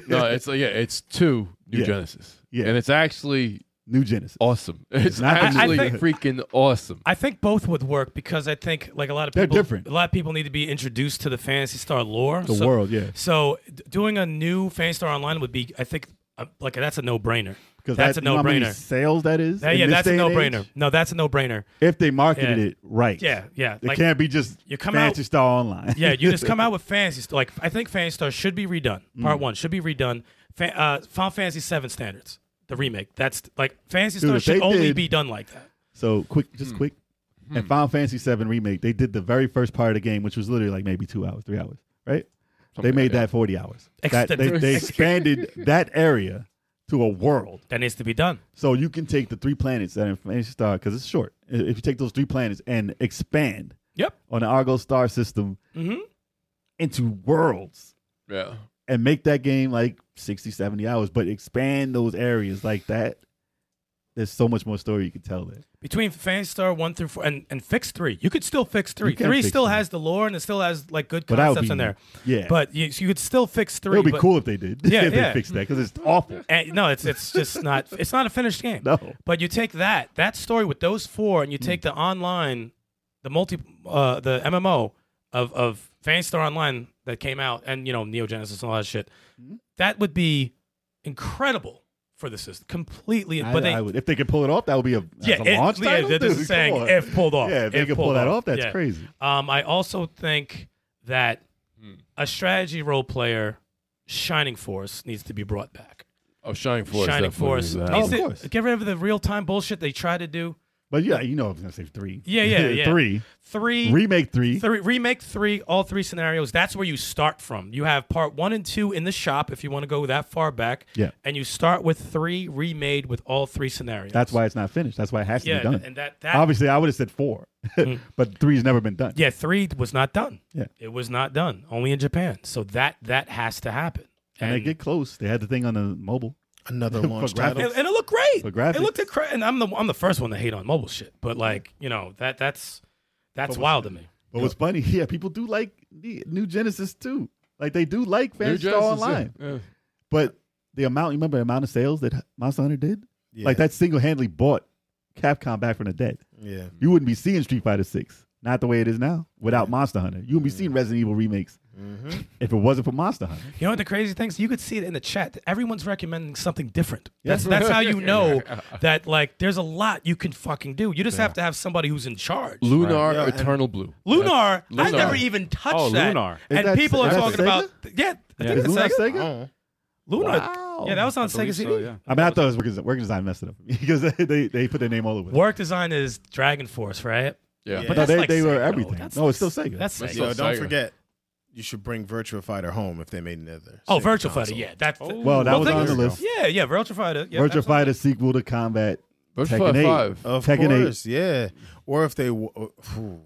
Speaker 5: no,
Speaker 6: (laughs)
Speaker 5: it's like, yeah, it's two New
Speaker 6: Yeah.
Speaker 5: Genesis.
Speaker 6: Yeah.
Speaker 5: And it's actually
Speaker 6: New Genesis.
Speaker 5: awesome. It's
Speaker 6: not- I- I
Speaker 5: actually
Speaker 6: think-
Speaker 5: freaking awesome.
Speaker 3: I think both would work because I think like a lot of
Speaker 6: They're
Speaker 3: people,
Speaker 6: different.
Speaker 3: A lot of people need to be introduced to the Fantasy Star lore.
Speaker 6: The
Speaker 3: so,
Speaker 6: world, yeah.
Speaker 3: So d- doing a new Fantasy Star Online would be, I think, uh, like that's a no brainer.
Speaker 6: Because
Speaker 3: that's
Speaker 6: that-
Speaker 3: a
Speaker 6: you know
Speaker 3: no
Speaker 6: how many
Speaker 3: brainer.
Speaker 6: Sales that is.
Speaker 3: Yeah,
Speaker 6: in
Speaker 3: yeah
Speaker 6: this
Speaker 3: that's a
Speaker 6: day
Speaker 3: no
Speaker 6: and age?
Speaker 3: brainer. No, that's a no brainer.
Speaker 6: If they marketed
Speaker 3: Yeah.
Speaker 6: it right.
Speaker 3: Yeah, yeah.
Speaker 6: It
Speaker 3: Like,
Speaker 6: can't be just
Speaker 3: You come
Speaker 6: Fantasy
Speaker 3: out-
Speaker 6: Star Online.
Speaker 3: yeah, you just come out with Fantasy Star. Like I think Fantasy Star should be redone.
Speaker 6: Mm.
Speaker 3: Part one should be redone. Fa- uh, Final Fantasy Seven standards, the remake. That's like Fantasy
Speaker 6: Dude,
Speaker 3: Star
Speaker 6: if
Speaker 3: should
Speaker 6: they
Speaker 3: only
Speaker 6: did-
Speaker 3: be done like that.
Speaker 6: (laughs) so quick, just
Speaker 3: Hmm.
Speaker 6: quick. And Final Fantasy VII remake, they did the very first part of the game, which was literally like maybe two hours, three hours, right?
Speaker 5: Something
Speaker 6: they made
Speaker 5: like
Speaker 6: that forty hours. That,
Speaker 3: Extended-
Speaker 6: they, they
Speaker 3: (laughs)
Speaker 6: expanded that area to a world.
Speaker 3: That needs to be done.
Speaker 6: So you can take the three planets that are in Fantasy Star because it's short. I- If you take those three planets and expand
Speaker 3: Yep.
Speaker 6: on the Argo Star system
Speaker 3: Mhm.
Speaker 6: into worlds,
Speaker 5: Yeah.
Speaker 6: and make that game like 60 70 hours but expand those areas like that there's so much more story you could tell there
Speaker 3: between Fantasy Star one through four and, and fix three. You could still fix three.
Speaker 6: can
Speaker 3: Three
Speaker 6: fix
Speaker 3: still
Speaker 6: three.
Speaker 3: has the lore and it still has like good
Speaker 6: But that would
Speaker 3: concepts
Speaker 6: be-
Speaker 3: in there.
Speaker 6: yeah.
Speaker 3: But you, so you could still fix three.
Speaker 6: it would be
Speaker 3: but-
Speaker 6: cool if they did
Speaker 3: (laughs) Yeah,
Speaker 6: (laughs) if
Speaker 3: yeah.
Speaker 6: they fixed that because it's awful (laughs)
Speaker 3: and- no, it's it's just not it's not a finished game.
Speaker 6: No.
Speaker 3: But you take that that story with those four and you
Speaker 6: Mm.
Speaker 3: take the online, the multi uh the MMO of of Fantasy Star Online that came out and you know Neo Genesis and all that shit.
Speaker 6: Mm-hmm.
Speaker 3: That would be incredible for the system. Completely,
Speaker 6: I-
Speaker 3: but they
Speaker 6: I would- if they could pull it off that would be a, that's
Speaker 3: Yeah,
Speaker 6: a
Speaker 3: it-
Speaker 6: launch
Speaker 3: yeah,
Speaker 6: title
Speaker 3: they're just
Speaker 6: Dude, (laughs) come
Speaker 3: saying
Speaker 6: on.
Speaker 3: if pulled off,
Speaker 6: yeah if they
Speaker 3: if
Speaker 6: could pull
Speaker 3: pulled
Speaker 6: that
Speaker 3: off,
Speaker 6: off that's
Speaker 3: yeah.
Speaker 6: crazy
Speaker 3: Um, I also think that
Speaker 6: Hmm.
Speaker 3: a strategy role player, Shining Force, needs to be brought back.
Speaker 5: Oh, Shining Force.
Speaker 3: Shining
Speaker 5: definitely
Speaker 3: Force
Speaker 5: needs that.
Speaker 3: needs to
Speaker 6: Oh, of course.
Speaker 3: get rid of the real time bullshit they try to do.
Speaker 6: but yeah you know i was gonna say three
Speaker 3: Yeah,
Speaker 6: (laughs)
Speaker 3: yeah, yeah.
Speaker 6: three
Speaker 3: Three,
Speaker 6: remake three
Speaker 3: three, remake three, all three scenarios. That's where you start from. You have part one and two in the shop if you want to go that far back.
Speaker 6: Yeah.
Speaker 3: and you start with three remade with all three scenarios.
Speaker 6: that's why it's not finished that's why it has to
Speaker 3: Yeah,
Speaker 6: be done
Speaker 3: and that that
Speaker 6: obviously i would have said four (laughs) but three's never been done
Speaker 3: yeah three was not done.
Speaker 6: Yeah.
Speaker 3: it was not done. Only in Japan. So that that has to happen.
Speaker 6: and they get close they had the thing on the mobile (laughs)
Speaker 4: Another launch
Speaker 6: graphics.
Speaker 4: title.
Speaker 3: and, and it looked great.
Speaker 6: For graphics.
Speaker 3: It looked incredible. And I'm the I'm the first one to hate on mobile shit, but like you know that that's that's wild to me.
Speaker 6: But what's funny, (laughs) yeah, people do like the New Genesis too. Like they do like
Speaker 5: New
Speaker 6: Fantasy Star
Speaker 5: Genesis, yeah.
Speaker 6: Online.
Speaker 5: Yeah.
Speaker 6: But the amount, you remember the amount of sales that Monster Hunter did?
Speaker 4: Yeah.
Speaker 6: Like that single handedly bought Capcom back from the dead.
Speaker 4: Yeah.
Speaker 6: You wouldn't be seeing Street Fighter Six, not the way it is now, without Monster Hunter. You wouldn't be seeing Resident Evil remakes if it wasn't for Monster Hunter.
Speaker 3: You know what the crazy thing is? You could see it in the chat. Everyone's recommending something different. That's that's how
Speaker 5: (laughs)
Speaker 6: (laughs)
Speaker 3: you know that like there's a lot you can fucking do. You just have to have somebody who's in charge.
Speaker 5: Lunar
Speaker 4: Yeah, and-
Speaker 5: Eternal Blue.
Speaker 3: Lunar, I
Speaker 5: Lunar.
Speaker 3: never even touched
Speaker 2: Oh,
Speaker 3: that.
Speaker 2: Lunar.
Speaker 6: Is
Speaker 3: And
Speaker 6: that-
Speaker 3: people are
Speaker 6: that's
Speaker 3: talking
Speaker 6: Sega?
Speaker 3: about yeah, I think
Speaker 6: Is
Speaker 3: it's
Speaker 6: Lunar
Speaker 3: Sega.
Speaker 6: Sega?
Speaker 4: Oh.
Speaker 3: Lunar.
Speaker 6: Wow.
Speaker 3: Yeah, that was on Sega
Speaker 2: believe
Speaker 3: CD.
Speaker 2: so, yeah.
Speaker 6: I mean, I thought it was working, working design messed it up (laughs) because they, they put their name all over. it.
Speaker 3: Work design is Dragon Force, right?
Speaker 5: Yeah.
Speaker 4: Yeah.
Speaker 6: no,
Speaker 3: that's
Speaker 6: they,
Speaker 3: like
Speaker 6: they
Speaker 3: Sega,
Speaker 6: were
Speaker 3: though.
Speaker 6: everything.
Speaker 3: That's
Speaker 6: no, it's still Sega.
Speaker 3: That's
Speaker 5: That's
Speaker 3: Sega.
Speaker 4: Yo, don't
Speaker 5: Sega.
Speaker 4: forget, you should bring Virtua Fighter home if they made another.
Speaker 3: Oh,
Speaker 4: Sega
Speaker 3: Virtual Fighter,
Speaker 4: console.
Speaker 3: yeah. That's
Speaker 6: well, that was
Speaker 3: thing
Speaker 6: on
Speaker 3: is-
Speaker 6: the list.
Speaker 3: Yeah, yeah, Virtual Fighter. Yeah,
Speaker 6: Virtua
Speaker 3: absolutely.
Speaker 6: Fighter sequel to Combat
Speaker 5: Verse
Speaker 6: Tekken 8.
Speaker 5: five.
Speaker 4: Of
Speaker 6: Tekken eight.
Speaker 4: course, yeah. Or if they, w- oh, phew.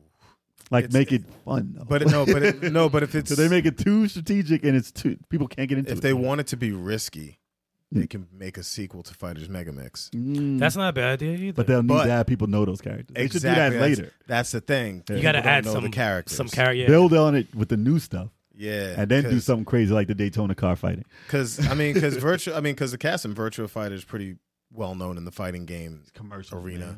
Speaker 6: Like
Speaker 4: It's-
Speaker 6: make it fun. Though.
Speaker 4: But it- no, but it, no,
Speaker 6: (laughs)
Speaker 4: but if it's
Speaker 6: so they make it too strategic and it's too people can't get into
Speaker 4: if
Speaker 6: it.
Speaker 4: they want it to be risky, they
Speaker 6: Mm.
Speaker 4: can make a sequel to Fighters Mega Mix.
Speaker 6: Mm.
Speaker 3: That's not a bad idea either.
Speaker 6: but they'll need
Speaker 4: But-
Speaker 6: to have people know those characters. They should do
Speaker 4: Exactly,
Speaker 6: that
Speaker 4: that's-
Speaker 6: later.
Speaker 4: That's the thing.
Speaker 6: You
Speaker 4: People
Speaker 3: gotta
Speaker 4: don't
Speaker 3: add
Speaker 4: know the
Speaker 3: some-
Speaker 4: characters.
Speaker 3: some character.
Speaker 6: Build on it with the new stuff
Speaker 4: Yeah,
Speaker 6: and then do
Speaker 4: because-
Speaker 6: something crazy like the Daytona car fighting.
Speaker 4: Because I mean,
Speaker 6: (laughs)
Speaker 4: because virtual, I mean, because the cast in Virtua Fighter is pretty well known in the fighting game
Speaker 6: Commercial
Speaker 4: arena.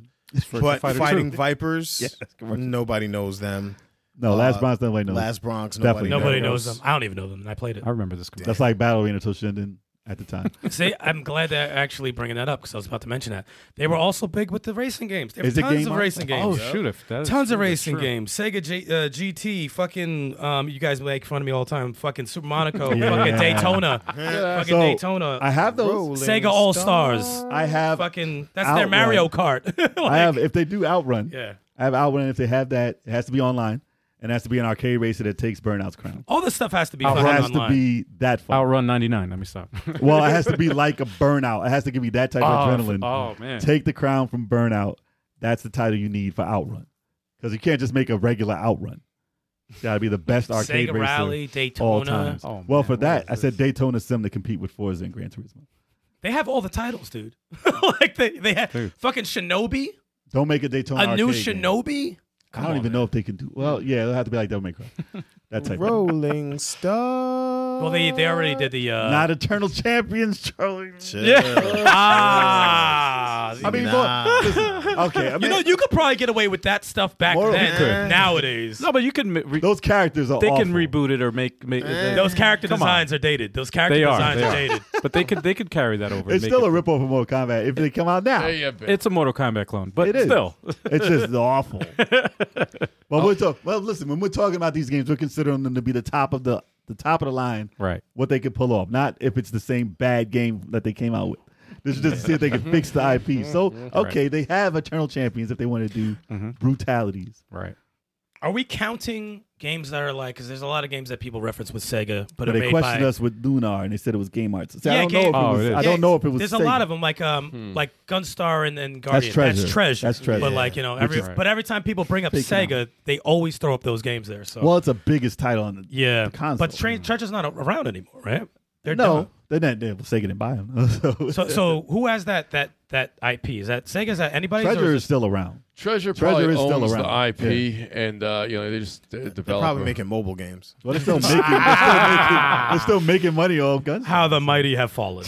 Speaker 4: But
Speaker 6: But
Speaker 4: fighting Vipers,
Speaker 6: (laughs) Yes, commercial.
Speaker 4: nobody knows them.
Speaker 6: no, Last
Speaker 4: uh,
Speaker 6: Bronze nobody knows.
Speaker 4: Last Bronx,
Speaker 6: Definitely
Speaker 4: nobody,
Speaker 3: Nobody knows
Speaker 4: knows.
Speaker 3: them. I don't even know them. and I played it.
Speaker 2: I remember this.
Speaker 6: That's like Battle Arena Toshinden at
Speaker 3: (laughs)
Speaker 6: the time.
Speaker 3: See, I'm glad they're actually bringing that up because I was about to mention that they were also big with the racing games. There were
Speaker 6: Is it
Speaker 3: tons
Speaker 6: game
Speaker 3: of
Speaker 6: on-
Speaker 3: racing
Speaker 2: Oh
Speaker 3: games.
Speaker 2: shoot! If that is
Speaker 3: Tons of
Speaker 2: true, that's
Speaker 3: racing
Speaker 2: true.
Speaker 3: games. Sega G- uh, GT, fucking, um, you guys make fun of me all the time. Fucking Super Monaco,
Speaker 6: (laughs) Yeah.
Speaker 3: fucking Daytona,
Speaker 6: (laughs)
Speaker 3: fucking
Speaker 6: So,
Speaker 3: Daytona,
Speaker 6: I have those.
Speaker 3: Sega All Stars,
Speaker 6: I have
Speaker 3: fucking, that's their
Speaker 6: Outrun.
Speaker 3: Mario Kart. (laughs) Like,
Speaker 6: I have if they do outrun.
Speaker 3: Yeah.
Speaker 6: I have outrun. If they have that, it has to be online and it has to be an arcade racer that takes burnout's crown.
Speaker 3: all this stuff has to be
Speaker 6: It
Speaker 3: fucking
Speaker 6: has
Speaker 3: online.
Speaker 6: to be that fun.
Speaker 2: Outrun 99. Let me
Speaker 6: (laughs)
Speaker 2: stop.
Speaker 6: well, it has to be like a burnout. It has to give you that type
Speaker 2: Oh,
Speaker 6: of
Speaker 2: f-
Speaker 6: adrenaline.
Speaker 2: oh,
Speaker 3: (laughs)
Speaker 2: man.
Speaker 6: Take the crown from burnout. That's the title you need for outrun. Because you can't just make a regular outrun. Gotta be the best arcade
Speaker 3: Sega
Speaker 6: racer
Speaker 3: Rally,
Speaker 6: all
Speaker 3: Daytona.
Speaker 6: times.
Speaker 2: Oh,
Speaker 6: well,
Speaker 2: man,
Speaker 6: for
Speaker 2: what
Speaker 6: that,
Speaker 2: is
Speaker 6: I said
Speaker 2: this?
Speaker 6: Daytona Sim to compete with Forza and Gran Turismo.
Speaker 3: They have all the titles, dude. (laughs) like they, they had
Speaker 2: Dude.
Speaker 3: fucking Shinobi,
Speaker 6: Don't make a Daytona.
Speaker 3: a new
Speaker 6: arcade game.
Speaker 3: Shinobi.
Speaker 6: I don't even know if they can do. Well, yeah, it'll have to be like Devil May Cry. That type. of
Speaker 4: Rolling Stone.
Speaker 3: Well, they they already did the uh,
Speaker 6: Not eternal champions, Charlie.
Speaker 4: (laughs)
Speaker 3: ah.
Speaker 6: I mean,
Speaker 4: Nah.
Speaker 6: look, listen, okay. I
Speaker 3: (laughs)
Speaker 6: mean,
Speaker 3: You know, you could probably get away with that stuff back
Speaker 6: Moral
Speaker 3: then. (laughs)
Speaker 6: victory.
Speaker 3: Nowadays,
Speaker 2: No, but you can. ma- Re-
Speaker 6: those characters are.
Speaker 2: they
Speaker 6: awful.
Speaker 2: can reboot it or make. make
Speaker 3: those character
Speaker 2: Come on.
Speaker 3: designs are dated. Those character
Speaker 2: They are,
Speaker 3: designs
Speaker 2: they
Speaker 3: are,
Speaker 2: are.
Speaker 3: dated.
Speaker 2: (laughs) but they could. They could carry that over. and
Speaker 6: It's
Speaker 2: make
Speaker 6: still
Speaker 2: it-
Speaker 6: a ripoff of Mortal Kombat if they come out now.
Speaker 5: Hey, yeah, bitch.
Speaker 2: It's a Mortal Kombat clone, but
Speaker 6: It is.
Speaker 2: still.
Speaker 6: It's just awful.
Speaker 3: (laughs)
Speaker 6: well,
Speaker 3: Oh.
Speaker 6: we're talk- well, listen. When we're talking about these games, we're considering them to be the top of the the top of the line.
Speaker 2: Right.
Speaker 6: What they could pull off, not if it's the same bad game that they came out with. This is just to see
Speaker 3: (laughs)
Speaker 6: if they can fix the IP.
Speaker 3: Mm-hmm.
Speaker 6: So, okay, they have eternal champions if they want to do brutalities.
Speaker 2: Right.
Speaker 3: Are we counting games that are like? Because there's a lot of games that people reference with Sega, but,
Speaker 6: But
Speaker 3: are
Speaker 6: they
Speaker 3: made
Speaker 6: questioned
Speaker 3: by,
Speaker 6: us with Lunar and they said it was Game Arts. See,
Speaker 3: Yeah,
Speaker 6: I don't
Speaker 3: Game-
Speaker 6: know
Speaker 2: Oh,
Speaker 6: if it was.
Speaker 2: it is.
Speaker 6: I don't know if it was.
Speaker 3: There's
Speaker 6: Sega.
Speaker 3: a lot of them, like um, like Gunstar and, and Guardian.
Speaker 6: Treasure. That's Treasure.
Speaker 3: But like you know, every
Speaker 2: is-
Speaker 3: but every time people bring up
Speaker 6: Taken
Speaker 3: Sega, they always throw up those games there. So
Speaker 6: Well, it's the biggest title on the
Speaker 3: uh, yeah,
Speaker 6: the console.
Speaker 3: but tra- Treasure's not a- around anymore, right? They're
Speaker 6: no,
Speaker 3: done.
Speaker 6: they're not. They're Sega didn't buy (laughs) them. so,
Speaker 3: So so who has that that that IP? Is that Sega? Is that anybody's? or
Speaker 6: Treasure
Speaker 3: is
Speaker 6: is still around.
Speaker 5: Treasure
Speaker 6: Treasure
Speaker 5: probably
Speaker 6: is still
Speaker 5: owns
Speaker 6: around.
Speaker 5: the IP, and uh, you know they just they
Speaker 4: They're
Speaker 5: develop.
Speaker 4: probably
Speaker 5: a-
Speaker 4: making mobile games.
Speaker 6: Well, they're still making. they're, still making they're still making money off guns.
Speaker 3: it- how the mighty have
Speaker 6: (laughs)
Speaker 3: fallen.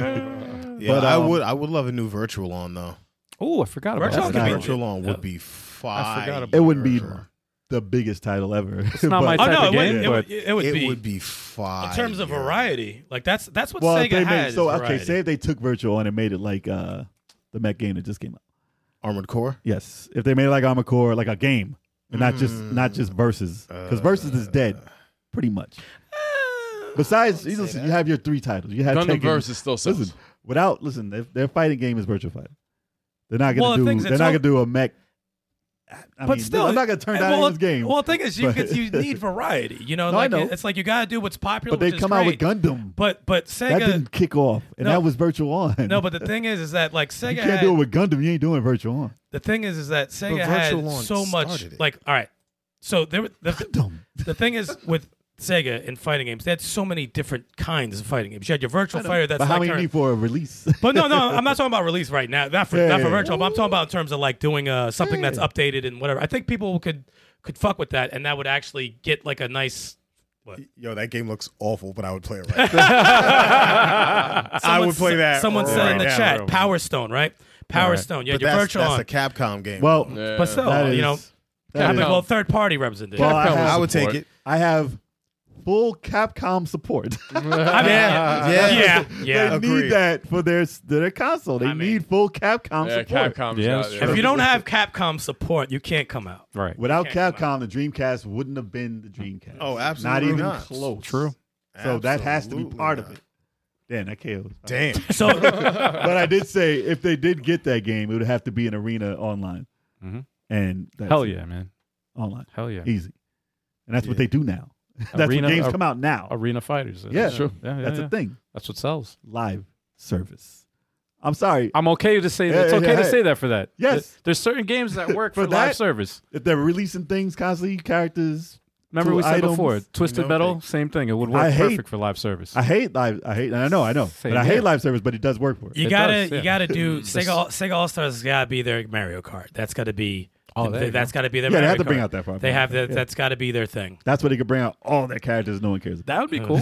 Speaker 4: Yeah,
Speaker 6: But,
Speaker 4: I
Speaker 6: um,
Speaker 4: would. I would love a new virtual on though.
Speaker 2: Oh, I forgot about
Speaker 3: Virtual
Speaker 2: that.
Speaker 6: Nah,
Speaker 4: virtual on would be fire.
Speaker 2: I forgot about
Speaker 6: It wouldn't be the biggest title ever. It's (laughs)
Speaker 2: not my
Speaker 3: oh
Speaker 2: type
Speaker 3: no,
Speaker 2: of
Speaker 3: it,
Speaker 2: game,
Speaker 3: would, it, would, it would
Speaker 4: It
Speaker 3: be
Speaker 4: would be
Speaker 3: in
Speaker 4: fire.
Speaker 3: terms of
Speaker 4: yeah.
Speaker 3: variety. Like that's that's what
Speaker 6: well, if
Speaker 3: Sega
Speaker 6: they
Speaker 3: had.
Speaker 6: made,
Speaker 3: is
Speaker 6: so okay.
Speaker 3: variety.
Speaker 6: Say if they took virtual on and made it like uh, the Met game that just came out.
Speaker 4: Armored Core.
Speaker 6: Yes, if they made it like Armored Core, like a game, and not just
Speaker 5: Mm.
Speaker 6: not just verses, because verses is dead, pretty much.
Speaker 3: Uh,
Speaker 6: Besides, you, listen, you have your three titles. You have
Speaker 5: Gundam
Speaker 6: Tekken.
Speaker 5: Versus still sells.
Speaker 6: Listen, without listen, their, their fighting game is virtual fighter. They're not gonna
Speaker 3: Well, the
Speaker 6: do.
Speaker 3: thing's
Speaker 6: They're
Speaker 3: it's
Speaker 6: not
Speaker 3: all-
Speaker 6: gonna do a mech. I
Speaker 3: but
Speaker 6: mean,
Speaker 3: still,
Speaker 6: I'm not gonna turn down
Speaker 3: well,
Speaker 6: this game.
Speaker 3: Well, the thing is, you
Speaker 6: But-
Speaker 3: could,
Speaker 6: (laughs)
Speaker 3: you need variety. You know,
Speaker 6: No, I
Speaker 3: like
Speaker 6: know.
Speaker 3: it's like you gotta do what's popular.
Speaker 6: but they
Speaker 3: which is
Speaker 6: come out with
Speaker 3: great.
Speaker 6: Gundam.
Speaker 3: But but
Speaker 6: that
Speaker 3: Sega.
Speaker 6: didn't kick off, and
Speaker 3: No.
Speaker 6: that was virtual on.
Speaker 3: No, but the thing is, is that like Sega
Speaker 6: (laughs) you
Speaker 3: had,
Speaker 6: can't do it with Gundam. You ain't doing virtual on.
Speaker 3: the thing is, is that Sega
Speaker 4: Virtual
Speaker 3: had
Speaker 4: Launch
Speaker 3: so much.
Speaker 4: started it.
Speaker 3: Like, all right, so there were- the,
Speaker 6: Gundam.
Speaker 3: the thing is with Sega and fighting games, they had so many different kinds of fighting games. You had your virtual fighter. That's
Speaker 6: but how
Speaker 3: like
Speaker 6: many
Speaker 3: current-
Speaker 6: need for a
Speaker 3: (laughs)
Speaker 6: release? (laughs)
Speaker 3: But no, no, I'm not talking about release right now. Not for
Speaker 6: Yeah,
Speaker 3: not for
Speaker 6: yeah, yeah.
Speaker 3: virtual. But I'm talking about in terms of like doing uh, something that's
Speaker 6: Yeah.
Speaker 3: updated and whatever. I think people could could fuck with that, and that would actually get like a nice.
Speaker 4: Yo, that game looks awful, but I would play it right. now. I
Speaker 3: Someone
Speaker 4: would play
Speaker 3: sa-
Speaker 4: that
Speaker 3: Someone
Speaker 4: right
Speaker 3: said in the
Speaker 4: now.
Speaker 3: chat, Power Stone, right? Power Stone. Yeah,
Speaker 4: But
Speaker 3: your
Speaker 4: that's,
Speaker 3: virtual
Speaker 4: that's
Speaker 3: on.
Speaker 4: a Capcom game.
Speaker 6: well,
Speaker 5: Yeah.
Speaker 3: but still,
Speaker 6: that is,
Speaker 3: you know,
Speaker 6: that
Speaker 3: I mean,
Speaker 6: is-
Speaker 3: well, third party representation.
Speaker 6: Well,
Speaker 5: Capcom
Speaker 6: I have-
Speaker 4: I would
Speaker 5: support.
Speaker 4: take it.
Speaker 6: I have full Capcom support. (laughs)
Speaker 3: I mean,
Speaker 4: Yeah,
Speaker 3: yeah, yeah,
Speaker 4: yeah.
Speaker 6: they
Speaker 4: Agreed.
Speaker 6: need that for their their console. They
Speaker 3: I mean-
Speaker 6: need full Capcom
Speaker 5: Yeah,
Speaker 6: support.
Speaker 5: Capcom's
Speaker 2: Yeah,
Speaker 5: out
Speaker 2: that's
Speaker 5: there.
Speaker 3: If you don't have Capcom support, you can't
Speaker 2: (laughs)
Speaker 3: come out.
Speaker 2: Right.
Speaker 6: Without
Speaker 3: Can't come
Speaker 6: Capcom, the Dreamcast wouldn't have been the Dreamcast.
Speaker 4: Oh,
Speaker 6: not
Speaker 4: absolutely
Speaker 6: even
Speaker 4: not.
Speaker 6: close.
Speaker 2: True.
Speaker 6: So that has to be
Speaker 4: Absolutely
Speaker 6: part of
Speaker 4: not.
Speaker 6: it. Damn, that KOs.
Speaker 4: Damn.
Speaker 3: So,
Speaker 6: but I did say if they did get that game, it would have to be an arena online.
Speaker 2: Mhm.
Speaker 6: And that's
Speaker 2: Hell
Speaker 6: it.
Speaker 2: yeah, man.
Speaker 6: online,
Speaker 2: Hell yeah.
Speaker 6: easy, and that's what
Speaker 4: Yeah.
Speaker 6: they do now. (laughs) that's
Speaker 2: Arena-
Speaker 6: what games
Speaker 2: ar-
Speaker 6: come out now.
Speaker 2: Arena fighters.
Speaker 6: Yeah.
Speaker 2: That's true. Yeah, yeah,
Speaker 6: that's
Speaker 2: yeah.
Speaker 6: the thing.
Speaker 2: That's what sells.
Speaker 6: Live service I'm sorry.
Speaker 2: I'm okay to say
Speaker 6: Yeah,
Speaker 2: that. It's
Speaker 6: yeah,
Speaker 2: okay
Speaker 6: yeah,
Speaker 2: to
Speaker 6: hey.
Speaker 2: say that for that.
Speaker 6: Yes.
Speaker 2: Th- There's certain games that
Speaker 6: (laughs)
Speaker 2: work
Speaker 6: For
Speaker 2: for, live
Speaker 6: that-
Speaker 2: service.
Speaker 6: If they're releasing things constantly, characters.
Speaker 2: Remember
Speaker 6: Two
Speaker 2: we said
Speaker 6: items.
Speaker 2: before, Twisted
Speaker 4: know,
Speaker 2: Metal,
Speaker 4: they-
Speaker 2: same thing. It would work
Speaker 6: I hate-
Speaker 2: perfect for live service.
Speaker 6: I hate live. I hate. I know. I know.
Speaker 2: Same
Speaker 6: but I
Speaker 2: here.
Speaker 6: hate live service. But it does work for it.
Speaker 3: You
Speaker 2: It
Speaker 3: gotta,
Speaker 2: does, yeah.
Speaker 3: you gotta do Sega. All, Sega All Stars has gotta be their Mario Kart. That's gotta be.
Speaker 2: Oh, there you
Speaker 3: that's gotta be their.
Speaker 6: Yeah, they
Speaker 3: Mario
Speaker 6: have to
Speaker 3: Kart.
Speaker 6: bring out that part.
Speaker 3: They have that.
Speaker 6: Yeah.
Speaker 3: That's gotta be their thing.
Speaker 6: That's what they could bring out all their characters. No one cares. About.
Speaker 2: that would be (laughs) cool.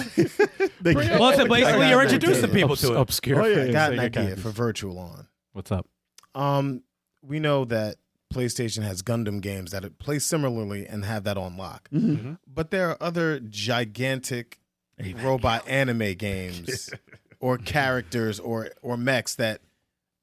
Speaker 6: They can't-
Speaker 3: Well, it's basically
Speaker 4: got
Speaker 3: you're
Speaker 4: an
Speaker 3: introducing
Speaker 4: idea.
Speaker 3: people
Speaker 2: Obs-
Speaker 3: to it.
Speaker 2: Obscure.
Speaker 6: Oh, yeah,
Speaker 4: I
Speaker 2: things,
Speaker 4: got
Speaker 2: Sega
Speaker 4: an idea
Speaker 2: characters.
Speaker 4: for Virtual On.
Speaker 2: What's up?
Speaker 4: Um, we know that PlayStation has Gundam games that play similarly and have that on lock.
Speaker 6: Mhm.
Speaker 4: But there are other gigantic robot anime
Speaker 6: (laughs)
Speaker 4: games or characters or or mechs that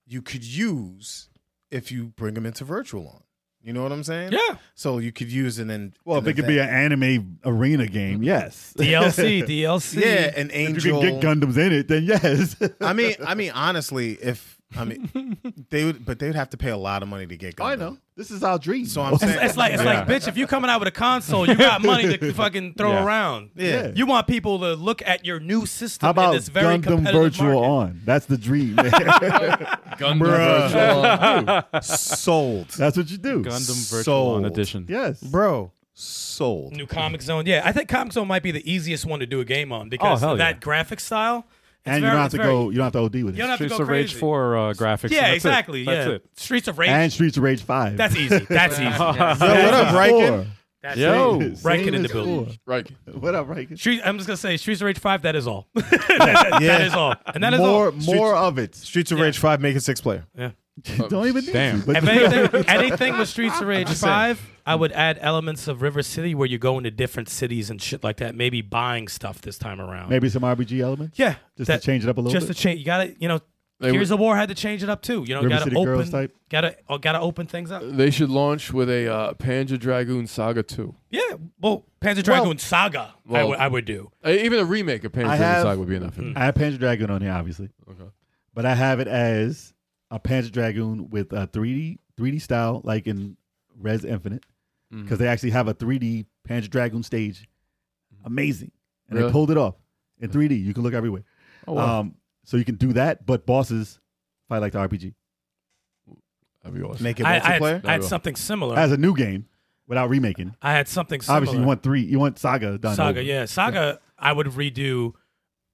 Speaker 4: you could use if you bring them into Virtual On. You know what I'm saying?
Speaker 3: Yeah.
Speaker 4: So you could use an in
Speaker 6: Well, if it could be an anime arena game, yes.
Speaker 3: DLC, DLC.
Speaker 4: yeah, an
Speaker 6: If
Speaker 4: angel.
Speaker 6: you can get Gundams in it,
Speaker 4: (laughs)
Speaker 6: then yes.
Speaker 4: I mean, I mean, honestly, if I
Speaker 6: (laughs)
Speaker 4: mean, they would, but they would have to pay a lot of money to get. Gundam.
Speaker 6: I know. This is our dream.
Speaker 4: So
Speaker 6: though.
Speaker 4: I'm saying,
Speaker 3: It's like it's like, bitch, if you coming out with a console, you got
Speaker 2: (laughs)
Speaker 3: money to fucking throw
Speaker 2: Yeah.
Speaker 3: around.
Speaker 4: yeah.
Speaker 3: You want people to look at your new system
Speaker 6: How
Speaker 3: in
Speaker 6: about
Speaker 3: this very
Speaker 6: Gundam
Speaker 3: competitive
Speaker 6: Virtual
Speaker 3: market.
Speaker 6: On? That's
Speaker 4: (laughs)
Speaker 6: the dream.
Speaker 5: Gundam
Speaker 4: Bruh.
Speaker 5: Virtual.
Speaker 4: sold,
Speaker 6: That's what you do.
Speaker 2: Gundam Virtual On
Speaker 4: Sold.
Speaker 2: Edition.
Speaker 6: Yes.
Speaker 4: bro. Sold.
Speaker 3: New Comic Zone, yeah. I think Comic Zone might be the easiest one to do a game on because
Speaker 2: Oh, hell
Speaker 3: of that
Speaker 2: yeah.
Speaker 3: graphic style. It's
Speaker 6: and you
Speaker 3: very-
Speaker 6: don't have
Speaker 3: it's
Speaker 6: to
Speaker 3: very-
Speaker 6: go. You don't have to OD with
Speaker 3: You
Speaker 6: it.
Speaker 3: don't have to
Speaker 2: Streets
Speaker 3: go
Speaker 2: of Rage
Speaker 3: crazy.
Speaker 2: 4 uh, graphics.
Speaker 3: Yeah,
Speaker 2: and that's it.
Speaker 3: exactly.
Speaker 2: That's
Speaker 3: yeah, (laughs)
Speaker 2: it.
Speaker 3: Streets of Rage.
Speaker 6: And Streets of Rage Five.
Speaker 3: that's easy.
Speaker 6: (laughs)
Speaker 3: That's
Speaker 2: (laughs)
Speaker 3: easy.
Speaker 4: Yo, what up, Riken?
Speaker 3: That's
Speaker 2: Yo.
Speaker 3: easy.
Speaker 6: Same
Speaker 3: Riken in
Speaker 6: as
Speaker 3: the building.
Speaker 5: Right.
Speaker 6: four. What up, Riken?
Speaker 3: Street, I'm just gonna say Streets of Rage Five. That is all. (laughs) that is all, and that is
Speaker 6: more,
Speaker 3: all.
Speaker 6: more of it.
Speaker 4: Streets of Rage Five, make it six player.
Speaker 6: don't even need
Speaker 2: Damn.
Speaker 6: to, but-
Speaker 3: If
Speaker 6: (laughs)
Speaker 3: anything, anything with Streets of Rage 5, I would add elements of River City where you go into different cities and shit like that, maybe buying stuff this time around.
Speaker 6: maybe some RBG elements.
Speaker 3: Yeah.
Speaker 6: Just
Speaker 3: that-
Speaker 6: to change it up a little
Speaker 3: Just to
Speaker 6: bit.
Speaker 3: change. You got to, you know,
Speaker 5: They
Speaker 3: Gears of War had to change it up too. You know,
Speaker 6: River
Speaker 3: got
Speaker 6: City
Speaker 3: to
Speaker 6: Girls
Speaker 3: open
Speaker 6: type?
Speaker 3: got to got to open things up.
Speaker 5: They should launch with a uh, Panzer Dragoon Saga 2.
Speaker 3: Yeah. Well, Panzer Dragoon Saga I
Speaker 5: well-
Speaker 3: would I would do.
Speaker 5: Uh, even a remake of Panzer Dragoon
Speaker 6: I have- Mm.
Speaker 5: Saga would be enough.
Speaker 6: I have Panzer Dragoon on here, obviously.
Speaker 5: Okay.
Speaker 6: But I have it as a Panzer Dragoon with a 3D 3D style, like in Res Infinite,
Speaker 3: Mm-hmm.
Speaker 6: because they actually have a 3D Panzer Dragoon stage.
Speaker 3: Mm-hmm.
Speaker 6: Amazing, and
Speaker 5: Really?
Speaker 6: they pulled it off in 3D. You can look everywhere.
Speaker 5: Oh, wow.
Speaker 6: um, so you can do that, but bosses fight like the RPG
Speaker 5: That'd be awesome.
Speaker 4: Make it
Speaker 3: I, I had,
Speaker 4: multiplayer.
Speaker 3: I had something similar.
Speaker 6: as a new game without remaking.
Speaker 3: I had something similar.
Speaker 6: Obviously, you want three. You want Saga done.
Speaker 3: Saga,
Speaker 6: over.
Speaker 3: yeah. Saga, I would redo.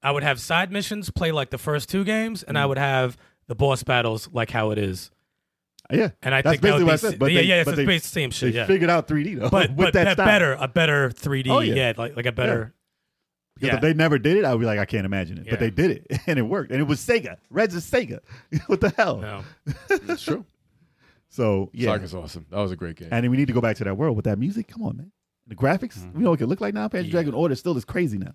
Speaker 3: I would have side missions play like the first two games, and I
Speaker 6: Mm.
Speaker 3: would have the boss battles like how it is.
Speaker 6: yeah.
Speaker 3: And I
Speaker 6: That's
Speaker 3: think that would
Speaker 6: basically
Speaker 3: be
Speaker 6: what I said, but
Speaker 3: yeah,
Speaker 6: they-
Speaker 3: yeah, it's
Speaker 6: but
Speaker 3: the
Speaker 6: they-
Speaker 3: basic same
Speaker 6: They
Speaker 3: shit, yeah.
Speaker 6: figured out 3D though,
Speaker 3: But
Speaker 6: (laughs) with
Speaker 3: but
Speaker 6: that
Speaker 3: that
Speaker 6: style.
Speaker 3: better, a better 3D,
Speaker 6: Oh,
Speaker 3: yeah.
Speaker 6: yeah.
Speaker 3: like like a better.
Speaker 6: Because
Speaker 3: Yeah.
Speaker 6: if they never did it, I would be like, I can't imagine it.
Speaker 3: Yeah.
Speaker 6: But they did it, (laughs) and it worked, and it was Sega. Reds is Sega. (laughs) what the hell?
Speaker 3: No.
Speaker 5: That's true.
Speaker 6: So yeah,
Speaker 5: Saga's awesome. That was a great game.
Speaker 6: and then we need to go back to that world with that music. Come on, man. The graphics,
Speaker 3: Mm-hmm.
Speaker 6: we know what it could look like now. Panzer Dragon Order still is crazy now.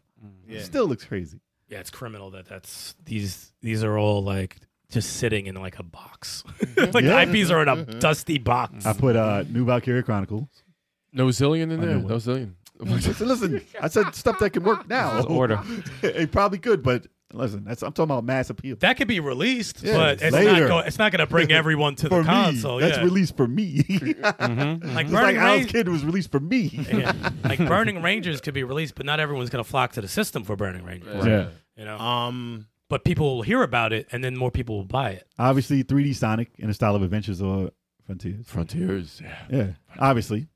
Speaker 4: Yeah.
Speaker 6: Still looks crazy.
Speaker 3: Yeah, it's criminal that that's these these are all like just sitting in like a box. (laughs) like
Speaker 6: Yeah.
Speaker 3: the IPs are in a dusty box.
Speaker 6: I put uh, New Valkyria Chronicles. (laughs)
Speaker 5: no Zillion in
Speaker 6: I
Speaker 5: there?
Speaker 6: know it.
Speaker 5: No Zillion.
Speaker 6: listen, listen, I said stuff that can work now.
Speaker 2: order.
Speaker 6: (laughs) it probably could, but listen, that's I'm talking about mass appeal.
Speaker 3: that could be released,
Speaker 6: Yeah,
Speaker 3: but it's
Speaker 6: later.
Speaker 3: not go, it's not going to
Speaker 6: (laughs)
Speaker 3: bring everyone to
Speaker 6: for
Speaker 3: the console.
Speaker 6: me, that's
Speaker 3: yeah.
Speaker 6: released for me. (laughs) Just
Speaker 3: like
Speaker 6: like
Speaker 3: Burning
Speaker 6: Al's
Speaker 3: Rage-
Speaker 6: Kid was released for me.
Speaker 3: (laughs) Yeah.
Speaker 6: (laughs)
Speaker 3: like Burning Rangers could be released, but not everyone's going to flock to the system for Burning Rangers.
Speaker 6: (laughs) Yeah.
Speaker 3: You know,
Speaker 4: um,
Speaker 3: but people will hear about it, and then more people will buy it.
Speaker 6: Obviously, 3D Sonic in the style of Adventures or Frontiers.
Speaker 5: Frontiers. Yeah.
Speaker 6: Yeah, obviously,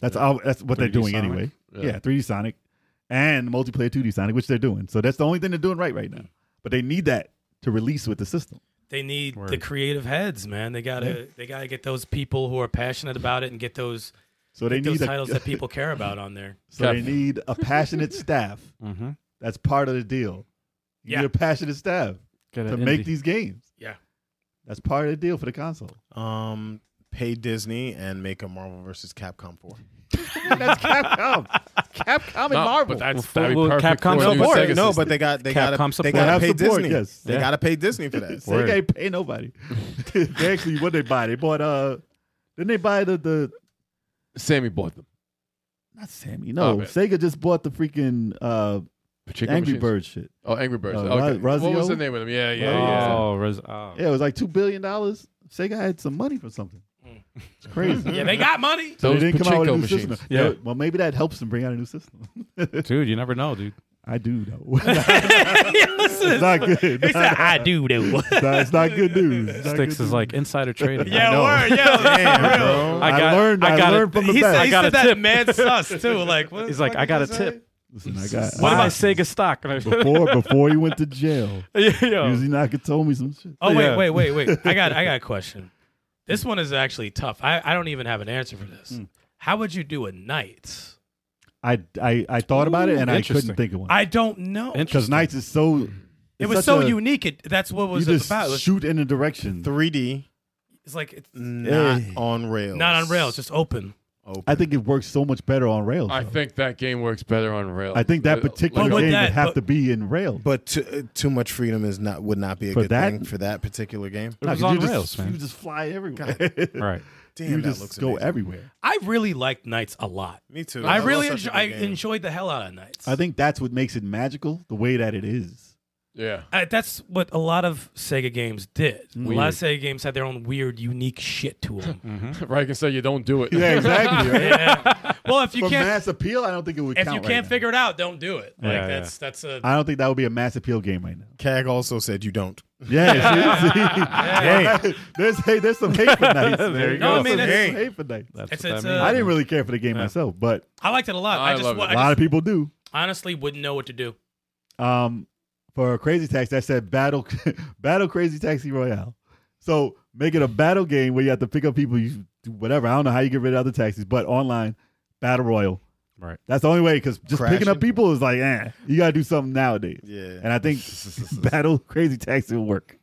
Speaker 6: that's all. That's what they're
Speaker 2: 3D
Speaker 6: doing
Speaker 2: Sonic?
Speaker 6: anyway.
Speaker 5: Yeah.
Speaker 6: Yeah, 3D Sonic and multiplayer 2D Sonic, which they're doing. So that's the only thing they're doing right right
Speaker 2: Mm.
Speaker 6: now. But they need that to release with the system.
Speaker 3: They need the
Speaker 2: Word.
Speaker 3: creative heads, man. They gotta they gotta get those people who are passionate about it and get those
Speaker 6: So they
Speaker 3: get those
Speaker 6: need
Speaker 3: titles
Speaker 6: a, (laughs)
Speaker 3: that people care about on there.
Speaker 6: so they need
Speaker 3: (laughs)
Speaker 6: a passionate staff.
Speaker 2: Mhm.
Speaker 6: That's part of the deal. You
Speaker 3: Yeah.
Speaker 6: need a passionate staff
Speaker 2: Get
Speaker 6: to
Speaker 2: an
Speaker 6: make
Speaker 2: indie.
Speaker 6: these games.
Speaker 3: Yeah.
Speaker 6: That's part of the deal for
Speaker 3: (laughs)
Speaker 6: the console. (laughs)
Speaker 4: um, pay Disney and make a Marvel versus Capcom four.
Speaker 6: That's Capcom. Capcom and
Speaker 5: No,
Speaker 6: Marvel.
Speaker 5: But that's,
Speaker 2: Well,
Speaker 5: that'd be
Speaker 2: well,
Speaker 5: perfect
Speaker 2: Capcom
Speaker 5: for a new
Speaker 2: support.
Speaker 5: Sega
Speaker 4: No,
Speaker 5: system.
Speaker 4: but they got they got
Speaker 2: Capcom
Speaker 4: they
Speaker 2: support.
Speaker 4: got
Speaker 6: Have
Speaker 4: to pay
Speaker 6: support,
Speaker 4: Disney.
Speaker 6: yes.
Speaker 4: They
Speaker 2: Yeah.
Speaker 4: got to pay Disney for that.
Speaker 6: (laughs) Sega
Speaker 2: Word.
Speaker 6: ain't pay nobody. (laughs) they actually, what they buy? They bought uh, didn't they buy the the
Speaker 5: Sammy bought them.
Speaker 6: not Sammy? No,
Speaker 5: Oh, man.
Speaker 6: Sega just bought the freaking uh
Speaker 5: Pachinko
Speaker 6: Angry
Speaker 5: machines.
Speaker 6: Bird shit.
Speaker 5: Oh, Angry Birds.
Speaker 6: Uh,
Speaker 5: okay.
Speaker 6: Ra-
Speaker 5: what was
Speaker 6: Razio?
Speaker 5: the name of them? Yeah, yeah, yeah.
Speaker 2: Oh, res- oh.
Speaker 6: Yeah, it was like two billion dollars. Sega had some money from something. It's crazy.
Speaker 3: (laughs) Yeah, they got money.
Speaker 6: So
Speaker 5: Those
Speaker 6: they didn't come out with a
Speaker 5: Pachinko
Speaker 6: new
Speaker 5: machines.
Speaker 6: system.
Speaker 2: Yeah.
Speaker 6: Yeah. Well, maybe that helps them bring out a new system.
Speaker 2: dude, you never know, dude.
Speaker 6: I do though. (laughs) it's
Speaker 3: Listen,
Speaker 6: not good.
Speaker 3: he said, "I do though."
Speaker 6: (laughs) It's not- it's not good news. It's not good
Speaker 2: Sticks is
Speaker 6: news.
Speaker 2: like insider
Speaker 3: (laughs)
Speaker 2: trading.
Speaker 3: Yeah, word. Yeah,
Speaker 4: Damn,
Speaker 3: for real.
Speaker 4: bro.
Speaker 6: I learned- I learned from the
Speaker 3: he
Speaker 6: best.
Speaker 3: said,
Speaker 6: I
Speaker 3: he
Speaker 2: got
Speaker 3: said
Speaker 2: a
Speaker 3: that
Speaker 2: tip.
Speaker 3: mad sus too. Like, what the
Speaker 2: He's like,
Speaker 3: fuck
Speaker 2: I
Speaker 3: did
Speaker 2: got (laughs)
Speaker 3: you
Speaker 2: a
Speaker 3: say?"
Speaker 2: tip.
Speaker 6: Listen, I got
Speaker 2: What
Speaker 6: I-
Speaker 2: about Sega (laughs) stock?
Speaker 6: before before he went to jail.
Speaker 2: Yeah, yo.
Speaker 6: Usually Naka told me some shit.
Speaker 3: Oh
Speaker 2: Yeah.
Speaker 3: wait, wait, wait, wait. I got I got a question. This one is actually tough. I, I don't even have an answer for this. How would you do a night?
Speaker 6: I I, I thought about it and I
Speaker 2: Interesting.
Speaker 6: couldn't think of one.
Speaker 3: I don't know.
Speaker 6: Because nights is so
Speaker 3: it
Speaker 6: it's
Speaker 3: was so
Speaker 6: such a-
Speaker 3: unique. It, that's what
Speaker 6: You
Speaker 3: was
Speaker 6: just
Speaker 3: about. It was-
Speaker 6: shoot in a direction.
Speaker 4: 3D,
Speaker 3: it's like it's
Speaker 4: not
Speaker 6: Hey.
Speaker 4: on rails.
Speaker 3: not on rails, just open.
Speaker 4: Open.
Speaker 6: I think it works so much better on rails.
Speaker 5: I
Speaker 6: though.
Speaker 5: think that game works better on rails.
Speaker 6: I think that
Speaker 5: Uh, like
Speaker 6: particular
Speaker 5: a-
Speaker 6: game
Speaker 3: would
Speaker 6: would,
Speaker 3: that-
Speaker 6: have
Speaker 3: but-
Speaker 6: to be in rails.
Speaker 4: but too, too much freedom is not would not be a
Speaker 6: For
Speaker 4: good
Speaker 6: that-
Speaker 4: thing for that particular game.
Speaker 2: It was
Speaker 6: you
Speaker 2: on
Speaker 6: just,
Speaker 2: rails, man.
Speaker 6: You just fly everywhere. (laughs)
Speaker 2: (laughs) Right.
Speaker 4: Damn,
Speaker 6: you
Speaker 4: that
Speaker 6: just
Speaker 4: looks
Speaker 6: go
Speaker 4: amazing.
Speaker 6: everywhere.
Speaker 3: I really liked nights a lot.
Speaker 4: Me too.
Speaker 3: I
Speaker 4: That
Speaker 3: really
Speaker 4: was
Speaker 3: enjoy,
Speaker 4: such a
Speaker 3: I
Speaker 4: good game.
Speaker 3: enjoyed the hell out of nights.
Speaker 6: I think that's what makes it magical, the way that it is.
Speaker 5: Yeah.
Speaker 3: Uh, that's what a lot of Sega games did. A lot
Speaker 2: Weird.
Speaker 3: of Sega games had their own weird, unique shit to them.
Speaker 5: (laughs) Right, I can say you don't do (laughs) it.
Speaker 6: Yeah, exactly. right?
Speaker 3: yeah. Well,
Speaker 6: (laughs)
Speaker 3: if you
Speaker 6: For
Speaker 3: can't
Speaker 6: mass appeal, I don't think it would
Speaker 3: if you
Speaker 6: count.
Speaker 3: can't
Speaker 6: right now.
Speaker 3: figure it out, don't do it. Like
Speaker 2: Yeah,
Speaker 3: that's that's a
Speaker 6: I don't think that would be a mass appeal game right now.
Speaker 4: Cag also said you don't.
Speaker 6: Yeah, see, see? there's hey, there's some hate for nights.
Speaker 2: There
Speaker 6: man.
Speaker 2: you go.
Speaker 3: No, I mean,
Speaker 6: There's
Speaker 3: that's-
Speaker 6: some hate for nights.
Speaker 2: That's
Speaker 3: It's-
Speaker 2: what
Speaker 3: it's,
Speaker 2: that means.
Speaker 3: uh,
Speaker 6: I didn't really care for the game myself, but
Speaker 3: I liked it a lot. I,
Speaker 5: I
Speaker 3: just,
Speaker 5: love
Speaker 3: wa-
Speaker 5: it.
Speaker 3: I
Speaker 6: a lot
Speaker 3: just
Speaker 6: of people do.
Speaker 3: honestly wouldn't know what to do.
Speaker 6: um, for Crazy Tax that said battle (laughs) battle Crazy Taxi Royale. So make it a battle game where you have to pick up people. You do whatever. I don't know how you get rid of other taxis, but online battle royal.
Speaker 2: Right.
Speaker 6: That's the only way because just picking
Speaker 4: Crashing.
Speaker 6: up people is like, eh, you gotta do something nowadays.
Speaker 4: Yeah.
Speaker 6: And
Speaker 4: (laughs)
Speaker 6: I think (laughs) battle Crazy Taxi will work.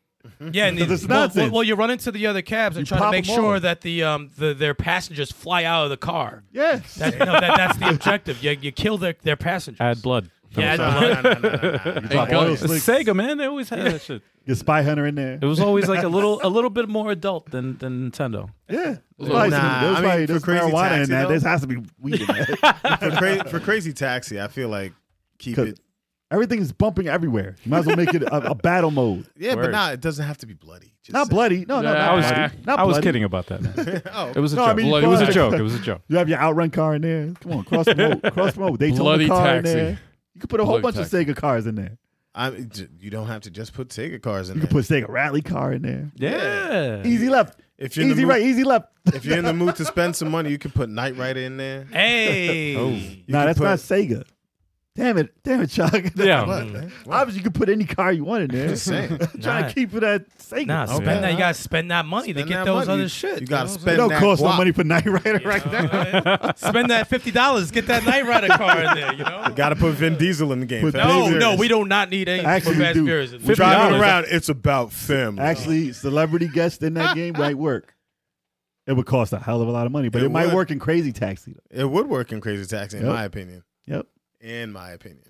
Speaker 3: Yeah, and
Speaker 6: Because
Speaker 3: the-
Speaker 6: it's
Speaker 3: well,
Speaker 6: nonsense.
Speaker 3: well, well, you run into the other cabs and
Speaker 6: You
Speaker 3: try to
Speaker 6: pop
Speaker 3: make
Speaker 6: 'em
Speaker 3: sure
Speaker 6: all.
Speaker 3: that the um the, their passengers fly out of the car.
Speaker 6: Yes.
Speaker 3: That, no, that, that's the objective. You, you kill their their passengers.
Speaker 2: Add blood.
Speaker 3: yeah, add
Speaker 4: No,
Speaker 3: blood.
Speaker 4: no, no, no, no, no, no.
Speaker 6: Drop oil
Speaker 5: guns.
Speaker 2: It's
Speaker 5: (laughs)
Speaker 6: slicks,
Speaker 2: Sega, man. They always had that shit.
Speaker 6: Your spy hunter in there.
Speaker 2: It was always like a (laughs) little, a little bit more adult than than Nintendo.
Speaker 6: Yeah. There's probably some-
Speaker 4: Nah,
Speaker 6: there's
Speaker 4: I mean,
Speaker 6: probably
Speaker 4: for
Speaker 6: there's
Speaker 4: Crazy
Speaker 6: marijuana in
Speaker 4: Taxi,
Speaker 6: that.
Speaker 4: though.
Speaker 6: There has to be weed in
Speaker 4: (laughs)
Speaker 6: that.
Speaker 4: for, cra- for Crazy Taxi, I feel like keep
Speaker 6: 'Cause
Speaker 4: it.
Speaker 6: Everything's bumping everywhere. You might as well make it a, a battle mode.
Speaker 4: Yeah,
Speaker 2: Word.
Speaker 4: but nah, it doesn't have to be bloody. Just
Speaker 6: Not
Speaker 4: say-
Speaker 6: bloody. No, no,
Speaker 5: Nah,
Speaker 6: not
Speaker 2: I was,
Speaker 6: bloody. Not
Speaker 2: I was
Speaker 6: bloody.
Speaker 2: kidding about that. (laughs) Man.
Speaker 4: Oh,
Speaker 2: Ah. It was a
Speaker 6: No, I
Speaker 2: joke.
Speaker 6: mean,
Speaker 2: it was a
Speaker 6: blood.
Speaker 2: joke. It was a joke.
Speaker 6: You have your outrun car in there. Come on, cross promote, cross promote. Daytona
Speaker 5: Bloody
Speaker 6: car
Speaker 5: taxi.
Speaker 6: in there. You could put a whole
Speaker 5: Bloody
Speaker 6: bunch
Speaker 5: taxi.
Speaker 6: of Sega cars in there.
Speaker 4: I, j- you don't have to just put Sega cars in
Speaker 6: You
Speaker 4: there.
Speaker 6: could put Sega rally car in there.
Speaker 2: Yeah.
Speaker 6: Easy left,
Speaker 4: if you're in the
Speaker 6: easy
Speaker 4: mood,
Speaker 6: right, easy left.
Speaker 4: If you're in the mood to spend some money, you can put Knight Rider in there.
Speaker 3: (laughs) Hey,
Speaker 4: You
Speaker 6: (laughs) Nah,
Speaker 4: can
Speaker 6: that's
Speaker 4: put-
Speaker 6: not Sega. Damn it, damn it, Chuck. (laughs)
Speaker 2: Yeah.
Speaker 4: What, man? What?
Speaker 6: Obviously, you could put any car you want in there.
Speaker 4: Just
Speaker 6: (laughs)
Speaker 4: saying.
Speaker 6: I'm trying
Speaker 3: Nah.
Speaker 6: to keep it at Sega.
Speaker 3: nah, spend
Speaker 4: Okay.
Speaker 3: that. You gotta spend that money
Speaker 4: Spend
Speaker 3: to get
Speaker 4: that
Speaker 3: those
Speaker 4: money.
Speaker 3: other
Speaker 4: You-
Speaker 3: shit.
Speaker 4: you gotta
Speaker 3: know what I'm
Speaker 6: It
Speaker 4: spend
Speaker 6: don't
Speaker 4: that
Speaker 6: cost no
Speaker 4: guap.
Speaker 6: money for Knight Rider right
Speaker 3: saying?
Speaker 4: (laughs)
Speaker 6: now.
Speaker 3: Uh, (laughs) spend that fifty dollars. Get that Knight Rider car in there. You
Speaker 6: (laughs)
Speaker 3: know.
Speaker 4: Got to put Vin Diesel in the game.
Speaker 6: Put
Speaker 4: fam.
Speaker 3: No,
Speaker 6: Furious.
Speaker 3: no, we do not need any
Speaker 6: Actually,
Speaker 3: for
Speaker 6: we
Speaker 3: Fast
Speaker 6: do.
Speaker 3: Furious. We
Speaker 6: Fifty
Speaker 4: driving
Speaker 6: dollars.
Speaker 4: around. It's about family.
Speaker 6: Actually, celebrity guest in that game might work. It would cost a hell of a lot of money, but
Speaker 4: It
Speaker 6: it, might
Speaker 4: would.
Speaker 6: work in Crazy Taxi. though.
Speaker 4: it would work in Crazy Taxi, in
Speaker 6: Yep.
Speaker 4: my opinion.
Speaker 6: Yep.
Speaker 4: In my opinion,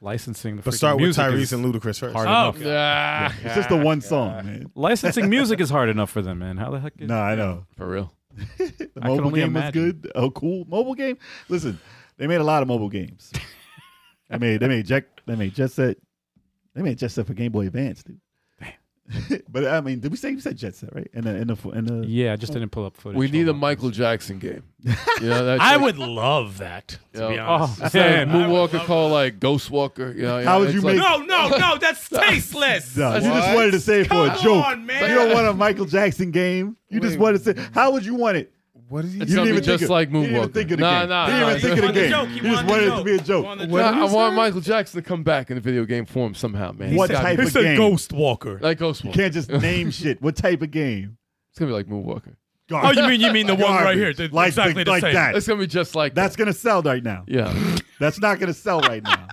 Speaker 2: Licensing the
Speaker 4: but
Speaker 2: freaking
Speaker 4: start with
Speaker 2: music
Speaker 4: Tyrese
Speaker 2: is-
Speaker 4: and Ludacris first.
Speaker 2: hard enough.
Speaker 3: Oh,
Speaker 5: Ah. Yeah.
Speaker 6: It's just the one song, man.
Speaker 2: Licensing music is hard enough for them, man. How the heck? Is,
Speaker 6: No, I know.
Speaker 5: For real.
Speaker 6: The
Speaker 2: I can
Speaker 6: mobile
Speaker 2: only
Speaker 6: game is
Speaker 2: imagine.
Speaker 6: good. Oh, cool mobile game. Listen, they made a lot of mobile games. I mean, they made Jack. They made Jet Set. They made Jet Set for Game Boy Advance, dude. (laughs) but I mean, did we say you said Jet Set right? And the in the in the
Speaker 2: Yeah, I just didn't pull up footage.
Speaker 5: We need a
Speaker 2: Hold on.
Speaker 5: Michael Jackson
Speaker 6: (laughs)
Speaker 5: game. You know,
Speaker 3: (laughs)
Speaker 5: that's
Speaker 3: I
Speaker 5: like-
Speaker 3: would love that. To
Speaker 5: Yeah.
Speaker 3: be
Speaker 2: Oh
Speaker 3: honest.
Speaker 5: Yeah,
Speaker 2: man,
Speaker 5: Moonwalker call like Ghost Walker. You know,
Speaker 6: How would
Speaker 5: it's
Speaker 6: you
Speaker 5: like-
Speaker 6: make-
Speaker 3: No, no, no.
Speaker 5: (laughs)
Speaker 3: That's tasteless.
Speaker 6: No, you just
Speaker 5: What?
Speaker 6: wanted to say it for a
Speaker 3: Come
Speaker 6: joke.
Speaker 3: on, man.
Speaker 6: You don't want a Michael Jackson game. You just
Speaker 4: Wait.
Speaker 6: wanted to say, how would you want it?
Speaker 4: What is he?
Speaker 5: It's
Speaker 6: You didn't
Speaker 5: something
Speaker 6: even think
Speaker 5: just
Speaker 6: of-
Speaker 5: like
Speaker 6: you didn't even
Speaker 5: Moonwalker.
Speaker 6: think of the
Speaker 5: Nah,
Speaker 6: game.
Speaker 5: nah,
Speaker 6: You didn't even
Speaker 5: nah,
Speaker 6: think
Speaker 5: you
Speaker 6: of the
Speaker 5: want the
Speaker 6: game.
Speaker 3: joke, you
Speaker 6: You just
Speaker 3: want the
Speaker 6: wanted it to
Speaker 3: joke.
Speaker 6: be a
Speaker 3: You
Speaker 6: joke.
Speaker 3: want the
Speaker 5: Nah,
Speaker 3: What
Speaker 5: I want Michael Jackson to come back in a video game form somehow, man.
Speaker 6: What
Speaker 5: He's gotta
Speaker 6: type
Speaker 5: be-
Speaker 6: of game? (laughs)
Speaker 3: Walker.
Speaker 5: (laughs) Like Ghost
Speaker 6: You
Speaker 5: Walker.
Speaker 6: can't just name shit. What type of game?
Speaker 5: It's gonna be like Moonwalker.
Speaker 3: Oh,
Speaker 6: Garbage.
Speaker 3: you mean you mean the one right here?
Speaker 6: Garbage.
Speaker 3: the-
Speaker 6: Like
Speaker 3: exactly
Speaker 6: the-
Speaker 3: the
Speaker 6: like
Speaker 3: same.
Speaker 6: that.
Speaker 5: It's gonna be just like
Speaker 6: That's gonna sell right now.
Speaker 5: that.
Speaker 6: (laughs)
Speaker 5: Yeah.
Speaker 6: That's not gonna sell right now.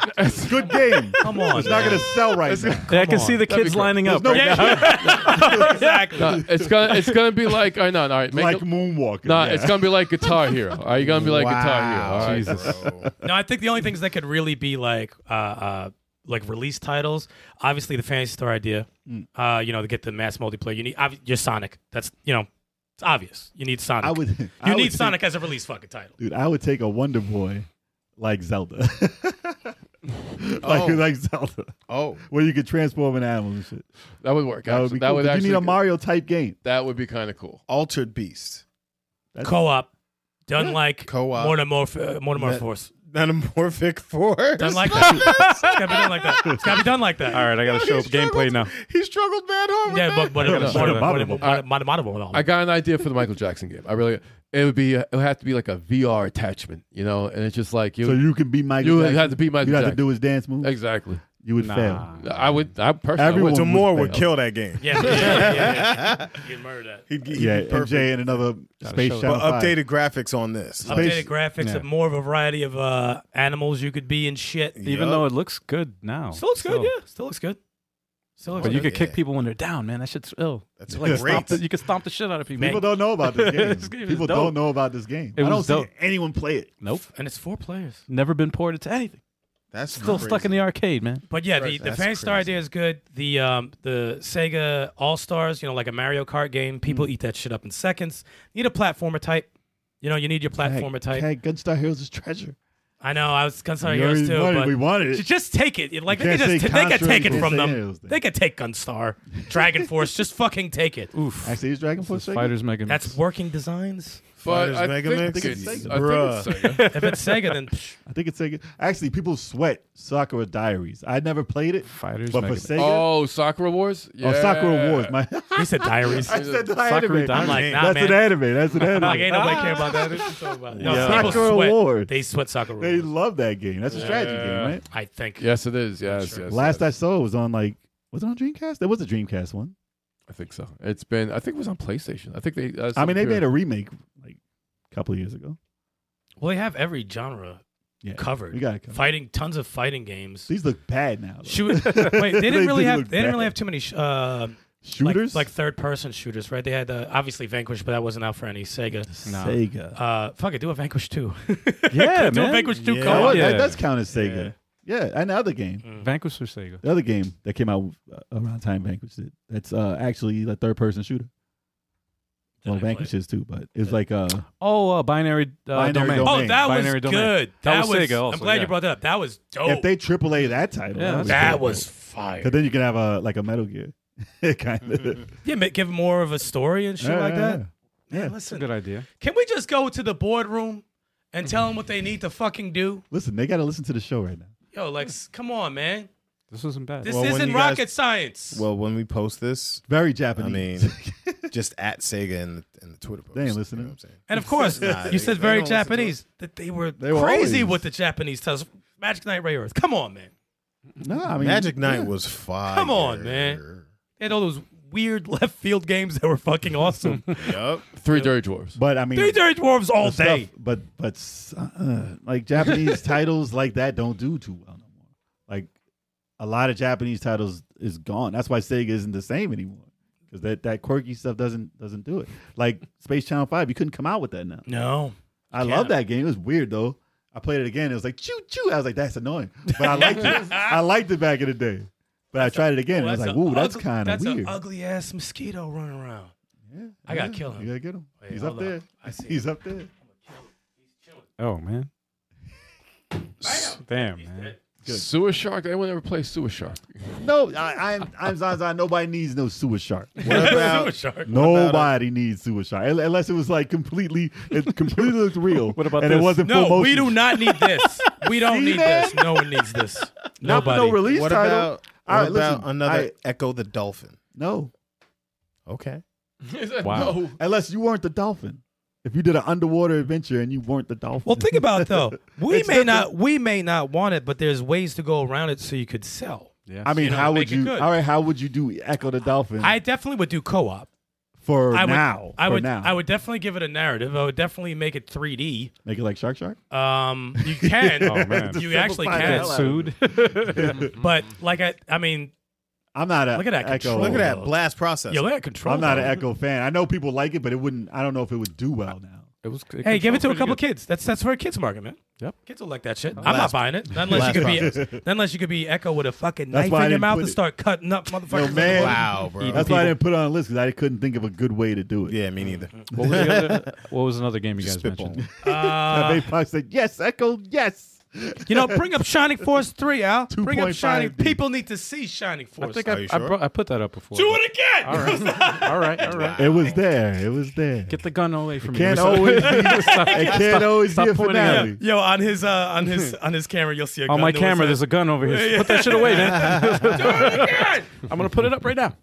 Speaker 6: Good game.
Speaker 3: Come on,
Speaker 6: It's not
Speaker 3: man.
Speaker 6: gonna sell right now.
Speaker 2: I can
Speaker 3: on.
Speaker 2: see the
Speaker 5: That'd be
Speaker 2: kids
Speaker 5: great.
Speaker 2: lining up. (laughs)
Speaker 6: no- (laughs)
Speaker 2: right
Speaker 3: Yeah,
Speaker 2: now.
Speaker 3: yeah. (laughs) exactly.
Speaker 5: Nah, it's gonna it's gonna be like all right, no, no, all right. Make
Speaker 6: Like
Speaker 5: it-
Speaker 6: Moonwalker.
Speaker 5: nah,
Speaker 6: yeah.
Speaker 5: it's gonna be like
Speaker 6: (laughs)
Speaker 5: Guitar Hero. All right, you're gonna be like Guitar Hero. All right.
Speaker 4: Jesus.
Speaker 3: No, I think the only things that could really be like uh, uh, like release titles, obviously the Fantasy Star idea.
Speaker 6: Mm.
Speaker 3: Uh, you know, to get the mass multiplayer, you need obvi- your Sonic. That's you know, it's obvious. You need Sonic.
Speaker 6: I would.
Speaker 3: You
Speaker 6: I would
Speaker 3: need
Speaker 6: take-
Speaker 3: Sonic as a release fucking title.
Speaker 6: dude. I would take a Wonder Boy, like Zelda. (laughs) like
Speaker 4: Oh.
Speaker 6: like Zelda,
Speaker 4: Oh,
Speaker 6: where you could transform an animal and shit.
Speaker 5: That would work.
Speaker 6: That would be
Speaker 5: actually. That
Speaker 6: cool.
Speaker 5: would,
Speaker 6: But
Speaker 5: actually
Speaker 6: you need a Mario type game.
Speaker 5: That would be kind of cool.
Speaker 4: Altered Beast.
Speaker 6: That's-
Speaker 3: Co-op, done like
Speaker 4: Co-op.
Speaker 3: Mortimer Mortimer
Speaker 4: Met-
Speaker 3: Force.
Speaker 4: Metamorphic Force.
Speaker 3: Done like that. it's gotta be done like that. It's gotta be done like that.
Speaker 2: All right, I got to show gameplay now.
Speaker 4: He struggled mad hard. With
Speaker 3: Yeah,
Speaker 4: that.
Speaker 3: but
Speaker 6: (laughs)
Speaker 3: but but-
Speaker 2: Sure.
Speaker 3: but- but- but- but- but- but-
Speaker 5: I got an idea for the Michael Jackson game. I really, it would be, it would have to be like a VR attachment, you know, and it's just like you,
Speaker 6: So you can be Michael.
Speaker 5: You would
Speaker 6: Jackson.
Speaker 5: have to be Michael
Speaker 6: You have to
Speaker 5: Jackson.
Speaker 6: do his dance moves.
Speaker 5: exactly.
Speaker 6: You would fail.
Speaker 2: Nah.
Speaker 5: I would, I personally,
Speaker 6: Everyone-
Speaker 5: I would.
Speaker 4: Damore would
Speaker 6: Yeah.
Speaker 4: kill that game.
Speaker 3: yeah, yeah,
Speaker 2: (laughs)
Speaker 3: yeah, yeah. You can murder that.
Speaker 4: He'd, he'd
Speaker 6: Yeah,
Speaker 4: be perfect.
Speaker 6: MJ and another space
Speaker 2: show it.
Speaker 6: shuttle.
Speaker 4: But
Speaker 6: five.
Speaker 4: updated graphics on this.
Speaker 3: Updated graphics
Speaker 2: yeah.
Speaker 3: of more of a variety of uh, animals you could be and shit.
Speaker 2: Even
Speaker 4: Yup.
Speaker 2: though it looks good now.
Speaker 3: Still looks good, yeah. Still looks good. Still looks
Speaker 2: But you
Speaker 3: good.
Speaker 2: could kick
Speaker 4: Yeah.
Speaker 2: people when they're down, man. That shit's ill.
Speaker 4: That's
Speaker 2: You, like,
Speaker 4: great.
Speaker 2: stomp the- you can stomp the shit out of people.
Speaker 6: People don't know about this game.
Speaker 2: This game is
Speaker 6: People
Speaker 2: dope.
Speaker 6: don't know about this game.
Speaker 2: It
Speaker 6: I don't
Speaker 2: was
Speaker 6: see
Speaker 2: dope.
Speaker 6: anyone play it.
Speaker 2: Nope.
Speaker 3: And it's four players.
Speaker 2: Never been ported to anything.
Speaker 4: That's
Speaker 2: Still stuck in the arcade, man.
Speaker 3: But yeah, the,
Speaker 5: Right,
Speaker 3: the
Speaker 4: that's
Speaker 3: fan star
Speaker 4: crazy.
Speaker 3: idea is good. The um, the Sega All Stars, you know, like a Mario Kart game, people eat that shit up in seconds. Need a platformer type. You know, you need your platformer type.
Speaker 6: Tag Gunstar Heroes is treasure.
Speaker 3: I know, I was Gunstar
Speaker 6: We
Speaker 3: Heroes
Speaker 6: already
Speaker 3: too,
Speaker 6: wanted-
Speaker 3: but
Speaker 6: we wanted
Speaker 3: Ju-
Speaker 6: it.
Speaker 3: Just take it. Like
Speaker 6: You
Speaker 3: they could just
Speaker 6: can't say
Speaker 3: they could
Speaker 6: Contra,
Speaker 3: take
Speaker 6: you
Speaker 3: it
Speaker 6: can't
Speaker 3: from
Speaker 6: say
Speaker 3: them.
Speaker 6: any of those things.
Speaker 3: They could take Gunstar, Dragon Force. Just fucking take it.
Speaker 2: Oof.
Speaker 6: Actually, is Dragon Force Sega?
Speaker 2: Fighters Mega Mix.
Speaker 3: That's working designs.
Speaker 5: But
Speaker 4: Fighters
Speaker 5: I
Speaker 4: Mega
Speaker 5: think,
Speaker 4: Mix?
Speaker 5: it's, I think it's
Speaker 4: Bruh.
Speaker 5: Sega.
Speaker 3: If it's Sega, then psh,
Speaker 6: I think it's Sega. Actually, people sweat Sakura Diaries. I never played it,
Speaker 2: Fighters
Speaker 6: but for
Speaker 2: Mega Mix.
Speaker 6: Sega, oh,
Speaker 5: oh, Sakura Wars. Yeah.
Speaker 6: Sakura Wars. My, (laughs)
Speaker 3: he said diaries.
Speaker 6: I said the
Speaker 2: Sakura
Speaker 6: anime.
Speaker 2: Diaries.
Speaker 3: I'm like, nah,
Speaker 6: That's
Speaker 3: man.
Speaker 6: an anime. That's
Speaker 3: (laughs)
Speaker 6: an anime.
Speaker 3: Like, ain't nobody care about that. What you talking about? No,
Speaker 2: Yeah.
Speaker 3: people
Speaker 6: Sakura
Speaker 3: sweat.
Speaker 6: Wars.
Speaker 3: They sweat soccer
Speaker 6: They
Speaker 3: Wars.
Speaker 6: love that game. That's a strategy game, right?
Speaker 3: I think.
Speaker 5: Yes, it is. Yes,
Speaker 3: Sure.
Speaker 5: yes.
Speaker 6: Last
Speaker 5: yes.
Speaker 6: I saw it was on like was it on Dreamcast? There was a Dreamcast one.
Speaker 5: I think so. It's been. I think it was on PlayStation. I think they. Uh,
Speaker 6: I mean, they
Speaker 5: something-
Speaker 6: made a remake like a couple of years ago.
Speaker 3: Well, they have every genre
Speaker 6: Yeah,
Speaker 3: covered.
Speaker 6: we got it. covered.
Speaker 3: fighting tons of fighting games.
Speaker 6: These look bad now. though.
Speaker 3: Shoot. Wait, they didn't
Speaker 6: (laughs) They
Speaker 3: really
Speaker 6: do
Speaker 3: have.
Speaker 6: look
Speaker 3: They didn't really
Speaker 6: bad.
Speaker 3: have too many sh- uh, like,
Speaker 6: Shooters
Speaker 3: like third person shooters, right? They had uh, obviously Vanquish, but that wasn't out for any Sega.
Speaker 2: Nah.
Speaker 6: Sega.
Speaker 3: Uh, fuck it, do a Vanquish (laughs) two.
Speaker 2: Yeah,
Speaker 3: do a
Speaker 2: man.
Speaker 3: Vanquish two.
Speaker 4: Yeah.
Speaker 6: That,
Speaker 3: co-op.
Speaker 6: was-
Speaker 2: yeah.
Speaker 6: that does count as Sega. Yeah. another game.
Speaker 2: Vanquish for Sega.
Speaker 6: The other game that came out uh, around time Vanquish did. That's uh, actually a third person shooter.
Speaker 3: Did
Speaker 6: Well,
Speaker 3: I play
Speaker 6: Vanquish is too, but it's like uh,
Speaker 2: Oh, uh, binary, uh,
Speaker 6: Binary
Speaker 2: domain.
Speaker 6: Domain.
Speaker 3: Oh, that was
Speaker 2: Binary
Speaker 3: good.
Speaker 2: domain. That was Sega also,
Speaker 3: I'm glad
Speaker 2: yeah.
Speaker 3: you brought that up. That was dope.
Speaker 6: if they AAA that title,
Speaker 2: Yeah,
Speaker 6: that
Speaker 2: that's
Speaker 3: Oh.
Speaker 6: was,
Speaker 3: that
Speaker 6: pretty
Speaker 3: was
Speaker 6: dope.
Speaker 3: fire.
Speaker 6: 'Cause then you can have a like a Metal Gear (laughs) kind of
Speaker 3: Yeah, ma- give more of a story and shit like that.
Speaker 6: Yeah,
Speaker 3: Man,
Speaker 2: That's a
Speaker 3: listen,
Speaker 2: good idea.
Speaker 3: can we just go to the boardroom and tell them what they need to fucking do?
Speaker 6: Listen, they got to listen to the show right now.
Speaker 3: Yo, Lex, come on, man.
Speaker 2: This wasn't bad.
Speaker 3: This
Speaker 4: Well, when
Speaker 3: isn't
Speaker 4: you guys-
Speaker 3: rocket science.
Speaker 4: (laughs) Well, when we post this,
Speaker 6: Very
Speaker 4: I
Speaker 6: Japanese.
Speaker 4: (laughs) mean, just at Sega in the, in the Twitter post.
Speaker 6: They ain't
Speaker 4: you know
Speaker 6: listening.
Speaker 4: what I'm saying?
Speaker 3: and of
Speaker 6: (laughs)
Speaker 3: course,
Speaker 4: Nah,
Speaker 3: you
Speaker 4: they-
Speaker 3: said
Speaker 4: they
Speaker 3: very
Speaker 4: don't listen to
Speaker 3: Japanese that they were,
Speaker 6: They were
Speaker 3: crazy
Speaker 6: always-
Speaker 3: with the Japanese tells Magic Knight Ray Earth. Come on, man.
Speaker 6: (laughs) no, I mean
Speaker 4: Magic Knight was fire.
Speaker 3: Come on, man. They had all those weird (laughs) left field games that were fucking
Speaker 6: (laughs)
Speaker 3: awesome.
Speaker 4: Yup.
Speaker 5: Three Dirty Dwarfs.
Speaker 6: But I mean,
Speaker 3: Three Dirty Dwarves all
Speaker 6: the stuff-
Speaker 3: day.
Speaker 6: but but s- uh,
Speaker 3: (laughs)
Speaker 6: like Japanese titles like that don't do too well no more. Like a lot of Japanese titles is gone. That's why Sega isn't the same anymore because that that quirky stuff doesn't doesn't do it. Like Space Channel Five, you couldn't come out with that now.
Speaker 3: No.
Speaker 6: I
Speaker 3: can't.
Speaker 6: love that game. It was weird though. I played it again. It was like choo choo. I was like, that's annoying, but I liked
Speaker 3: (laughs)
Speaker 6: it. I liked it back in the day. But I tried it again. and I was like,
Speaker 3: a
Speaker 6: ooh, that's
Speaker 3: ugl-
Speaker 6: kind of
Speaker 3: that's a
Speaker 6: weird.
Speaker 3: ugly ass mosquito running around. I gotta kill him.
Speaker 6: You gotta get him.
Speaker 3: Wait,
Speaker 6: He's up
Speaker 3: hold on.
Speaker 6: there.
Speaker 3: I see
Speaker 6: He's up there.
Speaker 2: Oh
Speaker 3: (laughs)
Speaker 2: man. Damn, man.
Speaker 5: Sewer Shark. Anyone ever play Sewer Shark?
Speaker 6: No, I, I'm I'm Zaza. Nobody needs no sewer
Speaker 4: (laughs)
Speaker 6: shark.
Speaker 4: What
Speaker 3: Super
Speaker 4: about
Speaker 3: shark.
Speaker 6: Nobody needs sewer shark Un- unless it was like completely it completely
Speaker 3: (laughs)
Speaker 6: looked real.
Speaker 2: What about
Speaker 6: and
Speaker 2: this?
Speaker 6: it wasn't full
Speaker 3: No,
Speaker 6: motion.
Speaker 3: we do not need
Speaker 6: (laughs)
Speaker 3: this. We don't
Speaker 6: See
Speaker 3: need
Speaker 6: that?
Speaker 3: this. No one needs this.
Speaker 6: (laughs) Not for no
Speaker 3: Nobody.
Speaker 6: release
Speaker 4: what
Speaker 6: title.
Speaker 4: about
Speaker 6: All
Speaker 4: what
Speaker 6: right,
Speaker 4: about
Speaker 6: listen,
Speaker 4: another
Speaker 6: I-
Speaker 4: Echo the Dolphin?
Speaker 6: no,
Speaker 4: Okay.
Speaker 2: Wow.
Speaker 5: (laughs) No.
Speaker 6: unless you weren't the dolphin. If you did an underwater adventure and you weren't the dolphin.
Speaker 3: Well, think about it, though. We
Speaker 6: It's
Speaker 3: may
Speaker 6: different.
Speaker 3: not we may not want it, but there's ways to go around it so you could sell.
Speaker 2: Yeah.
Speaker 6: (laughs) I mean,
Speaker 3: you know,
Speaker 6: how
Speaker 3: make
Speaker 6: would
Speaker 3: it
Speaker 6: you?
Speaker 3: good.
Speaker 6: All right, how would you do Echo the Dolphin
Speaker 3: I definitely would do co-op.
Speaker 6: for
Speaker 3: I would,
Speaker 6: now?
Speaker 3: I
Speaker 6: for
Speaker 3: would
Speaker 6: now,
Speaker 3: I would definitely give it a narrative. I would definitely make it 3D.
Speaker 6: make it like Shark Shark.
Speaker 3: Um,
Speaker 6: (laughs)
Speaker 3: you can.
Speaker 2: Oh, man.
Speaker 3: You actually
Speaker 6: Simplify
Speaker 3: can.
Speaker 2: Get
Speaker 6: that.
Speaker 2: sued.
Speaker 3: But like I I mean,
Speaker 6: I'm not a
Speaker 3: Look at that
Speaker 6: Echo.
Speaker 3: control.
Speaker 4: Look at
Speaker 3: Oh.
Speaker 4: that blast process.
Speaker 3: yo, that control.
Speaker 6: I'm not
Speaker 3: though.
Speaker 6: an Echo fan. I know people like it, but it wouldn't. I don't know if it would do well now.
Speaker 2: It was. it
Speaker 3: Hey, give it to a
Speaker 2: controlled
Speaker 3: couple
Speaker 2: pretty
Speaker 3: kids. That's that's for a kids market, man.
Speaker 2: Yep.
Speaker 3: Kids will like that shit. I'm not
Speaker 4: Blast-
Speaker 3: buying it. (laughs) Not unless you
Speaker 4: blast
Speaker 3: could be unless you could be Echo with a fucking
Speaker 6: That's why
Speaker 3: knife
Speaker 6: I
Speaker 3: in your
Speaker 6: didn't
Speaker 3: mouth
Speaker 6: put
Speaker 3: and
Speaker 6: it.
Speaker 3: start cutting up motherfuckers. on the
Speaker 6: man.
Speaker 3: wall.
Speaker 4: Wow, bro.
Speaker 6: That's why I didn't put it on a list because I couldn't think of a good way to do it.
Speaker 4: yeah,
Speaker 3: (laughs)
Speaker 4: me neither.
Speaker 2: (laughs) good. What was, the other, what was another game you guys
Speaker 4: Spitball.
Speaker 2: mentioned?
Speaker 6: And they probably said yes, Echo, yes.
Speaker 3: You know, bring up Shining Force 3,
Speaker 2: (laughs)
Speaker 3: Al. Bring up Shining.
Speaker 6: 2.5D.
Speaker 3: People need to see Shining Force.
Speaker 2: I think
Speaker 4: Are
Speaker 2: I,
Speaker 4: you
Speaker 2: I,
Speaker 4: sure?
Speaker 2: brought, I put that up before.
Speaker 3: Do
Speaker 2: but-
Speaker 3: it again. (laughs)
Speaker 2: All right. (laughs) all right. All right.
Speaker 6: It was there. It was there.
Speaker 2: Ah. Get the gun away from me.
Speaker 6: Can't
Speaker 2: Let me
Speaker 6: always
Speaker 2: stop-
Speaker 6: be.
Speaker 2: stop-
Speaker 6: It
Speaker 2: stop-
Speaker 6: can't always
Speaker 2: stop
Speaker 6: be a
Speaker 2: pointing at me.
Speaker 6: finale.
Speaker 3: Yo, on his uh, on his on his camera, you'll see a
Speaker 2: On
Speaker 3: gun
Speaker 2: Oh, my
Speaker 3: that
Speaker 2: camera,
Speaker 3: was,
Speaker 2: there's
Speaker 3: uh,
Speaker 2: a gun over here. Put that shit away, (laughs) man. I'm gonna put it up right now.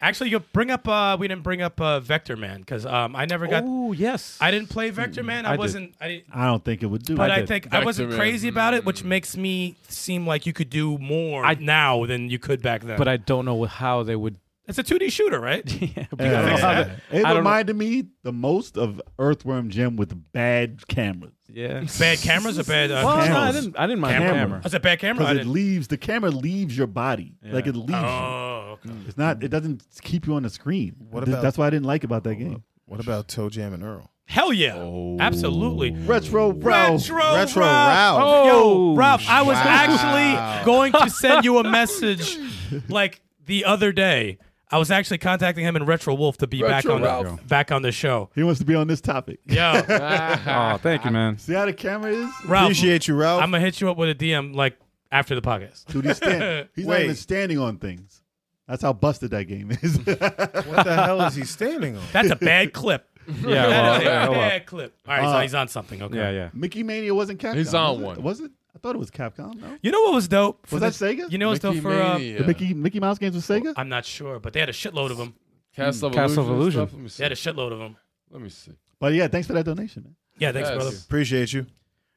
Speaker 3: Actually, you bring up. Uh, we didn't bring up uh, Vector Man because um, I
Speaker 2: (laughs)
Speaker 3: never got.
Speaker 2: Oh yes.
Speaker 3: I didn't play Vector Man.
Speaker 2: Mm,
Speaker 3: I,
Speaker 2: I did.
Speaker 3: wasn't. I didn't.
Speaker 6: I don't think it would do
Speaker 3: But
Speaker 6: it.
Speaker 3: I,
Speaker 2: did.
Speaker 3: think I
Speaker 5: Vector
Speaker 3: wasn't
Speaker 5: Man,
Speaker 3: crazy about it, which
Speaker 2: Mm.
Speaker 3: makes me seem like you could do more
Speaker 2: I-
Speaker 3: now than you could back then.
Speaker 2: But I don't know how they would. (laughs)
Speaker 3: it's a 2D shooter, right?
Speaker 2: Yeah, but I
Speaker 6: Yeah.
Speaker 2: don't know how
Speaker 3: Yeah.
Speaker 2: they-
Speaker 6: Uh,
Speaker 2: I
Speaker 6: It
Speaker 2: don't know-
Speaker 6: reminded me the most of Earthworm Jim with bad cameras.
Speaker 2: Yeah.
Speaker 3: bad cameras or bad. Uh,
Speaker 2: Well, no, I
Speaker 6: cameras.
Speaker 2: didn't. I didn't mind the
Speaker 6: Camera.
Speaker 2: camera.
Speaker 3: Is it bad camera? I
Speaker 6: Because it
Speaker 3: didn't-
Speaker 6: leaves the camera leaves your body. Like it leaves
Speaker 3: Oh, okay.
Speaker 6: you. It's not it doesn't keep you on the screen.
Speaker 4: What
Speaker 6: Th-
Speaker 4: about-
Speaker 6: That's what I didn't like about that game.
Speaker 4: What about Toe Jam and Earl?
Speaker 3: hell yeah!
Speaker 2: Oh.
Speaker 3: Absolutely.
Speaker 6: Retro bro.
Speaker 3: Retro,
Speaker 4: Retro
Speaker 3: Oh, Ralph.
Speaker 4: Ralph.
Speaker 3: Yo,
Speaker 2: Oh,
Speaker 3: Ralph, I was
Speaker 4: wow.
Speaker 3: actually going to send you a message like the other day. I was actually contacting him in Retro Wolf to be back
Speaker 5: Retro
Speaker 3: on the,
Speaker 5: Ralph.
Speaker 3: back on the
Speaker 5: (laughs)
Speaker 3: show.
Speaker 6: He wants to be on this topic.
Speaker 3: Yo,
Speaker 2: Oh, thank you, (laughs) man.
Speaker 6: See how the camera is?
Speaker 3: Ralph,
Speaker 4: Appreciate you, Ralph.
Speaker 3: I'm gonna hit you up with a DM like after the
Speaker 6: (laughs)
Speaker 3: podcast.
Speaker 6: Dude, he's, stand- he's not
Speaker 4: Wait.
Speaker 6: even standing on things. That's how busted that game is. (laughs)
Speaker 4: what the hell is he standing on?
Speaker 3: That's a bad clip.
Speaker 2: Yeah. Oh, Well,
Speaker 3: that is a
Speaker 2: yeah, well,
Speaker 3: bad clip. All right, so
Speaker 6: Uh,
Speaker 3: he's on something. Okay.
Speaker 2: yeah. Yeah.
Speaker 6: Mickey Mania wasn't Capcom.
Speaker 5: He's on
Speaker 6: was it?
Speaker 5: one.
Speaker 6: Was it? I thought it was Capcom. No?
Speaker 3: You know what was dope? For
Speaker 6: Was that Sega?
Speaker 3: You know what's dope
Speaker 5: Mickey
Speaker 3: for? Uh,
Speaker 5: Mania,
Speaker 6: The Mickey Mickey Mouse games with Sega?
Speaker 3: I'm not sure, but they had a shitload of them.
Speaker 5: Castle of
Speaker 2: Castle of
Speaker 5: Illusion. and
Speaker 2: Illusion.
Speaker 5: stuff. Let me see.
Speaker 3: They had a shitload of them.
Speaker 5: Let me see.
Speaker 6: But yeah, thanks for that donation, man.
Speaker 3: Yeah, thanks,
Speaker 5: Yes.
Speaker 3: brother.
Speaker 4: Appreciate you.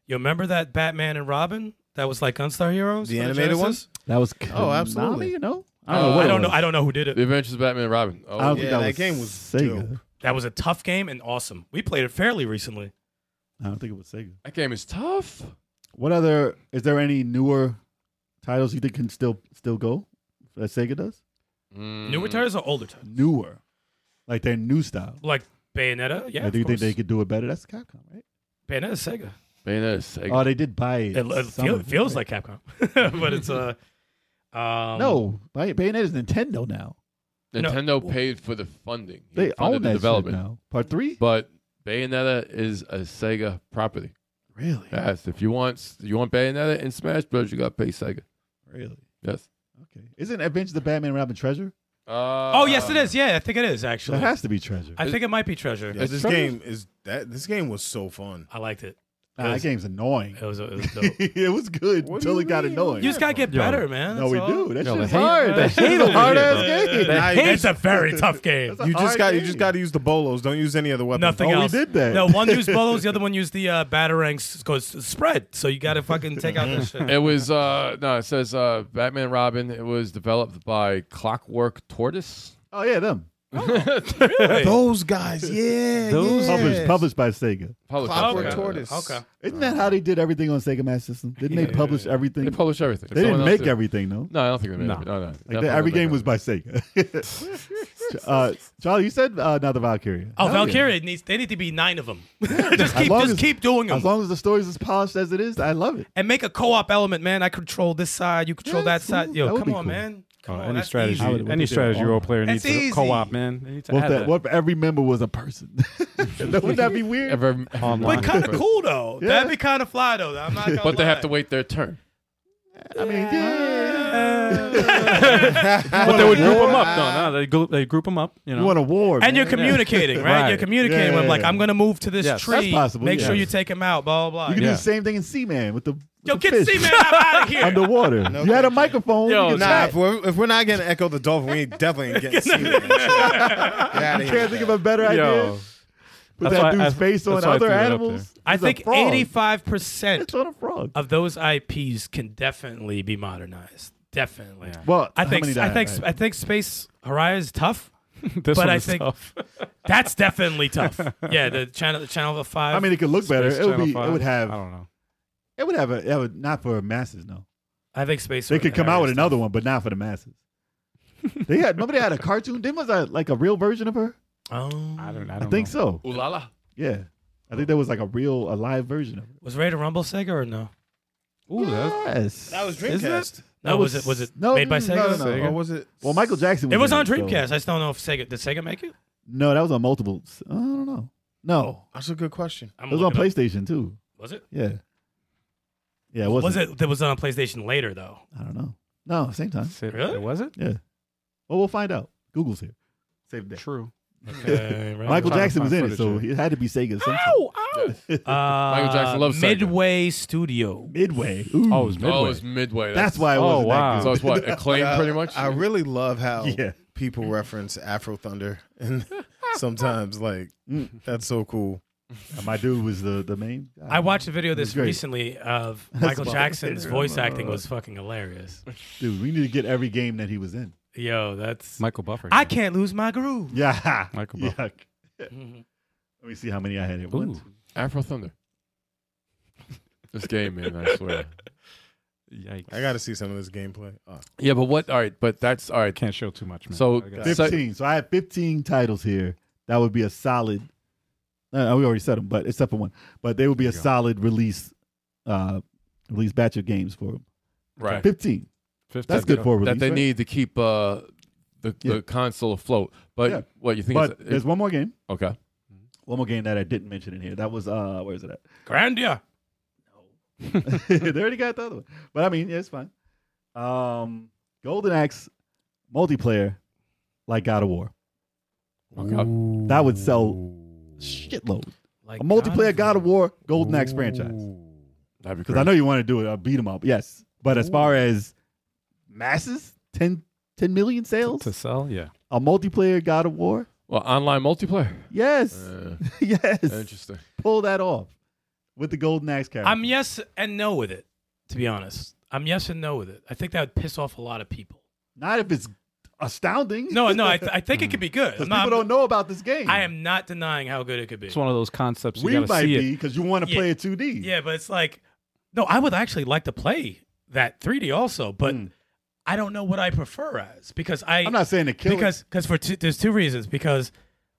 Speaker 3: You remember that Batman and Robin that was like Gunstar Heroes?
Speaker 4: The
Speaker 3: for
Speaker 4: animated
Speaker 3: Genesis?
Speaker 4: ones?
Speaker 6: That was
Speaker 4: Oh, absolutely.
Speaker 6: Konami, You know,
Speaker 5: Uh,
Speaker 6: what
Speaker 3: I
Speaker 6: it
Speaker 3: don't know.
Speaker 6: was.
Speaker 3: I don't know who did
Speaker 5: The
Speaker 3: it.
Speaker 5: Adventures of Batman and Robin. Oh,
Speaker 6: I don't think
Speaker 4: Yeah,
Speaker 6: that,
Speaker 4: that
Speaker 6: was
Speaker 4: game was
Speaker 6: Sega.
Speaker 4: dope.
Speaker 3: That was a tough game and awesome. We played it fairly recently.
Speaker 6: I don't think it was Sega.
Speaker 5: that game is tough.
Speaker 6: What other? Is there any newer titles you think can still still go that Sega does?
Speaker 5: Mm.
Speaker 3: Newer titles or older titles?
Speaker 6: Newer, like their new style.
Speaker 3: Like Bayonetta? Yeah.
Speaker 6: Like, do you
Speaker 3: of
Speaker 6: think they
Speaker 3: course.
Speaker 6: could do it better? That's Capcom, right?
Speaker 3: Bayonetta Sega.
Speaker 5: Bayonetta is Sega.
Speaker 6: Oh, they did buy it.
Speaker 3: It, it feel-
Speaker 6: summer,
Speaker 3: feels
Speaker 6: right?
Speaker 3: like Capcom, (laughs) but it's uh, um,
Speaker 6: no. Bay- Bayonetta is Nintendo now.
Speaker 3: no.
Speaker 5: Nintendo paid for the funding. He
Speaker 6: They
Speaker 5: funded
Speaker 6: own
Speaker 5: the
Speaker 6: that shit
Speaker 5: development.
Speaker 6: now. Part three.
Speaker 5: But Bayonetta is a Sega property.
Speaker 6: really,
Speaker 5: Yes, if you want, you want Bayonetta and Smash Bros, you got to pay Sega.
Speaker 6: really.
Speaker 5: Yes.
Speaker 6: Okay. Isn't Adventures of Batman Robin Treasure?
Speaker 5: Uh,
Speaker 3: Oh yes, it is. Yeah, I think it is actually.
Speaker 6: That has to be Treasure.
Speaker 3: I think it might be Treasure.
Speaker 4: Yeah,
Speaker 5: It's
Speaker 4: this
Speaker 5: Trevor-
Speaker 4: game is that this game was so fun.
Speaker 3: I liked it.
Speaker 6: Nah, that
Speaker 3: is-
Speaker 4: (laughs)
Speaker 6: game's annoying. (laughs)
Speaker 3: It was, it was dope. you
Speaker 6: it was good
Speaker 4: What do
Speaker 6: until
Speaker 4: you
Speaker 6: it got
Speaker 4: mean?
Speaker 6: annoying.
Speaker 3: just gotta get
Speaker 2: Yo.
Speaker 3: better, man.
Speaker 6: No,
Speaker 3: that's
Speaker 6: we
Speaker 3: all.
Speaker 6: do. That
Speaker 2: Yo,
Speaker 6: shit's
Speaker 2: the hate-
Speaker 6: hard.
Speaker 2: the
Speaker 6: That
Speaker 2: hate
Speaker 6: shit's a
Speaker 2: over
Speaker 6: hard
Speaker 2: here,
Speaker 6: ass
Speaker 2: bro.
Speaker 6: game.
Speaker 2: That
Speaker 4: Now you
Speaker 3: It's
Speaker 4: just-
Speaker 3: a very
Speaker 6: (laughs)
Speaker 3: tough game.
Speaker 6: That's a
Speaker 4: You just
Speaker 6: hard
Speaker 4: got you
Speaker 6: game.
Speaker 4: just got to use the bolos. Don't use any other weapon.
Speaker 3: Nothing
Speaker 6: Oh, we
Speaker 3: else.
Speaker 6: did that.
Speaker 3: No,
Speaker 6: (laughs)
Speaker 3: one used bolos, the other one used the uh, batarangs because spread. So you gotta fucking take out that (laughs) shit.
Speaker 5: It was uh no, it says uh Batman and Robin. It was developed by Clockwork Tortoise.
Speaker 6: Oh yeah, them.
Speaker 4: Those guys, yeah,
Speaker 2: Those-
Speaker 4: yeah.
Speaker 6: Published published by Sega.
Speaker 5: Published
Speaker 4: Clockwork
Speaker 5: by-
Speaker 4: Tortoise.
Speaker 3: Okay.
Speaker 6: Isn't that how they did everything on Sega Master System? Didn't they publish everything?
Speaker 5: They
Speaker 6: They,
Speaker 5: published everything.
Speaker 6: didn't
Speaker 5: Someone
Speaker 6: make
Speaker 5: else did.
Speaker 6: everything though.
Speaker 5: No, I don't think they made
Speaker 2: No.
Speaker 5: everything. No, no.
Speaker 6: Like
Speaker 5: Definitely
Speaker 6: they, every
Speaker 5: didn't
Speaker 6: game was
Speaker 5: make
Speaker 6: by Sega. (laughs) uh, Charlie, you said uh, not the Valkyria.
Speaker 3: Oh,
Speaker 6: Hell yeah.
Speaker 3: Valkyria it needs. They need to be nine of (laughs) them. just keep,
Speaker 6: long
Speaker 3: just
Speaker 6: as-
Speaker 3: keep doing them,
Speaker 6: As long as the story's as polished as it is, I love it.
Speaker 3: and make a co-op element, man. I control this side, you control
Speaker 6: Yeah,
Speaker 3: that side.
Speaker 6: cool.
Speaker 3: Yo,
Speaker 6: That would
Speaker 3: come
Speaker 6: be
Speaker 3: on,
Speaker 6: cool.
Speaker 3: man. Come
Speaker 2: Oh,
Speaker 3: on,
Speaker 2: any
Speaker 3: that's
Speaker 2: strategy,
Speaker 3: easy.
Speaker 6: would- what
Speaker 2: any
Speaker 6: they do.
Speaker 2: strategy role
Speaker 6: Oh.
Speaker 2: player needs
Speaker 3: That's
Speaker 2: to
Speaker 3: easy.
Speaker 2: co-op, man. They need to
Speaker 6: What
Speaker 2: have
Speaker 6: if, that,
Speaker 2: that.
Speaker 6: what if every member was a person? (laughs) Wouldn't that be weird?
Speaker 5: every-
Speaker 6: (laughs) Um,
Speaker 5: every-
Speaker 2: Online.
Speaker 3: But kind of cool though.
Speaker 6: Yeah.
Speaker 3: That'd be kind of fly though. I'm not.
Speaker 6: (laughs)
Speaker 3: Gonna
Speaker 5: (laughs) But they have to
Speaker 3: lie.
Speaker 5: wait their turn.
Speaker 6: I mean, yeah.
Speaker 2: But they would group them up. No, no, they group they group them up. You
Speaker 6: You
Speaker 2: know,
Speaker 6: want a war,
Speaker 3: And
Speaker 6: man.
Speaker 3: you're communicating, right?
Speaker 2: Right.
Speaker 3: You're communicating.
Speaker 6: Yeah,
Speaker 3: with them,
Speaker 6: yeah,
Speaker 3: like,
Speaker 6: yeah.
Speaker 3: I'm gonna move to this
Speaker 2: Yes.
Speaker 3: tree.
Speaker 6: That's possible,
Speaker 3: Make sure
Speaker 6: yeah.
Speaker 3: you take him out. Blah blah. blah.
Speaker 6: You can do
Speaker 2: Yeah.
Speaker 6: the same thing in Seaman with the with
Speaker 3: Yo,
Speaker 6: the
Speaker 3: get
Speaker 6: fish
Speaker 3: Seaman out
Speaker 6: (laughs)
Speaker 3: of here.
Speaker 6: underwater. you had a microphone.
Speaker 2: Yo,
Speaker 6: you could
Speaker 4: Nah,
Speaker 6: chat.
Speaker 4: if we're, if we're not getting Echo the Dolphin, we definitely ain't getting seen. Get out of
Speaker 6: can't think of a better idea.
Speaker 2: yo,
Speaker 6: Put
Speaker 2: That's why
Speaker 6: that dude's
Speaker 2: I-
Speaker 6: face on
Speaker 2: that's why I
Speaker 6: other
Speaker 2: threw that up
Speaker 6: animals.
Speaker 3: I
Speaker 6: It's a
Speaker 3: think
Speaker 6: frog.
Speaker 3: 85 percent
Speaker 6: It's on a frog.
Speaker 3: of those IPs can definitely be modernized. Definitely.
Speaker 6: Well,
Speaker 3: I
Speaker 6: how
Speaker 3: think
Speaker 6: many
Speaker 3: I
Speaker 6: died,
Speaker 3: think
Speaker 6: right?
Speaker 3: I think Space Horizon is tough.
Speaker 2: (laughs) this
Speaker 3: But
Speaker 2: one
Speaker 3: I
Speaker 2: is
Speaker 3: think-
Speaker 6: (laughs)
Speaker 2: tough.
Speaker 3: That's definitely tough. Yeah, the channel the channel of five.
Speaker 6: I mean, it could look better.
Speaker 2: Space
Speaker 6: It would
Speaker 2: Channel
Speaker 6: be. It
Speaker 2: five.
Speaker 6: would
Speaker 2: I
Speaker 6: have.
Speaker 2: don't know.
Speaker 6: It would have a. It would not for masses. No,
Speaker 3: I think Space.
Speaker 6: they could come out with
Speaker 3: Horizon is
Speaker 6: another one, but not for the masses.
Speaker 2: (laughs)
Speaker 6: they had. Remember, they had a cartoon. Didn't was that like a real version of her?
Speaker 3: tough. Um,
Speaker 2: I don't. I
Speaker 6: I
Speaker 2: don't
Speaker 6: think
Speaker 2: know.
Speaker 6: so.
Speaker 5: Ooh la la.
Speaker 6: Yeah, I think there was like a real, a live version of it.
Speaker 3: was Ready to Rumble Sega or no?
Speaker 2: Ooh, that,
Speaker 6: Yes,
Speaker 4: That was
Speaker 2: Is it?
Speaker 4: Dreamcast.
Speaker 3: No, was, it was it
Speaker 6: no,
Speaker 3: made by
Speaker 6: no,
Speaker 3: Sega?
Speaker 6: no, no,
Speaker 4: Or
Speaker 6: Sega.
Speaker 4: was it?
Speaker 6: Well, Michael Jackson. Was
Speaker 3: It was
Speaker 6: in
Speaker 3: on
Speaker 6: so-
Speaker 3: Dreamcast. I just don't know if Sega did Sega make it.
Speaker 6: No, that was on multiple. I don't know. No,
Speaker 4: That's a good question.
Speaker 3: I'm
Speaker 6: it was on
Speaker 3: looking up.
Speaker 6: PlayStation too.
Speaker 3: Was it?
Speaker 6: Yeah. Yeah, it
Speaker 3: Was,
Speaker 6: wasn't.
Speaker 3: it that was on PlayStation later though?
Speaker 6: I don't know. No, same time.
Speaker 2: Sit-
Speaker 3: Really?
Speaker 2: Was it?
Speaker 6: Yeah. Well, we'll find out. Google's here. Same day.
Speaker 2: True.
Speaker 3: Okay, right.
Speaker 6: Michael
Speaker 2: trying to
Speaker 6: Jackson was
Speaker 2: find
Speaker 6: in it, so
Speaker 2: footage
Speaker 6: it had to be Sega. Some
Speaker 3: (laughs)
Speaker 5: Yes.
Speaker 3: Uh,
Speaker 5: (laughs) Michael Jackson loves Sega.
Speaker 3: Midway Studio.
Speaker 6: Midway.
Speaker 2: Oh, it was
Speaker 5: Oh, it
Speaker 2: Midway.
Speaker 5: was midway.
Speaker 6: that's why it
Speaker 2: Oh,
Speaker 6: wasn't
Speaker 2: wow.
Speaker 6: that
Speaker 5: So
Speaker 6: good.
Speaker 5: it's
Speaker 6: (laughs)
Speaker 5: what acclaim
Speaker 4: But I-
Speaker 5: pretty much.
Speaker 4: I really love how
Speaker 5: Oh.
Speaker 6: Yeah.
Speaker 4: people reference Afro Thunder, and (laughs) sometimes like
Speaker 6: Mm.
Speaker 4: that's so cool.
Speaker 6: (laughs) And my dude was the the main. Guy.
Speaker 3: I watched a video of
Speaker 6: It was
Speaker 3: this
Speaker 6: great.
Speaker 3: recently
Speaker 6: (laughs)
Speaker 3: of Michael
Speaker 6: about
Speaker 3: Jackson's
Speaker 6: it.
Speaker 3: voice acting was fucking hilarious.
Speaker 6: dude. We need to get every game that he was in. (laughs)
Speaker 3: Yo, that's
Speaker 2: Michael Buffer.
Speaker 3: I can't lose my (laughs) groove.
Speaker 6: Yeah.
Speaker 2: Michael
Speaker 6: Yuck.
Speaker 2: Buffer.
Speaker 6: Let me see how many I had. Here. One,
Speaker 2: Ooh.
Speaker 6: two-
Speaker 5: Afro Thunder. This game, man, I swear.
Speaker 2: Yikes.
Speaker 4: I got to see some of this gameplay. Oh,
Speaker 5: Yeah, but what? All right, but that's all right.
Speaker 2: Can't show too much, man.
Speaker 5: So-
Speaker 2: I gotta-
Speaker 5: So-
Speaker 6: fifteen. So, I had fifteen titles here. That would be a solid. Uh, we already said them, but except for one, but they would be a
Speaker 2: you go.
Speaker 6: solid release, uh, release batch of games for them.
Speaker 5: Right.
Speaker 6: Fifteen.
Speaker 2: 15.
Speaker 6: That's good for a release.
Speaker 5: That they
Speaker 6: right?
Speaker 5: need to keep uh, the,
Speaker 6: Yeah.
Speaker 5: the console afloat. But
Speaker 6: Yeah.
Speaker 5: what you think?
Speaker 6: But
Speaker 5: it's,
Speaker 6: there's one more game.
Speaker 5: okay.
Speaker 6: One more game that I didn't mention in here. That was uh, where is it at?
Speaker 3: Grandia.
Speaker 6: (laughs) they already got the other one. But I mean, yeah, it's fine. Um, Golden Axe multiplayer, like God of War.
Speaker 5: okay.
Speaker 6: That would sell shitload.
Speaker 3: Like
Speaker 6: A multiplayer God of War, Golden Axe
Speaker 2: Ooh.
Speaker 6: franchise.
Speaker 5: That'd be
Speaker 6: Because I
Speaker 5: great.
Speaker 6: know you want to do it. I beat them up. Yes. But as far as masses, 10, 10 million
Speaker 2: To,
Speaker 6: sales,
Speaker 2: to sell, yeah.
Speaker 6: a multiplayer God of War.
Speaker 5: Well, online multiplayer.
Speaker 6: (laughs) Yes.
Speaker 5: Uh,
Speaker 6: yes.
Speaker 5: interesting.
Speaker 6: Pull that off with the Golden Axe character.
Speaker 3: I'm yes and no with it, to be honest. I'm yes and no with it. I think that would piss off a lot of people.
Speaker 6: Not if it's astounding.
Speaker 3: No,
Speaker 6: (laughs)
Speaker 3: no, I, th- I think it could be good. I'm
Speaker 6: Because
Speaker 3: not-
Speaker 6: people don't know about this game.
Speaker 3: I am not denying how good it could be.
Speaker 2: It's one of those concepts you
Speaker 6: we
Speaker 2: gotta
Speaker 6: might
Speaker 2: see
Speaker 6: be
Speaker 2: it.
Speaker 6: because you want to
Speaker 3: Yeah.
Speaker 6: play it 2D.
Speaker 3: Yeah, but it's like, no, I would actually like to play that 3D also, but
Speaker 6: Mm.
Speaker 3: I don't know what I prefer as because I
Speaker 6: I'm not saying to kill it.
Speaker 3: because because for two, there's two reasons because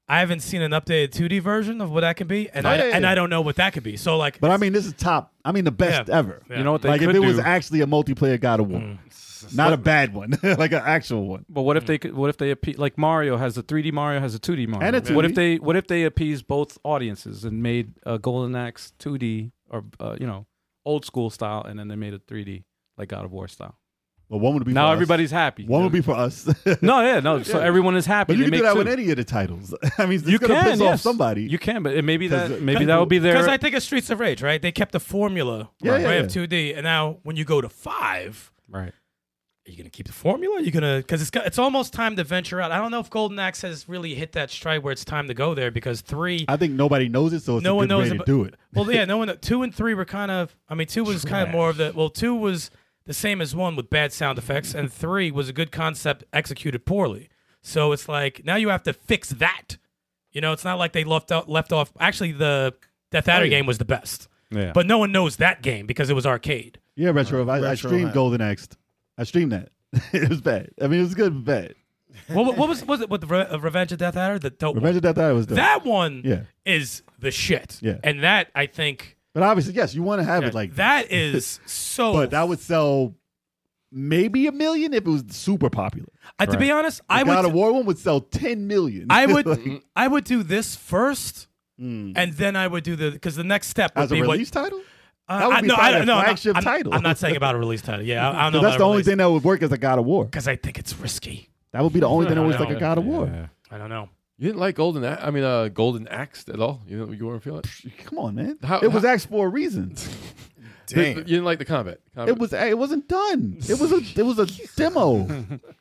Speaker 3: I haven't seen an updated 2D version of what that can be, and
Speaker 6: Oh,
Speaker 3: I
Speaker 6: yeah, yeah,
Speaker 3: and
Speaker 6: yeah.
Speaker 3: I don't know what that could be. So like,
Speaker 6: But I mean, this is top. I mean, the best
Speaker 3: Yeah.
Speaker 6: ever.
Speaker 3: Yeah.
Speaker 2: You know what they
Speaker 6: Like if
Speaker 2: could
Speaker 6: it was
Speaker 2: do?
Speaker 6: actually a multiplayer God of War,
Speaker 3: Mm.
Speaker 6: not a bad one, (laughs) like an actual one.
Speaker 2: But what if they could? What if they appe- like Mario has a 3D Mario has a 2D Mario?
Speaker 6: And a
Speaker 2: What
Speaker 6: 2D.
Speaker 2: if they What if they appease both audiences and made a Golden Axe 2D or uh, you know old school style, and then they made a 3D like God of War style?
Speaker 6: Well, one would be
Speaker 2: Now
Speaker 6: for us.
Speaker 2: everybody's happy.
Speaker 6: One would be for us, (laughs) but
Speaker 2: no, yeah, no. So
Speaker 6: Yeah.
Speaker 2: everyone is happy.
Speaker 6: you
Speaker 2: They
Speaker 6: can do
Speaker 2: make
Speaker 6: that
Speaker 2: two.
Speaker 6: with any of the titles. (laughs) I mean, it's
Speaker 2: you
Speaker 6: gonna
Speaker 2: can
Speaker 6: piss
Speaker 2: yes.
Speaker 6: off somebody.
Speaker 2: You can, but it maybe
Speaker 6: 'Cause
Speaker 2: that
Speaker 6: the
Speaker 2: maybe
Speaker 6: people-
Speaker 2: that would be
Speaker 3: because
Speaker 2: their.
Speaker 3: I think of Streets of Rage, right? They kept the formula
Speaker 6: Yeah,
Speaker 3: right,
Speaker 6: yeah, yeah.
Speaker 3: of 2D, and now when you go to five,
Speaker 2: right.
Speaker 3: are you gonna keep the formula? Are you gonna because it's got- it's almost time to venture out. I don't know if Golden Axe has really hit that stride where it's time to go there because three.
Speaker 6: I think nobody knows it, so it's
Speaker 3: No
Speaker 6: a
Speaker 3: one
Speaker 6: good
Speaker 3: knows
Speaker 6: way to
Speaker 3: about-
Speaker 6: do it.
Speaker 3: well, yeah, no one. Two and three were kind of. I mean, two was kind of more of the. Well, two was the same as one with bad sound effects, and three was a good concept executed poorly. So it's like now you have to fix that. You know, it's not like they left out left off. Actually, the Death Adder
Speaker 6: yeah.
Speaker 3: game was the best,
Speaker 2: Yeah.
Speaker 3: but no one knows that game because it was arcade.
Speaker 6: Yeah, retro. I, I
Speaker 4: Retro
Speaker 6: streamed
Speaker 4: hat.
Speaker 6: Golden Axe. I streamed that. (laughs) it was bad. I mean, it was good, but bad.
Speaker 3: what, what- what was was it with the Re- uh, Revenge of Death Adder? The dope
Speaker 6: Revenge of Death Adder was
Speaker 3: one.
Speaker 6: dope.
Speaker 3: That one
Speaker 6: Yeah.
Speaker 3: is the shit.
Speaker 6: Yeah.
Speaker 3: and that I think
Speaker 6: but obviously, yes, you want to have it like
Speaker 3: that is so.
Speaker 6: (laughs) But that would sell maybe a million if it was super popular.
Speaker 3: I- to be honest, I
Speaker 6: The God
Speaker 3: would
Speaker 6: of War one would sell ten million.
Speaker 3: I
Speaker 6: (laughs)
Speaker 3: would I would do this first,
Speaker 6: Mm.
Speaker 3: and then I would do the because the next step would
Speaker 6: as a
Speaker 3: be
Speaker 6: release
Speaker 3: what.
Speaker 6: title.
Speaker 3: Uh,
Speaker 6: that would
Speaker 3: I,
Speaker 6: be
Speaker 3: no, I,
Speaker 6: probably
Speaker 3: don't-
Speaker 6: a
Speaker 3: no, I'm not-
Speaker 6: flagship
Speaker 3: I'm,
Speaker 6: title.
Speaker 3: I'm not saying about a release title. Yeah, I, I don't know.
Speaker 6: That's the only thing that would work as a God of War.
Speaker 3: because I think it's risky.
Speaker 6: That would be the only thing that
Speaker 3: I
Speaker 6: was
Speaker 3: know.
Speaker 6: like a God of War.
Speaker 3: I don't know.
Speaker 5: You didn't like Golden Axe? I mean, uh, Golden Axe at all? You didn't, you weren't feeling it?
Speaker 6: Come on, man.
Speaker 5: How-
Speaker 6: it was axed for a reason.
Speaker 5: You
Speaker 4: damn.
Speaker 5: didn't like the combat? combat.
Speaker 6: It was it wasn't done. It was a it was a demo.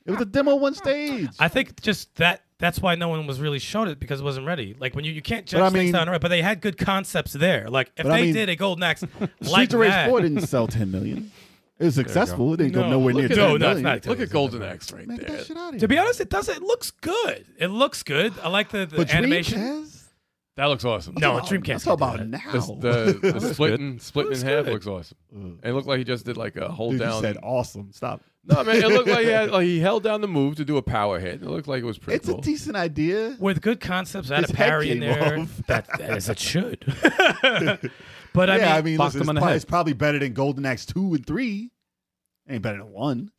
Speaker 6: It was a
Speaker 3: (laughs)
Speaker 6: demo one stage.
Speaker 3: I think just that that's why no one was really shown it because it wasn't ready. Like when you, you can't judge
Speaker 6: But I
Speaker 3: things
Speaker 6: mean-
Speaker 3: down the road, but they had good concepts there. Like if
Speaker 6: But I
Speaker 3: they
Speaker 6: mean-
Speaker 3: did a golden axe like
Speaker 6: (laughs) Streets of Rage
Speaker 3: that,
Speaker 6: Four didn't sell ten million. It was successful. It didn't go
Speaker 5: No,
Speaker 6: nowhere
Speaker 5: look
Speaker 6: near
Speaker 5: at-
Speaker 6: ten
Speaker 3: no,
Speaker 6: million.
Speaker 3: no, it's not.
Speaker 5: Look at Golden Axe right
Speaker 6: Man, get
Speaker 5: there.
Speaker 6: that shit out of
Speaker 3: to
Speaker 6: here.
Speaker 3: be honest, it does. It looks good. It looks good. I like the, the
Speaker 6: But
Speaker 3: animation.
Speaker 6: Dreamcast?
Speaker 5: That looks awesome.
Speaker 3: No,
Speaker 6: Oh,
Speaker 3: Dreamcast
Speaker 6: That's
Speaker 3: could do
Speaker 6: about
Speaker 3: that.
Speaker 6: now. (laughs)
Speaker 5: The, the, the splitting, splitting in
Speaker 3: Looks
Speaker 5: half
Speaker 3: good.
Speaker 5: looks awesome. And it looked like he just did like a hold
Speaker 6: Dude,
Speaker 5: down.
Speaker 6: you said awesome. Stop.
Speaker 5: no, man, it looked like he,
Speaker 6: (laughs)
Speaker 5: had, like he held down the move to do a power hit. It looked like it was pretty
Speaker 6: It's
Speaker 5: cool.
Speaker 6: a decent idea.
Speaker 3: with good concepts, add
Speaker 6: His
Speaker 3: a parry
Speaker 6: head
Speaker 3: in
Speaker 6: came
Speaker 3: there.
Speaker 6: off.
Speaker 3: That, as it
Speaker 6: (laughs)
Speaker 3: should. but
Speaker 6: yeah,
Speaker 3: I mean,
Speaker 6: I mean,
Speaker 2: box
Speaker 6: listen,
Speaker 2: them
Speaker 6: it's,
Speaker 2: in the
Speaker 6: probably,
Speaker 2: head.
Speaker 6: it's probably better than Golden Axe two and three. Ain't better than one.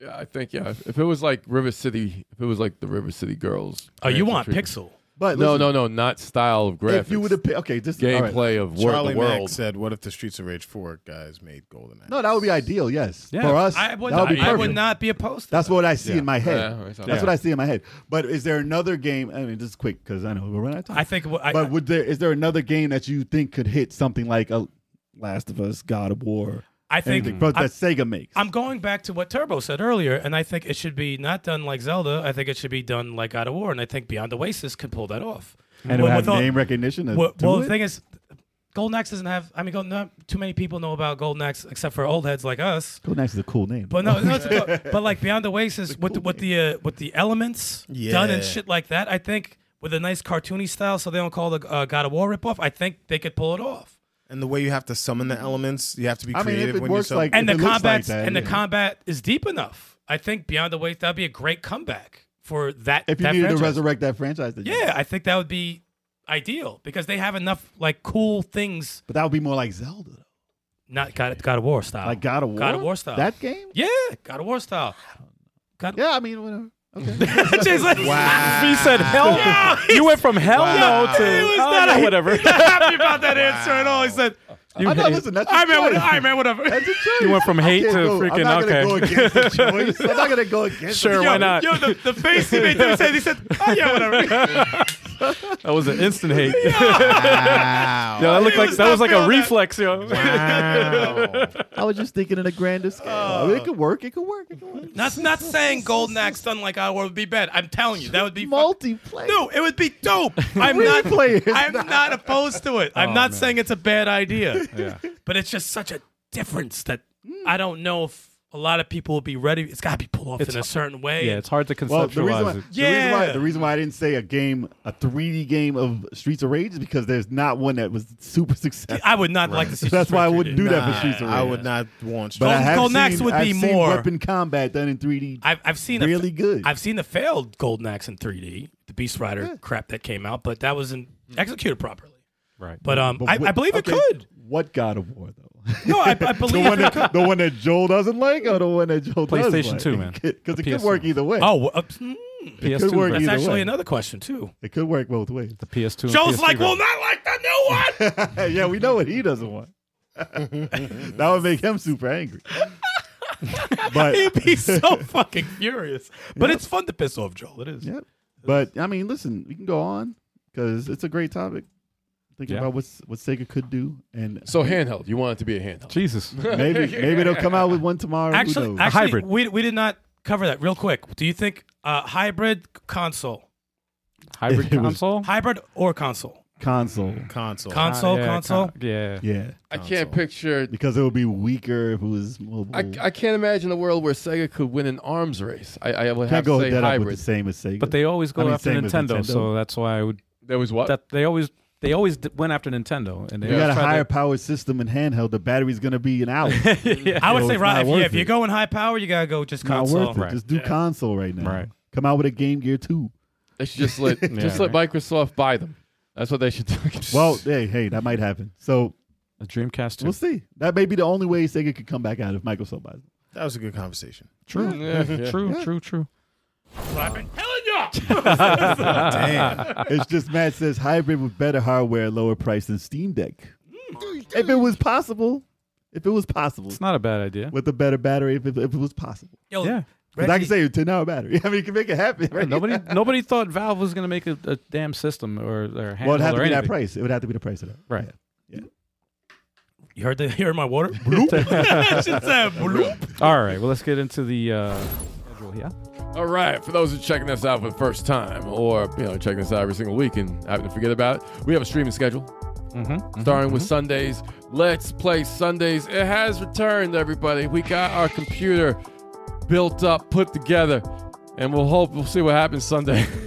Speaker 5: Yeah, I think yeah. If it was like River City, if it was like the River City Girls.
Speaker 3: oh, you
Speaker 5: Grand
Speaker 3: want
Speaker 5: Century-
Speaker 3: Pixel?
Speaker 6: But
Speaker 5: No, no,
Speaker 6: listen,
Speaker 5: no, not style of graphics.
Speaker 6: If you would have picked, okay, just all right.
Speaker 5: gameplay of wor-
Speaker 4: Charlie
Speaker 5: the
Speaker 4: Mack
Speaker 5: world.
Speaker 4: said, "What if the Streets of Rage Four guys made Golden Axe?"
Speaker 6: No, that would be ideal. Yes,
Speaker 2: Yeah.
Speaker 6: for us,
Speaker 3: I would,
Speaker 6: that would be
Speaker 3: I
Speaker 6: perfect.
Speaker 3: would not be opposed. To
Speaker 6: That's what I see in my head.
Speaker 5: Yeah, or something.
Speaker 6: That's what I see in my head. But is there another game? I mean, just quick because I know we're running out of time.
Speaker 3: I think. what I,
Speaker 6: but would there is there another game that you think could hit something like a Last of Us, God of War,
Speaker 3: I think.
Speaker 6: anything but
Speaker 3: I-
Speaker 6: that Sega makes?
Speaker 3: I'm going back to what Turbo said earlier, and I think it should be not done like Zelda. I think it should be done like God of War, and I think Beyond Oasis can pull that off.
Speaker 6: and it
Speaker 3: Well,
Speaker 6: would have
Speaker 3: with all-
Speaker 6: name recognition. to
Speaker 3: Well,
Speaker 6: do
Speaker 3: well
Speaker 6: it?
Speaker 3: the thing is, Golden Axe doesn't have. I mean, Golden, not too many people know about Golden Axe except for old heads like us.
Speaker 6: Golden Axe is a cool name.
Speaker 3: But no,
Speaker 6: (laughs)
Speaker 3: no it's, but, but like Beyond Oasis with the, with the uh, with the elements done
Speaker 4: Yeah.
Speaker 3: and shit like that, I think with a nice cartoony style, so they don't call it a uh, God of War ripoff. I think they could pull it off.
Speaker 4: And the way you have to summon the elements, you have to be
Speaker 6: Mm-hmm. I mean, if
Speaker 4: creative
Speaker 6: it
Speaker 4: when
Speaker 6: works
Speaker 4: you summon. (laughs)
Speaker 6: like-
Speaker 3: And
Speaker 6: If
Speaker 3: the
Speaker 6: it looks like
Speaker 3: combat
Speaker 6: that,
Speaker 3: and
Speaker 6: yeah.
Speaker 3: the combat is deep enough. I think Beyond the Oasis that'd be a great comeback for that.
Speaker 6: if you
Speaker 3: that
Speaker 6: needed to
Speaker 3: franchise.
Speaker 6: resurrect that franchise, then
Speaker 3: yeah, I think that would be ideal because they have enough like cool things.
Speaker 6: but that would be more like Zelda, though.
Speaker 3: Not God, God of War style.
Speaker 6: like God of War.
Speaker 3: Oh, God of War style.
Speaker 6: That game.
Speaker 3: Yeah, God of War
Speaker 6: (laughs)
Speaker 3: style. God.
Speaker 6: Yeah, I mean, whatever. Okay.
Speaker 3: Jay's like,
Speaker 2: He
Speaker 6: Ah.
Speaker 2: said hell. no. You went from hell no to
Speaker 3: He was
Speaker 2: oh,
Speaker 3: not
Speaker 2: no,
Speaker 3: a-
Speaker 6: (laughs)
Speaker 2: whatever.
Speaker 3: (laughs) happy about that answer at all. He said,
Speaker 6: I know, listen, that's your
Speaker 3: "All right, man,
Speaker 6: choice.
Speaker 3: what, all right, man, whatever."
Speaker 6: That's your choice.
Speaker 2: You went from
Speaker 6: I
Speaker 2: hate
Speaker 6: can't
Speaker 2: to
Speaker 6: go-
Speaker 2: freaking,
Speaker 6: I'm not gonna
Speaker 2: okay.
Speaker 6: go against the choice.
Speaker 3: (laughs)
Speaker 6: I'm not gonna go against.
Speaker 2: Sure,
Speaker 6: the
Speaker 2: why
Speaker 6: choice.
Speaker 2: not?
Speaker 3: Yo, the, the face he made when he said, he said, "Oh yeah, whatever."
Speaker 2: That was an instant
Speaker 6: (laughs)
Speaker 2: hate. Yo, that looked
Speaker 3: He
Speaker 2: like
Speaker 3: was
Speaker 2: that
Speaker 3: not
Speaker 2: was like a
Speaker 3: feeling that.
Speaker 2: reflex, yo.
Speaker 6: I was just thinking in a grander scale. I
Speaker 3: Oh.
Speaker 6: mean, it could work. It could work. It could work.
Speaker 3: That's (laughs) not saying Golden Axe done like I would be bad. I'm telling you, that would be fuck-
Speaker 6: Multiplayer.
Speaker 3: No, it would be dope. I'm not.
Speaker 6: Multiplayer is
Speaker 3: I'm not opposed to it. I'm not saying it's a bad idea.
Speaker 2: Oh, Yeah.
Speaker 3: But it's just such a difference that I don't know if a lot of people will be ready. It's got to be pulled off
Speaker 2: It's
Speaker 3: in a
Speaker 2: h-
Speaker 3: certain way.
Speaker 2: Yeah, it's hard to conceptualize
Speaker 6: Well, the reason, why,
Speaker 2: it.
Speaker 6: the, reason why,
Speaker 3: Yeah.
Speaker 6: the reason why I didn't say a game, a 3D game of Streets of Rage, is because there's not one that was super successful.
Speaker 3: I would not like to see.
Speaker 6: That's why I wouldn't do that for
Speaker 4: Nah,
Speaker 6: Streets of Rage.
Speaker 4: I would not want.
Speaker 6: But I
Speaker 4: Streets-
Speaker 6: have
Speaker 3: Golden
Speaker 6: seen,
Speaker 3: Axe would
Speaker 6: I've
Speaker 3: be
Speaker 6: seen
Speaker 3: more-
Speaker 6: weapon combat done in 3D.
Speaker 3: I've, I've seen
Speaker 6: really
Speaker 3: a,
Speaker 6: good.
Speaker 3: I've seen the failed Golden Axe in 3D, the Beast Rider crap that came out, but that wasn't
Speaker 2: Hmm.
Speaker 3: executed properly.
Speaker 2: Right.
Speaker 3: But um,
Speaker 6: But
Speaker 3: I,
Speaker 6: what-
Speaker 3: I believe
Speaker 6: okay,
Speaker 3: it could.
Speaker 6: What God of War
Speaker 3: (laughs)
Speaker 6: though? (laughs)
Speaker 3: No, I, I
Speaker 6: the
Speaker 3: believe
Speaker 6: one
Speaker 3: it could.
Speaker 6: that the one that Joel doesn't like, or the one that Joel
Speaker 2: PlayStation 2, man.
Speaker 6: Because
Speaker 2: The
Speaker 6: it could
Speaker 2: PS2.
Speaker 6: work either way.
Speaker 3: Oh, well, uh, hmm,
Speaker 2: PS2
Speaker 6: work
Speaker 3: that's
Speaker 6: either
Speaker 3: actually
Speaker 6: way.
Speaker 3: another question too.
Speaker 6: it could work both ways. (laughs)
Speaker 2: the PS2. and
Speaker 3: Joe's
Speaker 2: PS3
Speaker 3: like,
Speaker 2: version.
Speaker 3: well, not like the new one.
Speaker 6: yeah, we know what he doesn't want. (laughs) that would make him super angry. (laughs) but
Speaker 3: He'd be so fucking furious. But it's fun to piss off Joel. It is.
Speaker 6: Yep. But I mean, listen, we can go on because it's a great topic. Thinking
Speaker 2: Yeah.
Speaker 6: about what's what Sega could do, and
Speaker 5: So handheld. You want it to be a handheld.
Speaker 2: Jesus.
Speaker 5: (laughs)
Speaker 6: maybe maybe they'll come out with one tomorrow. who
Speaker 3: Actually,
Speaker 6: knows?
Speaker 3: actually
Speaker 2: hybrid.
Speaker 3: We, we did not cover that real quick. Do you think uh, hybrid console,
Speaker 2: Hybrid
Speaker 6: (laughs) It was-
Speaker 2: console? Uh,
Speaker 3: hybrid or console,
Speaker 6: console.
Speaker 4: console.
Speaker 3: console,
Speaker 2: Yeah,
Speaker 3: console?
Speaker 2: con- yeah.
Speaker 6: Yeah,
Speaker 5: I can't picture.
Speaker 6: because it would be weaker if it was mobile.
Speaker 5: I, I can't imagine a world where Sega could win an arms race. I, I would have
Speaker 6: can't
Speaker 5: to
Speaker 6: go
Speaker 5: say
Speaker 6: that up with
Speaker 5: hybrid.
Speaker 6: the same as Sega.
Speaker 2: But they always go
Speaker 6: I mean,
Speaker 2: after
Speaker 6: same as
Speaker 2: Nintendo,
Speaker 6: Nintendo. Uh,
Speaker 2: so that's why I would
Speaker 5: There was what?
Speaker 2: that they always they always d- went after Nintendo and they
Speaker 6: you got a
Speaker 2: tried to-
Speaker 6: higher power system and handheld. The battery's gonna be
Speaker 2: (laughs)
Speaker 6: an hour.
Speaker 3: I would
Speaker 6: So
Speaker 3: say,
Speaker 6: it's
Speaker 3: right,
Speaker 6: not
Speaker 3: if, you,
Speaker 6: worth
Speaker 3: if you're
Speaker 6: it.
Speaker 3: going high power, you gotta go just
Speaker 6: Not
Speaker 3: console.
Speaker 6: worth it.
Speaker 2: Right.
Speaker 6: Just do console right now.
Speaker 2: Right.
Speaker 6: Come out with a Game Gear Two.
Speaker 5: They should just let just let Microsoft buy them. That's what they should do. (laughs)
Speaker 2: (laughs)
Speaker 6: Well, hey, hey, that might happen. So
Speaker 2: a Dreamcast too.
Speaker 6: we'll see. That may be the only way Sega could come back out if Microsoft buys it.
Speaker 4: That was a good
Speaker 6: (laughs)
Speaker 4: conversation.
Speaker 2: True. True, true, true.
Speaker 4: Damn.
Speaker 2: (laughs)
Speaker 6: It's just Matt says hybrid with better hardware, lower price than Steam Deck.
Speaker 5: Mm.
Speaker 6: If it was possible, if it was possible,
Speaker 2: It's not a bad idea.
Speaker 6: with a better battery, if it, if it was possible,
Speaker 3: Yo,
Speaker 2: Yeah.
Speaker 6: because I
Speaker 3: Reggie,
Speaker 6: can say a ten-hour battery. (laughs) I mean, you can make it happen. Right?
Speaker 2: Nobody nobody thought Valve was going to make a, a damn system or or handle
Speaker 6: well, it'd have to
Speaker 2: or
Speaker 6: be that
Speaker 2: anything.
Speaker 6: price. It would have to be the price of that.
Speaker 2: Right.
Speaker 3: you heard the (laughs) hear my water? (laughs) Bloop. That shit said bloop.
Speaker 2: All right, well let's get into the uh schedule here.
Speaker 5: All right, for those who are checking us out for the first time, or you know checking us out every single week and having to forget about it, we have a streaming schedule starting
Speaker 2: Mm-hmm.
Speaker 5: with Sundays. Let's play Sundays. It has returned, everybody. We got our computer built up, put together, and we'll hope we'll see what happens
Speaker 2: (laughs)
Speaker 5: Sunday. (laughs)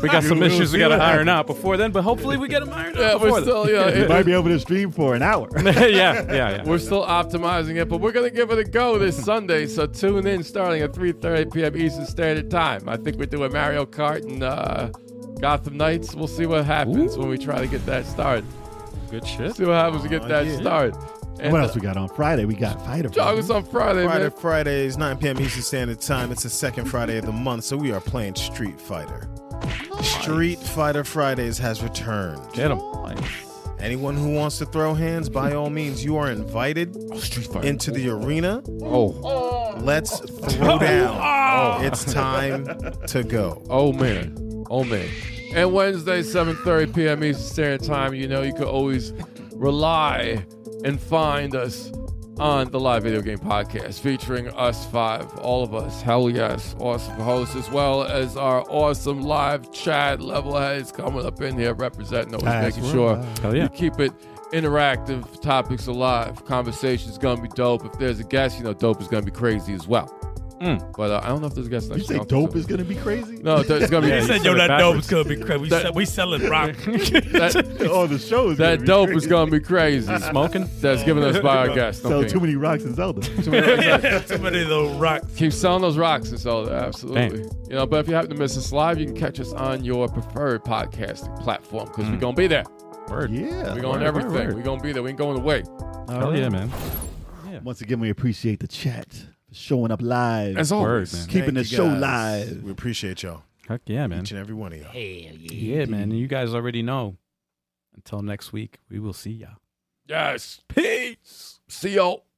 Speaker 2: We got some
Speaker 6: we'll
Speaker 2: issues we
Speaker 6: see
Speaker 2: got to
Speaker 6: what
Speaker 2: iron out before then, but hopefully we get them ironed
Speaker 5: Yeah,
Speaker 2: out
Speaker 5: we're
Speaker 2: before
Speaker 5: still, you know,
Speaker 6: You
Speaker 2: (laughs)
Speaker 5: it-
Speaker 6: might be able to stream for an hour.
Speaker 2: then. (laughs) yeah, yeah, yeah.
Speaker 5: We're still optimizing it, but we're gonna give it a
Speaker 2: (laughs)
Speaker 5: go this Sunday. So tune in starting at 3:30 p.m. Eastern Standard Time. I think we're doing Mario Kart and uh, Gotham Knights. We'll see what happens when we try to get that started.
Speaker 2: Good shit.
Speaker 5: See what happens to
Speaker 2: Oh,
Speaker 5: get that started. And,
Speaker 6: what
Speaker 5: uh,
Speaker 6: else we got on Friday? We got Fighter.
Speaker 5: Jog us on Friday,
Speaker 4: Friday,
Speaker 5: man.
Speaker 4: Fridays, 9 p.m. Eastern Standard Time. It's the second Friday of the month, so we are playing Street Fighter. Street Fighter Fridays has returned.
Speaker 2: Get him.
Speaker 4: Anyone who wants to throw hands, by all means, you are invited into the arena.
Speaker 5: Oh,
Speaker 4: Let's
Speaker 6: (laughs)
Speaker 4: throw down. It's time to go.
Speaker 5: oh man, oh man. And Wednesday, 7:30 p.m. Eastern Standard Time. You know you could always rely and find us on the live video game podcast featuring us five, all of us. Hell yes, awesome hosts as well as our awesome live chat level heads coming up in here representing, always
Speaker 6: That's
Speaker 5: making sure
Speaker 6: right.
Speaker 2: Hell yeah.
Speaker 5: you keep it interactive, topics alive, conversations gonna be dope. If there's a guest, you know, dope is gonna be crazy as well.
Speaker 2: Mm.
Speaker 5: But uh, I don't know if there's a guest
Speaker 6: You
Speaker 5: next
Speaker 6: say
Speaker 5: month.
Speaker 6: dope is gonna be crazy? (laughs)
Speaker 5: No, there's gonna
Speaker 2: (laughs)
Speaker 5: be
Speaker 2: Yeah,
Speaker 5: that-
Speaker 2: you
Speaker 7: said,
Speaker 2: said
Speaker 7: yo,
Speaker 2: it
Speaker 7: that dope is
Speaker 2: backwards.
Speaker 7: gonna be crazy. We,
Speaker 5: That-
Speaker 7: sell, we selling rock.
Speaker 5: that,
Speaker 6: oh, the show is gonna (laughs)
Speaker 5: that
Speaker 6: be
Speaker 5: dope
Speaker 6: crazy.
Speaker 5: is gonna
Speaker 2: (laughs)
Speaker 5: be crazy.
Speaker 2: Smoking?
Speaker 5: That's given us by our guest.
Speaker 6: sell
Speaker 5: Okay.
Speaker 6: too many rocks
Speaker 2: (laughs)
Speaker 6: in Zelda.
Speaker 7: (laughs) Too many little rocks.
Speaker 5: Keep selling those rocks and sell it. Absolutely. You know, but if you happen to miss us live, you can catch us on your preferred podcasting platform because we're gonna be there.
Speaker 2: Word.
Speaker 6: yeah.
Speaker 5: We're going
Speaker 2: Mm. Word, word,
Speaker 5: everything.
Speaker 2: word.
Speaker 5: We're gonna be there. We ain't going away.
Speaker 2: Hell yeah, man.
Speaker 6: Once again, we appreciate the chat for showing up live,
Speaker 5: As
Speaker 2: Word,
Speaker 5: always.
Speaker 2: man.
Speaker 6: keeping the
Speaker 4: Thank you
Speaker 6: show
Speaker 4: guys.
Speaker 6: live.
Speaker 4: We appreciate y'all,
Speaker 2: Heck yeah, man.
Speaker 4: each and every one of y'all.
Speaker 2: Yeah, man. You guys already know. Until next week, we will see ya.
Speaker 5: Yes. Peace. See y'all.